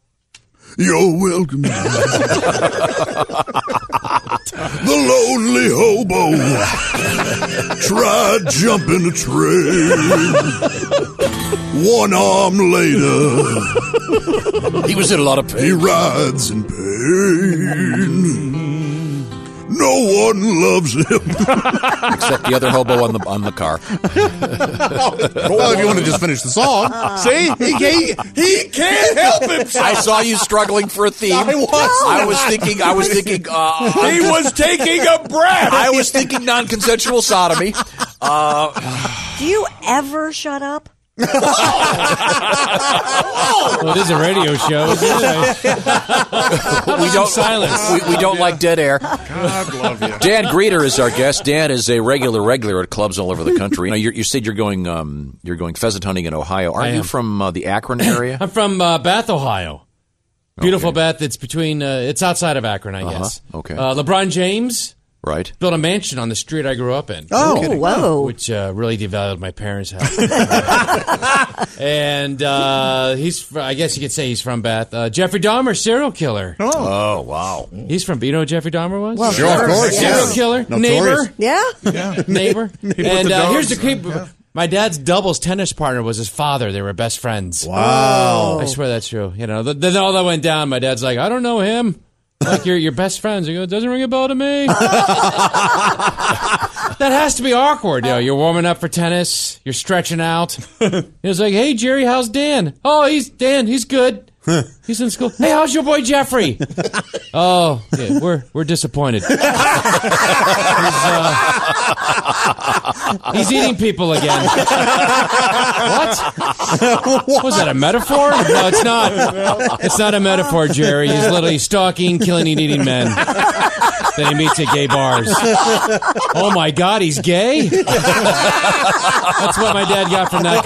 Speaker 14: You're welcome.
Speaker 19: The lonely hobo tried jumping a train. One arm later,
Speaker 5: he was in a lot of pain.
Speaker 19: He rides in pain. No one loves him.
Speaker 5: Except the other hobo on the on the car.
Speaker 7: well, if you want to just finish the song, Ah. see, he, he, he can't help himself.
Speaker 5: I saw you struggling for a theme.
Speaker 7: I was
Speaker 5: I was
Speaker 7: not.
Speaker 5: thinking. I was thinking. Uh,
Speaker 16: He was taking a breath.
Speaker 5: I was thinking non-consensual sodomy. Uh,
Speaker 6: Do you ever shut up?
Speaker 18: Well, it is a radio show.
Speaker 5: we don't
Speaker 18: silence.
Speaker 5: We, we don't like dead air.
Speaker 16: God love you.
Speaker 5: Dan Greeter is our guest. Dan is a regular regular at clubs all over the country. Now, you're, you said you're going um, you're going pheasant hunting in Ohio. Aren't
Speaker 18: I
Speaker 5: you
Speaker 18: am.
Speaker 5: from uh, the Akron area?
Speaker 18: I'm from uh, Bath, Ohio. Beautiful Bath. It's between. Uh, it's outside of Akron, I
Speaker 5: Uh-huh.
Speaker 18: guess.
Speaker 5: Okay.
Speaker 18: Uh, LeBron James
Speaker 5: right.
Speaker 18: built a mansion on the street I grew up in.
Speaker 6: Oh, No kidding. whoa.
Speaker 18: Which uh, really devalued my parents' house. and uh, he's. fr- I guess you could say he's from Bath. Uh, Jeffrey Dahmer, serial killer.
Speaker 5: Oh, wow.
Speaker 18: He's from. You know who Jeffrey Dahmer was?
Speaker 6: Well, Sure, of sure. course,
Speaker 18: Serial
Speaker 6: yeah.
Speaker 18: killer.
Speaker 6: Notorious.
Speaker 18: Neighbor.
Speaker 6: Yeah?
Speaker 18: Neighbor.
Speaker 6: Neighbor with
Speaker 18: and
Speaker 6: the
Speaker 18: uh, here's
Speaker 6: dogs.
Speaker 18: the creep. My dad's doubles tennis partner was his father. They were best friends.
Speaker 6: Wow.
Speaker 18: I swear that's true. You know, th- then all that went down. My dad's like, I don't know him. Like your your best friends. You go, doesn't ring a bell to me. that has to be awkward. You know, you're warming up for tennis. You're stretching out. He's like, Hey Jerry, how's Dan? Oh, he's Dan. He's good. He's in school. Hey, how's your boy Jeffrey? oh, yeah, we're we're disappointed. he's, uh, he's eating people again. what? Was that a metaphor? No, it's not. It's not a metaphor, Jerry. He's literally stalking, killing, and eating men that he meets at gay bars. Oh my God, he's gay. That's what my dad got from that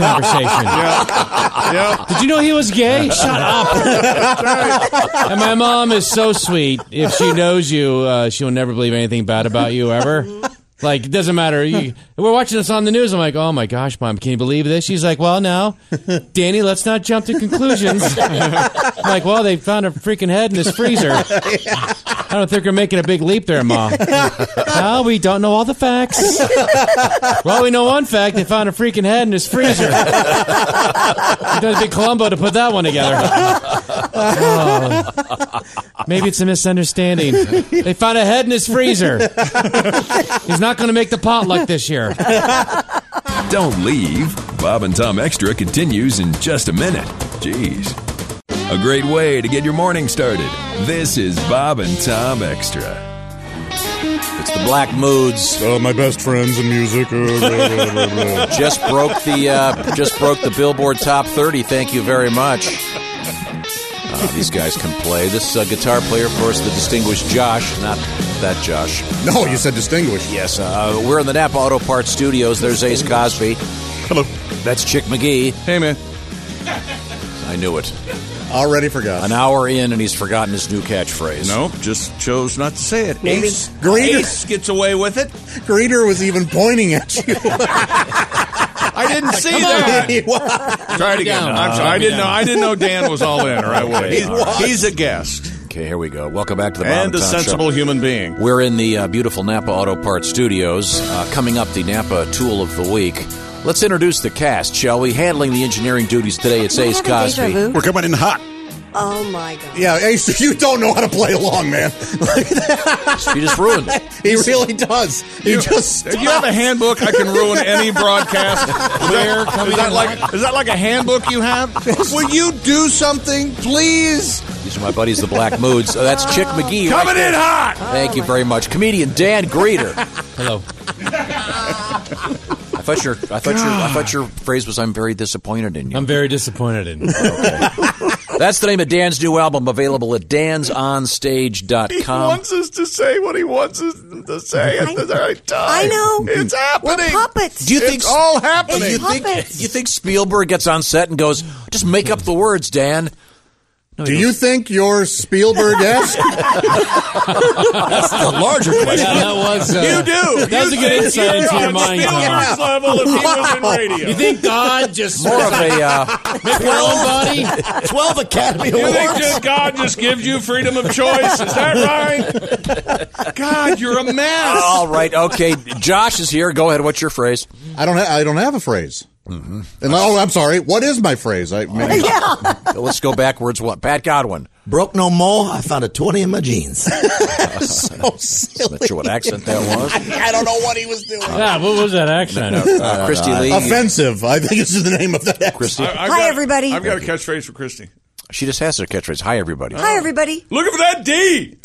Speaker 18: conversation. Did you know he was gay? Shut up. and my mom is so sweet. If she knows you, uh, she'll never believe anything bad about you ever. Like it doesn't matter. You, we're watching this on the news. I'm like, oh my gosh, mom, can you believe this? She's like, well, no, Danny, let's not jump to conclusions. I'm like, well, they found a freaking head in this freezer. I don't think we're making a big leap there, mom. well, we don't know all the facts. well, we know one fact: they found a freaking head in this freezer. it does be Columbo to put that one together. Oh. maybe it's a misunderstanding. They found a head in his freezer. He's not going to make the potluck this year.
Speaker 17: Don't leave. Bob and Tom Extra continues in just a minute. Jeez. A great way to get your morning started. This is Bob and Tom Extra.
Speaker 5: It's the Black Moods.
Speaker 7: Uh, my best friends in music. uh, blah, blah, blah, blah.
Speaker 5: just broke the uh, just broke the Billboard Top 30. Thank you very much. Uh, these guys can play. This uh, guitar player, of course, the distinguished Josh, not that Josh.
Speaker 7: No, you said distinguished.
Speaker 5: Yes, uh, we're in the Napa Auto Parts Studios. There's Ace Cosby. Hello. That's Chick McGee.
Speaker 16: Hey, man.
Speaker 5: I knew it.
Speaker 7: Already forgot.
Speaker 5: An hour in, and he's forgotten his new catchphrase.
Speaker 4: Nope, just chose not to say it.
Speaker 7: Maybe.
Speaker 4: Ace,
Speaker 7: Greeter.
Speaker 4: Ace gets away with it.
Speaker 7: Greeter was even pointing at you.
Speaker 4: I didn't see
Speaker 7: Come
Speaker 4: that.
Speaker 7: on.
Speaker 4: Try it again.
Speaker 5: Down.
Speaker 4: I'm sorry. I didn't know. I didn't know Dan was all in right away.
Speaker 5: He was.
Speaker 4: He's a guest
Speaker 5: Okay, here we go. Welcome back to the Bob
Speaker 4: and a
Speaker 5: Tom Show.
Speaker 4: sensible human being.
Speaker 5: We're in the uh, beautiful Napa Auto Parts Studios. Uh, coming up, the Napa Tool of the Week. Let's introduce the cast, shall we? Handling the engineering duties today, it's
Speaker 6: Am I
Speaker 5: Ace
Speaker 6: having deja vu?
Speaker 5: Cosby.
Speaker 6: We're
Speaker 5: coming in hot.
Speaker 6: Oh my god.
Speaker 7: yeah, Ace, you don't know how to play along, man.
Speaker 5: He just ruined it.
Speaker 7: He really does. He just.
Speaker 4: Do you have a handbook? I can ruin any broadcast. Where is that like? Is that like a handbook you have?
Speaker 7: Will you do something, please?
Speaker 5: These are my buddies, the Black Moods. Uh, that's Chick McGee. right
Speaker 4: Oh. Coming
Speaker 5: there.
Speaker 4: in hot.
Speaker 5: Thank you very much. Comedian Dan Greeter. Hello. I thought your I thought your I thought your phrase was I'm very disappointed in you.
Speaker 18: I'm very disappointed in.
Speaker 5: That's the name of Dan's new album available at
Speaker 4: He
Speaker 5: dansonstage.com.
Speaker 4: wants us to say what he wants us to say at the right time.
Speaker 6: I know.
Speaker 4: It's
Speaker 6: We're
Speaker 4: happening.
Speaker 6: puppets.
Speaker 5: Do you think
Speaker 4: It's all happening.
Speaker 5: you
Speaker 6: It's
Speaker 5: think
Speaker 6: puppets.
Speaker 5: you think Spielberg gets on set and goes, "Just make up the words, Dan." No,
Speaker 7: Do
Speaker 5: he
Speaker 7: you
Speaker 5: goes,
Speaker 7: think you're Spielberg esque?
Speaker 5: That's the larger question.
Speaker 18: Yeah, that was. Uh,
Speaker 4: You do.
Speaker 18: That's
Speaker 4: You
Speaker 18: a good
Speaker 4: think
Speaker 18: insight
Speaker 4: you're
Speaker 18: into your
Speaker 4: on
Speaker 18: mind. Tom.
Speaker 4: Spielberg's level if he was in radio.
Speaker 18: You think God just
Speaker 5: More of a uh,
Speaker 18: Make your own body?
Speaker 14: 12 Academy
Speaker 4: You think
Speaker 14: Awards.
Speaker 4: just God just gives you freedom of choice? Is that right? God, you're a mess.
Speaker 5: all right, okay. Josh is here. Go ahead. What's your phrase?
Speaker 7: I don't. Ha- I don't have a phrase. And, oh, I'm sorry. What is my phrase? I maybe-
Speaker 5: Let's go backwards. What? Pat Godwin.
Speaker 14: Broke no more. I found a 20 in my jeans.
Speaker 7: so silly.
Speaker 5: Not sure what accent that was.
Speaker 7: I don't know what he was doing.
Speaker 18: Yeah, what was that accent?
Speaker 5: Uh, Christy Lee.
Speaker 7: Offensive. I think is the name of that.
Speaker 5: Christy.
Speaker 4: I've
Speaker 6: Hi,
Speaker 4: got-
Speaker 6: everybody.
Speaker 4: I've got a catchphrase for Christy.
Speaker 5: She just has her catchphrase. Hi, everybody.
Speaker 6: Hi everybody.
Speaker 4: Looking for that D.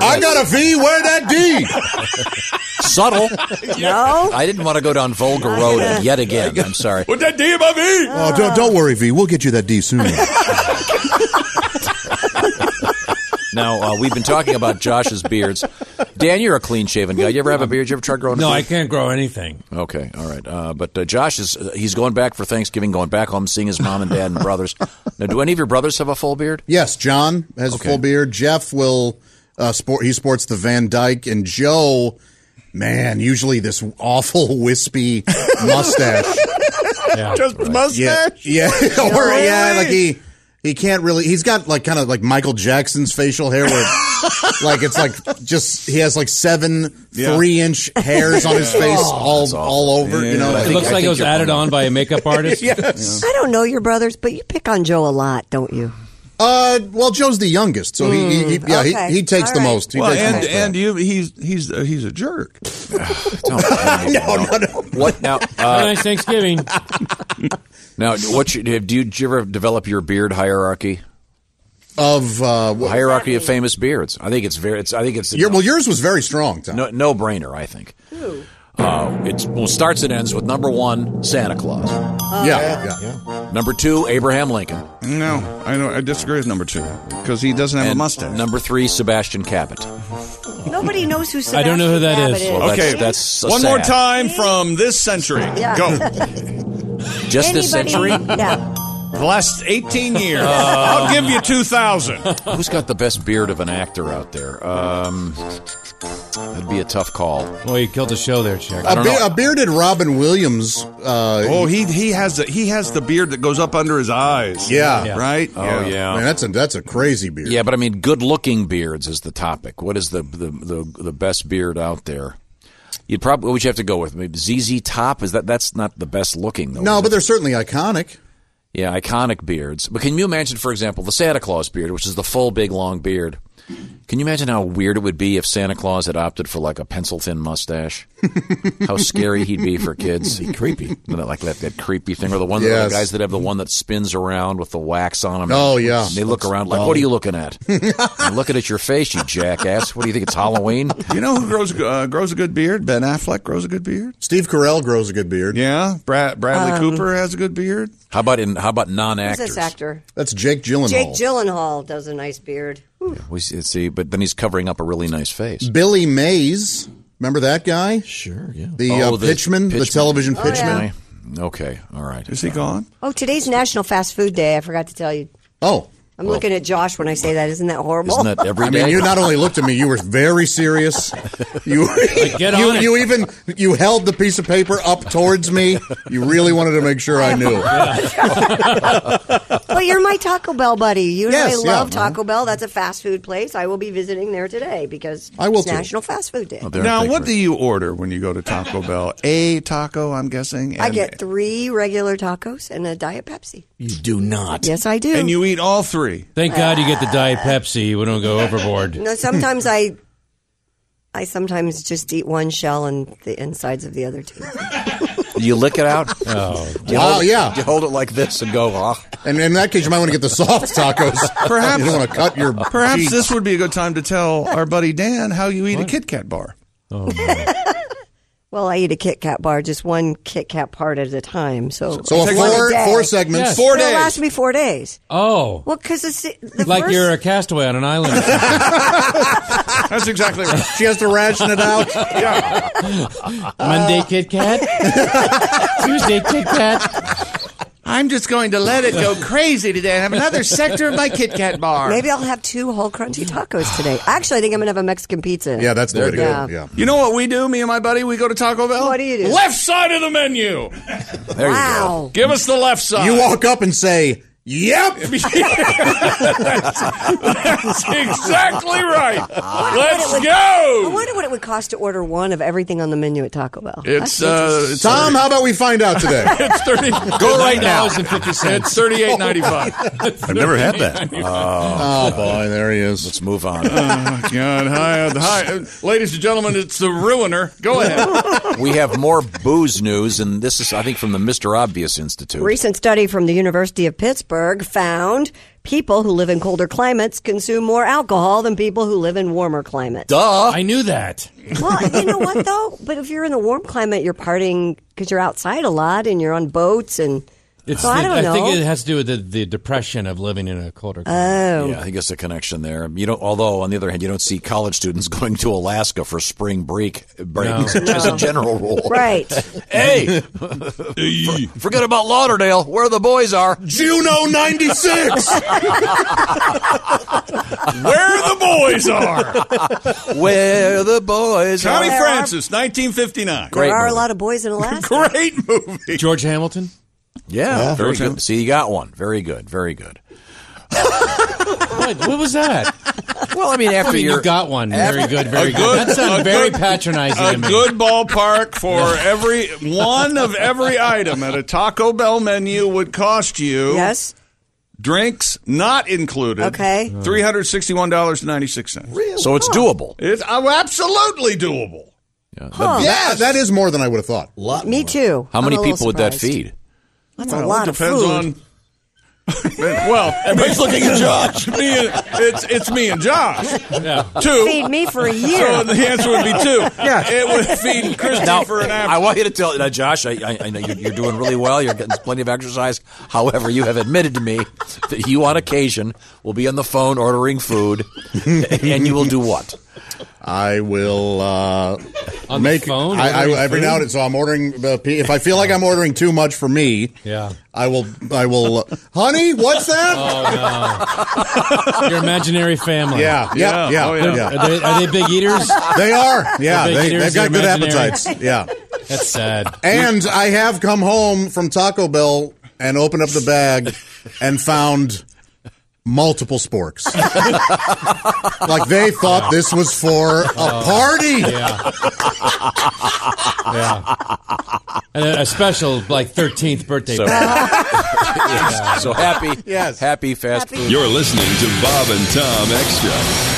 Speaker 7: I got a V. Where that D?
Speaker 5: Subtle.
Speaker 6: No.
Speaker 5: I didn't want to go down vulgar road yet again. I'm sorry.
Speaker 4: What that D in my V?
Speaker 7: Oh, don't, don't worry, V. We'll get you that D soon.
Speaker 5: Now uh, we've been talking about Josh's beards. Dan, you're a clean-shaven guy. You ever have a beard? You ever try growing?
Speaker 18: No,
Speaker 5: a
Speaker 18: I
Speaker 5: beard?
Speaker 18: can't grow anything.
Speaker 5: Okay, all right. Uh, but uh, Josh is—he's going back for Thanksgiving, going back home, seeing his mom and dad and brothers. Now, do any of your brothers have a full beard?
Speaker 7: yes, John has
Speaker 5: Okay.
Speaker 7: a full beard. Jeff will uh, sport. He sports the Van Dyke, and Joe, man, usually this awful wispy mustache.
Speaker 4: Just
Speaker 7: yeah,
Speaker 4: mustache.
Speaker 7: yeah, or yeah,
Speaker 4: Really?
Speaker 7: like he he can't really. He's got like kind of like Michael Jackson's facial hair, where like it's like just he has like seven
Speaker 4: Yeah. Oh.
Speaker 7: three inch hairs on his face all
Speaker 5: awful.
Speaker 7: all over. You know,
Speaker 5: Yeah.
Speaker 7: I
Speaker 5: It
Speaker 7: think-
Speaker 18: It
Speaker 5: I think
Speaker 18: looks like
Speaker 17: think
Speaker 18: it was
Speaker 17: you're
Speaker 18: added on by a makeup artist.
Speaker 7: Yes.
Speaker 6: I don't know your brothers, but you pick on Joe a lot, don't you?
Speaker 7: Uh, well, Joe's the youngest, so he, he, he yeah
Speaker 6: Mm, Okay.
Speaker 7: he, he takes
Speaker 6: All
Speaker 7: the
Speaker 6: right.
Speaker 7: most. He
Speaker 4: Well,
Speaker 7: takes
Speaker 4: and
Speaker 7: the most.
Speaker 4: and you, he's he's uh, he's a jerk.
Speaker 5: No, no, no, What now?
Speaker 18: Very
Speaker 5: Uh,
Speaker 18: nice Thanksgiving.
Speaker 5: now, what you, have, do you, did you ever develop your beard hierarchy?
Speaker 7: of uh, wh-
Speaker 5: Hierarchy of famous beards. I think it's very. It's, I think it's.
Speaker 7: your, well, yours was very strong, Tom.
Speaker 5: No, no brainer, I think. Uh, it well, starts and ends with number one, Santa Claus.
Speaker 14: Oh.
Speaker 7: yeah,
Speaker 5: Uh,
Speaker 7: yeah,
Speaker 5: Number two, Abraham Lincoln.
Speaker 4: No, I don't, I disagree with number two because he doesn't have
Speaker 5: And
Speaker 4: a mustache.
Speaker 5: Number three, Sebastian Cabot.
Speaker 6: Nobody knows who Sebastian
Speaker 18: I don't know who that
Speaker 6: Abbott
Speaker 18: is.
Speaker 5: Well,
Speaker 4: okay,
Speaker 5: that's, that's so
Speaker 4: one more
Speaker 5: sad.
Speaker 4: time from this century.
Speaker 6: Yeah.
Speaker 4: Go.
Speaker 5: Just this
Speaker 6: Anybody-
Speaker 5: century.
Speaker 6: Yeah.
Speaker 2: the last 18 years.
Speaker 5: Um,
Speaker 2: I'll give you 2,000.
Speaker 5: Who's got the best beard of an actor out there? Um, that'd be a tough call.
Speaker 18: Well, you killed the show there, Chick.
Speaker 7: A, be- a bearded Robin Williams. Uh,
Speaker 4: Oh, he he has the, he has the beard that goes up under his eyes.
Speaker 7: Yeah.
Speaker 4: right.
Speaker 5: Oh yeah,
Speaker 7: Man, that's a that's a crazy beard.
Speaker 5: Yeah, but I mean, good-looking beards is the topic. What is the the the, the best beard out there? You'd probably what would you have to go with maybe ZZ Top. Is that that's not the best looking though?
Speaker 7: No, but they're certainly iconic.
Speaker 5: Yeah, iconic beards. But can you imagine, for example, the Santa Claus beard, which is the full big long beard? Can you imagine how weird it would be if Santa Claus had opted for like a pencil thin mustache? how scary he'd be for kids. He'd creepy, You know, like that, that creepy thing, or the one
Speaker 7: Yes.
Speaker 5: the guys that have the one that spins around with the wax on them.
Speaker 7: Oh, yeah.
Speaker 5: they look around like,
Speaker 7: dumb.
Speaker 5: "What are you looking at? I'm looking at your face, you jackass. What do you think it's Halloween?"
Speaker 4: You know who grows a- uh, grows a good beard? Ben Affleck grows a good beard.
Speaker 7: Steve Carell grows a good beard.
Speaker 4: Yeah, Brad, Bradley
Speaker 6: Um,
Speaker 4: Cooper has a good beard.
Speaker 5: How about in how about non
Speaker 6: Who's this actor?
Speaker 7: That's Jake Gyllenhaal.
Speaker 6: Jake Gyllenhaal does a nice beard. Whew.
Speaker 5: We see, see, but then he's covering up a really nice face.
Speaker 7: Billy Mays. Remember that guy? Sure, yeah. The,
Speaker 5: Oh,
Speaker 7: uh, pitchman, the television
Speaker 6: Oh,
Speaker 7: pitchman.
Speaker 5: Okay, all right.
Speaker 4: Is he gone?
Speaker 6: Oh, today's National Fast Food Day. I forgot to tell you.
Speaker 7: Oh.
Speaker 6: I'm
Speaker 7: Well.
Speaker 6: looking at Josh when I say that. Isn't that horrible?
Speaker 7: I mean, you not only looked at me, you were very serious. You,
Speaker 6: get
Speaker 7: you,
Speaker 6: on it.
Speaker 7: you even you held the piece of paper up towards me. You really wanted to make sure I knew.
Speaker 6: well, you're my Taco Bell buddy. You know
Speaker 7: Yes,
Speaker 6: I
Speaker 7: yeah,
Speaker 6: love
Speaker 7: mhm.
Speaker 6: Taco Bell. That's a fast food place. I will be visiting there today because
Speaker 7: I will
Speaker 6: it's
Speaker 4: too.
Speaker 6: National Fast Food Day.
Speaker 4: now, what do you order when you go to Taco Bell? A taco, I'm guessing.
Speaker 6: I
Speaker 4: and-
Speaker 6: get three regular tacos and a Diet Pepsi.
Speaker 4: You do not.
Speaker 6: Yes, I do.
Speaker 4: And you eat all three.
Speaker 18: Thank God you get the Diet Pepsi. We don't go overboard.
Speaker 6: No, sometimes I, I sometimes just eat one shell and the insides of the other two.
Speaker 5: You lick it out.
Speaker 18: Oh,
Speaker 5: Do you
Speaker 7: Wow,
Speaker 5: hold it-
Speaker 7: yeah.
Speaker 5: do You hold it like this and go, "Ah."
Speaker 7: And in that case, you might want to get the soft tacos.
Speaker 4: Perhaps
Speaker 7: you don't want to cut your.
Speaker 4: Perhaps
Speaker 7: cheeks.
Speaker 4: this would be a good time to tell our buddy Dan how you eat a Kit Kat bar.
Speaker 6: Well, I eat a Kit Kat bar, just one Kit Kat part at a time. So,
Speaker 7: So
Speaker 6: It's
Speaker 7: four-
Speaker 6: one a day.
Speaker 7: four segments. Yes. Four
Speaker 6: It'll
Speaker 7: days.
Speaker 6: last me four days.
Speaker 18: Oh.
Speaker 6: Well, because the
Speaker 18: like
Speaker 6: first,
Speaker 18: you're a castaway on an island.
Speaker 4: That's exactly right.
Speaker 7: She has to ration it out.
Speaker 18: Monday Kit Kat, Tuesday Kit Kat.
Speaker 4: I'm just going to let it go crazy today and have another sector of my Kit Kat bar.
Speaker 6: Maybe I'll have two whole crunchy tacos today. Actually, I think I'm gonna have a Mexican pizza.
Speaker 7: Yeah, that's the way to go. Yeah.
Speaker 4: You know what we do, me and my buddy? We go to Taco Bell. What do
Speaker 6: you do?
Speaker 4: Left side of the menu.
Speaker 5: There
Speaker 4: you go. Give us the left side.
Speaker 7: You walk up and say, "Yep."
Speaker 4: That's exactly right. Let's
Speaker 6: I
Speaker 4: go.
Speaker 6: wonder what it would cost to order one of everything on the menu at Taco Bell.
Speaker 4: It's uh, it's
Speaker 7: Tom, how about we find out today?
Speaker 4: it's thirty. Go right now. It's thirty-eight ninety-five.
Speaker 7: I've never had that. Oh, boy, there he is.
Speaker 5: Let's move on.
Speaker 18: Uh-huh.
Speaker 4: Oh God! Hi, hi, uh, ladies and gentlemen. It's the ruiner. Go ahead.
Speaker 5: we have more booze news, and this is, I think, from the Mr. Obvious Institute.
Speaker 6: Recent study from the University of Pittsburgh found people who live in colder climates consume more alcohol than people who live in warmer climates.
Speaker 18: Duh. I knew that.
Speaker 6: Well, you know what though? But if you're in the warm climate, you're partying because you're outside a lot and you're on boats and. so I
Speaker 18: the-
Speaker 6: don't know.
Speaker 18: think it has to do with the, the depression of living in a colder
Speaker 6: Oh.
Speaker 5: Yeah, I think it's a connection there. You don't. Although, on the other hand, you don't see college students going to Alaska for spring break. break
Speaker 18: No.
Speaker 5: as
Speaker 18: No.
Speaker 5: a general rule,
Speaker 6: Right.
Speaker 5: hey, for- forget about Lauderdale, where the boys are.
Speaker 7: Juno '96.
Speaker 4: Where the boys
Speaker 5: are. Where the boys
Speaker 4: Tommy
Speaker 6: There are-
Speaker 4: Francis, 1959.
Speaker 6: there are a lot of boys in Alaska.
Speaker 4: Great movie.
Speaker 18: George Hamilton.
Speaker 5: Yeah,
Speaker 18: Yeah.
Speaker 5: very
Speaker 18: Georgia.
Speaker 5: good. See, you got one. Very good. Very good.
Speaker 18: what, what was that?
Speaker 5: Well, I mean, after
Speaker 18: I mean, you
Speaker 5: you're-
Speaker 18: got one, very
Speaker 5: After-
Speaker 18: good, very
Speaker 5: A
Speaker 18: good.
Speaker 5: good-
Speaker 18: That sounded
Speaker 5: a
Speaker 18: very
Speaker 5: good-
Speaker 18: patronizing
Speaker 4: A
Speaker 18: to me.
Speaker 4: good ballpark for every one of every item at a Taco Bell menu would cost you.
Speaker 6: Yes.
Speaker 4: Drinks not included.
Speaker 6: Okay.
Speaker 4: Three hundred sixty-one dollars and ninety-six cents. Really?
Speaker 5: So it's doable.
Speaker 4: It's uh, absolutely doable.
Speaker 6: Huh.
Speaker 7: Yeah, that is more than I would have thought.
Speaker 6: Me too.
Speaker 5: How
Speaker 6: I'm
Speaker 5: many
Speaker 6: a little
Speaker 5: people would that
Speaker 6: surprised.
Speaker 5: feed?
Speaker 6: That's
Speaker 4: Well,
Speaker 6: a lot
Speaker 4: it
Speaker 6: of
Speaker 4: depends
Speaker 6: food.
Speaker 4: on. well, everybody's
Speaker 5: looking at Josh.
Speaker 4: me and, it's it's me and Josh. Two.
Speaker 6: Feed me for a year.
Speaker 4: So the answer would be two. Yeah. It would feed Christy
Speaker 5: Now,
Speaker 4: for an
Speaker 5: I
Speaker 4: hour.
Speaker 5: want you to tell now, Josh. I, I, I know you're, you're doing really well. You're getting plenty of exercise. However, you have admitted to me that you, on occasion, will be on the phone ordering food, and you will do what?
Speaker 7: I will uh,
Speaker 18: On the
Speaker 7: make
Speaker 18: phone,
Speaker 7: I,
Speaker 18: ordering
Speaker 7: I, every now and
Speaker 18: food?
Speaker 7: then. So I'm ordering. The, pe- if I feel like I'm ordering too much for me,
Speaker 18: Yeah.
Speaker 7: I will. I will. uh, Honey, what's that?
Speaker 18: Oh no! Your imaginary family.
Speaker 7: Yeah, yeah, yeah, Oh, yeah. yeah.
Speaker 18: Are, they, are they big eaters?
Speaker 7: They are. Yeah,
Speaker 18: They're big
Speaker 7: they,
Speaker 18: eaters,
Speaker 7: they've got
Speaker 18: they're
Speaker 7: good
Speaker 18: imaginary.
Speaker 7: appetites. Yeah.
Speaker 18: That's sad.
Speaker 7: And I have come home from Taco Bell and opened up the bag and found multiple sporks. like they thought this was for a
Speaker 18: Oh,
Speaker 7: party.
Speaker 18: yeah. And a, a special like 13th birthday.
Speaker 5: So-
Speaker 18: party.
Speaker 5: So happy,
Speaker 7: yes.
Speaker 5: happy fast food.
Speaker 17: You're listening to Bob and Tom Extra.